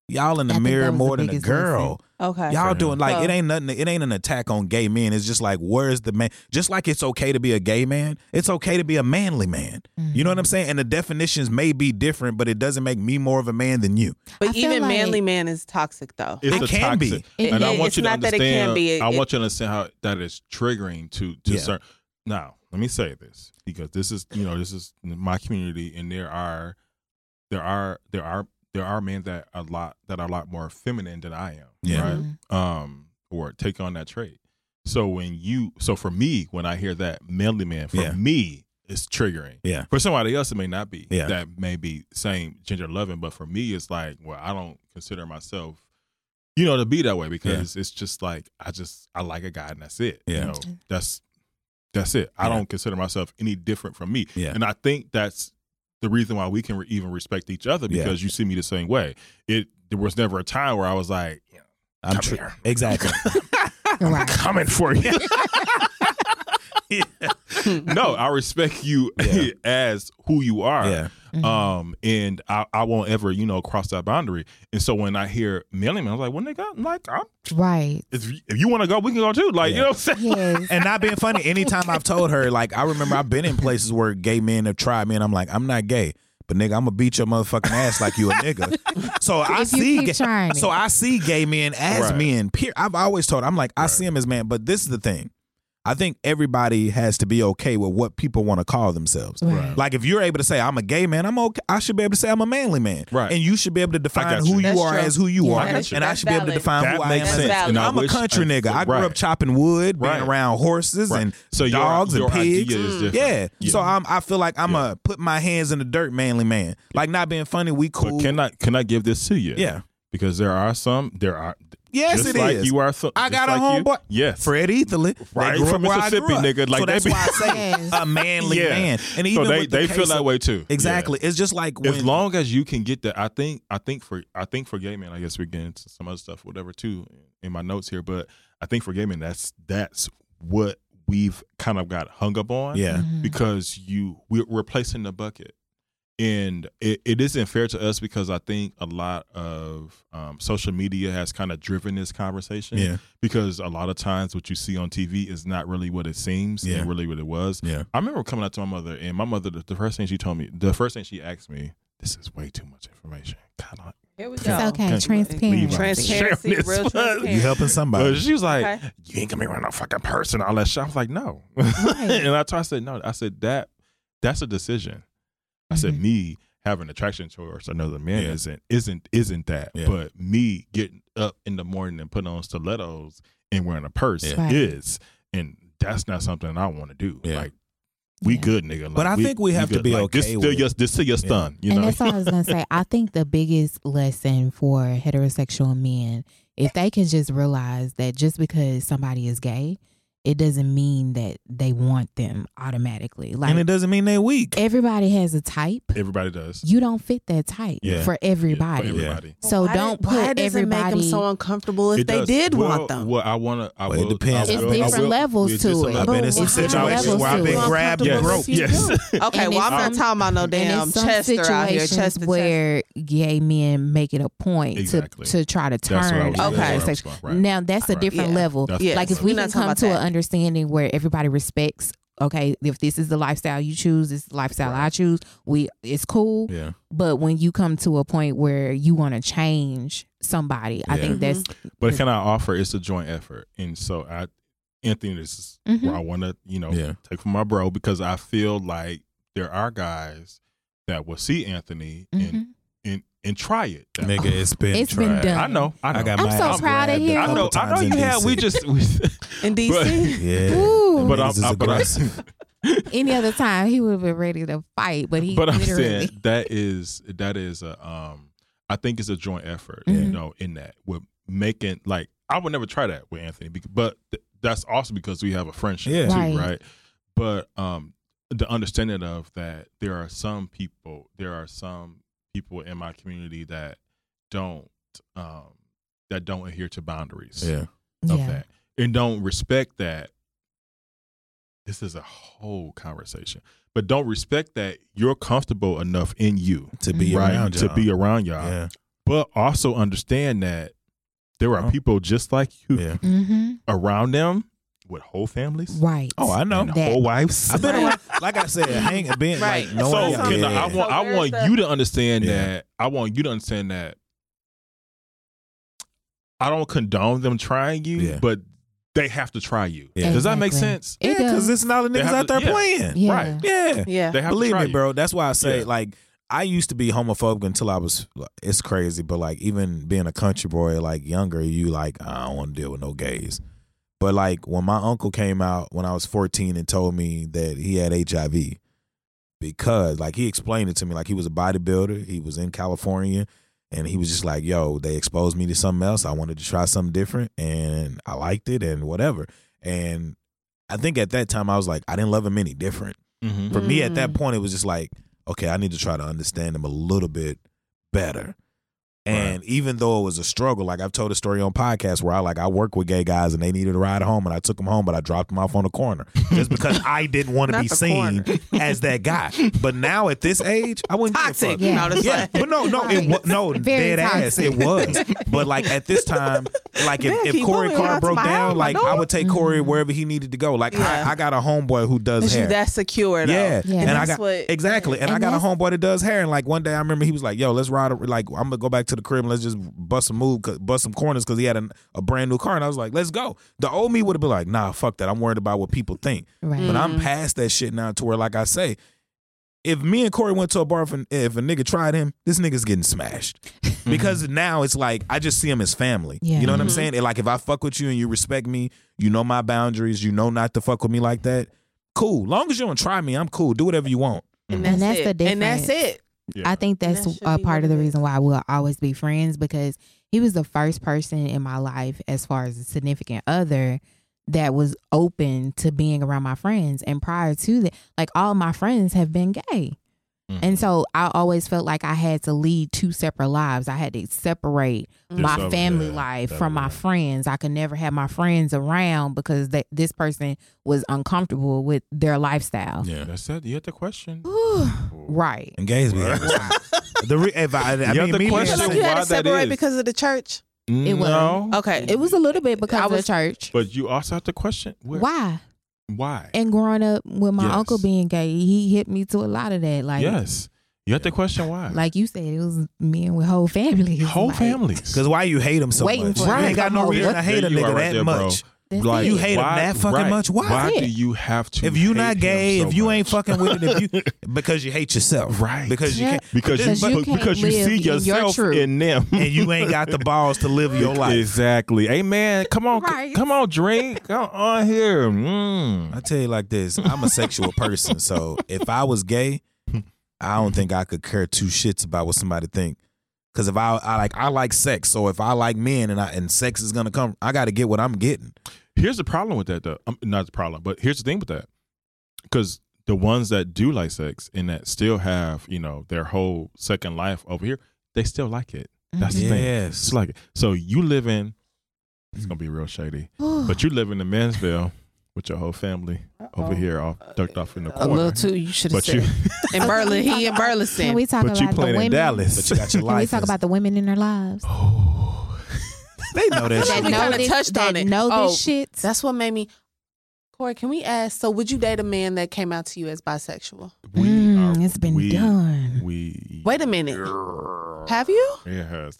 Speaker 6: y'all in the
Speaker 7: I think that
Speaker 6: mirror
Speaker 7: was the
Speaker 6: more than the
Speaker 7: biggest
Speaker 6: girl.
Speaker 7: lesson.
Speaker 5: Okay.
Speaker 6: Y'all doing like
Speaker 5: So-
Speaker 6: it ain't nothing. It ain't an attack on gay men. It's just like where's the man? Just like it's okay to be a gay man, it's okay to be a manly man. You know what I'm saying? And the definitions may be different, but it doesn't make me more of a man than you.
Speaker 7: I
Speaker 5: But
Speaker 7: feel
Speaker 5: even
Speaker 7: like-
Speaker 5: manly man is toxic though.
Speaker 4: It's
Speaker 6: It
Speaker 4: a
Speaker 6: can be.
Speaker 4: toxic-
Speaker 7: It-
Speaker 4: and I
Speaker 7: it-
Speaker 4: want
Speaker 5: it's
Speaker 4: you to
Speaker 5: not that it
Speaker 4: understand.
Speaker 5: can be. It-
Speaker 4: I want you to understand how that is triggering to to
Speaker 6: Yeah.
Speaker 4: certain. Now, let me say this because this is you know this is my community, and there are there are there are there are men that a lot that are a lot more feminine than I am.
Speaker 6: Yeah.
Speaker 4: Right.
Speaker 7: Mm.
Speaker 4: Um. Or take on that trait. So when you so for me when I hear that manly man for
Speaker 6: Yeah.
Speaker 4: me it's triggering.
Speaker 6: Yeah.
Speaker 4: For somebody else, it may not be.
Speaker 6: Yeah.
Speaker 4: That may be same gender loving, but for me, it's like, well, I don't consider myself, you know, to be that way because it's just like I just I like a guy and that's it.
Speaker 6: Yeah.
Speaker 4: You know, that's that's it. I
Speaker 6: Yeah.
Speaker 4: don't consider myself any different from me.
Speaker 6: Yeah.
Speaker 4: And I think that's the reason why we can re- even respect each other
Speaker 6: Yeah.
Speaker 4: because you see me the same way. It there was never a time where I was like,
Speaker 6: I'm
Speaker 4: Come
Speaker 6: tri-
Speaker 4: here.
Speaker 6: exactly.
Speaker 7: Right.
Speaker 4: coming for you.
Speaker 6: yeah.
Speaker 4: no, I respect you
Speaker 6: Yeah.
Speaker 4: as who you are.
Speaker 6: yeah,
Speaker 7: Mhm.
Speaker 4: Um, and I, I won't ever, you know, cross that boundary. And so when I hear Millie, I was like, well, nigga, I'm like, I'm,
Speaker 7: Right.
Speaker 4: if, if you want to go, we can go too. Like, you know what I'm saying?
Speaker 7: Yes.
Speaker 6: and not being funny. Anytime I've told her, like I remember I've been in places where gay men have tried me, and I'm like, I'm not gay. But nigga, I'm gonna beat your motherfucking ass like you a nigga. So I
Speaker 7: If you
Speaker 6: see,
Speaker 7: keep
Speaker 6: ga-
Speaker 7: trying it.
Speaker 6: so I see gay men as
Speaker 4: Right.
Speaker 6: men. Peer, I've always told, I'm like, I see him as man. But this is the thing, I think everybody has to be okay with what people want to call themselves.
Speaker 7: Right.
Speaker 6: Like if you're able to say I'm a gay man, I'm okay. I should be able to say I'm a manly man.
Speaker 4: Right.
Speaker 6: And you should be able to define
Speaker 4: got
Speaker 6: who
Speaker 4: you.
Speaker 6: you
Speaker 5: That's
Speaker 6: are
Speaker 5: true.
Speaker 6: as who you
Speaker 7: Yeah,
Speaker 6: are,
Speaker 7: I got
Speaker 6: and
Speaker 5: you.
Speaker 6: I should be able to
Speaker 5: That's
Speaker 6: define
Speaker 4: valid.
Speaker 6: who I
Speaker 4: That
Speaker 6: am.
Speaker 4: makes
Speaker 6: as a
Speaker 5: sense.
Speaker 6: man.
Speaker 5: And I
Speaker 6: I'm a
Speaker 4: wish- uh,
Speaker 6: country nigga. I grew up
Speaker 4: Right.
Speaker 6: chopping wood, being
Speaker 4: Right.
Speaker 6: around horses
Speaker 4: Right.
Speaker 6: and
Speaker 4: So your-
Speaker 6: dogs
Speaker 4: your
Speaker 6: and
Speaker 4: idea
Speaker 6: pigs.
Speaker 4: is different.
Speaker 6: Yeah.
Speaker 4: Yeah.
Speaker 6: So I'm. I feel like I'm a put my hands in the dirt, manly man. Like not being funny. We
Speaker 4: But
Speaker 6: cool.
Speaker 4: can I, can I give this to you?
Speaker 6: Yeah.
Speaker 4: Because there are some, there are,
Speaker 6: yes,
Speaker 4: just
Speaker 6: it is.
Speaker 4: like you are. Some,
Speaker 6: I
Speaker 4: just
Speaker 6: got a
Speaker 4: like you-
Speaker 6: homeboy.
Speaker 4: Yes.
Speaker 6: Fred Etherly.
Speaker 4: Right, from Mississippi, nigga. Like,
Speaker 6: so
Speaker 4: they
Speaker 6: that's
Speaker 4: be-
Speaker 6: why I say
Speaker 7: Yes.
Speaker 6: a manly
Speaker 4: Yeah.
Speaker 6: man. And
Speaker 4: so
Speaker 6: even
Speaker 4: they,
Speaker 6: with the
Speaker 4: they
Speaker 6: case
Speaker 4: feel that
Speaker 6: of-
Speaker 4: way too. Yeah.
Speaker 6: Exactly. It's just like when,
Speaker 4: as long as you can get that i think i think for i think for gay men i guess we're getting into some other stuff whatever too in my notes here but i think for gay men that's that's what we've kind of got hung up on
Speaker 6: Yeah.
Speaker 4: because you we're, we're placing the bucket and it, it isn't fair to us because i think a lot of um, social media has kind of driven this conversation
Speaker 6: Yeah.
Speaker 4: because a lot of times what you see on tv is not really what it seems
Speaker 6: Yeah.
Speaker 4: and really what it was
Speaker 6: Yeah.
Speaker 4: I remember coming out to my mother, and my mother, the, the first thing she told me, the first thing she asked me, this is way too much information. God,
Speaker 5: Here we
Speaker 7: It's
Speaker 5: go.
Speaker 7: okay.
Speaker 4: Leave
Speaker 7: Transparent.
Speaker 4: out.
Speaker 5: Transparency,
Speaker 4: Share this
Speaker 5: real
Speaker 4: one.
Speaker 5: transparency.
Speaker 6: You helping
Speaker 4: I,
Speaker 6: somebody.
Speaker 4: but she was like,
Speaker 5: Okay. Mm.
Speaker 4: you ain't gonna be around no fucking person, all that shit. I was like, no.
Speaker 7: Right.
Speaker 4: and I, told, I said, no. I said, that that's a decision. I said,
Speaker 5: Mm-hmm.
Speaker 7: Mhm.
Speaker 4: me having attraction towards another man
Speaker 6: Yeah.
Speaker 4: isn't isn't isn't that,
Speaker 6: Yeah.
Speaker 4: but me getting up in the morning and putting on stilettos and wearing a purse
Speaker 6: Yeah.
Speaker 7: Right.
Speaker 4: is, and that's not something I want to do.
Speaker 6: Yeah.
Speaker 4: Like we
Speaker 7: Yeah.
Speaker 4: good, nigga. Like,
Speaker 6: But I think we have to
Speaker 4: good.
Speaker 6: be
Speaker 4: Like, This
Speaker 6: okay
Speaker 4: still
Speaker 6: with
Speaker 4: your this still your
Speaker 6: Yeah.
Speaker 4: stun. You
Speaker 7: and
Speaker 4: know,
Speaker 7: that's what I was gonna say. I think the biggest lesson for heterosexual men, if they can just realize that just because somebody is gay, it doesn't mean that they want them automatically. Like
Speaker 6: and it doesn't mean they're weak.
Speaker 7: everybody has a type.
Speaker 4: everybody does.
Speaker 7: You don't fit that type
Speaker 4: Yeah.
Speaker 7: for
Speaker 4: Yeah, for
Speaker 7: everybody.
Speaker 4: everybody.
Speaker 7: So
Speaker 5: Why did-
Speaker 7: don't put
Speaker 5: why does
Speaker 7: everybody.
Speaker 5: it make them so uncomfortable if
Speaker 4: It
Speaker 5: they
Speaker 4: does.
Speaker 5: did
Speaker 4: Well,
Speaker 5: want them.
Speaker 4: Well, I want to. I
Speaker 6: Well, it
Speaker 4: will,
Speaker 6: depends.
Speaker 4: I
Speaker 7: It's
Speaker 4: will- I
Speaker 7: different
Speaker 4: will-
Speaker 7: levels
Speaker 4: it's
Speaker 7: to
Speaker 4: just a
Speaker 7: it. Oh,
Speaker 4: lot
Speaker 6: I've been in
Speaker 5: But why
Speaker 6: situations
Speaker 7: levels
Speaker 6: where I've
Speaker 7: to
Speaker 6: been
Speaker 7: it.
Speaker 6: grabbed and
Speaker 4: Yes.
Speaker 6: groped.
Speaker 4: Yes.
Speaker 6: Yes.
Speaker 5: Okay,
Speaker 7: And
Speaker 5: well I'm
Speaker 7: in
Speaker 5: not
Speaker 7: some-
Speaker 5: talking about no damn
Speaker 7: and in
Speaker 5: Chester
Speaker 7: some
Speaker 5: out here,
Speaker 7: situations
Speaker 5: Chester. Chester.
Speaker 7: where gay men make it a point
Speaker 4: Exactly.
Speaker 7: to, to try to turn
Speaker 4: That's what I was
Speaker 5: Okay.
Speaker 7: against
Speaker 5: that's
Speaker 4: Okay.
Speaker 7: sex- Now that's a
Speaker 4: Right.
Speaker 7: different
Speaker 5: Yeah.
Speaker 7: level.
Speaker 4: That's
Speaker 5: Yes.
Speaker 7: Like if
Speaker 5: We're
Speaker 7: we
Speaker 5: not
Speaker 7: can
Speaker 5: talking
Speaker 7: come
Speaker 5: about
Speaker 7: to an
Speaker 5: that.
Speaker 7: understanding where everybody respects, okay, if this is the lifestyle you choose, this is the lifestyle I choose, we it's cool.
Speaker 4: Yeah.
Speaker 7: But when you come to a point where you want to change somebody, I
Speaker 4: Yeah.
Speaker 7: think that's
Speaker 5: Mm-hmm.
Speaker 4: But can I offer? It's a joint effort, and so I, Anthony, this is
Speaker 7: Mhm.
Speaker 4: where I want to, you know,
Speaker 6: Yeah.
Speaker 4: take from my bro because I feel like there are guys that will see Anthony and
Speaker 7: Mhm.
Speaker 4: and and try it. That
Speaker 6: Nigga, it's been
Speaker 7: It's been
Speaker 6: tried.
Speaker 7: done.
Speaker 4: I know. I know.
Speaker 6: I got
Speaker 7: I'm
Speaker 6: my
Speaker 7: so
Speaker 6: ass
Speaker 7: proud of
Speaker 6: grabbed a
Speaker 7: you.
Speaker 4: I
Speaker 6: couple
Speaker 4: know. I know
Speaker 6: times
Speaker 4: you
Speaker 6: in
Speaker 4: have. We
Speaker 6: DC.
Speaker 4: just. We,
Speaker 5: in DC.
Speaker 6: Yeah.
Speaker 7: Ooh.
Speaker 6: Them
Speaker 4: but
Speaker 6: niggas
Speaker 4: I'm.
Speaker 6: is
Speaker 4: I- But I,
Speaker 6: aggressive.
Speaker 7: any other time he would have been ready to fight, but he
Speaker 4: but I'm
Speaker 7: literally
Speaker 4: saying that is that is a um I think it's a joint effort, you
Speaker 7: Mhm.
Speaker 4: know, in that with making like I would never try that with Anthony, bec- but th- that's also because we have a friendship
Speaker 6: Yeah.
Speaker 4: too,
Speaker 7: Right.
Speaker 4: right. But um the understanding of that there are some people, there are some people in my community that don't um that don't adhere to boundaries
Speaker 6: Yeah.
Speaker 4: of
Speaker 7: yeah.
Speaker 4: that and don't respect that this is a whole conversation but don't respect that you're comfortable enough in you
Speaker 6: To be
Speaker 4: right
Speaker 6: around
Speaker 4: to
Speaker 6: y'all.
Speaker 4: be around y'all
Speaker 6: Yeah.
Speaker 4: but also understand that there are
Speaker 6: Huh.
Speaker 4: people just like you
Speaker 6: Yeah.
Speaker 7: hmm
Speaker 4: around them with whole families
Speaker 7: Right.
Speaker 6: Oh, I know.
Speaker 4: and
Speaker 7: That-
Speaker 4: whole wives
Speaker 6: I've been around. Like I said, hang been
Speaker 5: Right.
Speaker 6: like no
Speaker 4: so
Speaker 5: one-
Speaker 4: can I, I
Speaker 5: Yeah.
Speaker 4: want
Speaker 5: So
Speaker 4: I
Speaker 5: there's
Speaker 4: want
Speaker 5: the-
Speaker 4: you to understand
Speaker 6: Yeah.
Speaker 4: that I want you to understand that I don't condone them trying you,
Speaker 6: Yeah.
Speaker 4: but they have to try you.
Speaker 6: Yeah.
Speaker 4: Does that make
Speaker 7: Exactly.
Speaker 4: sense?
Speaker 7: It
Speaker 6: Yeah, because
Speaker 7: does.
Speaker 6: it's not the
Speaker 4: They
Speaker 6: niggas
Speaker 4: have
Speaker 6: out
Speaker 4: to-
Speaker 6: there
Speaker 4: yeah.
Speaker 6: playing.
Speaker 7: yeah.
Speaker 4: Right.
Speaker 6: Yeah.
Speaker 5: Yeah.
Speaker 4: They have
Speaker 6: Believe
Speaker 4: to try
Speaker 6: me,
Speaker 4: you.
Speaker 6: bro. That's why I say
Speaker 4: Yeah.
Speaker 6: like I used to be homophobic until I was. It's crazy, but like even being a country boy, like younger, you like I don't want to deal with no gays. But like when my uncle came out when I was fourteen and told me that he had HIV, because like he explained it to me, like he was a bodybuilder, he was in California, and he was just like, "Yo, they exposed me to something else. I wanted to try something different, and I liked it, and whatever." And I think at that time I was like, I didn't love him any different
Speaker 4: Mm-hmm.
Speaker 6: for me at
Speaker 5: Mm.
Speaker 6: that point it was just like okay i need to try to understand him a little bit better and even though it was a struggle like i've told a story on podcast where i like i work with gay guys and they needed a ride home and i took them home but i dropped them off on the corner just because i didn't want to
Speaker 5: Not
Speaker 6: be
Speaker 5: the
Speaker 6: seen as that guy but now at this age i wouldn't
Speaker 5: Toxic.
Speaker 6: give
Speaker 7: Yeah.
Speaker 6: a fuck.
Speaker 5: No, that's
Speaker 6: yeah
Speaker 5: like-
Speaker 6: but no no it was no
Speaker 7: Very
Speaker 6: dead ass
Speaker 7: toxic.
Speaker 6: it was but like at this time like if,
Speaker 5: Man,
Speaker 6: if
Speaker 5: keep
Speaker 6: corey
Speaker 5: moving
Speaker 6: carr
Speaker 5: around to
Speaker 6: broke
Speaker 5: my
Speaker 6: down
Speaker 5: house,
Speaker 6: like
Speaker 5: my
Speaker 6: i
Speaker 5: dog.
Speaker 6: would take corey
Speaker 7: Mhm.
Speaker 6: wherever he needed to go like
Speaker 5: Yeah.
Speaker 6: I, I got a homeboy who does
Speaker 5: Is you
Speaker 6: hair
Speaker 5: that secure though?
Speaker 6: yeah,
Speaker 7: Yeah.
Speaker 6: and, I
Speaker 5: that's
Speaker 6: got
Speaker 5: what-
Speaker 6: exactly, and, I
Speaker 7: And
Speaker 6: got a
Speaker 7: that's-
Speaker 6: homeboy that does hair. And like one day, I remember he was like, "Yo, let's ride. A, like I'm gonna go back to the crib. and Let's just bust some move, 'cause- bust some corners, because he had a, a brand new car." And I was like, "Let's go." The old me would have been like, "Nah, fuck that. I'm worried about what people think."
Speaker 7: Right.
Speaker 6: But I'm past that shit now. To where, like I say, if me and Corey went to a bar, if, an, if a nigga tried him, this nigga's getting smashed. Because now it's like I just see him as family.
Speaker 7: Yeah. Mm-hmm.
Speaker 6: You know what I'm saying? And like if I fuck with you and you respect me, you know my boundaries, you know not to fuck with me like that. Cool. Long as you don't try me, I'm cool. Do whatever you want.
Speaker 5: And
Speaker 7: And
Speaker 5: that's,
Speaker 7: that's
Speaker 5: it.
Speaker 7: the
Speaker 5: And that's
Speaker 7: difference.
Speaker 5: it.
Speaker 7: I think that's
Speaker 5: That should
Speaker 7: a
Speaker 5: be
Speaker 7: part of the
Speaker 5: what it
Speaker 7: reason why we'll always be friends because he was the first person in my life, as far as a significant other, that was open to being around my friends. And prior to that, like all my friends have been gay. And so I always felt like I had to lead two separate lives. I had to separate my
Speaker 4: Yourself,
Speaker 7: family
Speaker 4: yeah,
Speaker 7: life
Speaker 4: that
Speaker 7: from my
Speaker 4: way.
Speaker 7: friends. I could never have my friends around because that this person was uncomfortable with their lifestyle.
Speaker 6: Yeah.
Speaker 4: That's it. You had the question.
Speaker 7: Right.
Speaker 6: And gays be having some- the re- if I, I
Speaker 4: Yeah,
Speaker 6: mean,
Speaker 4: the
Speaker 6: me
Speaker 5: But
Speaker 4: question-
Speaker 6: personally-
Speaker 5: like
Speaker 4: So
Speaker 5: you had
Speaker 4: why
Speaker 5: to
Speaker 4: that
Speaker 5: separate
Speaker 4: is-
Speaker 5: because of the church.
Speaker 7: It was.
Speaker 4: no.
Speaker 5: Okay.
Speaker 7: It was a little bit because
Speaker 5: I
Speaker 7: of the
Speaker 5: was-
Speaker 7: church.
Speaker 4: But you also have to question where,
Speaker 7: Why?
Speaker 4: Why?
Speaker 7: And growing up with my
Speaker 4: Yes.
Speaker 7: uncle being gay, he hit me to a lot of that. Like,
Speaker 4: yes. You have to question why.
Speaker 7: like you said, it was men with whole families.
Speaker 4: whole
Speaker 7: Like,
Speaker 4: families.
Speaker 6: Cause why you hate him so
Speaker 7: Waiting
Speaker 6: much?
Speaker 7: for
Speaker 6: You
Speaker 7: him
Speaker 6: ain't
Speaker 7: to
Speaker 6: got
Speaker 7: come
Speaker 6: no
Speaker 7: over.
Speaker 6: reason
Speaker 7: What-
Speaker 6: to hate a
Speaker 4: There you
Speaker 6: nigga
Speaker 4: are right
Speaker 6: that
Speaker 4: there, bro.
Speaker 6: much.
Speaker 7: That's
Speaker 4: like
Speaker 7: it.
Speaker 10: You hate him
Speaker 4: why-
Speaker 10: that fucking
Speaker 4: right,
Speaker 10: much? Why?
Speaker 4: Why
Speaker 7: That's
Speaker 4: do
Speaker 7: it.
Speaker 4: you have to?
Speaker 10: if you
Speaker 4: hate
Speaker 10: not
Speaker 4: him
Speaker 10: gay,
Speaker 4: so
Speaker 10: if you ain't
Speaker 4: much?
Speaker 10: fucking with it, if you because you hate yourself,
Speaker 4: Right.
Speaker 10: Because you
Speaker 7: Yeah.
Speaker 10: can't,
Speaker 4: because you,
Speaker 7: Because you
Speaker 4: but-
Speaker 7: can't
Speaker 4: because you
Speaker 7: live
Speaker 4: see
Speaker 7: in your
Speaker 4: yourself in,
Speaker 7: truth.
Speaker 4: them.
Speaker 10: and you ain't got the balls to live your life.
Speaker 4: Exactly. Hey man, come on,
Speaker 7: Right.
Speaker 4: come on, drink. Come on here. Mm.
Speaker 10: I
Speaker 6: I tell you like this, I'm a sexual person, so if I was gay, I don't think I could care two shits about what somebody think. Cause if I, I like I like sex, so if I like men and I and sex is gonna come, I gotta get what I'm getting.
Speaker 4: Here's the problem with that, though. Um, not the problem, but here's the thing with that. Because the ones that do like sex and that still have, you know, their whole second life over here, they still like it.
Speaker 7: mm-hmm.
Speaker 4: That's the thing.
Speaker 6: Yes.
Speaker 4: It's like it. So you live in. It's gonna be real shady, but you live in the Mansville with your whole family over here, all ducked off in the
Speaker 5: A
Speaker 4: corner.
Speaker 5: little too. You should have
Speaker 4: but you,
Speaker 5: said. in Burlington, he in
Speaker 7: Can
Speaker 5: Burleson.
Speaker 7: we talk
Speaker 4: but you
Speaker 7: about the
Speaker 4: playing
Speaker 7: women?
Speaker 4: in Dallas. Oh.
Speaker 6: But you got
Speaker 7: Can
Speaker 6: your
Speaker 7: we
Speaker 6: life.
Speaker 7: talk about the women in their lives
Speaker 10: they know that
Speaker 7: that
Speaker 5: Actually, we
Speaker 10: shit.
Speaker 7: know
Speaker 5: kinda
Speaker 7: this,
Speaker 5: touched
Speaker 7: that
Speaker 5: on it.
Speaker 7: know
Speaker 5: Oh,
Speaker 7: this shit?
Speaker 5: That's what made me. Corey, can we ask? So, would you date a man that came out to you as bisexual?
Speaker 4: we
Speaker 7: Mm,
Speaker 4: are-
Speaker 7: it's been
Speaker 4: we-
Speaker 7: done.
Speaker 4: We
Speaker 5: Wait a minute. Have you?
Speaker 4: It has.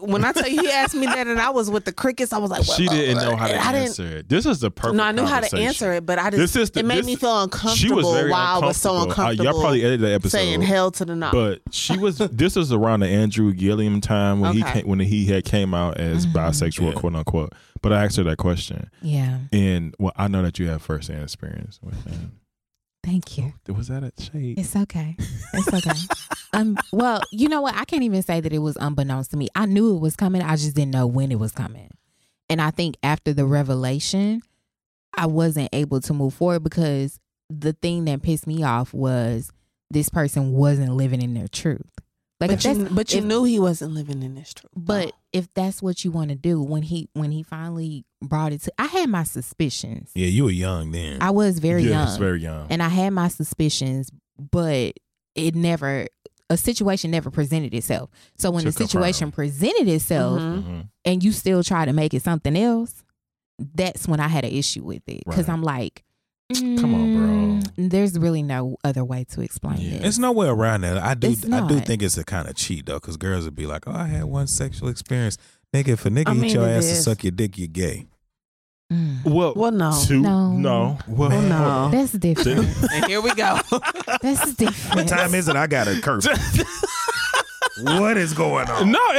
Speaker 5: When I tell you he asked me that and I was with the crickets, I was like,
Speaker 4: she
Speaker 5: what-
Speaker 4: didn't know how to
Speaker 5: Uh, I didn't-
Speaker 4: answer it. This is the perfect.
Speaker 5: No, I knew how to answer it, but I just
Speaker 4: This is the-
Speaker 5: it made
Speaker 4: this-
Speaker 5: me feel
Speaker 4: She
Speaker 5: uncomfortable
Speaker 4: was very
Speaker 5: why I was so
Speaker 4: uncomfortable. Uh,
Speaker 5: uncomfortable
Speaker 4: y'all probably edited that episode.
Speaker 5: saying hell to the no.
Speaker 4: But she was. this is around the Andrew Gilliam time when he
Speaker 5: Okay. Mm-hmm.
Speaker 4: came, when he had came out as
Speaker 7: Mhm.
Speaker 4: bisexual,
Speaker 10: Yeah.
Speaker 4: quote unquote. But I asked her that question,
Speaker 7: yeah.
Speaker 4: and well, I know that you have first hand experience with that.
Speaker 7: Thank you.
Speaker 4: Oh, Was that at Shade?
Speaker 7: It's okay. It's okay. um. Well, you know what? I can't even say that it was unbeknownst to me. I knew it was coming. I just didn't know when it was coming. And I think after the revelation, I wasn't able to move forward because the thing that pissed me off was this person wasn't living in their truth. Like
Speaker 5: but,
Speaker 7: if that's
Speaker 5: you, but you
Speaker 7: if-
Speaker 5: knew Oh. he wasn't living in this truth.
Speaker 7: But
Speaker 5: though.
Speaker 7: if that's what you want to do, when he when he finally brought it to, I had my suspicions.
Speaker 6: Yeah, you were young then.
Speaker 7: I was very
Speaker 4: yeah,
Speaker 7: young,
Speaker 4: very young.
Speaker 7: and I had my suspicions, but it never a situation never presented itself. So when
Speaker 4: To
Speaker 7: the situation presented itself,
Speaker 5: Mhm.
Speaker 4: Mhm.
Speaker 7: and you still try to make it something else, that's when I had an issue with it because
Speaker 4: Right.
Speaker 7: I'm like,
Speaker 4: Come on, bro.
Speaker 7: "Mm, There's really no other way to explain
Speaker 4: Yeah.
Speaker 7: this.
Speaker 6: It's no way around that. I do.
Speaker 7: It's
Speaker 6: I do
Speaker 7: not.
Speaker 6: think it's a kind of cheat though, because girls would be like, "Oh, I had one sexual experience." Nigga, if a nigga
Speaker 5: I
Speaker 6: hit
Speaker 5: mean,
Speaker 6: your
Speaker 5: it
Speaker 6: ass to
Speaker 5: is.
Speaker 6: suck your dick, you're gay.
Speaker 7: Mm.
Speaker 4: Well,
Speaker 5: Well, no.
Speaker 4: two,
Speaker 7: No.
Speaker 4: no, well,
Speaker 5: Well, no.
Speaker 7: That's different.
Speaker 5: and here we go.
Speaker 7: that's
Speaker 6: What
Speaker 7: different.
Speaker 6: time is it? I got a curfew. what is going
Speaker 4: No, Anthony
Speaker 6: on?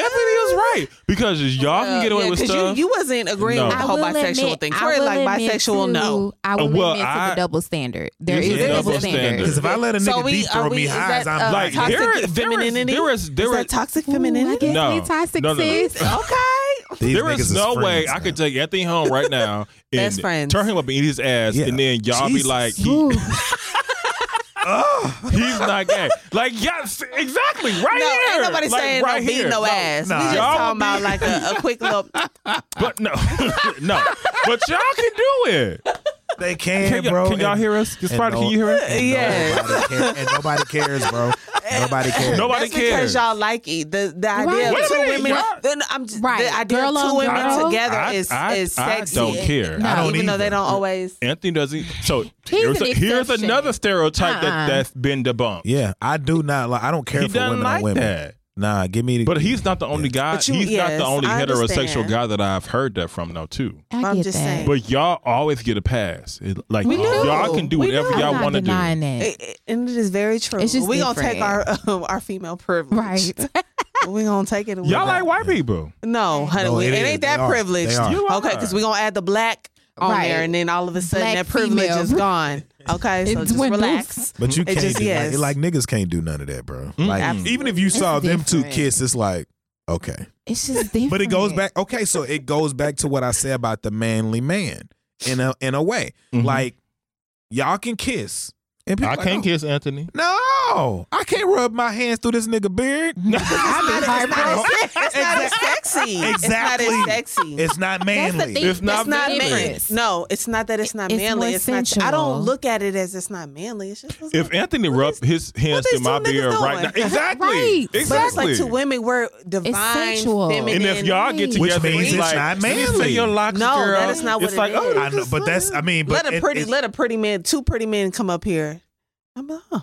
Speaker 4: is right because y'all can get away
Speaker 5: Uh, Yeah,
Speaker 4: with
Speaker 5: 'cause
Speaker 4: stuff.
Speaker 5: You, you wasn't agreeing
Speaker 4: No.
Speaker 5: with the
Speaker 7: I
Speaker 5: whole
Speaker 7: will
Speaker 5: bisexual
Speaker 7: admit-
Speaker 5: thing.
Speaker 7: I
Speaker 5: Corey
Speaker 7: will
Speaker 5: like
Speaker 7: admit
Speaker 5: bisexual,
Speaker 7: to-
Speaker 5: no.
Speaker 7: I
Speaker 4: Uh,
Speaker 7: will
Speaker 4: well,
Speaker 7: admit to
Speaker 4: I-
Speaker 7: the double standard. There
Speaker 4: It's
Speaker 7: is
Speaker 4: a
Speaker 7: a double
Speaker 4: double
Speaker 7: standard.
Speaker 4: standard.
Speaker 6: Because if I let a nigga
Speaker 5: So we-
Speaker 6: deep
Speaker 5: are
Speaker 6: throw
Speaker 5: we-
Speaker 6: me
Speaker 5: is
Speaker 6: highs,
Speaker 5: that,
Speaker 6: I'm
Speaker 5: uh,
Speaker 4: like
Speaker 6: like,
Speaker 5: toxic
Speaker 4: there, there is,
Speaker 5: femininity?
Speaker 4: there is, there
Speaker 5: Is
Speaker 4: is,
Speaker 5: that toxic
Speaker 7: Ooh, I
Speaker 5: femininity?
Speaker 7: guess
Speaker 4: No.
Speaker 7: we toxic
Speaker 4: No, no, no.
Speaker 7: sis.
Speaker 5: Okay.
Speaker 6: These
Speaker 4: there is
Speaker 6: niggas
Speaker 4: no
Speaker 6: friends,
Speaker 4: way I
Speaker 6: man.
Speaker 4: could take Anthony home right now and
Speaker 5: Best friends.
Speaker 4: turn him up and eat his ass,
Speaker 6: Yeah.
Speaker 4: and then y'all
Speaker 6: Jesus.
Speaker 4: be like, he,
Speaker 7: Ooh,
Speaker 4: he's not gay. like, yes, exactly, right
Speaker 5: no,
Speaker 4: here.
Speaker 5: ain't nobody
Speaker 4: Like,
Speaker 5: saying
Speaker 4: right
Speaker 5: no beat
Speaker 4: here.
Speaker 5: no, ass.
Speaker 4: nah.
Speaker 5: we just
Speaker 4: Y'all
Speaker 5: talking
Speaker 4: would
Speaker 5: about
Speaker 4: be-
Speaker 5: like a, a quick little.
Speaker 4: But no, no, but y'all can do it.
Speaker 6: they can,
Speaker 4: Can, y'all-
Speaker 6: bro.
Speaker 4: can y'all
Speaker 6: and-
Speaker 4: hear us? Spider,
Speaker 6: no-
Speaker 4: can you hear us?
Speaker 6: and
Speaker 5: Yeah.
Speaker 6: Nobody cares, and nobody cares, bro. Nobody cares.
Speaker 4: Nobody
Speaker 5: That's
Speaker 4: cares.
Speaker 5: because y'all like it. The the idea
Speaker 7: Wait
Speaker 5: of
Speaker 7: a
Speaker 5: two
Speaker 4: minute,
Speaker 5: women.
Speaker 4: y'all-
Speaker 5: Then I'm just,
Speaker 7: Right.
Speaker 5: the idea
Speaker 7: Girl
Speaker 5: of two
Speaker 7: on
Speaker 5: women
Speaker 7: girl.
Speaker 5: together
Speaker 4: I-
Speaker 5: is
Speaker 4: I-
Speaker 5: is
Speaker 4: I
Speaker 5: sexy.
Speaker 4: don't care.
Speaker 7: I
Speaker 5: even
Speaker 7: don't
Speaker 5: though
Speaker 6: either.
Speaker 5: they don't always.
Speaker 4: Anthony doesn't. So
Speaker 7: He's
Speaker 4: here's,
Speaker 7: an
Speaker 4: a- here's
Speaker 7: exception.
Speaker 4: another stereotype
Speaker 7: Uh-uh.
Speaker 4: that, that's been debunked.
Speaker 6: Yeah, I do not like. I don't care
Speaker 4: he
Speaker 6: for women
Speaker 4: doesn't
Speaker 6: on
Speaker 4: like
Speaker 6: women.
Speaker 4: that.
Speaker 6: Nah, give me the.
Speaker 4: But he's not the only guy.
Speaker 5: But you-
Speaker 4: he's not
Speaker 5: yes,
Speaker 4: the only
Speaker 5: I
Speaker 4: heterosexual
Speaker 5: understand.
Speaker 4: guy that I've heard that from, though, too.
Speaker 7: I
Speaker 5: I'm
Speaker 7: get
Speaker 5: just
Speaker 7: that.
Speaker 5: saying.
Speaker 4: But y'all always get a pass. It- like
Speaker 5: We do.
Speaker 4: y'all can do
Speaker 5: We
Speaker 4: whatever
Speaker 5: do.
Speaker 7: I'm
Speaker 4: y'all
Speaker 7: not
Speaker 4: want to do.
Speaker 7: denying that.
Speaker 5: It- it- and it is very true.
Speaker 7: It's just
Speaker 5: we gonna
Speaker 7: different.
Speaker 5: take our um, our female privilege.
Speaker 7: right.
Speaker 5: we gonna take it. and we
Speaker 4: Y'all
Speaker 5: gonna-
Speaker 4: like white people.
Speaker 5: No, honey,
Speaker 6: No,
Speaker 5: we-
Speaker 6: it
Speaker 5: it,
Speaker 6: is.
Speaker 5: ain't
Speaker 6: They
Speaker 5: that
Speaker 6: are.
Speaker 5: privileged.
Speaker 6: They are.
Speaker 4: You are.
Speaker 5: Okay, because we're gonna add the black on
Speaker 7: Right.
Speaker 5: there, and then all of a sudden
Speaker 7: Black
Speaker 5: that privilege
Speaker 7: female.
Speaker 5: is gone. Okay, so
Speaker 7: It
Speaker 5: just
Speaker 7: dwindles.
Speaker 5: relax.
Speaker 6: But you
Speaker 5: It
Speaker 6: can't
Speaker 5: just-
Speaker 6: do
Speaker 5: yes.
Speaker 6: like, like niggas can't do none of that, bro.
Speaker 4: Mm.
Speaker 5: Mm-hmm.
Speaker 6: Like
Speaker 5: Absolutely.
Speaker 6: even if you saw them two
Speaker 7: different.
Speaker 6: kiss, it's like okay.
Speaker 7: It's just different.
Speaker 6: But it goes back. Okay, so it goes back to what I say about the manly man in a in a way.
Speaker 4: Mhm.
Speaker 6: Like y'all can kiss. And people
Speaker 4: I
Speaker 6: like,
Speaker 4: can't
Speaker 6: "Oh,
Speaker 4: kiss Anthony.
Speaker 6: No, I can't rub my hands through this nigga beard.
Speaker 7: I've been heartbroken.
Speaker 5: It's not as sexy.
Speaker 6: Exactly.
Speaker 5: It's not as sexy.
Speaker 6: It's not manly.
Speaker 7: That's the thing.
Speaker 4: It's not
Speaker 5: It's not
Speaker 4: manly.
Speaker 5: manly. No, it's not that it's not
Speaker 7: It's
Speaker 5: manly.
Speaker 7: more
Speaker 5: It's not. I
Speaker 7: sensual.
Speaker 5: don't look at it as it's not manly. It's just it's
Speaker 4: If
Speaker 5: like-
Speaker 4: Anthony
Speaker 5: What
Speaker 4: rubbed
Speaker 5: is-
Speaker 4: his hands
Speaker 5: these
Speaker 4: through my
Speaker 5: two niggas
Speaker 4: beard right
Speaker 5: doing?
Speaker 4: now, exactly,
Speaker 7: Right. But it's
Speaker 5: But it's
Speaker 4: exactly.
Speaker 5: like to women we're divine,
Speaker 7: sensual.
Speaker 5: feminine.
Speaker 4: and if y'all get
Speaker 7: Which
Speaker 4: together,
Speaker 6: means
Speaker 4: he's
Speaker 6: it's
Speaker 4: like,
Speaker 6: not
Speaker 4: "Let me
Speaker 6: manly."
Speaker 4: see your locks,
Speaker 5: No,
Speaker 4: girl.
Speaker 5: that is not what
Speaker 4: it's
Speaker 5: it
Speaker 4: like,
Speaker 5: is.
Speaker 4: oh,
Speaker 6: I know, but that's I mean, but
Speaker 5: let a
Speaker 6: it-
Speaker 5: pretty
Speaker 6: it's-
Speaker 5: let a pretty man, two pretty men come up here. I'm like, huh,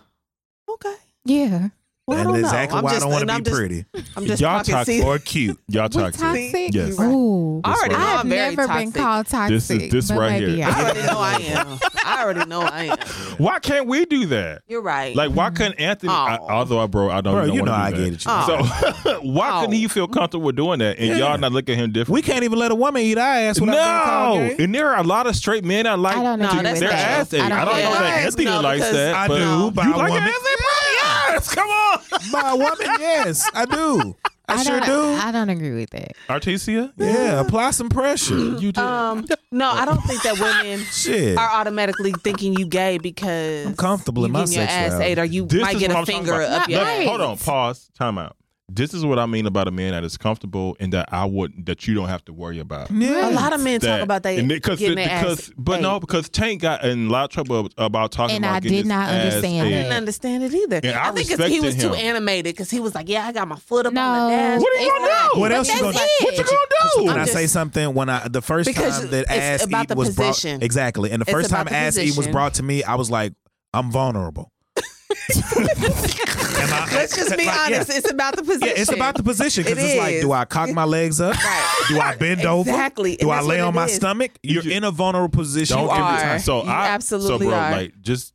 Speaker 5: okay.
Speaker 7: Yeah.
Speaker 5: Well, I
Speaker 6: and
Speaker 5: don't know.
Speaker 6: exactly
Speaker 5: I'm
Speaker 6: why
Speaker 5: just-
Speaker 6: I don't
Speaker 5: and I'm
Speaker 6: want to be
Speaker 5: just-
Speaker 6: pretty
Speaker 5: I'm just
Speaker 4: Y'all
Speaker 5: talking.
Speaker 4: talk
Speaker 5: See,
Speaker 6: or cute.
Speaker 4: Y'all
Speaker 7: We
Speaker 4: toxic.
Speaker 7: toxic?
Speaker 4: Yes.
Speaker 7: Ooh.
Speaker 5: I already know
Speaker 7: I've
Speaker 5: I'm very
Speaker 7: never
Speaker 5: toxic.
Speaker 7: been called toxic.
Speaker 4: This is- this
Speaker 7: but
Speaker 4: right
Speaker 7: maybe
Speaker 4: here.
Speaker 7: I
Speaker 5: I
Speaker 7: am.
Speaker 5: already know I am. I already know I am.
Speaker 4: Why can't we do that?
Speaker 5: You're right.
Speaker 4: Like, why couldn't Anthony? I,
Speaker 5: Aw.
Speaker 4: although I bro, I don't.
Speaker 6: Bro,
Speaker 4: Oh, don't
Speaker 6: you know
Speaker 4: wanna
Speaker 6: I
Speaker 4: do
Speaker 6: get
Speaker 4: that.
Speaker 6: it.
Speaker 4: So why couldn't he feel comfortable doing that? And y'all not look at him different.
Speaker 6: We can't even let a woman eat our ass without being
Speaker 4: no,
Speaker 6: called gay.
Speaker 4: and there are a lot of straight men that like
Speaker 7: I don't
Speaker 4: to-
Speaker 7: agree
Speaker 5: with
Speaker 4: their
Speaker 5: that.
Speaker 4: ass. ate.
Speaker 7: I
Speaker 4: I
Speaker 7: don't
Speaker 4: don't,
Speaker 7: agree
Speaker 4: know
Speaker 7: with
Speaker 4: that
Speaker 5: that.
Speaker 4: Anthony
Speaker 5: No,
Speaker 4: likes
Speaker 5: because
Speaker 4: that.
Speaker 6: I
Speaker 4: but
Speaker 6: do by
Speaker 4: You
Speaker 6: a
Speaker 4: like
Speaker 6: woman.
Speaker 4: your ass? ate? Probably, Yes, come on.
Speaker 6: By a woman, yes, I do. I,
Speaker 7: I
Speaker 6: sure
Speaker 7: don't,
Speaker 6: do.
Speaker 7: I don't agree with that.
Speaker 4: Artesia?
Speaker 6: yeah, apply some pressure.
Speaker 4: You do.
Speaker 5: um, no, I don't think that women
Speaker 6: Shit.
Speaker 5: are automatically thinking you gay because
Speaker 6: I'm comfortable
Speaker 5: you
Speaker 6: in my
Speaker 5: getting your ass
Speaker 6: sexuality.
Speaker 5: ate or you
Speaker 4: this
Speaker 5: might
Speaker 4: is
Speaker 5: get
Speaker 4: what
Speaker 5: a
Speaker 4: I'm talking
Speaker 5: finger
Speaker 4: about.
Speaker 5: up your
Speaker 4: Look,
Speaker 5: ass.
Speaker 4: Hold on, pause, time out. This is what I mean about a man that is comfortable and that I would that you don't have to worry about.
Speaker 6: Yeah.
Speaker 5: A lot of men
Speaker 4: That-
Speaker 5: talk about they
Speaker 4: and
Speaker 5: getting
Speaker 4: it-
Speaker 5: their
Speaker 4: because
Speaker 5: ass.
Speaker 4: but
Speaker 5: ate.
Speaker 4: no because Tank got in a lot of trouble about talking
Speaker 7: And
Speaker 4: about
Speaker 7: I
Speaker 4: getting
Speaker 7: did
Speaker 4: his
Speaker 7: not
Speaker 4: ass
Speaker 7: understand
Speaker 4: ate.
Speaker 7: that.
Speaker 5: didn't understand it either.
Speaker 4: And I
Speaker 5: think it's, he
Speaker 4: respected
Speaker 5: was
Speaker 4: him.
Speaker 5: too animated because he was like, "Yeah, I got my foot up on the
Speaker 7: No.
Speaker 5: dash."
Speaker 4: What are you
Speaker 7: It's
Speaker 4: gonna
Speaker 7: not-
Speaker 4: do?
Speaker 6: What
Speaker 7: but
Speaker 6: else you
Speaker 7: that's
Speaker 6: gonna do?
Speaker 7: it.
Speaker 4: What you gonna do?
Speaker 6: Can I
Speaker 5: just-
Speaker 6: say something? When I the first
Speaker 5: Because
Speaker 6: time that
Speaker 5: it's
Speaker 6: ass
Speaker 5: about
Speaker 6: eat
Speaker 5: the
Speaker 6: was
Speaker 5: position.
Speaker 6: brought exactly, and the
Speaker 5: It's
Speaker 6: first
Speaker 5: about
Speaker 6: time
Speaker 5: the
Speaker 6: ass eat was
Speaker 5: position.
Speaker 6: brought to me, I was like, I'm vulnerable. Am I-
Speaker 5: Let's just be
Speaker 6: like, yeah.
Speaker 5: honest. It's about the position.
Speaker 6: Yeah, it's about the position because
Speaker 5: It
Speaker 6: it's like,
Speaker 5: is.
Speaker 6: do I cock my legs up?
Speaker 5: Right.
Speaker 6: Do I bend
Speaker 5: Exactly.
Speaker 6: over?
Speaker 5: And
Speaker 6: Do I
Speaker 5: that's
Speaker 6: lay
Speaker 5: what
Speaker 6: on
Speaker 5: it
Speaker 6: my
Speaker 5: is.
Speaker 6: stomach? You're
Speaker 4: ju-
Speaker 6: in a vulnerable position.
Speaker 4: Don't
Speaker 5: You
Speaker 4: give me
Speaker 5: are.
Speaker 4: time. So
Speaker 5: You
Speaker 4: I
Speaker 5: absolutely
Speaker 4: so bro,
Speaker 5: are.
Speaker 4: like just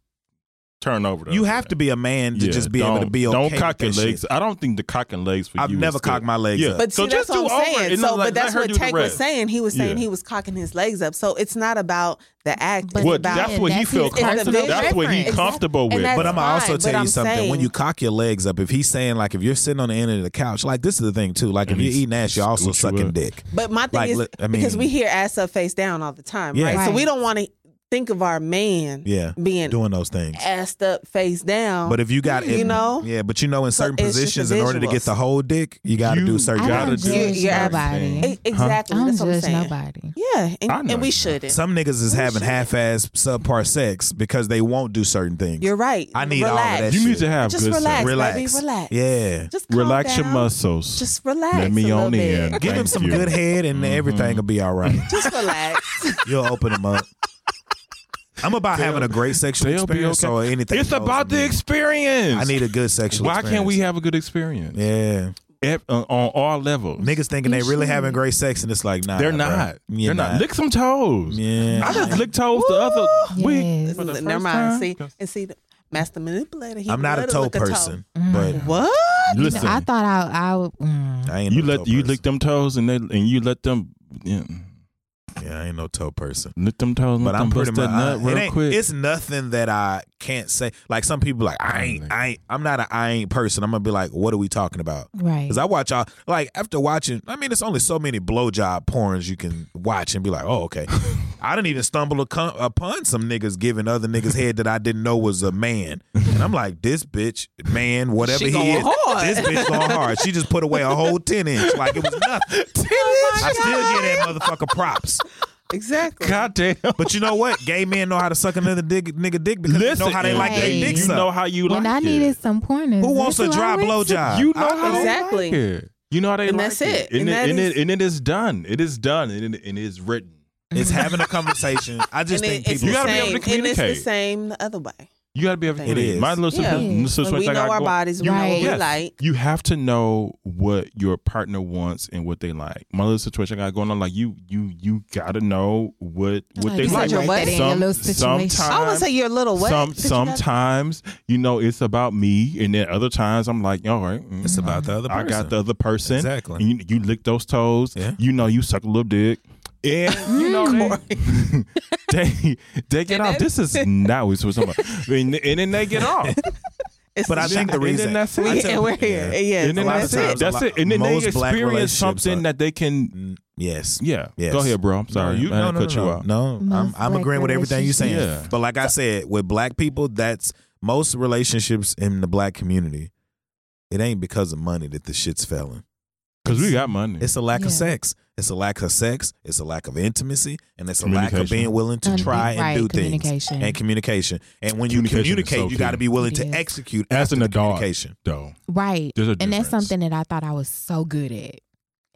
Speaker 4: turn over.
Speaker 6: You have to be a man to just be able to be okay.
Speaker 4: Don't
Speaker 6: with
Speaker 4: cock
Speaker 6: that
Speaker 4: your
Speaker 6: shit.
Speaker 4: legs. I don't think the cock and legs for
Speaker 6: I've
Speaker 4: you. is
Speaker 6: never
Speaker 4: good.
Speaker 6: cocked my legs
Speaker 4: Yeah.
Speaker 6: up.
Speaker 5: But see,
Speaker 4: So
Speaker 5: that's
Speaker 4: just do
Speaker 5: what I'm
Speaker 4: over
Speaker 5: saying.
Speaker 4: it and
Speaker 5: so,
Speaker 4: like,
Speaker 5: but
Speaker 4: let
Speaker 5: that's
Speaker 4: her
Speaker 5: what
Speaker 4: do the
Speaker 5: Tank was
Speaker 4: rest.
Speaker 5: saying. He was saying
Speaker 4: Yeah.
Speaker 5: he was cocking his legs up. So it's not about the act.
Speaker 7: But
Speaker 5: it's
Speaker 4: Well,
Speaker 5: about
Speaker 4: that's what he
Speaker 7: That's
Speaker 4: feel
Speaker 7: his
Speaker 4: comfortable.
Speaker 7: personal
Speaker 4: That's what he
Speaker 7: preference.
Speaker 4: comfortable
Speaker 5: And
Speaker 4: with.
Speaker 5: that's-
Speaker 6: But I'm
Speaker 5: fine,
Speaker 6: also
Speaker 5: but
Speaker 6: tell
Speaker 5: I'm
Speaker 6: you something. When
Speaker 5: saying-
Speaker 6: you cock your legs up, if he's saying like if you're sitting on the end of the couch, like this is the thing too. Like
Speaker 4: And
Speaker 6: if you're
Speaker 4: he's
Speaker 6: eating ass, you're also
Speaker 4: scooch you
Speaker 6: sucking
Speaker 4: up.
Speaker 6: dick.
Speaker 5: But my thing
Speaker 6: Like,
Speaker 5: is
Speaker 6: look, I
Speaker 5: because
Speaker 6: mean-
Speaker 5: we hear ass up face down all the time,
Speaker 6: Yeah.
Speaker 5: right? So
Speaker 7: Right.
Speaker 5: we don't want to think of our man
Speaker 6: Yeah,
Speaker 5: being
Speaker 6: doing those things.
Speaker 5: assed up face down.
Speaker 6: But if you got,
Speaker 5: you
Speaker 6: in-
Speaker 5: know,
Speaker 6: yeah. But you know, in
Speaker 5: So
Speaker 6: certain
Speaker 5: it's just
Speaker 6: positions, in order to get
Speaker 5: visuals.
Speaker 6: the whole dick, you got to
Speaker 4: You
Speaker 6: do certain.
Speaker 7: I
Speaker 4: gotta
Speaker 7: don't
Speaker 4: do
Speaker 7: judge
Speaker 4: certain
Speaker 7: nobody.
Speaker 4: things.
Speaker 5: E- exactly.
Speaker 7: I
Speaker 5: that's
Speaker 7: don't
Speaker 5: what I'm
Speaker 7: judge
Speaker 5: saying.
Speaker 7: nobody.
Speaker 5: Yeah,
Speaker 4: I
Speaker 5: and,
Speaker 4: know
Speaker 5: and we
Speaker 4: you.
Speaker 5: shouldn't.
Speaker 6: Some niggas is having half-ass subpar sex because they won't do certain things.
Speaker 5: You're right.
Speaker 6: I need all of
Speaker 5: relax.
Speaker 6: that
Speaker 4: You need
Speaker 6: shit.
Speaker 4: to have
Speaker 5: Just
Speaker 4: good sex.
Speaker 5: relax,
Speaker 6: relax,
Speaker 5: baby. Relax.
Speaker 6: Yeah,
Speaker 5: Just calm
Speaker 4: Relax your
Speaker 5: down.
Speaker 4: muscles.
Speaker 5: Just relax.
Speaker 4: Let me
Speaker 5: a
Speaker 4: on
Speaker 5: little
Speaker 4: in.
Speaker 5: bit.
Speaker 6: give him
Speaker 4: Thank
Speaker 6: some
Speaker 4: you. Mm-hmm.
Speaker 6: good head, and everything will be all right.
Speaker 5: Just relax.
Speaker 6: You'll open them up. I'm about having a great sexual
Speaker 4: They'll be
Speaker 6: experience
Speaker 4: okay.
Speaker 6: or anything.
Speaker 4: It's
Speaker 6: goes
Speaker 4: about
Speaker 6: with
Speaker 4: the
Speaker 6: me.
Speaker 4: experience.
Speaker 6: I need a good sexual.
Speaker 4: Why
Speaker 6: experience.
Speaker 4: can't we have a good experience?
Speaker 6: Yeah,
Speaker 4: Ev- uh, on all levels.
Speaker 6: niggas thinking they really having great sex, and it's like nah,
Speaker 4: They're
Speaker 6: bruh.
Speaker 4: not.
Speaker 6: Yeah,
Speaker 4: They're not. Lick some toes.
Speaker 6: Yeah,
Speaker 4: I just licked toes the other week.
Speaker 7: Yes.
Speaker 4: for the first
Speaker 5: Never
Speaker 4: time.
Speaker 5: mind. See and see, the master manipulator. He
Speaker 6: I'm not a
Speaker 5: love to
Speaker 6: toe Mm-hmm.
Speaker 5: lick toe.
Speaker 6: person, but
Speaker 5: What?
Speaker 4: Listen,
Speaker 7: I thought I, I would. Mm.
Speaker 6: I ain't.
Speaker 4: you
Speaker 6: no
Speaker 4: let
Speaker 6: toe
Speaker 4: you
Speaker 6: person.
Speaker 4: lick them toes and they and you let them yeah,
Speaker 6: Yeah, I ain't no toe person.
Speaker 4: lick them toes.
Speaker 6: But
Speaker 4: let
Speaker 6: I'm
Speaker 4: them
Speaker 6: pretty
Speaker 4: bust
Speaker 6: much.
Speaker 4: that nut
Speaker 6: I- it
Speaker 4: real
Speaker 6: ain't-
Speaker 4: quick.
Speaker 6: It's nothing that I can't say. Like some people, like I ain't. I ain't. I'm not an I ain't person. I'm gonna be like, what are we talking about?
Speaker 7: Right.
Speaker 6: Because I watch all like after watching, I mean, it's only so many blowjob porns you can watch and be like, oh, okay. I didn't even stumble aco- upon some niggas giving other niggas head that I didn't know was a man, and I'm like, this bitch, man, whatever
Speaker 5: She
Speaker 6: he
Speaker 5: going
Speaker 6: is,
Speaker 5: hard.
Speaker 6: this bitch going hard. She just put away a whole ten inch like it was nothing. I still give that motherfucker props.
Speaker 5: Exactly.
Speaker 4: God damn.
Speaker 6: But you know what? Gay men know how to suck another dig, nigga dick because
Speaker 4: Listen,
Speaker 6: they know how they like their
Speaker 7: Right.
Speaker 6: dicks
Speaker 4: You
Speaker 6: up.
Speaker 4: know how you
Speaker 7: when
Speaker 4: like
Speaker 7: I
Speaker 4: it.
Speaker 7: needed some pointers.
Speaker 6: Who wants
Speaker 7: that's
Speaker 6: a
Speaker 7: who I
Speaker 6: dry
Speaker 7: went to.
Speaker 6: blowjob?
Speaker 4: You know how
Speaker 5: Exactly.
Speaker 4: they like it. You know how they
Speaker 5: And
Speaker 4: like
Speaker 5: that's
Speaker 4: it.
Speaker 5: it.
Speaker 4: And,
Speaker 5: And that
Speaker 4: and,
Speaker 5: is-
Speaker 4: it, and it is done. It is done. And it, and it is written.
Speaker 6: It's having a conversation. I just
Speaker 5: and
Speaker 6: think
Speaker 5: it- it's
Speaker 6: people.
Speaker 4: You
Speaker 5: the
Speaker 4: gotta be
Speaker 5: same.
Speaker 4: able to
Speaker 5: And
Speaker 4: communicate.
Speaker 5: it's the same the other way.
Speaker 4: You got to be able to.
Speaker 5: It
Speaker 6: is.
Speaker 4: My little
Speaker 5: Yeah.
Speaker 4: sister, sister
Speaker 5: Like, we
Speaker 4: switch, I
Speaker 5: know
Speaker 4: got
Speaker 5: our
Speaker 4: going-
Speaker 5: bodies. We know what
Speaker 7: Right.
Speaker 5: we
Speaker 7: Yes.
Speaker 5: like.
Speaker 4: Oh, You have to know what your partner wants and what they like. My little situation I got going on, like you, you, you gotta know what what
Speaker 7: Like,
Speaker 4: they
Speaker 7: Oh, you said
Speaker 4: like.
Speaker 7: your what? That in your little situation.
Speaker 4: sometimes,
Speaker 5: I would say you're a little wet.
Speaker 4: some,
Speaker 5: but you gotta-
Speaker 4: sometimes you know it's about me, and then other times I'm like, all right, mm,
Speaker 6: It's about the other
Speaker 4: I got
Speaker 6: person.
Speaker 4: the other person.
Speaker 6: Exactly.
Speaker 4: And you, you lick those toes.
Speaker 6: Yeah.
Speaker 4: You know you suck a little dick. And you know they,
Speaker 7: Mm.
Speaker 4: they they get off. This is not what we're talking about. And, and then they get off.
Speaker 5: It's
Speaker 6: But I think the
Speaker 4: And then
Speaker 6: reason
Speaker 4: that's
Speaker 6: I
Speaker 4: it.
Speaker 6: tell
Speaker 5: and we're
Speaker 6: people-
Speaker 5: here.
Speaker 6: yeah.
Speaker 5: Yeah, yes,
Speaker 4: and then
Speaker 6: a lot
Speaker 5: that's
Speaker 4: that's
Speaker 6: of
Speaker 4: it.
Speaker 6: times,
Speaker 4: That's
Speaker 6: a lot-
Speaker 4: it. And then they
Speaker 6: most black
Speaker 4: experience
Speaker 6: relationships
Speaker 4: something
Speaker 6: are- Mm,
Speaker 4: that they can.
Speaker 6: Yes.
Speaker 4: Yeah.
Speaker 6: Yes.
Speaker 4: Go ahead, bro. I'm sorry.
Speaker 6: No,
Speaker 4: you, I no,
Speaker 6: no, no,
Speaker 4: cut
Speaker 6: no,
Speaker 4: you
Speaker 6: no.
Speaker 4: out.
Speaker 6: No, I'm,
Speaker 7: Most
Speaker 6: I'm agreeing
Speaker 7: black
Speaker 6: with everything you're saying.
Speaker 4: relationships. Yeah.
Speaker 6: But like I said, with black people, that's most relationships in the black community. It ain't because of money that the shit's failing.
Speaker 4: Because we got money.
Speaker 6: It's a lack
Speaker 7: Yeah.
Speaker 6: of sex. It's a lack of sex. It's a lack of intimacy, and it's a lack of
Speaker 4: Communication.
Speaker 6: being willing to
Speaker 7: And
Speaker 6: try
Speaker 7: be- Um, right,
Speaker 6: and do things
Speaker 7: communication.
Speaker 6: and communication. And when you
Speaker 4: Communication is
Speaker 6: communicate,
Speaker 4: so
Speaker 6: you got to
Speaker 4: key.
Speaker 6: be willing
Speaker 7: It
Speaker 6: to
Speaker 7: is.
Speaker 6: execute
Speaker 4: As
Speaker 6: after
Speaker 4: an
Speaker 6: the
Speaker 4: adult,
Speaker 6: communication.
Speaker 4: though.
Speaker 7: Right.
Speaker 4: There's a
Speaker 7: and that's
Speaker 4: difference.
Speaker 7: something that I thought I was so good at.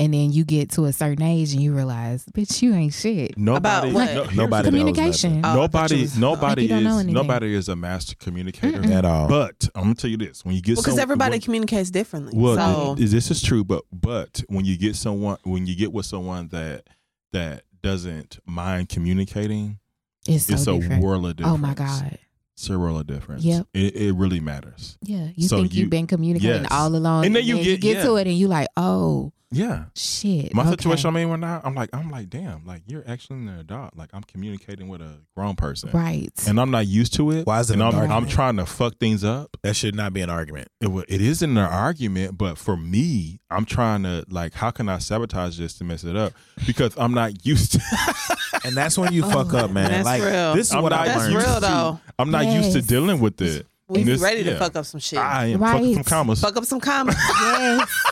Speaker 7: and then you get to a certain age and you realize, bitch, you ain't shit.
Speaker 4: Nobody,
Speaker 5: what?
Speaker 4: no-
Speaker 5: Here's
Speaker 4: nobody,
Speaker 6: knows
Speaker 7: communication.
Speaker 5: Oh, I thought you
Speaker 4: nobody,
Speaker 5: was-
Speaker 4: nobody
Speaker 7: Like, you don't know
Speaker 4: is
Speaker 7: anything.
Speaker 4: nobody is a master communicator
Speaker 6: nothing at all.
Speaker 4: But I'm gonna tell you this: when you get
Speaker 5: because
Speaker 4: some-
Speaker 5: everybody
Speaker 4: when-
Speaker 5: communicates differently.
Speaker 4: Well,
Speaker 5: so
Speaker 4: th- this is true, but but when you get someone, when you get with someone that that doesn't mind communicating,
Speaker 7: It's so
Speaker 4: it's a
Speaker 7: different.
Speaker 4: world of difference.
Speaker 7: Oh my god.
Speaker 4: it's a world of difference.
Speaker 7: Yep.
Speaker 4: it, it really matters.
Speaker 7: Yeah, you
Speaker 4: So
Speaker 7: think
Speaker 4: you-
Speaker 7: you, have been communicating
Speaker 4: yes.
Speaker 7: all along,
Speaker 4: And then you get-
Speaker 7: to
Speaker 4: yeah.
Speaker 7: it, and you like, oh
Speaker 4: Yeah,
Speaker 7: shit.
Speaker 4: my
Speaker 7: okay.
Speaker 4: situation. I mean, when I, I'm like, I'm like, damn, like you're actually an adult. Like I'm communicating with a grown person,
Speaker 7: right?
Speaker 4: and I'm not used to it.
Speaker 6: Why is it
Speaker 4: And
Speaker 6: an
Speaker 4: I'm, I'm
Speaker 6: argument?
Speaker 4: trying to fuck things up.
Speaker 6: That should not be an argument.
Speaker 4: it, wa- it isn't an argument, but for me, I'm trying to like, how can I sabotage this to mess it up? Because I'm not used to.
Speaker 6: And that's when you fuck up, man.
Speaker 5: Oh, That's
Speaker 6: like
Speaker 5: real.
Speaker 6: this is
Speaker 4: I'm
Speaker 6: what
Speaker 4: not
Speaker 6: I
Speaker 5: That's
Speaker 6: learned.
Speaker 4: used
Speaker 5: real,
Speaker 4: to-
Speaker 5: though.
Speaker 4: I'm not used to
Speaker 7: Yes.
Speaker 4: dealing with it.
Speaker 5: we
Speaker 4: And
Speaker 5: be
Speaker 4: this-
Speaker 5: ready to
Speaker 4: yeah.
Speaker 5: fucking fuck up some shit.
Speaker 4: I am
Speaker 7: Right.
Speaker 4: fucking some commas.
Speaker 5: fuck up some comments.
Speaker 7: yes,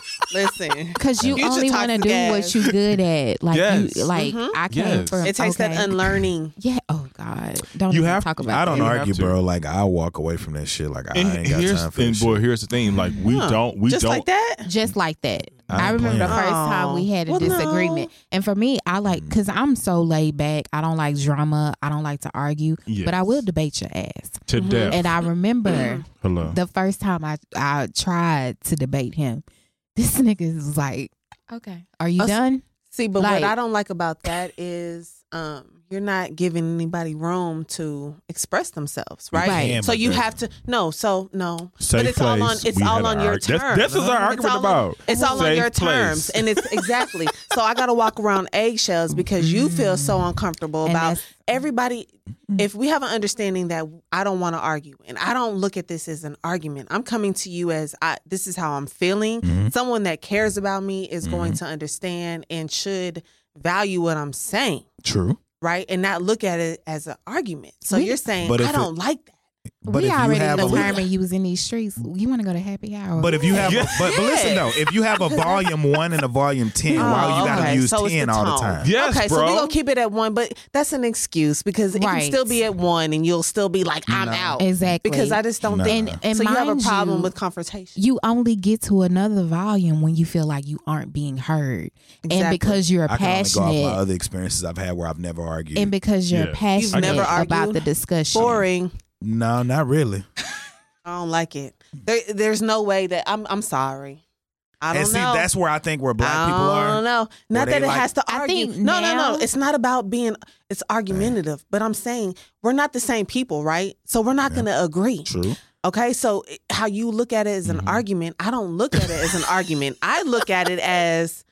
Speaker 5: Listen,
Speaker 7: because you
Speaker 5: Future
Speaker 7: only want to
Speaker 5: toxic
Speaker 7: do
Speaker 5: ass.
Speaker 7: what you good at. Like,
Speaker 4: Yes.
Speaker 7: you, like
Speaker 5: Mhm.
Speaker 7: I came
Speaker 4: Yes.
Speaker 7: from.
Speaker 5: it takes
Speaker 7: okay.
Speaker 5: that unlearning.
Speaker 7: yeah. Oh God. Don't
Speaker 4: You
Speaker 7: even
Speaker 4: have-
Speaker 7: talk about.
Speaker 6: I don't
Speaker 7: that.
Speaker 4: You have
Speaker 6: argue,
Speaker 4: to.
Speaker 6: bro. Like I walk away from that shit. Like I
Speaker 4: and
Speaker 6: ain't got
Speaker 4: here's,
Speaker 6: time for
Speaker 4: and
Speaker 6: this
Speaker 4: boy,
Speaker 6: shit.
Speaker 4: here's the thing. Like we
Speaker 5: Huh.
Speaker 4: don't, we
Speaker 5: Just
Speaker 4: don't.
Speaker 5: like that.
Speaker 7: Just like that.
Speaker 6: I ain't
Speaker 7: I, remember the
Speaker 6: playing.
Speaker 7: first
Speaker 5: Oh,
Speaker 7: time we had a
Speaker 5: well, no.
Speaker 7: disagreement. And for me, I
Speaker 6: Mm.
Speaker 7: like, because I'm so laid back. I don't like drama. I don't like to argue, but I
Speaker 4: Yes.
Speaker 7: will debate your ass.
Speaker 4: To death.
Speaker 7: And I remember
Speaker 4: Hello.
Speaker 7: the first time I I tried to debate him, this nigga was like, "Okay, are you
Speaker 5: Us-
Speaker 7: done?"
Speaker 5: See, but
Speaker 7: Like-
Speaker 5: what I don't like about that is um, you're not giving anybody room to express themselves, right?
Speaker 7: Right.
Speaker 6: Damn,
Speaker 5: So you
Speaker 6: bro.
Speaker 5: have to no, so no.
Speaker 4: Safe
Speaker 5: but it's all on
Speaker 4: place,
Speaker 5: it's
Speaker 4: we had
Speaker 5: all on
Speaker 4: an
Speaker 5: your
Speaker 4: arg-
Speaker 5: terms.
Speaker 4: that's- this is our
Speaker 5: It's
Speaker 4: argument
Speaker 5: all on-
Speaker 4: about.
Speaker 5: it's all on
Speaker 4: Safe
Speaker 5: your
Speaker 4: place.
Speaker 5: terms, and it's exactly. so I got to walk around eggshells because you feel so uncomfortable
Speaker 7: And
Speaker 5: about
Speaker 7: that's- Mm-hmm.
Speaker 5: everybody. If we have an understanding that I don't want to argue, and I don't look at this as an argument, I'm coming to you as I. This is how I'm feeling.
Speaker 4: Mm-hmm.
Speaker 5: Someone that cares about me is going to understand and should value what I'm saying,
Speaker 6: True,
Speaker 5: right? And not look at it as an argument. So
Speaker 7: We-
Speaker 5: you're saying
Speaker 6: But
Speaker 5: I
Speaker 6: if it-
Speaker 5: don't like that.
Speaker 6: but
Speaker 7: we
Speaker 6: if you
Speaker 7: already
Speaker 6: have a
Speaker 7: determined you was in these streets. You want to go to happy hour?
Speaker 6: But if you have,
Speaker 4: Yeah.
Speaker 6: but, but listen though, if you have a volume one and a volume ten, why you gotta
Speaker 5: Oh, okay.
Speaker 6: use
Speaker 5: So it's
Speaker 6: ten
Speaker 5: the
Speaker 6: all the
Speaker 5: tone.
Speaker 6: time?
Speaker 4: Yes,
Speaker 5: okay, so
Speaker 4: bro.
Speaker 5: we're gonna keep it at one, but that's an excuse because it
Speaker 7: Right.
Speaker 5: can still be at one and you'll still be like, I'm out.
Speaker 7: exactly
Speaker 5: Because I just don't
Speaker 6: Nah.
Speaker 5: think
Speaker 7: And- and
Speaker 5: so you have a
Speaker 7: mind
Speaker 5: problem
Speaker 7: you-
Speaker 5: with confrontation.
Speaker 7: you only get to another volume when you feel like you aren't being heard, and
Speaker 5: Exactly.
Speaker 7: because you're
Speaker 6: I can only go off my
Speaker 7: passionate,
Speaker 6: other experiences I've had where I've never argued.
Speaker 7: and because you're
Speaker 4: Yeah.
Speaker 7: passionate
Speaker 5: never
Speaker 7: about
Speaker 5: argued?
Speaker 7: the discussion.
Speaker 5: Boring.
Speaker 6: no, not really.
Speaker 5: I don't like it. There, there's no way that I'm I'm sorry. I don't
Speaker 6: and see,
Speaker 5: know.
Speaker 6: that's where I think where black
Speaker 5: I
Speaker 6: people are.
Speaker 5: don't know. Not
Speaker 6: they
Speaker 5: that it
Speaker 6: like-
Speaker 5: has to
Speaker 7: I
Speaker 5: argue.
Speaker 7: think
Speaker 5: No, no,
Speaker 7: now-
Speaker 5: no. It's not about being. It's argumentative. But I'm saying we're not the same people, right? So we're not going to agree.
Speaker 6: True.
Speaker 5: Okay, so it- how you look at it as
Speaker 7: Mm-hmm.
Speaker 5: an argument, I don't look at it as an argument. I look at it as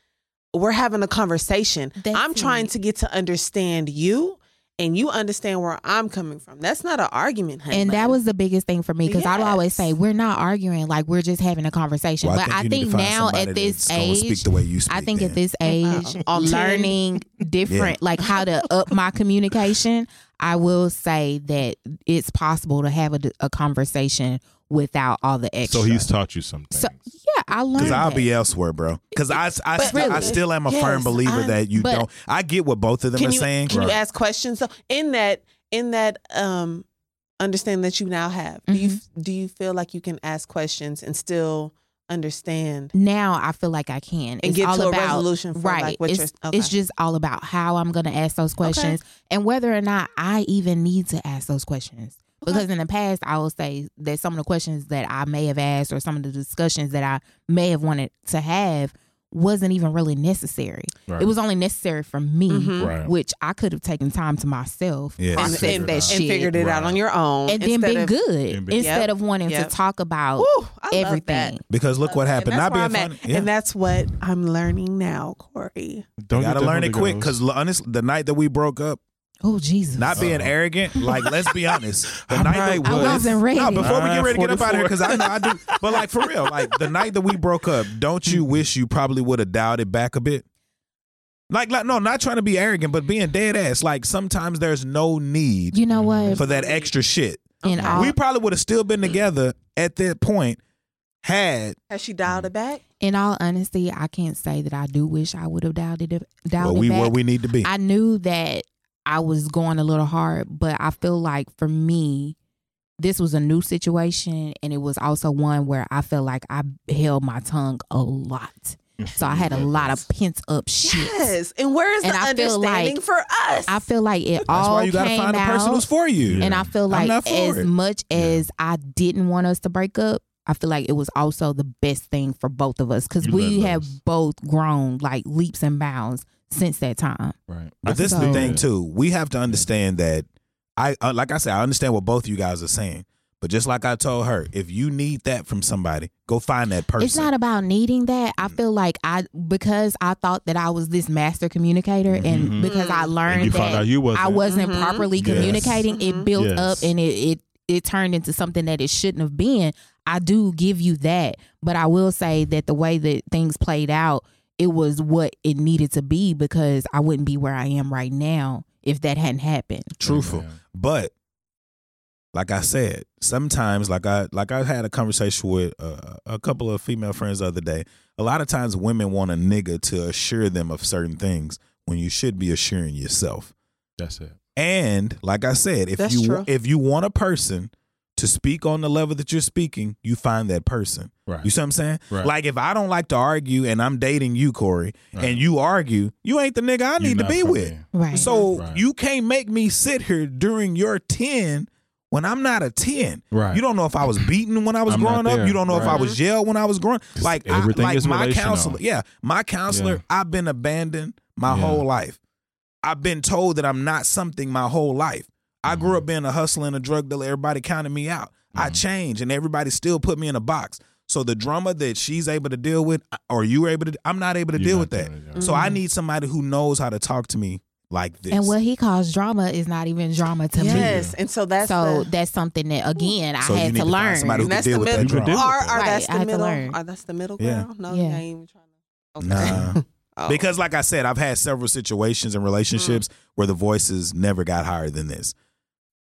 Speaker 5: we're having a conversation.
Speaker 7: That's
Speaker 5: I'm trying
Speaker 7: it.
Speaker 5: to get to understand you and you understand where I'm coming from. That's not an argument, honey.
Speaker 7: And that was the biggest thing for me because I would always
Speaker 5: Yes.
Speaker 7: say we're not arguing, like we're just having a conversation.
Speaker 6: Well,
Speaker 7: but I
Speaker 6: you need to
Speaker 7: think
Speaker 6: find
Speaker 7: now
Speaker 6: somebody
Speaker 7: at this
Speaker 6: that's gonna
Speaker 7: age,
Speaker 6: speak the way you speak.
Speaker 7: I think at
Speaker 6: then.
Speaker 7: this age,
Speaker 5: Wow.
Speaker 7: learning different, like how to up my communication, I will say that it's possible to have a, d- a conversation without all the extra.
Speaker 4: so he's taught you something.
Speaker 7: So- yeah, I learned.
Speaker 6: Because I'll
Speaker 7: that.
Speaker 6: be elsewhere, bro. Because I, I,
Speaker 5: But
Speaker 6: st- I
Speaker 5: really,
Speaker 6: still am a
Speaker 5: yes,
Speaker 6: firm believer
Speaker 5: I-
Speaker 6: that you
Speaker 7: but-
Speaker 6: don't. I get what both of them
Speaker 5: can
Speaker 6: are
Speaker 5: you,
Speaker 6: saying.
Speaker 5: Can you
Speaker 6: Right.
Speaker 5: ask questions? So in that in that um understanding that you now have, do you
Speaker 7: Mm-hmm.
Speaker 5: do you feel like you can ask questions and still understand?
Speaker 7: now I feel like I can. And
Speaker 5: get to a resolution for, like, what
Speaker 7: it's,
Speaker 5: you're- okay.
Speaker 7: it's just all about how I'm going to ask those questions and whether or not I even need to ask those questions. Because in the past, I will say that some of the questions that I may have asked or some of the discussions that I may have wanted to have wasn't even really necessary.
Speaker 4: Right.
Speaker 7: It was only necessary for me,
Speaker 5: Mm-hmm.
Speaker 4: Right.
Speaker 7: which I could have taken time to myself,
Speaker 6: Yeah,
Speaker 5: And,
Speaker 6: Process
Speaker 7: processed
Speaker 5: and-
Speaker 7: that
Speaker 5: and
Speaker 7: shit,
Speaker 5: figured it out on your own.
Speaker 7: and then
Speaker 5: instead
Speaker 7: been
Speaker 5: of-
Speaker 7: good
Speaker 4: And been-
Speaker 7: instead
Speaker 5: Yep.
Speaker 7: of wanting
Speaker 5: Yep.
Speaker 7: to talk about
Speaker 5: Woo, I love that.
Speaker 7: everything.
Speaker 6: Because look what happened.
Speaker 5: Uh, And
Speaker 6: Not
Speaker 5: that's where
Speaker 6: being
Speaker 5: I'm at.
Speaker 6: funny. Yeah.
Speaker 5: And that's what I'm learning now, Corey.
Speaker 4: Don't
Speaker 6: you
Speaker 4: get
Speaker 6: gotta
Speaker 4: the
Speaker 6: learn
Speaker 4: Holy
Speaker 6: it quick.
Speaker 4: Ghost.
Speaker 6: Because honestly, the night that we broke up,
Speaker 7: Oh Jesus!
Speaker 6: not being arrogant, like let's be honest, the
Speaker 4: I'm
Speaker 6: night
Speaker 4: right,
Speaker 6: that,
Speaker 7: I
Speaker 4: Well,
Speaker 7: wasn't ready.
Speaker 6: No, before we get ready to get up out of here,
Speaker 4: 9:44.
Speaker 6: because I know I do. But like for real, like the night that we broke up, don't you wish you probably would have dialed it back a bit? Like, like, no, not trying to be arrogant, but being dead ass. Like sometimes there's no need
Speaker 7: you Uh-huh. know what?
Speaker 6: for that extra shit.
Speaker 7: And all,
Speaker 6: we probably would have still been together at that point had
Speaker 5: Has she dialed it back?
Speaker 7: in all honesty, I can't say that I do wish I would have dialed it dialed
Speaker 6: well,
Speaker 7: it
Speaker 6: we
Speaker 7: back.
Speaker 6: where we need to be.
Speaker 7: I knew that I was going a little hard, but I feel like for me, this was a new situation, and it was also one where I felt like I held my tongue a lot. So I had a lot of pent up shit.
Speaker 5: Yes. And where is
Speaker 7: And
Speaker 5: the
Speaker 7: I feel
Speaker 5: understanding
Speaker 7: like-
Speaker 5: for us?
Speaker 7: I feel like it
Speaker 11: That's
Speaker 7: all
Speaker 11: why you gotta
Speaker 7: came
Speaker 11: find a person
Speaker 7: out,
Speaker 11: who's for you.
Speaker 7: and I feel like
Speaker 11: not for
Speaker 7: as
Speaker 11: it.
Speaker 7: much as I didn't want us to break up, I feel like it was also the best thing for both of us because
Speaker 4: You
Speaker 7: we
Speaker 4: let
Speaker 7: have
Speaker 4: loose.
Speaker 7: both grown like leaps and bounds since that time.
Speaker 4: Right.
Speaker 7: I
Speaker 6: But this is
Speaker 7: saw
Speaker 6: the thing
Speaker 4: that.
Speaker 6: too. We have to understand that I uh, like I said, I understand what both you guys are saying. But just like I told her, if you need that from somebody, go find that person.
Speaker 7: It's not about needing that.
Speaker 4: Mm.
Speaker 7: I feel like I because I thought that I was this master communicator,
Speaker 4: Mhm.
Speaker 7: and because I learned
Speaker 4: And you
Speaker 7: that
Speaker 4: found out you wasn't.
Speaker 7: I wasn't
Speaker 5: Mhm.
Speaker 7: properly
Speaker 4: Yes.
Speaker 7: communicating,
Speaker 5: Mhm.
Speaker 7: it built
Speaker 4: Yes.
Speaker 7: up and it, it it turned into something that it shouldn't have been. I do give you that, but I will say that the way that things played out, it was what it needed to be because I wouldn't be where I am right now if that hadn't happened.
Speaker 6: truthful.
Speaker 4: Amen.
Speaker 6: But like I said, sometimes like I like I had a conversation with uh, a couple of female friends the other day. A lot of times women want a nigga to assure them of certain things when you should be assuring yourself.
Speaker 4: That's it.
Speaker 6: And like I said, if
Speaker 5: That's
Speaker 6: you
Speaker 5: true.
Speaker 6: if you want a person to speak on the level that you're speaking, you find that person.
Speaker 4: Right.
Speaker 6: You see what I'm saying?
Speaker 4: Right.
Speaker 6: Like if I don't like to argue and I'm dating you, Corey,
Speaker 4: Right.
Speaker 6: and you argue, you ain't the nigga I
Speaker 4: You
Speaker 6: need to
Speaker 4: not
Speaker 6: be
Speaker 4: for
Speaker 6: with.
Speaker 4: me.
Speaker 7: Right.
Speaker 6: So
Speaker 4: Right.
Speaker 6: you can't make me sit here during your 10 when I'm not a 10.
Speaker 4: Right.
Speaker 6: You don't know if I was beaten when I was
Speaker 4: I'm
Speaker 6: growing
Speaker 4: not
Speaker 6: up.
Speaker 4: there.
Speaker 6: You don't know if I
Speaker 4: Right.
Speaker 6: was jailed when I was growing Like, I,
Speaker 4: everything
Speaker 6: like
Speaker 4: is
Speaker 6: my
Speaker 4: relational.
Speaker 6: counselor. Yeah. My counselor,
Speaker 4: Yeah.
Speaker 6: I've been abandoned my
Speaker 4: Yeah.
Speaker 6: whole life. I've been told that I'm not something my whole life. I
Speaker 4: Mm-hmm.
Speaker 6: grew up being a hustler and a drug dealer. Everybody counted me out. I changed and everybody still put me in a box. So the drama that she's able to deal with uh, or you're able to, I'm not able to
Speaker 4: You're
Speaker 6: deal
Speaker 4: not
Speaker 6: with that.
Speaker 4: doing it, yeah.
Speaker 6: So I need somebody who knows how to talk to me like this.
Speaker 7: Mm-hmm. and what he calls drama is not even drama to me.
Speaker 5: yes. And so that's
Speaker 7: so
Speaker 5: the,
Speaker 7: that's something that again
Speaker 6: So
Speaker 7: I
Speaker 6: you
Speaker 7: had
Speaker 6: need
Speaker 7: to
Speaker 6: to find
Speaker 7: learn.
Speaker 6: somebody
Speaker 5: and
Speaker 6: who can
Speaker 5: that's
Speaker 6: deal
Speaker 5: the
Speaker 6: with that
Speaker 5: middle.
Speaker 4: drama.
Speaker 5: Are, are
Speaker 7: Right,
Speaker 5: that's the
Speaker 7: I had to
Speaker 5: middle?
Speaker 7: learn.
Speaker 5: Are that's the middle
Speaker 6: Yeah.
Speaker 5: ground? No,
Speaker 7: Yeah.
Speaker 5: I ain't even trying to. Okay.
Speaker 6: Nah.
Speaker 5: Oh.
Speaker 6: Because like I said, I've had several situations and relationships where the voices never got higher than this.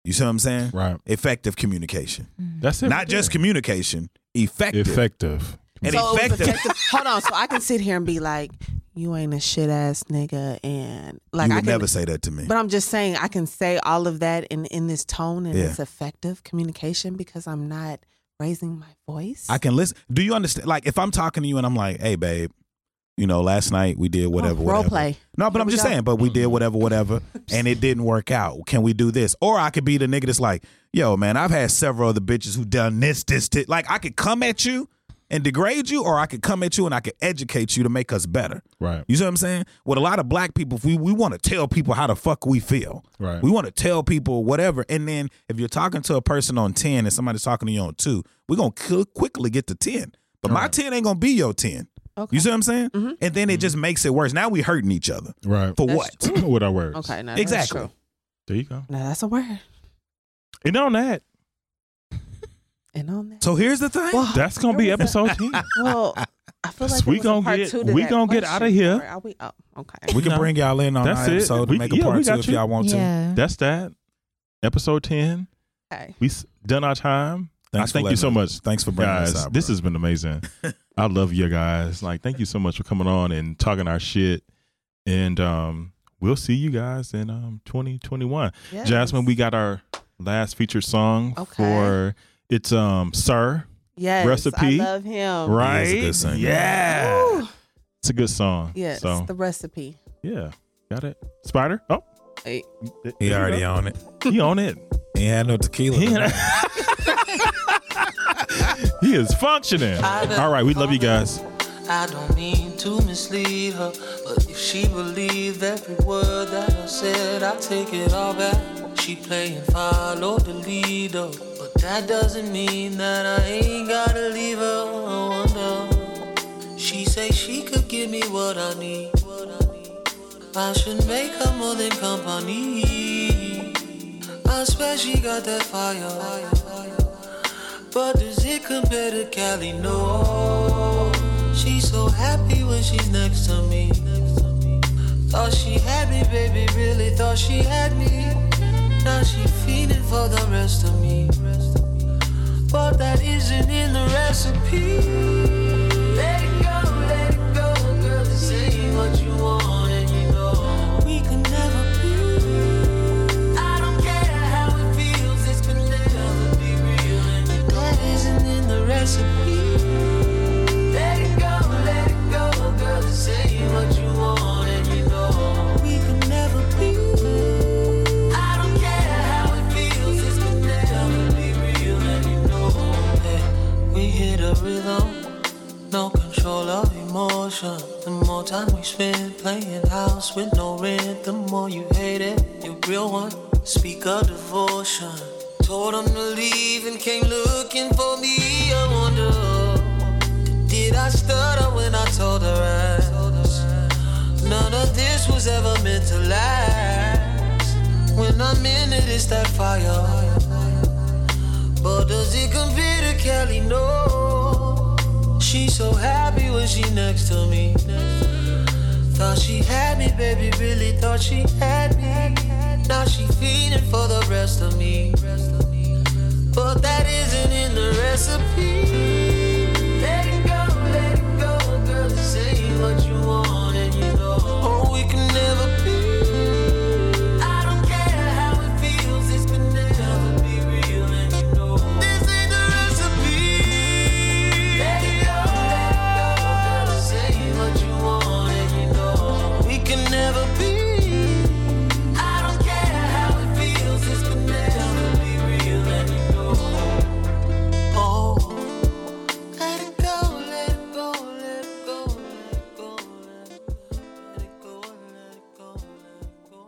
Speaker 6: You see what I'm saying?
Speaker 4: Right.
Speaker 6: Effective communication.
Speaker 4: That's it.
Speaker 6: Not just communication, effective.
Speaker 4: effective.
Speaker 6: And
Speaker 5: so it was
Speaker 6: effective.
Speaker 5: effective. Hold on. So I can sit here and be like, you ain't a shit ass nigga. And like,
Speaker 6: you
Speaker 5: I
Speaker 6: would
Speaker 5: can
Speaker 6: never say that to me.
Speaker 5: But I'm just saying I can say all of that in in this tone and
Speaker 6: Yeah.
Speaker 5: it's effective communication because I'm not raising my voice.
Speaker 6: I can listen. Do you understand? Like if I'm talking to you and I'm like, "Hey, babe, you know, last night we did whatever,
Speaker 5: Oh, role
Speaker 6: whatever."
Speaker 5: play.
Speaker 6: No, but
Speaker 5: Here
Speaker 6: I'm
Speaker 5: we
Speaker 6: just
Speaker 5: go.
Speaker 6: saying. But we did whatever, whatever, and it didn't work out. Can we do this? Or I could be the nigga that's like, "Yo, man, I've had several other bitches who done this, this, this." Like I could come at you and degrade you, or I could come at you and I could educate you to make us better.
Speaker 4: Right.
Speaker 6: You see what I'm saying? With a lot of black people, if we, we want to tell people how the fuck we feel.
Speaker 4: Right.
Speaker 6: We want to tell people whatever. And then if you're talking to a person on 10 and somebody's talking to you on 2, we're going to quickly get to 10. But my 10 ain't going to be your 10.
Speaker 5: Okay. Mm-hmm.
Speaker 6: You see what I'm saying? And then it
Speaker 4: Mm-hmm.
Speaker 6: just makes it worse. Now we hurting each other.
Speaker 4: Right.
Speaker 6: For
Speaker 5: That's
Speaker 6: what?
Speaker 4: With our words.
Speaker 5: Okay, no, that's
Speaker 6: Exactly.
Speaker 5: true.
Speaker 4: There you go.
Speaker 5: No, that's a word.
Speaker 4: And on that,
Speaker 5: And on that.
Speaker 6: So here's the thing.
Speaker 5: Well,
Speaker 4: that's gonna be
Speaker 5: there was a-
Speaker 4: episode ten.
Speaker 5: well, I feel like
Speaker 4: So we
Speaker 5: there was a
Speaker 4: gonna
Speaker 5: part
Speaker 4: get-
Speaker 5: two to
Speaker 4: we
Speaker 5: that
Speaker 4: gonna get outta
Speaker 5: question.
Speaker 4: here.
Speaker 5: Or Are we? Oh, okay.
Speaker 6: we can
Speaker 4: No.
Speaker 6: bring y'all in on
Speaker 4: That's
Speaker 6: our
Speaker 4: it.
Speaker 6: episode
Speaker 4: We-
Speaker 6: to make a
Speaker 4: yeah, we
Speaker 6: part two
Speaker 4: got
Speaker 6: if
Speaker 4: you.
Speaker 6: y'all want to.
Speaker 7: yeah.
Speaker 4: That's that. Episode ten.
Speaker 5: okay.
Speaker 4: We s- done our time. I
Speaker 6: Thanks for
Speaker 4: thank you
Speaker 6: letting
Speaker 4: so
Speaker 6: us-
Speaker 4: much.
Speaker 6: Thanks for bringing
Speaker 4: guys.
Speaker 6: us out.
Speaker 4: this
Speaker 6: bro.
Speaker 4: has been amazing. I love you guys. Like, thank you so much for coming on and talking our shit. And um, we'll see you guys in um 2021.
Speaker 5: Yes.
Speaker 4: Jasmine, we got our last featured song
Speaker 5: Okay.
Speaker 4: for it's um Sir.
Speaker 5: Yes,
Speaker 4: recipe,
Speaker 5: I love him.
Speaker 4: Right.
Speaker 6: is a good singer.
Speaker 4: yeah.
Speaker 5: Ooh.
Speaker 4: It's a good song.
Speaker 5: Yes,
Speaker 4: So
Speaker 5: the recipe.
Speaker 4: yeah. Got it. Spider? Oh.
Speaker 5: Hey.
Speaker 4: There
Speaker 11: He
Speaker 4: you
Speaker 11: already
Speaker 4: go.
Speaker 11: on it.
Speaker 4: He on it.
Speaker 11: He had no tequila.
Speaker 4: He, he is functioning. All right, we love you guys.
Speaker 8: I don't mean to mislead her, but if she believed every word that I said, I take it all back. She playing follow the leader, but that doesn't mean that I ain't gotta leave her. Oh, no. She say she could give me what I need. I should make her more than company. I swear she got that fire. But does it compare to Cali? No. She's so happy when she's next to me. Thought she had me, baby, really thought she had me. Now she feeding for the rest of me. But that isn't in the recipe. Let it go, let it go, girl. This ain't what you want, and you know we could never be. I don't care how it feels, this could never be real. And that isn't in the recipe. Let it go, let it go, girl. pressure. The more time we spend playing house with no rent, the more you hate it. Your real one, speak of devotion. Told him to leave and came looking for me. I wonder, did I stutter when I told her? I, none of this was ever meant to last. When I'm in it, it's that fire. But does it compare to Kelly? No. She's so happy when she next to me. Thought she had me, baby, really thought she had me. Now she feeding for the rest of me. But that isn't in the recipe. Let it go, let it go, girl. This ain't what you want, and you know. Oh, we can never be. I don't care how it feels, this can never be real, and you know. This ain't the oh, recipe. Let it go, let it go, girl. This ain't oh, what you want, and you know. We can never be. I don't care how it feels, this can never be real, and you know. Oh, let it go, let it go, let it go, let it go, let it go, let it go, let it go, let it go, let it go, let it go.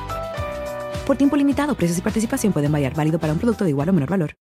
Speaker 12: Por tiempo limitado, precios y participación pueden variar, válido para un producto de igual o menor valor.